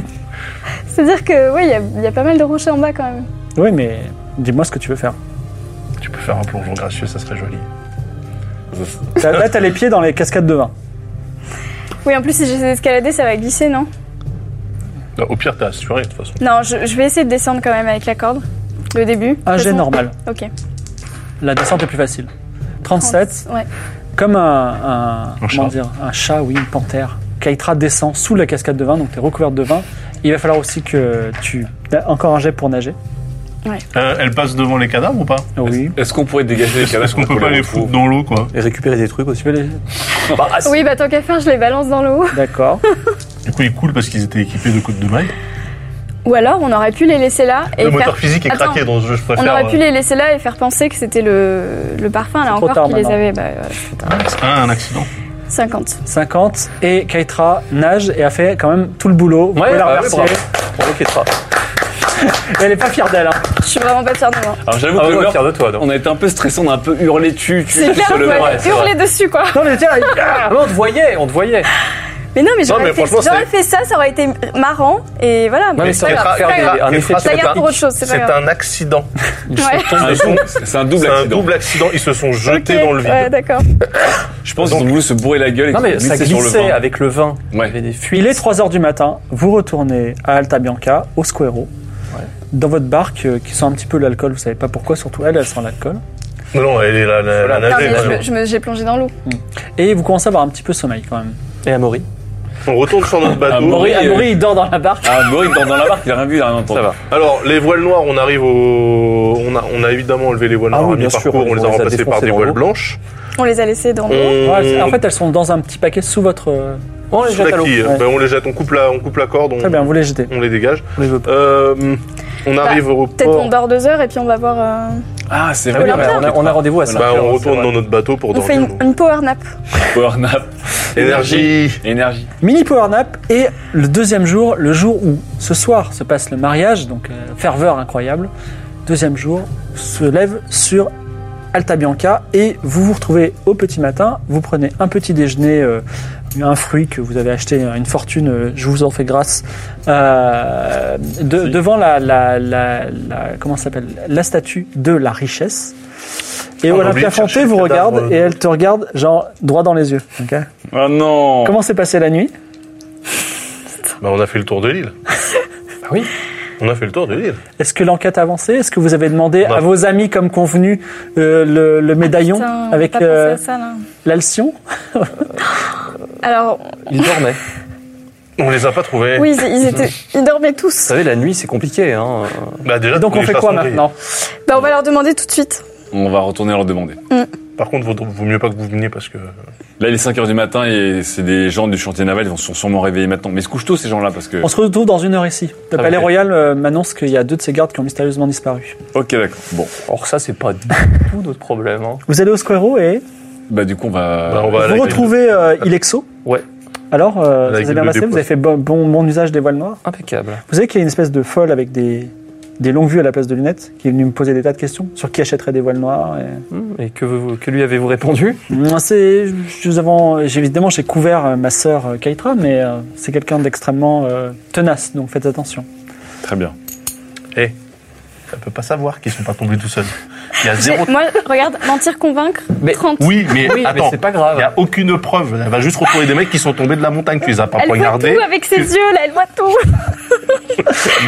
S4: C'est-à-dire que, oui, il y a- il y, a pas mal de rochers en bas quand même.
S1: Oui, mais dis-moi ce que tu veux faire.
S2: tu peux faire un plongeon gracieux, ça serait joli.
S1: Là, là, t'as les pieds dans les cascades de vin.
S4: Oui, en plus, si j'essaie d'escalader, ça va glisser, non
S2: Bah, au pire, t'es assuré de toute façon.
S4: Non, je, je vais essayer de descendre quand même avec la corde, le début.
S1: Un jet
S4: De toute façon-
S1: Ah, normal.
S4: Ok.
S1: La descente est plus facile. 37,
S4: Ouais.
S1: comme un, un- comment
S2: chat.
S1: dire, un chat, oui, une panthère. Kaitra descend sous la cascade de vin, donc t'es recouverte de vin. Il va falloir aussi que tu... Encore un jet pour nager.
S2: Euh, elle passe devant les cadavres ou pas
S1: Oui.
S3: Est-ce qu'on pourrait dégager les
S2: Est-ce
S3: cadavres
S2: est-ce qu'on peut pas les foutre dans l'eau, quoi
S5: Et récupérer des trucs aussi.
S1: Tu veux les...
S5: Bah, ah, si.
S4: Oui, bah tant qu'à faire, je les balance dans l'eau.
S1: D'accord.
S2: Du coup, il coule parce qu'ils étaient équipés de coups de maille.
S4: Ou alors, on aurait pu les laisser là et
S2: Le
S4: faire-
S2: moteur physique est
S4: Attends,
S2: craqué, donc je je préfère.
S4: On aurait pu
S2: euh,
S4: les laisser là et faire penser que c'était le, le parfum là
S1: C'est trop
S4: encore
S1: tard
S4: qui les
S1: maintenant.
S4: avait. Bah, ouais, putain.
S2: Ah, un accident.
S4: 50.
S1: 50. Et Kaitra nage et a fait quand même tout le boulot. Vous
S5: Ouais, Ah,
S1: pouvez la
S5: bah ouais,
S1: remercier.
S5: bravo. Bravo, Ketra.
S1: Elle est pas fière d'elle. hein.
S4: Je suis vraiment pas fière de moi.
S3: Alors j'avoue
S5: Ah,
S3: que
S5: ouais,
S3: le meurtre,
S5: fier de toi, donc.
S3: on a été un peu stressé, on a un peu hurlé dessus. tu-
S4: C'est
S3: tu
S4: clair,
S3: sais,
S4: on
S3: le-
S5: vrai,
S4: va
S5: c'est
S4: hurler dessus quoi.
S1: Non, mais tiens,
S5: Ah, mais on te voyait, on te voyait.
S4: Mais non, mais
S2: mais
S4: j'aurais fait,
S2: franchement,
S4: j'aurais fait ça, ça aurait été marrant et voilà.
S5: mais
S4: mais
S5: ça
S4: c'est
S5: aurait
S4: pas grave,
S5: fait
S4: c'est pas
S5: regarder
S4: grave.
S5: un effet
S4: Ça garde pour autre chose, c'est pas
S2: C'est
S4: grave.
S2: un accident.
S4: Ouais.
S3: Ah, ils sont- C'est un double
S2: C'est un
S3: accident.
S2: double accident. Ils se sont jetés
S4: Ok,
S2: dans le vide.
S4: Ouais, d'accord.
S3: Je pense qu'ils ont voulu se bourrer la gueule et
S5: Non, mais ça
S3: glisser sur le
S5: glissait
S3: vin.
S5: avec le vin. Il y avait
S3: Ouais.
S5: des
S1: Il
S5: fuites.
S1: est 3h du matin, vous retournez à Alta Bianca, au Squero, dans votre barque euh, qui sent un petit peu l'alcool, vous savez pas pourquoi, surtout elle, elle sent l'alcool.
S2: Non, non, elle est là, la, la,
S4: Non,
S2: nagée,
S4: mais je
S2: là.
S4: me- je me- j'ai plongé dans l'eau.
S1: Et vous commencez à avoir un petit peu sommeil quand même.
S5: Et Amaury.
S2: On retourne sur notre
S3: Ah,
S2: bateau.
S3: Maury, euh,
S1: il dort dans la barque.
S3: Ah, Maury, dans, dans la barque, il a rien vu, il a rien entendu.
S5: Ça va.
S2: Alors, les voiles noires, on arrive au. On a, on a évidemment enlevé les voiles
S5: Ah
S2: noires
S5: oui,
S2: à
S5: bien sûr,
S2: mi-parcours, on les a remplacées par
S5: défoncées
S2: des
S5: dans
S2: voiles
S5: l'eau.
S2: blanches.
S4: On les a laissés dans
S2: On,
S4: l'eau.
S1: Ouais, en fait, elles sont dans un petit paquet sous votre. euh,
S5: On les
S2: sous
S5: jette
S2: la
S5: à l'eau.
S2: quille,
S1: ouais.
S2: ben, on les jette, on coupe la, on coupe la corde, on,
S1: Très bien, vous les jetez.
S2: on les dégage.
S5: On les veut pas.
S2: Euh, on arrive au
S4: Peut-être on
S2: port.
S4: dort deux heures et puis on va voir. euh,
S3: Ah, c'est
S5: Ah
S3: vrai.
S5: oui, non, mais on a, on a rendez-vous à ça.
S2: Bah, on retourne dans notre bateau pour
S4: On fait
S2: dormir.
S4: une, une power nap.
S3: Power nap.
S2: Énergie.
S3: Énergie.
S1: Mini power nap et le deuxième jour, le jour où ce soir se passe le mariage, donc euh, ferveur incroyable. Deuxième jour, se lève sur Alta Bianca et vous vous retrouvez au petit matin. Vous prenez un petit déjeuner euh, un fruit que vous avez acheté euh, une fortune, euh, je vous en fais grâce, euh, de- devant la, la, la, la- comment ça s'appelle la statue de la richesse. Et
S2: Ah, on a oublié
S1: Olympia
S2: de chercher
S1: Fonté
S2: le
S1: vous
S2: cadavre,
S1: regarde
S2: euh.
S1: et elle te regarde genre droit dans les yeux. ok
S3: Ah non
S1: Comment s'est passée la nuit
S2: Bah, on a fait le tour de l'île. bah
S5: oui.
S2: On a fait le tour de l'île.
S1: Est-ce que l'enquête a avancé Est-ce que vous avez demandé
S2: Non.
S1: à vos amis comme convenu euh, le, le médaillon
S4: Ah, Putain, on
S1: avec
S4: peut pas
S1: euh,
S4: penser à ça, là.
S1: l'alcyon
S4: Alors,
S5: Ils dormaient.
S2: On les a pas trouvés.
S4: oui, ils, ils étaient, ils dormaient tous.
S5: Vous savez, la nuit, c'est compliqué. Hein.
S2: Bah, déjà,
S1: Donc
S2: faut
S1: on
S2: les
S1: fait
S2: faire
S1: quoi
S2: tomber.
S1: maintenant
S4: Bah, on va leur demander tout de suite.
S3: On va retourner leur demander.
S2: Par contre, vaut, vaut mieux pas que vous veniez parce que.
S3: Là, il est 5 heures du matin et c'est des gens du chantier naval, ils vont sûrement réveiller maintenant. Mais ils se couchent tôt ces gens-là parce que.
S1: On se retrouve dans une heure ici. Le
S5: Ah,
S1: Palais
S5: ok.
S1: Royal euh, m'annonce qu'il y a deux de ses gardes qui ont mystérieusement disparu.
S3: Ok, d'accord. Bon,
S5: Or, ça, c'est pas du tout notre problème. hein.
S1: Vous allez au Squero et
S3: bah du coup, on va.
S2: Bah, on va à la
S1: vous
S2: guilde.
S1: retrouvez euh, Ilexo.
S5: Ouais.
S1: Alors, euh,
S2: La
S1: ça s'est
S2: guilde
S1: bien
S2: des
S1: passé, vous
S2: poissons.
S1: avez fait bon, bon, bon usage des voiles noires.
S5: Impeccable.
S1: Vous savez qu'il y a une espèce de folle avec des, des longues vues à la place de lunettes qui est venue me poser des tas de questions sur qui achèterait des voiles noires. et-
S5: Hum, Et que, vous- que lui avez-vous répondu
S1: Moi, C'est, je- nous avons, j'ai- évidemment, j'ai couvert euh, ma sœur euh, Keitra, mais euh, c'est quelqu'un d'extrêmement euh, tenace, donc faites attention.
S3: Très bien.
S2: Elle peut pas savoir qu'ils sont pas tombés tout seuls. Il y a
S4: J'ai-
S2: zéro.
S4: Moi, regarde, mentir, convaincre,
S5: Mais-
S4: 30.
S2: Oui, mais
S5: Oui, mais
S2: attends.
S5: c'est pas
S2: Il n'y
S5: grave.
S2: a aucune preuve. Elle va juste retrouver des mecs qui sont tombés de la montagne. Tu les as pas
S4: Elle
S2: poignardés.
S4: voit tout avec ses yeux, là, elle voit tout.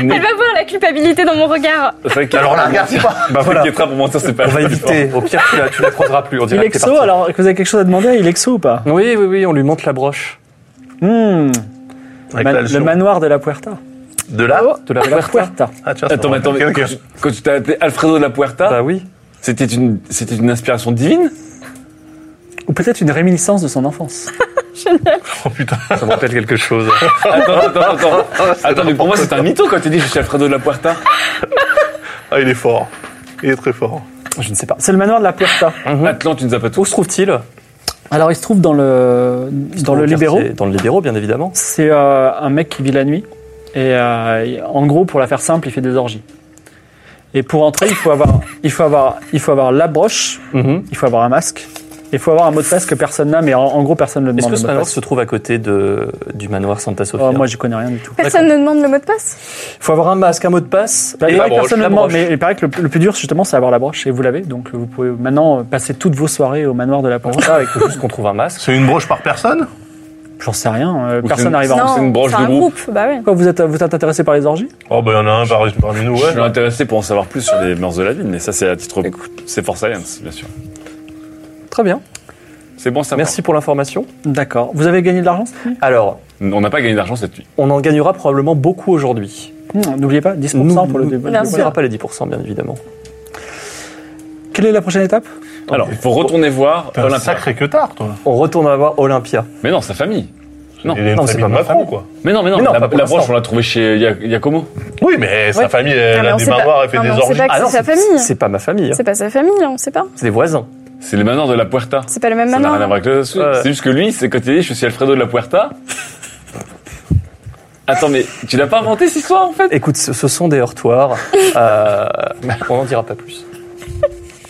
S4: elle va voir la culpabilité dans mon regard.
S3: C'est vrai que-
S2: Alors là, regarde, c'est pas.
S3: Bah,
S5: Voilà.
S3: voilà. pour mentir, c'est pas.
S5: On va éviter. Au pire, tu la, tu la croiseras plus. On dirait que t'es
S1: Ilexo,
S5: parti.
S1: alors, que vous avez quelque chose à demander à Ilexo ou pas
S5: Oui, oui, oui, on lui monte la broche.
S1: Hmm, man-
S2: Avec la
S1: Le
S2: leçon.
S1: manoir de la Puerta.
S2: De là.
S5: De la
S1: De la
S5: broche.
S1: Puerta.
S2: Ah, tiens, ça
S3: Attends,
S2: va.
S3: mais attends, mais
S2: Ok,
S3: quand
S2: ok.
S3: tu- quand tu t'es appelé Alfredo de la Puerta,
S5: Bah oui.
S3: c'était une, c'était une inspiration divine
S1: Ou peut-être une réminiscence de son enfance.
S2: Oh putain.
S5: Ça me rappelle quelque chose.
S3: Attends, attends, attends.
S2: Oh,
S3: Attends, mais pour moi, c'est un mytho quand tu dis je suis Alfredo de la Puerta.
S2: Ah, il est fort. Il est très fort.
S5: Je ne sais pas.
S1: C'est le manoir de la Puerta.
S2: Mhm.
S3: Atlante, tu nous as pas
S5: Où
S3: tous.
S5: se trouve-t-il
S1: Alors, il se trouve dans le, dans le
S5: quartier-
S1: Libéraux.
S5: Dans le libéraux, bien évidemment.
S1: C'est euh, un mec qui vit la nuit. Et euh, en gros, pour la faire simple, il fait des orgies. Et pour entrer, il faut avoir, il faut avoir, il faut avoir la broche,
S5: Mhm.
S1: il faut avoir un masque, et il faut avoir un mot de passe que personne n'a, mais en, en gros, personne ne le
S5: Est-ce
S1: demande.
S5: que ce
S1: le mot de
S5: manoir
S1: passe.
S5: se trouve à côté de, du manoir Santa Sofia
S1: Oh, moi, j'y connais rien du tout.
S4: Personne ne demande le mot de passe.
S5: Il faut avoir un masque, un mot de passe.
S1: Bah, il
S5: et
S1: paraît que
S5: la
S1: personne ne
S5: broche.
S1: demande, mais il paraît que le, le plus dur, justement, c'est avoir la broche, et vous l'avez. Donc, euh, vous pouvez maintenant passer toutes vos soirées au manoir de la
S5: On
S1: Pointe.
S5: va avec juste qu'on trouve un masque.
S2: C'est une broche par personne
S1: J'en sais rien, euh,
S3: Ou
S1: personne
S3: c'est-
S2: Eh ben,
S1: n'arrive à
S3: Non. c'est une branche de
S4: un
S3: groupe.
S4: groupe. Bah oui.
S1: Pourquoi vous êtes, vous êtes intéressé par les orgies
S2: Oh, bah, il y en a un par- parmi nous,
S3: Je suis
S2: ouais.
S3: intéressé pour en savoir plus sur les mœurs de la ville, mais ça, c'est à titre. C'est for science, bien sûr.
S5: Très bien.
S3: C'est bon, ça
S5: Merci pour l'information.
S1: D'accord. Vous avez gagné de l'argent
S5: Alors,
S3: On n'a pas gagné d'argent cette nuit.
S5: on en gagnera probablement beaucoup aujourd'hui.
S1: Hmm, N'oubliez pas, 10% pour le
S5: Nous-
S1: débat.
S4: Bien
S5: On ne
S4: sûr.
S5: verra pas les 10%, bien évidemment.
S1: Quelle est la prochaine étape
S3: Alors, il faut retourner voir
S2: T'es un
S3: Olympia.
S2: sacré que tard, toi.
S5: On retourne à voir Olympia.
S3: Mais non, sa famille. Non.
S2: il est
S5: Non,
S2: une
S5: c'est
S2: famille
S5: pas
S2: de
S5: ma
S2: Macron,
S5: famille.
S2: quoi.
S3: Mais non, mais non,
S5: Mais non,
S3: la,
S5: pas pour
S3: la broche,
S5: l'instant.
S3: on l'a trouvée chez Ya- Yacomo.
S2: Oui, mais sa
S5: Ouais.
S2: famille, elle
S4: mais
S2: a
S4: on
S2: des
S4: sait pas-
S2: manoirs, elle fait
S4: non, mais
S2: des
S4: on sait
S2: orgies.
S4: pas que Ah, c'est sa
S5: c'est-
S4: famille.
S5: C'est pas ma famille. hein.
S4: C'est pas sa famille, là, on sait pas.
S5: C'est des voisins.
S3: C'est le manoir de la Puerta.
S4: C'est pas le même hein.
S3: Ça n'a rien à
S4: manoir.
S3: voir avec le
S5: Ouais.
S3: C'est juste que lui, c'est quand il dit je suis Alfredo de la Puerta. Attends, mais tu l'as pas inventé cette histoire en fait
S5: Écoute, ce, ce sont des heurtoirs. Euh, on n'en dira pas plus.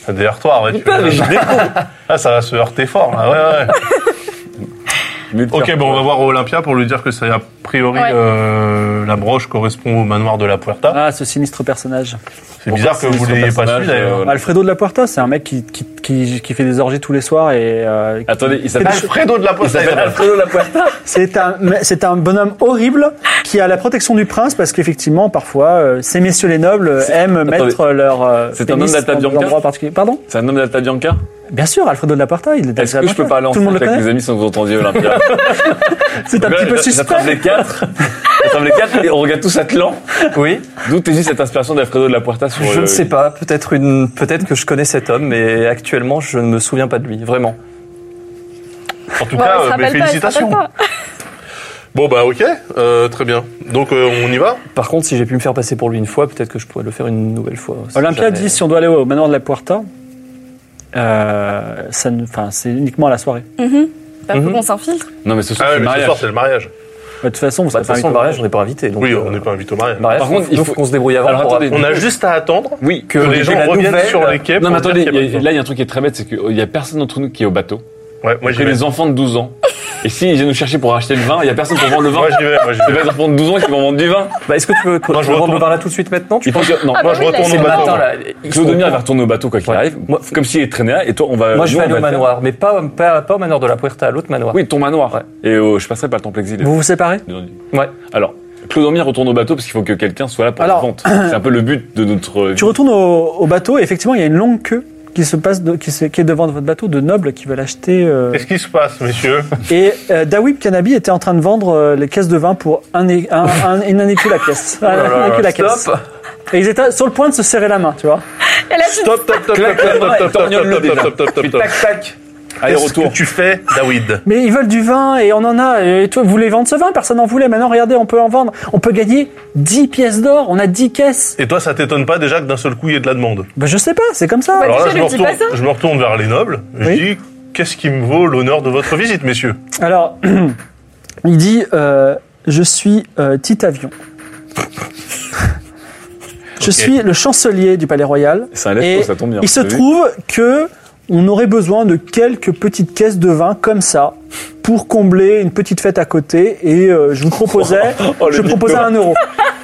S2: C'est des heurtoirs, ouais. tu
S3: Putain,
S2: vois.
S3: mais je découvre
S2: Ah, ça va se heurter fort, là. Ouais, ouais. Ok, bon, on va voir Olympia pour lui dire que c'est a priori
S4: Ouais.
S2: euh, la broche correspond au manoir de la Puerta.
S1: Ah, ce sinistre personnage.
S2: C'est euh, bizarre que vous l'ayez pas su d'ailleurs.
S1: Alfredo de la Puerta, c'est un mec qui, qui, qui, qui fait des orgies tous les soirs et. euh, qui-
S3: Attendez, il
S4: Ah.
S3: s'appelle
S2: Alfredo de la
S3: il
S2: Puerta. il
S3: s'appelle
S2: s'appelle.
S3: Alfredo de la Puerta
S1: C'est un, mais c'est un bonhomme horrible qui a la protection du prince parce qu'effectivement, parfois, euh, ces messieurs les nobles euh,
S3: C'est-
S1: aiment
S3: Attendez.
S1: mettre leur. euh,
S3: C'est un
S1: pénis
S3: homme d'Alta
S1: dans des
S3: Bianca
S1: endroits particuliers. Pardon
S3: C'est un homme d'Alta Bianca
S1: Bien sûr, Alfredo de la Puerta, il est
S3: Est-ce que je peux
S1: pas
S3: parler en
S1: Tout le monde le
S3: français avec
S1: connaît.
S3: mes amis sans que vous entendiez Olympia
S1: C'est un
S3: Donc là,
S1: petit peu
S3: j'a- J'attrape
S1: suspect.
S3: les quatre, j'attrape les quatre et on regarde tous Atlan.
S5: Oui.
S3: D'où t'es dit cette inspiration d'Alfredo de la Puerta sur
S5: Je
S3: le-
S5: ne sais pas. Peut-être une. Peut-être que je connais cet homme, mais actuellement, je ne me souviens pas de lui. Vraiment.
S2: En tout
S4: Bon,
S2: cas,
S4: elle se
S2: euh, mes
S4: rappelle pas, elle se
S2: félicitations.
S4: rappelle pas.
S2: Bon, bah, ok, euh, très bien. Donc, euh, on y va
S5: Par contre, si j'ai pu me faire passer pour lui une fois, peut-être que je pourrais le faire une nouvelle fois. C'est
S1: Olympia
S5: jamais-
S1: dit si on doit aller au manoir de la Puerta, euh, ça ne- enfin, c'est uniquement à la soirée.
S4: Mhm. Bah, faut
S5: Mhm.
S4: qu'on s'infiltre.
S3: Non, mais ce soir,
S2: Ah,
S3: c'est
S2: ouais,
S3: le
S2: mais ce
S3: mariage.
S2: soir, c'est le mariage.
S1: Bah, De toute façon, vous
S5: Bah,
S1: serez
S5: de toute
S1: pas
S5: façon, le
S1: invité.
S5: mariage, on n'est pas invité. Donc,
S2: Oui,
S5: euh,
S2: on n'est pas invité au mariage.
S5: Mariage,
S3: Par contre, il
S5: il
S3: faut-
S5: faut qu'on se débrouille avant.
S3: Alors,
S5: pour-
S3: attendez.
S2: On a juste à attendre
S3: Oui,
S2: que les gens
S5: la
S2: reviennent
S5: nouvelle-
S2: sur les quais.
S3: Non,
S2: pour
S3: mais attendez,
S2: dire
S3: il
S2: qu'il y a
S3: euh, y a-
S2: pas de
S3: là, il y a un truc qui est très bête, c'est qu'il y a personne d'entre nous qui est au bateau.
S2: Ouais, moi
S3: J'ai
S2: j'ai
S3: les enfants de 12 ans Et s'ils viennent nous chercher pour acheter le vin, il n'y a personne pour vendre le vin.
S2: Moi, j'y vais, moi, j'y
S3: C'est
S2: vais.
S3: pas des enfants de 12 ans qui vont vendre du vin.
S5: Bah, est-ce que tu veux qu'on
S2: Moi, je
S5: rentre
S2: retourne.
S5: le vin là tout de suite maintenant tu
S3: Il faut que- Non, moi,
S4: Ah bah
S3: je
S4: oui,
S3: retourne
S4: là,
S3: au
S4: c'est
S3: bateau.
S5: Attends, là, ils sont-
S3: Claude Demir va retourner au bateau quoi qu'il
S5: Ouais.
S3: arrive.
S5: Moi-
S3: comme s'il est traîné là, et toi, on va.
S5: Moi, je
S3: nous, on
S5: vais aller
S3: va
S5: au
S3: le faire.
S5: manoir, mais pas, pas, pas au manoir de la Puerta, à l'autre manoir.
S3: Oui, ton manoir. Et euh, je passerai pas le temple exilé.
S1: Vous vous séparez
S5: Ouais.
S3: Alors, Claude Demir retourne au bateau parce qu'il faut que quelqu'un soit là pour
S1: Alors-
S3: la vente. C'est un peu le but de notre. euh,
S1: Tu retournes au, au bateau et effectivement, il y a une longue queue qui se passe, de- qui, se- qui est devant votre bateau de nobles qui veulent acheter. euh,
S2: Qu'est-ce qui se passe, messieurs
S1: et euh, Dawib Kanabi était en train de vendre euh, les caisses de vin pour un, é- un, un, une année plus la pièce. Un,
S5: Oh là
S1: un écu la
S5: là,
S1: pièce.
S5: Stop.
S1: Et ils étaient sur le point de se serrer la main, tu vois.
S4: Et là, tu
S2: Top, top, top,
S3: Clac,
S2: top, top,
S3: clac,
S2: top,
S3: clac,
S2: top,
S3: torgnole-le
S2: top,
S3: déjà.
S2: top, top, top,
S3: Puis
S2: top.
S3: tac, tac. Allez,
S2: Qu'est-ce
S3: retour.
S2: que tu fais, David
S1: Mais ils veulent du vin et on en a. Et toi, vous voulez vendre ce vin Personne n'en voulait. Maintenant, regardez, on peut en vendre. On peut gagner 10 pièces d'or. On a 10 caisses.
S2: Et toi, ça t'étonne pas déjà que d'un seul coup, il y ait de la demande
S1: Ben, je sais pas, c'est comme ça.
S4: Ouais.
S2: Alors là, je
S4: Michel,
S2: me,
S4: lui dis pas
S2: retourne,
S4: ça.
S2: je me retourne vers les nobles. et
S1: Oui.
S2: Je dis Qu'est-ce qui me vaut l'honneur de votre visite, messieurs
S1: Alors, il dit euh, Je suis euh, Titavion. je suis le chancelier du palais royal.
S3: C'est un
S1: Et
S3: lève ça tombe bien.
S1: Il se
S3: T'as vu
S1: trouve que on aurait besoin de quelques petites caisses de vin comme ça pour combler une petite fête à côté et euh, je vous proposais,
S3: Oh, le
S1: je proposais
S3: mytho.
S1: un euro.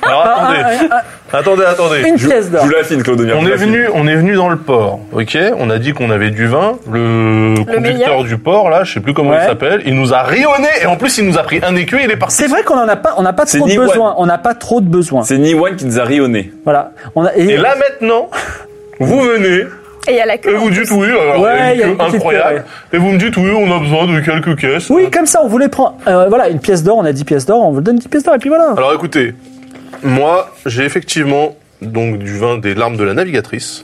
S4: Ah,
S2: Alors
S1: Un-
S2: attendez,
S1: un- un-
S2: attendez, attendez.
S1: une
S3: Je
S1: pièce
S3: je
S1: d'or.
S3: vous l'affine, Claude Demir.
S2: On
S3: je vous
S2: est
S3: l'affine.
S2: venu, on est venu dans le port, ok On a dit qu'on avait du vin. Le, conducteur
S4: meilleur.
S2: du port, là, je sais plus comment
S1: Ouais.
S2: il s'appelle, il nous a rayonné et en plus il nous a pris un écu et il est parti.
S1: C'est vrai qu'on en a pas, on n'a pas
S3: C'est
S1: trop de
S3: ni one.
S1: besoin. On n'a pas trop de besoin.
S3: C'est Niwan qui nous a rionné.
S1: Voilà. On a,
S2: Et là maintenant, vous venez
S4: Et il y a la
S2: et
S4: queue.
S2: vous dites oui, alors
S1: Ouais,
S2: il y a
S1: il
S2: une
S1: y
S2: queue
S1: a une petite
S2: incroyable. Et vous me dites oui, on a besoin de quelques caisses.
S1: Oui, comme ça, on voulait prendre. euh, voilà, une pièce d'or, on a 10 pièces d'or, on vous donne 10 pièces d'or, et puis voilà.
S2: Alors écoutez, moi j'ai effectivement donc du vin des larmes de la navigatrice.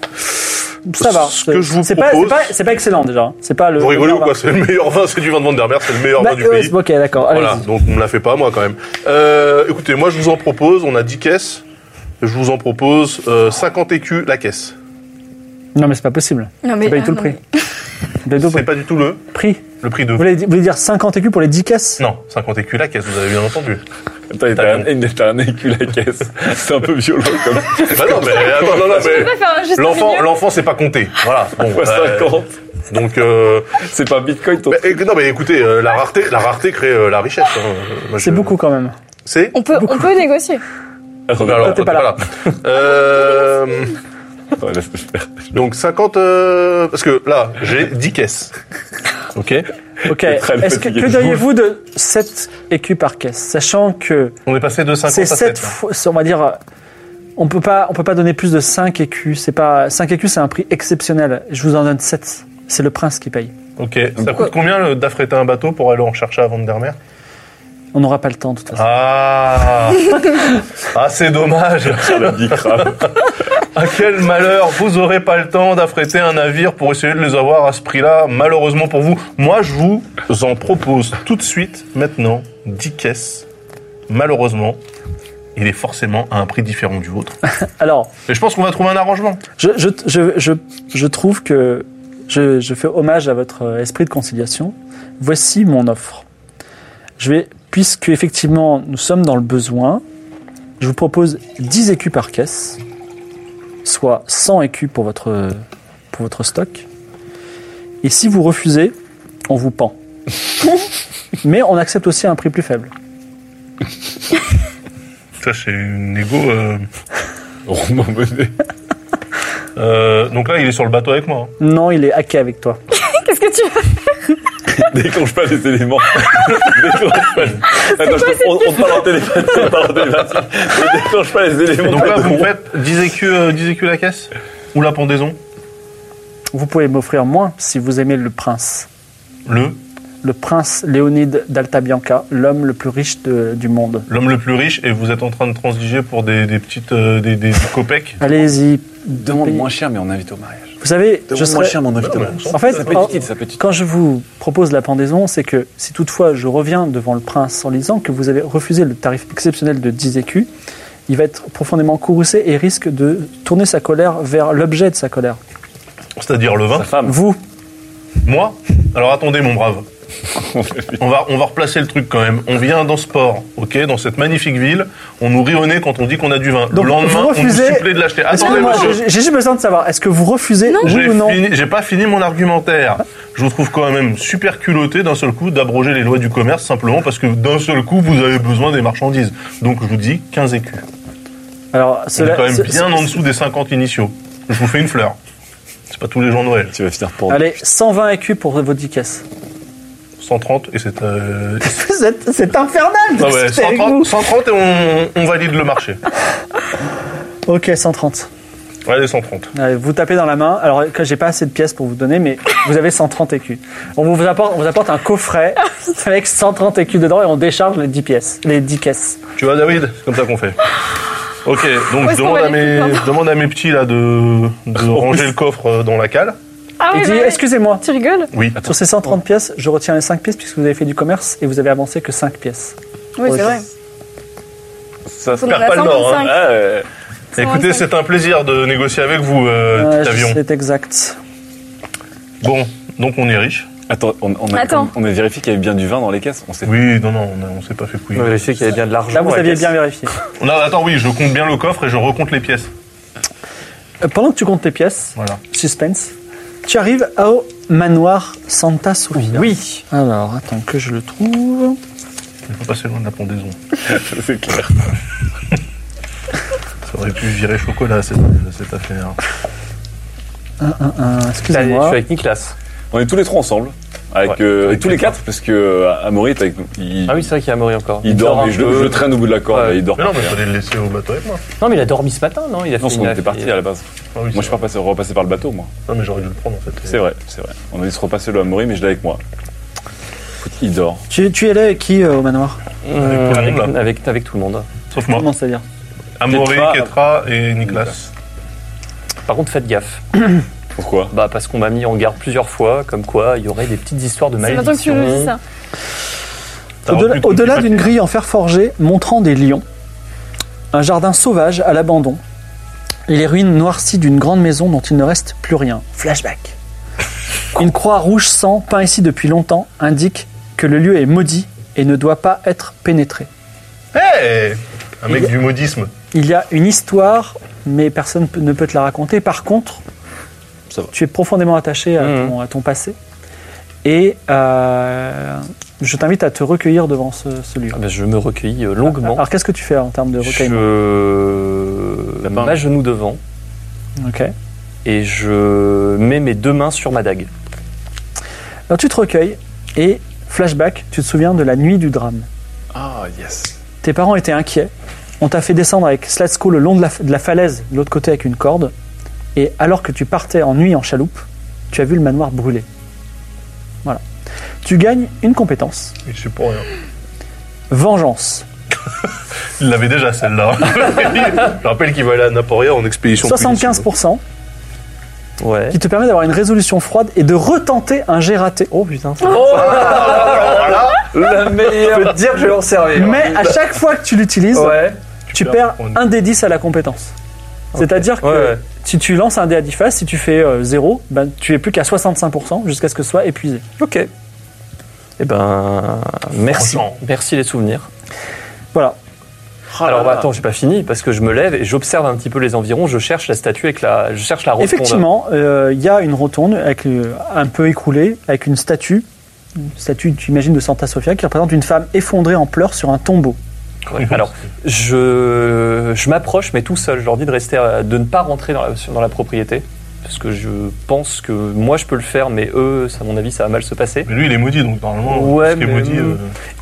S1: ça va.
S2: ce que je vous
S1: c'est pas,
S2: propose-
S1: c'est pas, c'est pas excellent déjà. C'est pas le.
S2: Vous rigolez
S1: le
S2: ou quoi C'est le meilleur vin, c'est du vin de Vandermeer, c'est le meilleur
S1: Bah,
S2: vin du
S1: ouais,
S2: pays.
S1: ok, d'accord. allez-y.
S2: Voilà, donc on me la fait pas moi quand même. Euh, écoutez, moi je vous en propose, on a 10 caisses, je vous en propose euh, 50 écus la caisse.
S1: Non, mais c'est pas possible.
S4: Non,
S1: C'est pas du
S4: ah,
S1: tout le
S4: non,
S1: prix.
S4: mais-
S1: Le double
S2: C'est pas du tout le,
S1: prix.
S2: le prix de...
S1: Vous voulez, vous voulez dire 50 écus pour les 10 caisses
S2: Non, 50 écus la caisse, vous avez bien entendu.
S3: Attends, t'as un- t'as un écu la caisse. C'est un peu violent comme.
S2: bah non, mais attends, non, non, mais...
S4: On va faire un juste au
S2: L'enfant,
S4: milieu.
S2: l'enfant, c'est pas compté. Voilà. Bon,
S3: Fois
S2: euh,
S3: 50.
S2: donc, euh,
S3: C'est pas Bitcoin ton.
S2: bah, éc- non, mais écoutez, euh, la rareté, la rareté crée euh, la richesse. hein. Moi, je-
S1: C'est beaucoup quand même.
S2: C'est.
S4: On peut, on peut négocier.
S3: Attends,
S2: Mais alors,
S1: Toi, t'es pas là.
S2: Euh,
S3: attends, laisse-le faire.
S2: donc 50, euh, parce que là, j'ai 10 caisses. Ok.
S1: Ok.
S3: C'est très
S1: Est-ce que,
S3: fatigué.
S1: que diriez-vous de 7 écus par caisse Sachant que
S2: On est passé de 50
S1: c'est
S2: à
S1: 7
S2: 7.
S1: fois, on va dire, euh, on peut pas, on peut pas donner plus de 5 écus. C'est pas, 5 écus c'est un prix exceptionnel. Je vous en donne 7. C'est le prince qui paye.
S2: hein. Ok. Ça coûte combien le- d'affréter un bateau pour aller en chercher à Vandermeer
S1: On n'aura pas le temps de toute façon.
S2: Ah Ah, c'est dommage
S3: La bicrave.
S2: À quel malheur Vous aurez pas le temps d'affréter un navire pour essayer de les avoir à ce prix-là, malheureusement pour vous. Moi, je vous en propose tout de suite, maintenant, 10 caisses. Malheureusement, il est forcément à un prix différent du vôtre.
S1: Alors,
S2: Mais je pense qu'on va trouver un arrangement.
S1: je, je, je, je, je trouve que je, je fais hommage à votre euh, esprit de conciliation. Voici mon offre. Je vais, puisque effectivement nous sommes dans le besoin, je vous propose 10 écus par caisse, soit 100 écus pour votre, pour votre stock. Et si vous refusez, on vous pend. Mais on accepte aussi un prix plus faible.
S2: Ça, c'est une égo. euh,
S3: Romain Bonnet.
S2: euh, donc là, il est sur le bateau avec moi. hein.
S1: Non, il est hacké avec toi.
S4: Qu'est-ce que tu veux
S3: Déclenche pas les éléments. Déclenche pas. les- Attends, je te- on, on te parle en téléphone. On te parle en téléphone. Ne déclenche pas les éléments.
S2: Donc là, vous faites 10 écus, euh, 10 écus la caisse Ou la pendaison
S1: Vous pouvez m'offrir moins si vous aimez le prince.
S2: Le
S1: le prince Léonide d'Altabianca, l'homme le plus riche de- du monde.
S2: L'homme le plus riche, et vous êtes en train de transiger pour des, des petites. euh, des, des copecs
S1: Allez-y.
S3: Demande moins cher, mais on invite au mariage.
S1: Vous savez, je
S3: Demande moins
S1: serais...
S3: cher, mais on invite au mariage.
S1: En fait,
S3: Ça peut
S1: en-
S3: être utile, ça peut être utile.
S1: quand je vous propose la pendaison, c'est que si toutefois je reviens devant le prince en lui disant que vous avez refusé le tarif exceptionnel de 10 écus, il va être profondément courroucé et risque de tourner sa colère vers l'objet de sa colère.
S2: C'est-à-dire le vin.
S3: Sa femme.
S1: Vous,
S2: Moi Alors attendez, mon brave. On va, on va replacer le truc quand même. On vient dans ce port, ok, dans cette magnifique ville. On nous rit au nez quand on dit qu'on a du vin.
S1: Donc,
S2: le lendemain,
S1: vous
S2: on nous
S1: refusez-
S2: supplée de l'acheter.
S1: Est-ce que
S2: Attendez,
S1: moi,
S2: monsieur.
S1: j'ai j'ai juste besoin de savoir, est-ce que vous refusez, oui
S2: J'ai
S1: ou non
S2: fini- j'ai pas fini mon argumentaire. je vous trouve quand même super culotté d'un seul coup d'abroger les lois du commerce simplement parce que d'un seul coup vous avez besoin des marchandises. Donc je vous dis 15 écus.
S1: Alors,
S2: C'est
S1: cela-
S2: quand même
S1: ce-
S2: bien en dessous des 50 initiaux. Je vous fais une fleur. C'est pas tous les jours Noël.
S3: Tu vas finir pour.
S1: Allez, 120 écus pour vos 10 caisses.
S2: 130 et c'est... euh,
S9: C'est c'est infernal
S2: Ah ouais,
S9: c'est avec vous.
S2: 130, 130 et on, on valide le marché.
S1: Ok, 130.
S2: Allez, 130.
S1: Allez, Euh, vous tapez dans la main. Alors, que j'ai pas assez de pièces pour vous donner, mais vous avez 130 écus. On vous apporte, on vous apporte un coffret avec 130 écus dedans et on décharge les 10 pièces, les 10 caisses.
S2: Tu vois David C'est comme ça qu'on fait. Ok, donc
S4: est-ce
S2: je demande,
S4: qu'on va
S2: à
S4: les
S2: mes,
S4: foutre,
S2: je demande à mes petits là de, de ranger le coffre euh, dans la cale.
S4: Ah
S1: Il
S4: oui,
S1: dit, excusez-moi,
S4: tu rigoles
S2: Oui.
S1: sur ces 130 pièces, je retiens les 5 pièces puisque vous avez fait du commerce et vous avez avancé que 5 pièces.
S4: Oui,
S1: Ok.
S4: c'est vrai.
S3: Ça se
S4: Faudrait
S3: perd
S2: pas le nord,
S4: 125.
S3: pas. Ah, euh,
S2: Écoutez, c'est un plaisir de négocier avec vous, euh,
S1: Ouais,
S2: petit avion.
S1: C'est exact.
S2: Bon, donc on est riche.
S3: Attends, on, on a,
S4: Attends.
S3: on a vérifié qu'il y avait bien du vin dans les caisses. On s'est
S2: Oui, non, non, on, a- on s'est pas fait couiller.
S5: On a vérifié qu'il y avait bien de l'argent.
S1: Là, vous
S5: dans la
S1: aviez
S5: caisse.
S1: bien vérifié.
S2: On a- attends, oui, je compte bien le coffre et je recompte les pièces.
S1: Euh, Pendant que tu comptes tes pièces,
S2: Voilà.
S1: suspense, tu arrives au manoir Santa Sofia. Oui. Alors, attends que je le trouve.
S2: Il faut passer loin de la pendaison.
S3: c'est clair.
S2: Ça aurait pu virer chocolat, cette, cette affaire.
S1: Un, un,
S5: Là, je suis
S1: Euh, Excusez-moi.
S5: avec Nicolas.
S3: On est tous les trois ensemble. Avec,
S5: Ouais.
S3: euh, tous les quatre, parce que euh, Amaury est avec nous. Il,
S5: Ah oui, c'est vrai qu'il y a Amaury encore.
S3: il
S5: sort
S3: dort,
S5: un
S3: mais je,
S5: peu.
S3: le- je le traîne au bout de la corde.
S5: Ouais.
S3: là, il dort.
S2: Mais non, mais
S3: pas.
S2: fallait le laisser au bateau avec moi.
S5: Non, mais il a dormi ce matin, non Il
S3: Non,
S5: a fait
S3: parce qu'on
S5: une-
S3: était parti à la base.
S2: Ah oui,
S3: Moi, je suis pas passé, repassé par le bateau, moi.
S2: Non, mais j'aurais dû le prendre en fait.
S3: C'est vrai, c'est vrai. On a dû se repasser le Amaury, mais je l'ai avec moi. Écoute, Il dort.
S1: Tu, tu es allé avec qui euh, au manoir
S5: Euh,
S2: tout le
S5: avec,
S2: monde, là.
S5: avec- avec tout le monde.
S2: Sauf moi.
S1: Comment c'est-à-dire
S2: Amaury,
S5: Ketra-
S2: Ketra et Niklas.
S5: Par contre, faites gaffe.
S3: Pourquoi
S5: Bah, parce qu'on m'a mis en garde plusieurs fois, comme quoi il y aurait des petites histoires de
S4: C'est maintenant que tu le dis
S5: malédiction.
S4: ça.
S2: T'as
S1: Au-delà
S2: retenu ton
S1: au-delà
S2: petit
S1: d'une grille en fer forgé montrant des lions, un jardin sauvage à l'abandon et les ruines noircies d'une grande maison dont il ne reste plus rien. Flashback. Une croix rouge sang, peint ici depuis longtemps, indique que le lieu est maudit et ne doit pas être pénétré.
S2: Hey Un mec du modisme.
S1: Il y a une histoire, mais personne peut- ne peut te la raconter. Par contre,
S3: Ça va. Mmh.
S1: tu es profondément attaché à,
S5: Mhm.
S1: ton, à ton passé. Et euh, je t'invite à te recueillir devant ce, ce lieu.
S5: Ah bah, je me recueillis euh, longuement.
S4: Ah,
S1: Alors, qu'est-ce que tu fais en termes de recueillement
S5: je
S3: T'as pas un-
S5: m'agenouille devant
S1: Ok.
S5: et je mets mes deux mains sur ma dague.
S1: Alors, tu te recueilles et, flashback, tu te souviens de la nuit du drame.
S3: Ah, yes.
S1: Tes parents étaient inquiets. On t'a fait descendre avec Slatsko le long de la, de la falaise, de l'autre côté avec une corde. Et alors que tu partais en nuit en chaloupe, tu as vu le manoir brûler. Voilà. Tu gagnes une compétence.
S2: Il suis pour rien.
S1: Vengeance.
S2: Il l'avait déjà celle-là. je rappelle qu'il va aller à Naporia en expédition.
S1: 75%
S5: Ouais.
S1: qui te permet d'avoir une résolution froide et de retenter un jet raté. Oh putain. ça-
S2: Oh
S5: La meilleure. Je peux te dire que je vais en servir.
S1: Mais à chaque fois que tu l'utilises,
S5: Ouais.
S1: tu perds un des 10 à la compétence. C'est-à-dire que
S5: Ouais, ouais.
S1: si tu lances un dé à 10 faces, si tu fais 0, ben, tu es plus qu'à 65% jusqu'à ce que ce soit épuisé.
S5: Ok. Eh ben, merci.
S2: Franchement.
S5: Merci les souvenirs.
S1: Voilà.
S5: Alors bah, attends, j'ai pas fini parce que je me lève et j'observe un petit peu les environs. Je cherche la statue avec la, je cherche la rotonde.
S1: Effectivement, euh, il y a une rotonde avec, euh, un peu écroulée, avec une statue, une statue, tu imagines, de Santa Sofia, qui représente une femme effondrée en pleurs sur un tombeau.
S5: Ouais. Alors, je, je m'approche mais tout seul. Je leur dis de rester, à- de ne pas rentrer dans la, sur- dans la propriété parce que je pense que moi je peux le faire, mais eux, ça, à mon avis, ça va mal se passer.
S2: Mais lui, il est maudit, donc normalement,
S5: Ouais,
S2: ce qui est
S5: mais-
S2: maudit. euh,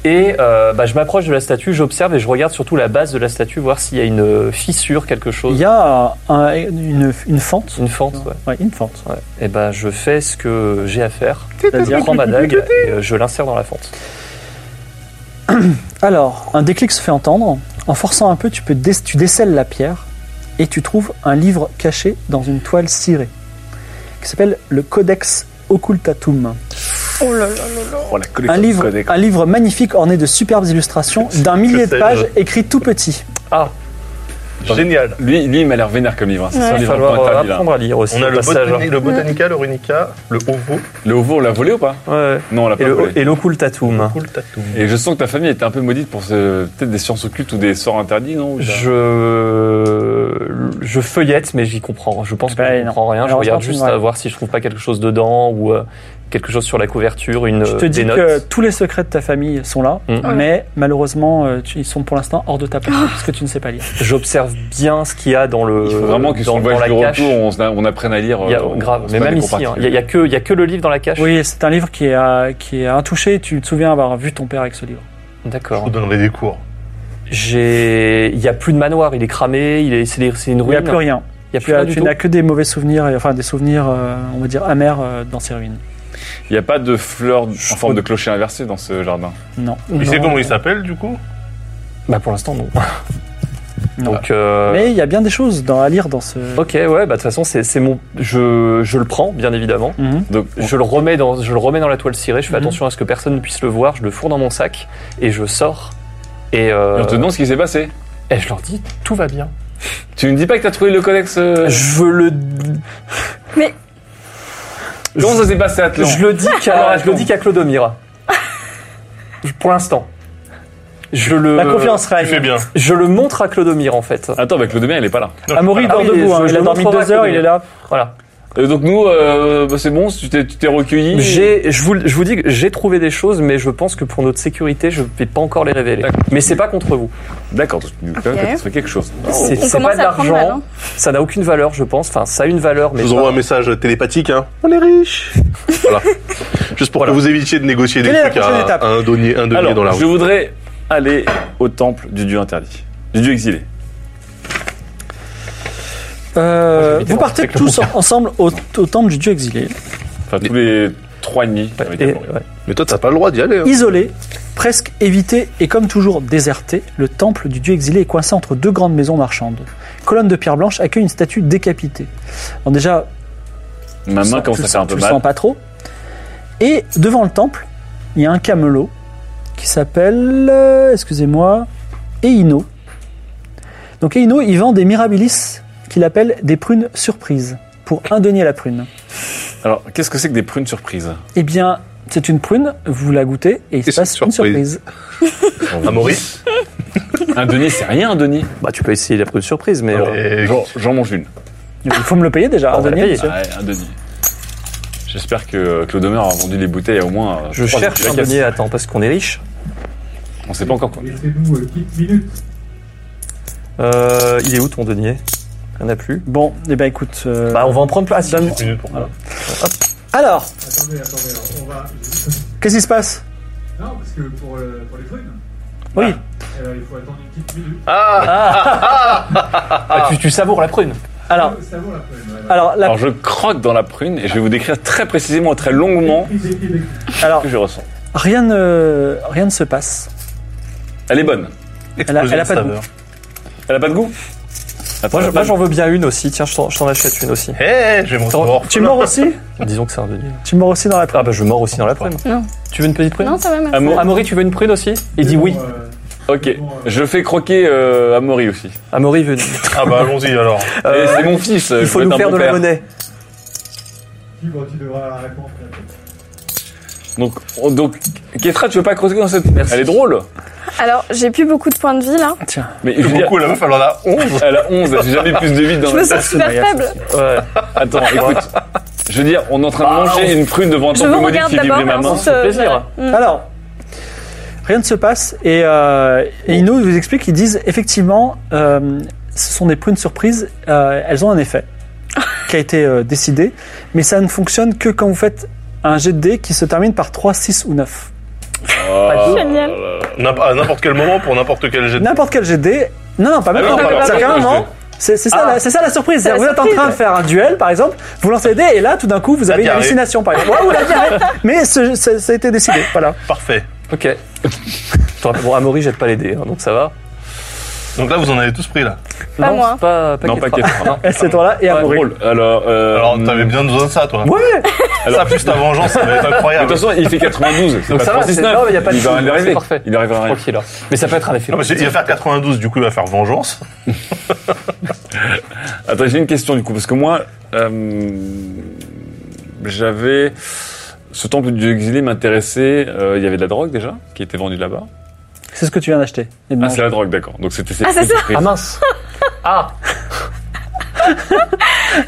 S5: Et euh, bah, je m'approche de la statue, j'observe et je regarde surtout la base de la statue, voir s'il y a une euh, fissure, quelque
S1: Il
S5: chose,
S1: y a un- une, une fente.
S5: une fente. Ouais.
S1: Ouais, une fente.
S5: Ouais. Et bah, je fais ce que j'ai à faire. Je
S1: C'est-à-dire-
S5: prends ma dague et euh, je l'insère dans la fente.
S1: Alors, un déclic se fait entendre. En forçant un peu, tu, peux dé- tu décèles la pierre et tu trouves un livre caché dans une toile cirée qui s'appelle le Codex Occultatum.
S4: Oh là là là là.
S3: Oh, la collection
S1: Un
S3: de
S1: livre,
S3: codex.
S1: un livre magnifique orné de superbes illustrations d'un millier de
S2: sais,
S1: pages écrit tout petit.
S5: Ah,
S2: Génial.
S3: Ah, Lui, lui, il m'a l'air vénère comme livre. hein. C'est ça,
S5: il
S3: le
S5: va
S3: livre
S5: falloir euh,
S3: pointable, il a-
S5: apprendre à lire aussi.
S2: On a
S5: au
S2: le,
S5: passage. hein.
S2: botani- le Botanica, le Runica, le Ovo,
S3: Le ovo, on l'a volé ou pas
S5: Ouais.
S3: Non, on l'a
S5: Et
S3: pas volé.
S5: le, et l'occultatum.
S2: Cool Tattoo.
S3: Et je sens que ta famille était un peu maudite pour ce- peut-être des sciences occultes ou des sorts interdits, non Ou t'as-
S5: Je euh, je feuillette, mais j'y comprends. Je pense que
S1: Ben
S5: je
S1: non.
S5: comprends rien. Je
S1: Alors,
S5: regarde
S1: je
S5: juste
S1: pense,
S5: à
S1: ouais.
S5: voir si je trouve pas quelque chose dedans ou euh, quelque chose sur la couverture, une
S1: Je
S5: euh,
S1: te
S5: des
S1: dis
S5: notes.
S1: que tous les secrets de ta famille sont là,
S5: Mm.
S4: Ouais.
S1: mais malheureusement, euh, tu- ils sont pour l'instant hors de ta portée parce que tu ne sais pas lire.
S5: J'observe bien ce qu'il y a dans le.
S3: Il faut vraiment que sur
S5: dans,
S3: le
S5: dans
S3: voyage
S5: la
S3: du
S5: cache.
S3: retour, on, se- on apprenne à lire.
S5: Il y a,
S3: euh,
S5: grave,
S3: on se
S5: mais
S3: met
S5: même
S3: des
S5: ici, hein,
S3: comparatifs.
S5: il y a- il y a, que- il y a que le livre dans la cache.
S1: Oui, c'est un livre qui est, à- qui est intouché. Tu te souviens avoir vu ton père avec ce livre.
S2: Je
S5: D'accord.
S2: vous donnerai des cours.
S5: J'ai, il y a plus de manoir, il est cramé, il est, c'est des- c'est une
S1: Il n'y
S5: ruine.
S1: a plus rien.
S5: Il y a plus
S1: Tu, as-
S5: rien du
S1: tu
S5: tout.
S1: n'as que des mauvais souvenirs, et- enfin des souvenirs, euh, on va dire, amers euh, dans ces ruines.
S3: Il n'y a pas de fleur en forme de clocher inversé dans ce jardin.
S1: Non.
S2: Il sait
S1: Non.
S2: comment il s'appelle du coup
S5: Bah pour l'instant non.
S1: Non.
S5: Donc. euh,
S1: Mais il y a bien des choses dans- à lire dans ce.
S5: Ok, ouais, bah de toute façon c'est c'est mon, je, je le prends bien évidemment.
S1: Mhm.
S3: Donc, on-
S5: Je le remets dans, je le remets dans la toile cirée. Je fais
S1: Mhm.
S5: attention à ce que personne ne puisse le voir. Je le fourre dans mon sac et je sors. Et, euh,
S3: et on te demande ce qui s'est passé.
S5: et je leur dis tout va bien.
S3: Tu ne dis pas que t'as trouvé le codex. euh,
S5: Je le,
S3: Comment ça s'est passé, Atlan
S5: je le dis qu'à, je le dis qu'à Clodomira. Je- Pour l'instant. Je le,
S1: La confiance
S2: Euh, Tu fais
S1: règne.
S2: bien.
S5: Je le montre à Clodomir en fait.
S3: Attends, avec le demain, il est pas là.
S1: Amaury
S5: Ah
S1: dort
S5: oui,
S1: debout.
S5: je-
S1: hein,
S5: je
S1: il a
S5: le
S1: dormi
S5: montrerai
S1: deux heures.
S5: à
S1: Il est là.
S5: Voilà.
S3: Euh, donc nous, euh, bah, c'est bon, tu t'es, tu t'es recueilli.
S5: J'ai, je vous, je vous dis que j'ai trouvé des choses, mais je pense que pour notre sécurité, je vais pas encore les révéler.
S3: D'accord.
S5: Mais c'est pas contre vous.
S3: D'accord, donc, tu- quand même,
S4: Ok.
S3: t'as trouvé quelque chose.
S5: C'est
S4: On
S5: c'est
S4: commence
S5: pas de
S4: à prendre mal,
S5: l'argent.
S4: hein.
S5: Ça n'a aucune valeur, je pense. Enfin, ça a une valeur, mais
S2: Je vous
S5: pas-
S2: envoie un message télépathique, hein. On est riche. voilà. Juste pour que vous évitiez de négocier des
S1: Quelle est la
S2: trucs
S1: prochaine
S2: à,
S1: étape
S2: à un denier, un denier
S3: Alors,
S2: dans la
S3: je
S2: rue.
S3: voudrais aller au temple du dieu interdit, du dieu exilé.
S1: Euh,
S5: Moi, je vais
S1: vous partez
S5: avec le
S1: tous ensemble au, au temple du dieu exilé,
S3: Enfin, tous les trois et demi. ça va être
S5: Et-
S3: d'abord.
S5: ouais.
S2: Mais toi, t'as pas le droit d'y aller. Hein.
S1: isolé, presque évité et comme toujours déserté. Le temple du dieu exilé est coincé entre deux grandes maisons marchandes. Colonne de pierre blanche accueille une statue décapitée. Alors déjà, Tu
S3: Ma main
S1: sens-
S3: commence
S1: tu
S3: à
S1: le
S3: faire un
S1: sens-
S3: peu
S1: tu le
S3: mal.
S1: sens pas trop. Et devant le temple, il y a un camelot qui s'appelle, euh, excusez-moi, Eino. Donc Eino, il vend des mirabilis qu'il appelle des prunes surprises pour un denier la prune.
S3: Alors, qu'est-ce que c'est que des prunes surprises
S1: Eh bien, c'est une prune, vous la goûtez et il se
S2: Et c'est
S1: passe
S2: une
S1: une surprise.
S2: À Maurice
S3: Un denier, c'est rien un denier.
S5: Bah, tu peux essayer la preuve de surprise, mais. euh,
S2: Et-
S3: J'en- J'en mange une.
S1: Il faut me le payer déjà,
S5: On
S1: un
S5: va la
S1: denier.
S5: payer.
S1: monsieur.
S3: Ouais, un denier. J'espère que Claude Homer a vendu les bouteilles à au moins. euh,
S5: Je
S3: trois
S5: cherche un
S3: étiquettes.
S5: denier, attends, parce qu'on est riche.
S3: On sait pas encore quoi.
S10: Laissez-nous euh, 15 minutes.
S5: Euh, il est où ton denier Il n'y en a plus.
S1: Bon, eh ben écoute. euh,
S5: Bah, on va en prendre place.
S2: minutes pour moi.
S1: Alors,
S10: Attendez, attendez, on va.
S1: qu'est-ce qui se passe
S10: Non, parce que pour, euh, pour les prunes,
S1: Oui,
S10: euh, il faut attendre une petite minute.
S5: Ah, tu, tu savoures la prune.
S1: alors,
S10: Ça vaut la prune. ouais, ouais.
S1: alors, la-
S3: Alors, je croque dans la prune et je vais vous décrire très précisément et très longuement
S10: Il est- il est-
S3: ce
S1: alors
S3: que je ressens.
S1: rien, ne, rien ne se passe.
S3: Elle est bonne.
S1: Elle a, elle a
S2: de
S1: pas de
S2: saveur.
S1: goût.
S3: Elle a pas de goût Attends,
S5: Moi, je-
S3: elle a
S5: moi,
S3: pas de-
S5: j'en veux bien une aussi. Tiens, je t'en je t'en achète une aussi.
S2: Eh, je vais me recevoir.
S1: Tu mords aussi
S5: Disons que c'est un denier.
S1: Tu mords aussi dans la
S5: Ah, bah, je mords aussi dans la prune.
S4: Non.
S5: Tu veux une petite prune
S4: Non, ça va, merci.
S3: Amour-
S5: Amaury, tu veux une prune aussi Il dit oui.
S10: euh,
S3: Ok, je fais croquer euh, Amaury aussi.
S5: Amaury veut.
S2: Ah bah allons-y alors.
S3: Et c'est mon fils.
S5: Euh,
S3: euh,
S5: Il faut nous faire de la monnaie.
S10: Fibre, tu devras la répondre.
S3: Donc, on- donc, Ketra, tu veux pas croquer dans cette Elle est drôle.
S4: Alors, j'ai plus beaucoup de points de vie là.
S3: Mais
S2: Plus beaucoup, la meuf, elle en a 11.
S3: Elle a 11, j'ai jamais plus de vide dans
S4: Je me sens super faible.
S3: Ouais. Attends, écoute. Je veux dire, on est en train de manger une prune devant un
S4: Je
S3: temple
S4: vous
S3: maudit
S4: regarde
S3: qui vibre
S4: d'abord.
S3: les
S4: et
S3: mamans.
S4: ensuite, euh,
S5: plaisir.
S4: voilà. Mm.
S1: Alors, rien ne se passe et, euh, et Ino vous explique ils disent effectivement, euh, ce sont des prunes surprises, euh, elles ont un effet qui a été euh, décidé, mais ça ne fonctionne que quand vous faites un jet de dés qui se termine par 3, 6 ou 9.
S3: Oh.
S4: Génial.
S2: N'imp- À n'importe quel moment, pour n'importe quel jet. de-
S1: N'importe quel jet de dés, non, non, pas même
S3: Ah non,
S1: pas.
S3: pas
S1: C'est-à-dire
S3: n'importe
S1: qu'à un
S3: quel
S1: moment,
S3: jet.
S1: C'est c'est ça, la- c'est ça la surprise.
S4: C'est la
S1: vous êtes en
S4: surprise.
S1: train de faire un duel, par exemple, vous lancez des dés et là, tout d'un coup, vous avez une
S2: diarrhée.
S1: hallucination, par exemple. Ouais, ou la diarrhée. Mais ce- ça ça a été décidé, voilà.
S2: Parfait.
S5: Ok. Je te rappelle- bon, Amaury jette pas les dés, hein, donc ça va.
S2: Donc là, vous en avez tous pris là.
S4: Pas
S5: non,
S4: moi.
S5: c'est Pas, pas
S3: Non, pas
S5: Ketra.
S3: Ketra.
S5: Non.
S1: Et C'est toi-là et à mourir.
S3: Drôle. Alors, euh,
S2: Alors, t'avais bien besoin de ça, toi.
S1: Ouais
S2: Ça, plus ta vengeance, ça va être
S3: De
S2: incroyable.
S3: toute façon, il fait 92. c'est
S5: Donc
S3: pas
S5: ça va,
S3: 36,
S5: c'est-
S3: neuf.
S5: non, mais y a pas de
S3: il va
S5: soucis,
S3: rien
S5: c'est
S3: arriver.
S5: parfait.
S3: Il arrivera rien.
S5: Tranquille. hein. Mais ça peut être un effet.
S2: Non, parce qu'il va faire 92, du coup, il va faire vengeance.
S3: Attends, j'ai une question du coup, parce que moi, euh, j'avais. Ce temple du exilé m'intéressait. euh, Il y avait de la drogue déjà, qui était vendue là-bas.
S1: C'est ce que tu viens d'acheter. Et de
S3: Ah,
S1: manger.
S3: c'est la drogue, d'accord. Donc c'était
S4: Ah, c'est ça.
S3: surprise.
S5: Ah mince. Ah.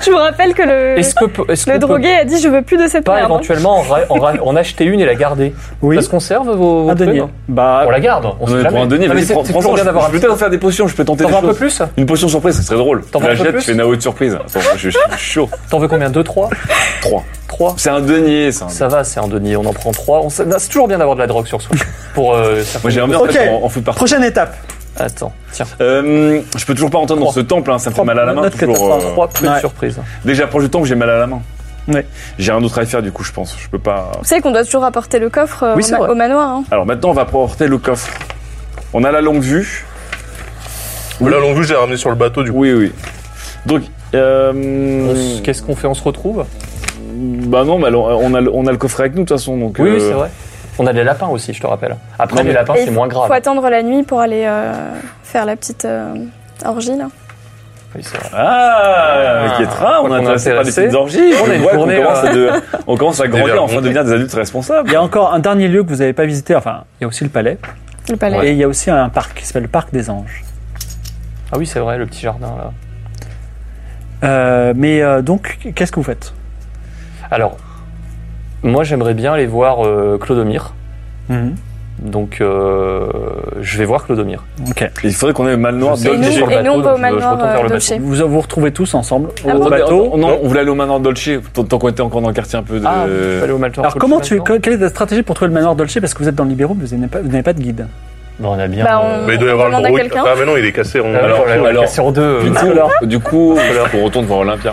S4: Je vous rappelle que le,
S5: Est-ce que peut- est-ce
S4: le
S5: qu'on peut
S4: drogué a dit je veux plus de cette
S5: pas
S4: merde. hein.
S5: éventuellement en, ra- en ra- en acheter une et la garder
S1: Oui.
S5: Ça se conserve vos, vos
S1: Un denier.
S5: prunes Ah,
S1: Bah,
S5: On la garde. On
S3: On
S5: sait
S3: est pour
S5: jamais.
S3: un denier.
S5: Non, mais
S3: vas-y,
S5: c'est-
S3: prends-
S5: c'est
S3: prends-
S5: toujours bien d'avoir
S3: Je
S5: un
S3: peux peut-être faire des potions, je peux tenter
S5: T'en
S3: des
S5: veux un peu
S3: choses.
S5: plus
S3: Une potion surprise, ce serait drôle.
S5: T'en
S3: Tu
S5: veux
S3: la
S5: un peu
S3: jettes,
S5: plus
S3: tu fais Nao de surprise. Attends, moi, je je suis chaud.
S5: T'en veux combien Deux, trois
S3: 3.
S5: Trois
S3: C'est un denier, ça.
S5: Ça va, c'est un denier, on en prend trois. On s- non, C'est toujours bien d'avoir de la drogue sur soi. Pour euh, certaines-
S3: Moi, j'ai un bien
S1: Ok.
S3: fait en, en foot partout.
S1: prochaine étape.
S5: Attends, tiens,
S3: Euh, je peux toujours pas entendre dans
S5: Trois.
S3: ce temple, hein, ça me fait
S1: Trois.
S3: mal à la main.
S1: Note que t'as
S3: Toujours, euh,
S5: trois prunes
S1: ouais.
S5: surprises.
S3: Dès que j'approche du temple, j'ai mal à la main.
S1: Ouais.
S3: J'ai un autre à faire, du coup, je pense. Je peux pas.
S4: Vous savez qu'on doit toujours apporter le coffre euh,
S5: Oui,
S4: au
S5: c'est
S4: ma-
S5: vrai.
S4: au manoir. hein.
S3: Alors maintenant, on va porter le coffre. On a la longue vue.
S2: Là, l'on vue, j'ai ramené sur le bateau, du coup.
S3: Oui, oui. Donc,
S5: On
S3: euh,
S5: s- Qu'est-ce qu'on fait On se retrouve
S3: bah non, mais alors, on a, le- on a le coffret avec nous de toute façon. Donc,
S5: Oui,
S3: euh,
S5: oui, c'est vrai. On a les lapins aussi, je te rappelle. Après,
S3: Non,
S5: les
S3: mais-
S5: lapins,
S4: Et
S5: c'est moins
S4: Faut
S5: grave.
S4: attendre la nuit pour aller euh, faire la petite euh, orgie là.
S5: Oui, c'est vrai.
S3: Ah,
S5: Ah,
S3: avec Kétra, on
S5: qu'on
S3: a
S5: est
S3: intéressé par les
S5: intéressé.
S3: petites orgies.
S5: On
S3: Je
S5: a une
S3: vois qu'on
S5: journée,
S3: commence
S5: euh,
S3: à de- on commence à grandir, enfin
S2: verres.
S3: devenir des adultes responsables.
S1: Il y a encore un dernier lieu que vous n'avez pas visité. Enfin, il y a aussi le palais.
S4: Le palais.
S1: Et il y a aussi un parc qui s'appelle le Parc des Anges.
S5: Ah oui, c'est vrai, le petit jardin là.
S1: Euh, mais euh, donc, qu'est-ce que vous faites
S5: Alors, moi, j'aimerais bien aller voir euh, Clodomir. Donc, euh, je vais voir Clodomir.
S1: Ok.
S3: Il faudrait qu'on ait le mal noir.
S5: Je
S4: Et
S5: sais,
S3: Dolce.
S5: il est sur
S4: nous,
S5: le
S4: et nous, on
S5: bateau,
S4: va au
S5: donc je- je
S4: manoir
S5: retourne vers
S4: euh,
S5: le
S4: Dolce.
S1: Vous vous retrouvez tous ensemble au
S4: Ah bon
S1: bateau.
S3: Non, bah, on voulait aller au manoir Dolce, tant tant qu'on était encore dans le quartier un peu de. Euh,
S5: Ah, faut aller au Maltor
S1: Alors,
S5: Dolce
S1: comment tu,
S5: maintenant
S1: quelle est ta stratégie pour trouver le manoir Dolce Parce que vous êtes dans le Libéraux, mais vous n'avez pas, vous n'avez pas de guide.
S5: Bah, On a bien.
S4: Bah,
S5: euh,
S2: Mais il doit y
S4: On
S2: avoir le
S4: demande à
S2: gros.
S4: quelqu'un
S2: Ah, mais non, il est cassé. On...
S5: Alors,
S3: alors,
S5: alors,
S3: alors.
S5: sur deux.
S3: Du
S5: euh,
S3: coup, du coup, on retourne voir Olympia.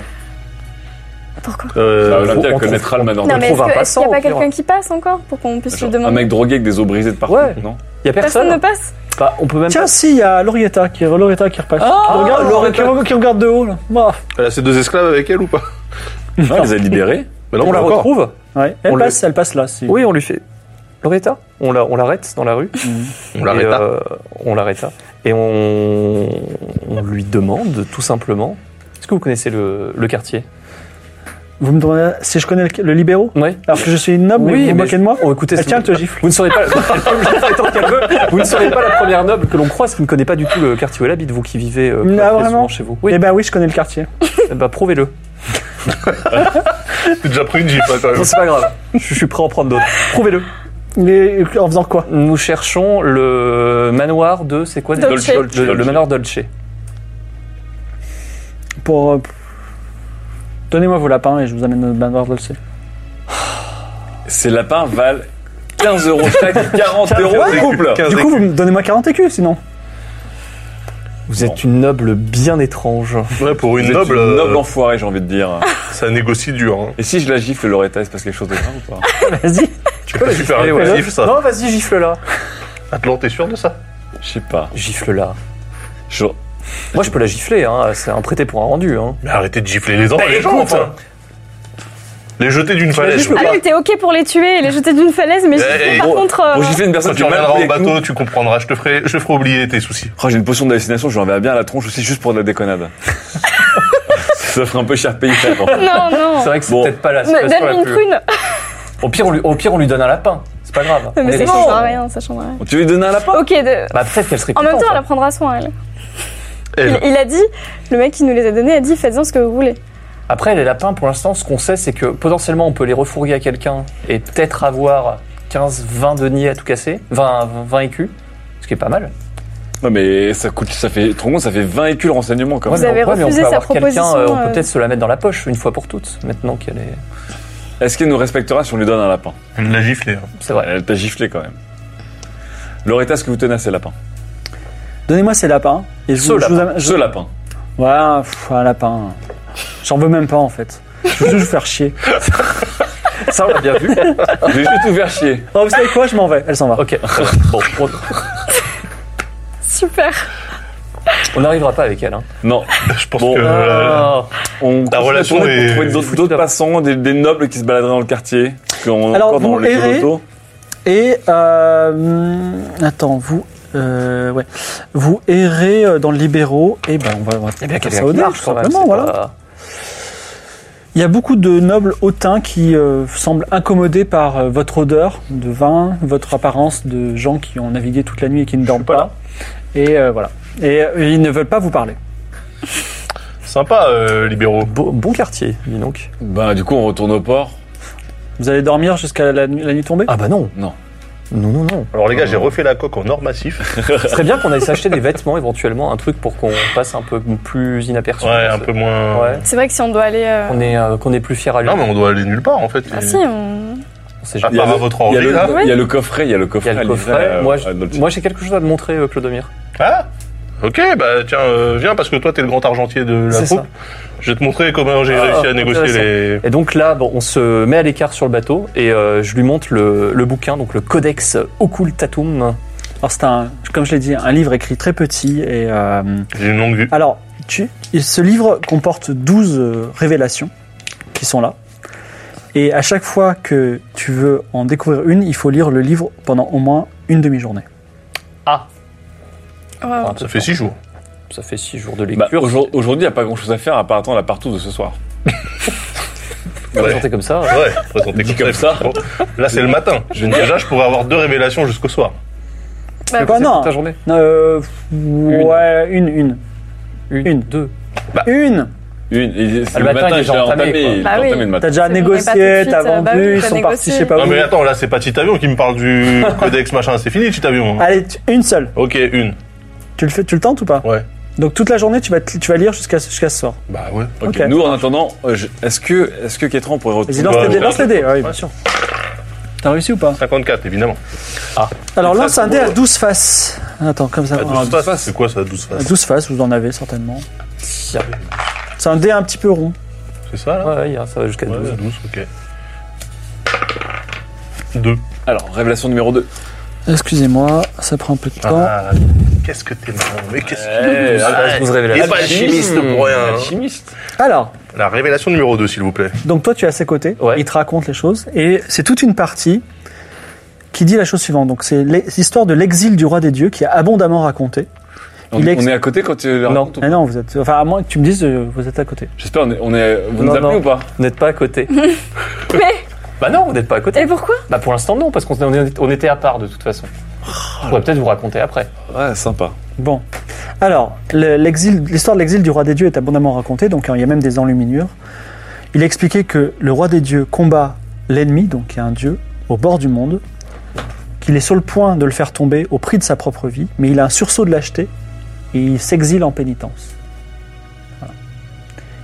S4: Pourquoi
S3: Bah,
S2: Euh,
S3: Olympia
S5: on trouve-
S3: connaîtra le manoir
S5: on
S4: Non
S3: Dolce.
S4: mais est-ce
S5: trouve un
S4: que- est-ce
S5: passant,
S4: qu'il n'y a
S5: au
S4: pas
S5: pire.
S4: quelqu'un qui passe encore pour qu'on puisse lui
S3: Genre,
S4: demander
S3: Un mec drogué avec des eaux brisées de partout,
S5: Ouais.
S3: non
S5: Y a
S4: Personne
S5: personne.
S4: ne passe
S5: Bah, on peut même.
S1: Tiens, si, il y a Laurietta qui, Laurietta qui repasse.
S5: Ah,
S1: qui, regarde,
S5: Laurietta.
S1: qui re- qui regarde de haut. Là. Bah,
S2: Elle a ses deux esclaves avec elle ou pas
S3: Non, Elle les a libérés.
S2: Mais
S5: on
S2: pas
S5: la
S2: encore.
S5: retrouve
S1: ouais. Elle,
S5: On
S1: passe, elle passe là. si-
S5: Oui, on lui fait. Loretta On la- on l'arrête dans la rue
S2: On
S5: Et,
S2: l'arrête là.
S5: euh, on l'arrêta. Et on, on lui demande tout simplement Est-ce que vous connaissez le, le quartier
S1: Vous me demandez si je connais le, le Libéraux
S5: Oui.
S1: Alors que je suis une noble, mais vous vous moquez de moi
S5: Oh, écoutez,
S1: Ah,
S5: ce-
S1: Tiens, elle te gifle.
S5: vous ne serez pas, tant qu'elle veut, vous ne serez pas la première noble que l'on croise qui ne connaît pas du tout le quartier où elle habite, vous qui vivez euh,
S1: Non,
S5: très
S1: vraiment
S5: souvent chez vous. Oui,
S1: Eh ben oui, je connais le quartier.
S5: bah prouvez-le.
S2: T'as déjà pris une jeep, hein, quand même.
S5: Non, c'est pas grave. Je, je suis prêt à en prendre d'autres. Prouvez-le.
S1: Mais euh, en faisant quoi
S5: Nous cherchons le manoir de. C'est quoi déjà
S4: Dolce.
S5: Le- le, manoir Dolce.
S1: Pour. euh, Donnez-moi vos lapins et je vous amène au manoir Dolce.
S3: Ces lapins valent 15 euros chaque, 40 euros
S1: Ouais.
S3: le couple.
S1: Du coup, vous me donnez-moi 40 écus sinon.
S5: Vous êtes une noble bien étrange.
S2: Ouais, pour une
S3: Vous êtes
S2: noble,
S3: une noble
S2: euh,
S3: enfoirée, j'ai envie de dire.
S2: ça négocie dur. Hein.
S3: Et si je la gifle, Loretta, il se passe quelque chose de grave ou pas
S1: Vas-y.
S2: Tu peux super
S5: Allez, voilà.
S2: agressif, ça.
S5: Non, vas-y, gifle-la.
S2: Atlan, t'es sûr de ça
S3: Je sais pas.
S5: Gifle-la.
S3: Je-
S5: Moi, je peux la gifler, hein. c'est un prêté pour un rendu. Hein.
S2: Mais arrêtez de gifler les enfants, les gens, enfin Bah, Les jeter d'une falaise.
S4: Ah oui, t'es ok pour les tuer et les jeter d'une falaise, mais
S2: Eh,
S4: gifler,
S2: eh,
S4: par
S3: gros,
S4: contre... euh,
S3: Pour gifler une personne
S2: Quand tu
S3: qui a mal
S2: reviendras
S3: pris
S2: en
S3: avec nous.
S2: bateau, tu comprendras. Je te ferai, je ferai oublier tes soucis.
S3: Oh, j'ai une potion de hallucination, je l'enverrai bien à la tronche aussi, juste pour de la déconnade. ça ferait un peu cher payé, ça, quand même.
S4: Non, non.
S5: C'est vrai que c'est
S3: Bon.
S5: peut-être pas la
S4: Mais
S5: situation
S4: Donne-lui
S5: la
S4: une
S5: plus.
S4: prune.
S5: Au pire, on lui, au pire, on lui donne un lapin. C'est pas grave. On
S4: Mais
S5: est
S4: ça
S5: d'accord.
S4: changera rien, ça changera rien.
S3: Tu veux lui donner un lapin
S4: Ok, de-
S5: Bah, peut-être qu'elle serait
S4: en
S5: contente.
S4: même temps, elle en prendra soin, elle.
S2: Elle.
S4: Il, il a dit, le mec qui nous les a donnés a dit, faites-en ce que vous voulez.
S5: Après, les lapins, pour l'instant, ce qu'on sait, c'est que potentiellement, on peut les refourguer à quelqu'un et peut-être avoir 15, 20 deniers à tout casser. 20, 20 écus. Ce qui est pas mal.
S3: Non, mais ça coûte, ça fait, trop long, ça fait 20 écus le renseignement, quand
S4: Vous
S3: même.
S4: avez
S5: mais on
S4: refusé
S5: peut
S4: sa
S5: avoir quelqu'un,
S4: proposition,
S5: euh, on
S4: euh.
S5: peut peut-être se la mettre dans la poche une fois pour toutes, maintenant qu'elle est.
S3: Est-ce qu'elle nous respectera si on lui donne un lapin
S2: Elle l'a giflé. hein.
S5: C'est vrai.
S3: Elle t'a giflé, quand même. Loretta, est-ce que vous tenez à ces lapins
S1: Donnez-moi ces lapins et je
S5: Ce
S1: vous, je vous
S5: lapin.
S1: amène- je-
S3: Ce lapin.
S1: Voilà, pff, un lapin. J'en veux même pas en fait. Je veux juste vous faire chier.
S5: Ça, on l'a bien vu.
S3: J'ai juste tout faire chier.
S1: Oh, vous savez quoi Je m'en vais. Elle s'en va.
S5: ok. Bon, on-
S4: Super.
S5: on n'arrivera pas avec elle. Hein.
S3: Non,
S2: Je pense
S3: Bon,
S2: que. euh,
S3: on
S2: Ta relation
S3: on est...
S2: est-
S3: trouver d'autres d'autres passants, des, des nobles qui se baladeraient dans le quartier. qu'on-
S1: Alors,
S3: encore dans
S1: vous
S3: les
S1: errez-
S3: autos.
S1: Et euh, hmm, attends, vous, euh, ouais, vous errez euh, dans le libéraux. Et ben, on va, on va
S5: Eh bien,
S1: faire
S5: quelqu'un
S1: ça au
S5: qui
S1: dard,
S5: marche,
S1: tout
S5: quand même,
S1: simplement,
S5: c'est
S1: voilà.
S5: pas-
S1: Il y a beaucoup de nobles hautains qui euh, semblent incommodés par euh, votre odeur de vin, votre apparence de gens qui ont navigué toute la nuit et qui ne dorment pas. Et euh, voilà. Et euh, ils ne veulent pas vous parler.
S2: Sympa, euh, libéraux.
S5: Beau- bon quartier, dis donc.
S3: Bah, du coup, on retourne au port.
S1: Vous allez dormir jusqu'à la, nu- la nuit tombée
S5: Ah bah non.
S3: Non.
S5: Non, non, non.
S2: Alors les gars, j'ai refait la coque en or massif.
S5: Ce serait bien qu'on aille s'acheter des vêtements éventuellement, un truc pour qu'on passe un peu plus inaperçu.
S2: Ouais, un peu moins.
S5: Ouais.
S4: C'est vrai que si on doit aller. euh,
S5: Qu'on est, euh, qu'on est plus fier à lui.
S2: Non, mais on doit aller nulle part en fait.
S4: Ah si, on...
S5: On sait
S2: À
S5: jamais.
S3: Il y a
S2: part à
S3: le-
S2: votre
S3: Il y, a
S2: ordi
S3: le,
S2: là.
S3: il y a le coffret, il y a le
S5: Il y
S3: coffret.
S5: a ah, le
S3: livré
S5: coffret.
S3: à-
S5: Moi,
S3: à notre-
S5: je- moi, j'ai quelque chose à te montrer, euh, Clodomir.
S2: Ah Ok, bah tiens, euh, viens parce que toi t'es le grand argentier de la
S5: C'est
S2: troupe.
S5: ça.
S2: Je vais te montrer comment j'ai
S5: Ah,
S2: réussi à négocier
S5: intéressant.
S2: les.
S5: Et donc là, bon, on se met à l'écart sur le bateau et euh, je lui montre le, le bouquin, donc le Codex Occultatum.
S1: Alors c'est un, comme je l'ai dit, un livre écrit très petit et euh,
S2: J'ai une longue vue.
S1: alors tu, et ce livre comporte 12 euh, révélations qui sont là. Et à chaque fois que tu veux en découvrir une, il faut lire le livre pendant au moins une demi-journée.
S4: Waouh.
S2: Ça fait six jours.
S5: Ça fait six jours de
S3: Bah,
S5: lecture.
S3: aujourd- Aujourd'hui, il n'y a pas grand chose à faire à part attendre la partout de ce soir.
S5: Présenté comme ça.
S2: Ouais, présenté
S3: Dit
S2: comme
S3: comme
S2: ça. bon. Là, c'est le matin. Je veux dire, Déjà, je pourrais avoir deux révélations jusqu'au soir.
S4: Bah,
S1: Quoi,
S5: c'est
S1: non
S5: toute la journée.
S1: Euh, Ouais, une, une.
S5: Une,
S1: Une. Bah.
S5: deux.
S1: Une
S3: Une, et c'est
S5: Ah, le matin, il
S3: déjà
S5: est déjà entamé, quoi.
S3: il est
S4: Bah oui.
S3: entamé le matin.
S1: T'as déjà
S4: C'est bon, mais pas tout de
S1: négocié,
S4: suite,
S1: t'as
S4: euh, bah oui,
S1: vendu, ils
S4: t'as
S1: sont partis,
S4: négocié.
S1: je sais pas
S2: Non,
S1: où.
S2: mais attends, là, c'est pas Titavion qui me parle du codex machin. C'est fini, Titavion.
S1: Allez, tu- une seule.
S2: Ok, une.
S1: Tu le fais, tu le tentes ou pas
S2: Ouais.
S1: Donc toute la journée, tu vas, te- tu vas lire jusqu'à jusqu'à ce soir.
S2: Bah ouais.
S3: Ok,
S1: Ok.
S3: Nous, en attendant, euh, je- est-ce que, est-ce que Ketran pourrait
S1: Vas-y,
S3: retourner
S1: lance
S2: Bah,
S1: les dés,
S2: ouais.
S1: lance les dés. Ouais, bien sûr. T'as réussi ou pas
S2: 54, évidemment.
S1: Alors
S3: Ça,
S1: lance un
S3: c'est
S1: dé à
S3: bon.
S1: 12 faces. Attends, comme ça.
S2: À 12 Ah, faces. C'est quoi ça, 12
S1: À
S2: faces
S1: 12 faces, vous en avez certainement. C'est un dé un petit peu rond.
S2: C'est ça, là
S5: Ouais, ouais, ça va jusqu'à
S2: Ouais,
S5: 12.
S2: 12, ok. 2.
S3: Alors, révélation numéro 2.
S1: Excusez-moi, ça prend un peu de temps.
S2: Ah, qu'est-ce que t'es marrant, mais qu'est-ce
S3: Eh,
S2: que
S3: ah,
S2: tu
S3: vous révélez
S2: Il
S3: la-
S2: est pas alchimiste pour rien. hein.
S1: Alors,
S2: La révélation numéro 2, s'il vous plaît.
S1: donc toi, tu es à ses côtés.
S5: Ouais.
S1: Il te raconte les choses. Et c'est toute une partie qui dit la chose suivante. Donc c'est l'e- l'histoire de l'exil du roi des dieux qui est abondamment racontée.
S3: On,
S1: Il est-
S3: on est à côté quand tu le racontes ou
S1: Ah
S3: pas
S1: non, vous êtes. Enfin, à moins que tu me dises, euh, vous êtes à côté.
S3: J'espère, on est, on est- vous
S5: Non,
S3: nous appelez
S5: non.
S3: ou pas
S5: Vous n'êtes pas à côté.
S4: Mais-
S5: Bah non, vous n'êtes pas à côté.
S4: Et pourquoi
S5: Bah pour l'instant non, parce qu'on est- on était à part de toute façon. On pourrait peut-être vous raconter après.
S3: Ouais, sympa.
S1: Bon. Alors, le- l'exil- l'histoire de l'exil du roi des dieux est abondamment racontée, donc hein, il y a même des enluminures. Il est expliqué que le roi des dieux combat l'ennemi, donc qui est un dieu, au bord du monde, qu'il est sur le point de le faire tomber au prix de sa propre vie, mais il a un sursaut de lâcheté et il s'exile en pénitence. Voilà.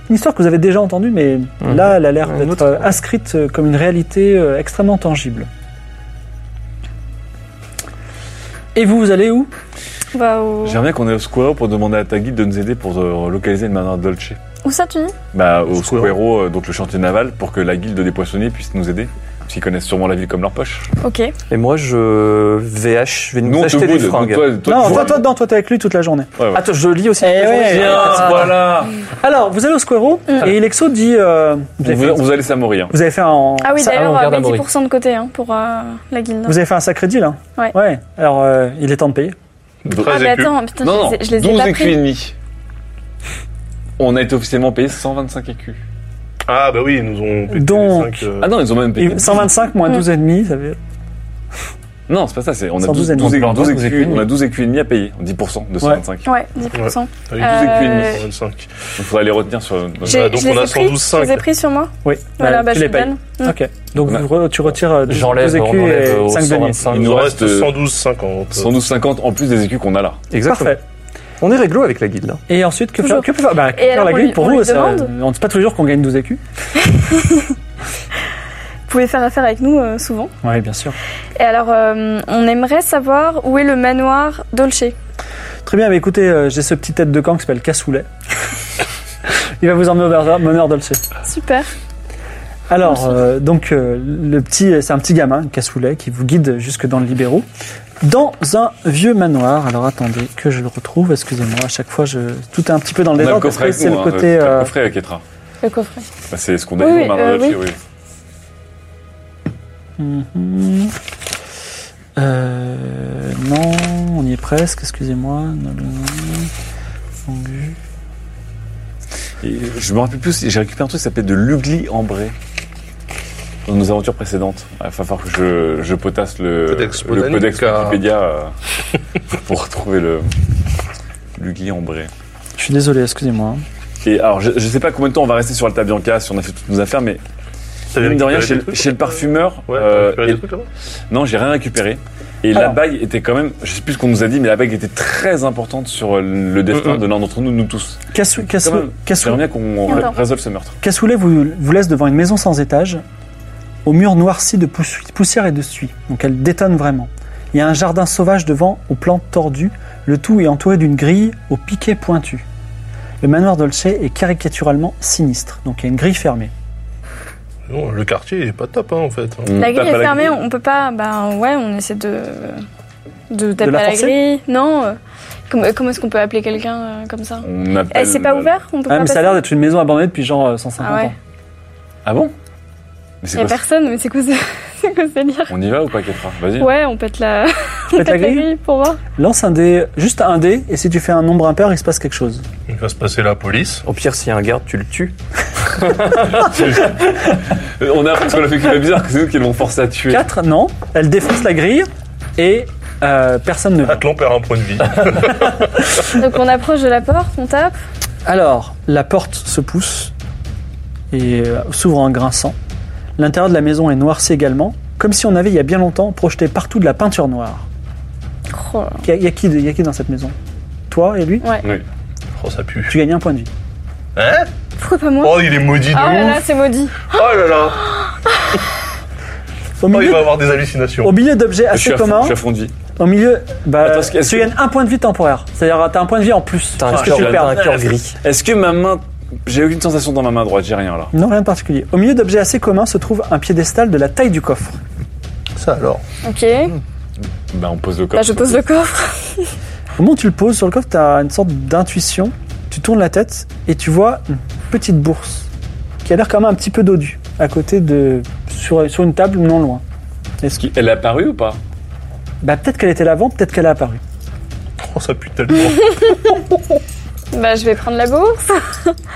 S1: Une histoire que vous avez déjà entendue, mais
S5: Mhm.
S1: là, elle a l'air
S5: Un
S1: d'être
S5: autre,
S1: euh,
S5: ouais.
S1: inscrite euh, comme une réalité euh, extrêmement tangible. Et vous, vous allez où
S4: Bah, au-
S3: J'aimerais bien qu'on ait au Square pour demander à ta guide de nous aider pour euh, localiser le manoir Dolce.
S4: Où ça tu dis
S3: Bah, au
S2: Square.
S3: Squero, euh, donc le chantier naval, pour que la guilde des poissonniers puisse nous aider. Parce qu'ils connaissent sûrement la ville comme leur poche.
S4: Ok.
S5: Et moi je vais, ach- je vais nous
S3: on te
S5: acheter des
S3: boude,
S5: fringues.
S3: donc toi- toi,
S1: Non,
S3: tu
S1: toi,
S3: vois.
S1: toi, non, toi, t'es avec lui toute la journée.
S3: Ouais, ouais.
S5: Attends, je lis aussi.
S1: Eh
S5: toute la
S1: ouais.
S5: journée.
S1: Bien,
S5: Ah, c'est pas-
S3: voilà
S1: Alors, vous allez au Squero
S5: Hum.
S1: et Ilexo dit. euh, vous, avez
S3: vous,
S1: fait,
S3: vous allez s'amourir.
S1: vous avez fait un.
S4: Ah oui,
S1: ça-
S4: d'ailleurs,
S5: on
S4: on
S5: garde
S4: avait
S5: un bruit.
S4: 10% de côté hein, pour euh, la guilde.
S1: vous avez fait un sacré deal. Hein.
S4: Ouais.
S1: Alors, euh, il est temps de payer.
S4: Ah,
S2: 13
S4: mais
S2: écus.
S4: attends, putain,
S3: Non, non,
S4: je les ai- je les ai
S3: 12
S4: pas
S3: écus et
S4: pris.
S3: demi. On a été officiellement payé 125 écus.
S1: Euh,
S2: Ah bah oui, ils nous ont pété
S1: Donc-
S2: les cinq, euh,
S3: Ah non, ils ont même
S1: Et
S3: payé.
S1: 125 moins
S4: Mm.
S1: 12,5, ça fait.
S3: Non, c'est pas ça, c'est on a
S1: 112
S3: 12,
S1: et demi.
S3: 12 écus- 12
S5: 12
S3: écus,
S5: écus.
S3: on a 12 écus et demi à payer, 10% de 125.
S4: Ouais, 10%.
S2: avec 12
S4: Euh,
S2: écus et demi, 25.
S3: Il faudrait les retenir sur euh, notre-
S4: J'ai-
S2: Ah, donc
S4: je les
S2: on a
S4: ai pris,
S2: 112,5.
S4: je les ai pris sur moi.
S1: Oui,
S4: Voilà, bah,
S1: tu
S4: je
S1: les
S4: les
S1: payes.
S4: donne. Mm.
S1: Ok. Donc,
S3: Ouais.
S1: vous re- tu retires euh, 12,
S5: Hum. Bah, J'enlève, on
S1: écus
S5: enlève euh,
S1: et
S5: au
S1: 5 euh, deniers.
S5: 125.
S2: Il nous reste
S3: euh,
S2: 112,50.
S3: 112,50 en plus des écus qu'on a là.
S5: Exactement.
S1: Parfait.
S5: On est réglo avec la guide là.
S1: Et ensuite, que
S4: Toujours.
S1: faire, que peut faire Bah, que
S4: Et
S1: faire
S4: alors,
S1: la
S4: on
S1: grille
S4: lui-
S1: pour
S4: on
S1: vous
S4: lui
S1: ça,
S4: demande
S1: On ne sait pas tous les jours qu'on gagne 12 écus.
S4: Vous pouvez faire affaire avec nous euh, souvent.
S1: Oui, bien sûr.
S4: Et alors, euh, on aimerait savoir où est le manoir Dolce.
S1: Très bien, mais écoutez, euh, j'ai ce petit tête de camp qui s'appelle Cassoulet. il va vous emmener au Bernard- Bonheur Dolce.
S4: Super.
S1: Alors, euh, donc, euh, le petit, c'est un petit gamin, Cassoulet, qui vous guide jusque dans le Libéraux, dans un vieux manoir. Alors, attendez que je le retrouve, excusez-moi, à chaque fois, je... tout est un petit peu dans le
S3: On a
S1: désordre,
S3: le
S1: parce
S3: coffret
S1: que
S3: avec
S1: c'est
S3: nous,
S1: le
S3: hein,
S1: côté...
S3: t'as
S1: euh,
S3: le coffret avec Etra.
S4: Le coffret.
S3: Bah, c'est ce qu'on a
S4: Oui,
S3: dit
S4: oui,
S3: au Marin
S4: euh,
S3: Dolce,
S4: oui.
S3: oui.
S1: mhm. Euh, non, on y est presque, excusez-moi.
S3: Et je me rappelle plus, j'ai récupéré un truc qui s'appelait de l'ugly ambré dans nos aventures précédentes. Il va falloir que je, je potasse le
S2: Codex
S3: le codex
S2: Botanica.
S3: Wikipédia euh, pour retrouver le l'ugly ambré.
S1: Je suis désolé, excusez-moi.
S3: Et alors, je, je sais pas combien de temps on va rester sur Alta Bianca, si on a fait toutes nos affaires, mais
S2: T'as
S3: mine de
S2: récupéré
S3: rien,
S2: des
S3: chez, le-
S2: trucs
S3: chez le parfumeur,
S2: Ouais, t'as
S3: euh,
S2: récupéré
S3: et-
S2: des trucs là-bas
S3: non, j'ai rien récupéré. Et la
S1: Alors.
S3: bague était quand même, je sais plus ce qu'on nous a dit, mais la bague était très importante sur le destin
S2: Mm, mm.
S3: de l'un d'entre nous, nous tous.
S4: Ah,
S1: Cassou-
S3: Quand
S1: Cassou-
S3: même, J'aimerais
S1: Cassou-
S3: bien qu'on
S4: Attends.
S3: ré- résolve ce meurtre.
S1: Cassoulet vous, vous laisse devant une maison sans étage, aux murs noircis de pouss- poussière et de suie. Donc elle détonne vraiment. Il y a un jardin sauvage devant, aux plantes tordues. Le tout est entouré d'une grille aux piquets pointus. Le manoir Dolce est caricaturalement sinistre. Donc il y a une grille fermée.
S2: Non, Le quartier, il est pas top, hein, en fait.
S3: On
S4: La
S3: tape
S4: grille
S3: à
S4: est fermée,
S3: grille.
S4: on peut pas. Bah ouais, on essaie de. de taper
S1: la
S4: à la
S1: forcer
S4: grille. Non. euh, Comment, comment est-ce qu'on peut appeler quelqu'un euh, comme ça
S3: On appelle.
S4: Elle s'est pas
S3: la-
S4: ouvert On peut
S1: Ah,
S4: pas
S1: mais ça a
S4: passer
S1: l'air d'être une maison abandonnée depuis genre euh,
S4: Ah
S1: 150
S4: ouais,
S1: ans.
S3: Ah bon Mais c'est
S4: y a
S3: quoi ça
S4: personne, mais c'est quoi ce c'est quoi ce délire
S3: On y va ou pas, Ketra Vas-y.
S4: Ouais, on pète la,
S1: Tu
S4: on
S1: pètes la grille
S4: pour voir.
S1: Lance un dé, juste un dé, et si tu fais un nombre impair, il se passe quelque chose.
S2: Il va se passer la police.
S5: Au pire, s'il y a un garde, tu le tues.
S3: Euh, On a parce qu'on a fait que bizarre que c'est nous qui l'ont forcé à tuer.
S1: 4, non. Elle défonce la grille, et euh, personne ne vient.
S2: Atlan perd un point de vie.
S4: Donc on approche de la porte, on tape.
S1: Alors, la porte se pousse et euh, s'ouvre en grinçant. L'intérieur de la maison est noirci également, comme si on avait, il y a bien longtemps, projeté partout de la peinture noire.
S4: Oh là là.
S1: Il y, a- il y a qui de- il y a qui dans cette maison Toi et lui
S2: Oh, ça pue.
S1: Tu gagnes un point de vie.
S2: Hein
S4: Pourquoi pas moi
S2: Oh, il est maudit de
S4: Ah là
S2: ouf.
S4: là, c'est maudit.
S2: Oh là là.
S1: Au
S2: Oh, il
S1: milieu,
S2: va avoir des hallucinations.
S1: au milieu d'objets
S3: je,
S1: assez
S3: suis à fond,
S1: communs,
S3: je suis à fond de vie.
S1: au milieu, bah,
S3: Attends, est-ce que- est-ce
S1: tu
S3: que-
S1: gagnes un point de vie temporaire. C'est-à-dire, t'as un point de vie en plus.
S5: T'as un,
S1: Parce que
S5: cœur-
S1: tu le
S5: t'as
S1: perds.
S5: un cœur gris.
S3: Est-ce que ma main. J'ai aucune sensation dans ma main droite, j'ai rien là.
S1: Non, rien de particulier. Au milieu d'objets assez communs se trouve un piédestal de la taille du coffre.
S2: Ça alors.
S4: Ok.
S3: Bah, on pose le corps.
S4: Là, je pose le coffre.
S1: Au moment où tu le poses sur le coffre, tu as une sorte d'intuition. Tu tournes la tête et tu vois une petite bourse qui a l'air quand même un petit peu dodue à côté de. sur, sur une table non loin. Est-ce que-
S3: Elle est apparue ou pas
S1: Bah, peut-être qu'elle était là avant, peut-être qu'elle a apparu.
S2: Oh, ça pue tellement.
S4: Bah, je vais prendre la bourse.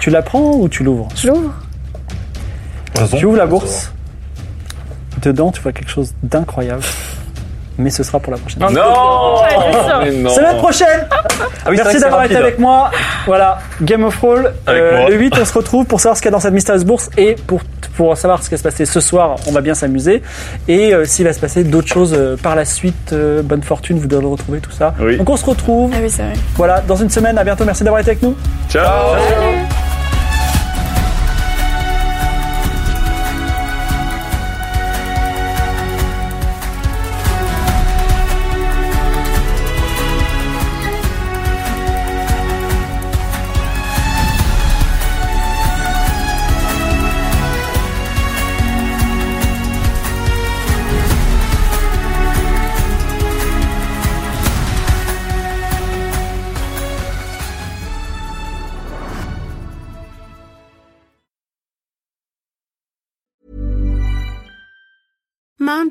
S1: Tu la prends ou tu l'ouvres
S4: Je l'ouvre.
S1: Tu ouvres la bourse. Dedans, tu vois quelque chose d'incroyable. Mais ce sera pour la
S3: Ah.
S1: prochaine.
S3: Non
S4: Ouais, c'est sûr.
S3: Mais non.
S1: C'est la prochaine
S5: Ah oui, c'est vrai que
S1: Merci
S5: c'est
S1: d'avoir été
S5: rapide.
S1: avec moi. Voilà, Game of Roll.
S2: Avec moi.
S1: le 8, on se retrouve pour savoir ce qu'il y a dans cette mystérieuse bourse et pour, pour savoir ce qui va se passer ce soir. On va bien s'amuser. Et euh, s'il va se passer d'autres choses euh, par la suite, euh, bonne fortune, vous devez le retrouver, tout ça.
S3: Oui.
S1: Donc on se retrouve,
S4: Ah oui, c'est vrai.
S1: voilà, dans une semaine. À bientôt. Merci d'avoir été avec nous.
S3: Ciao
S10: Mom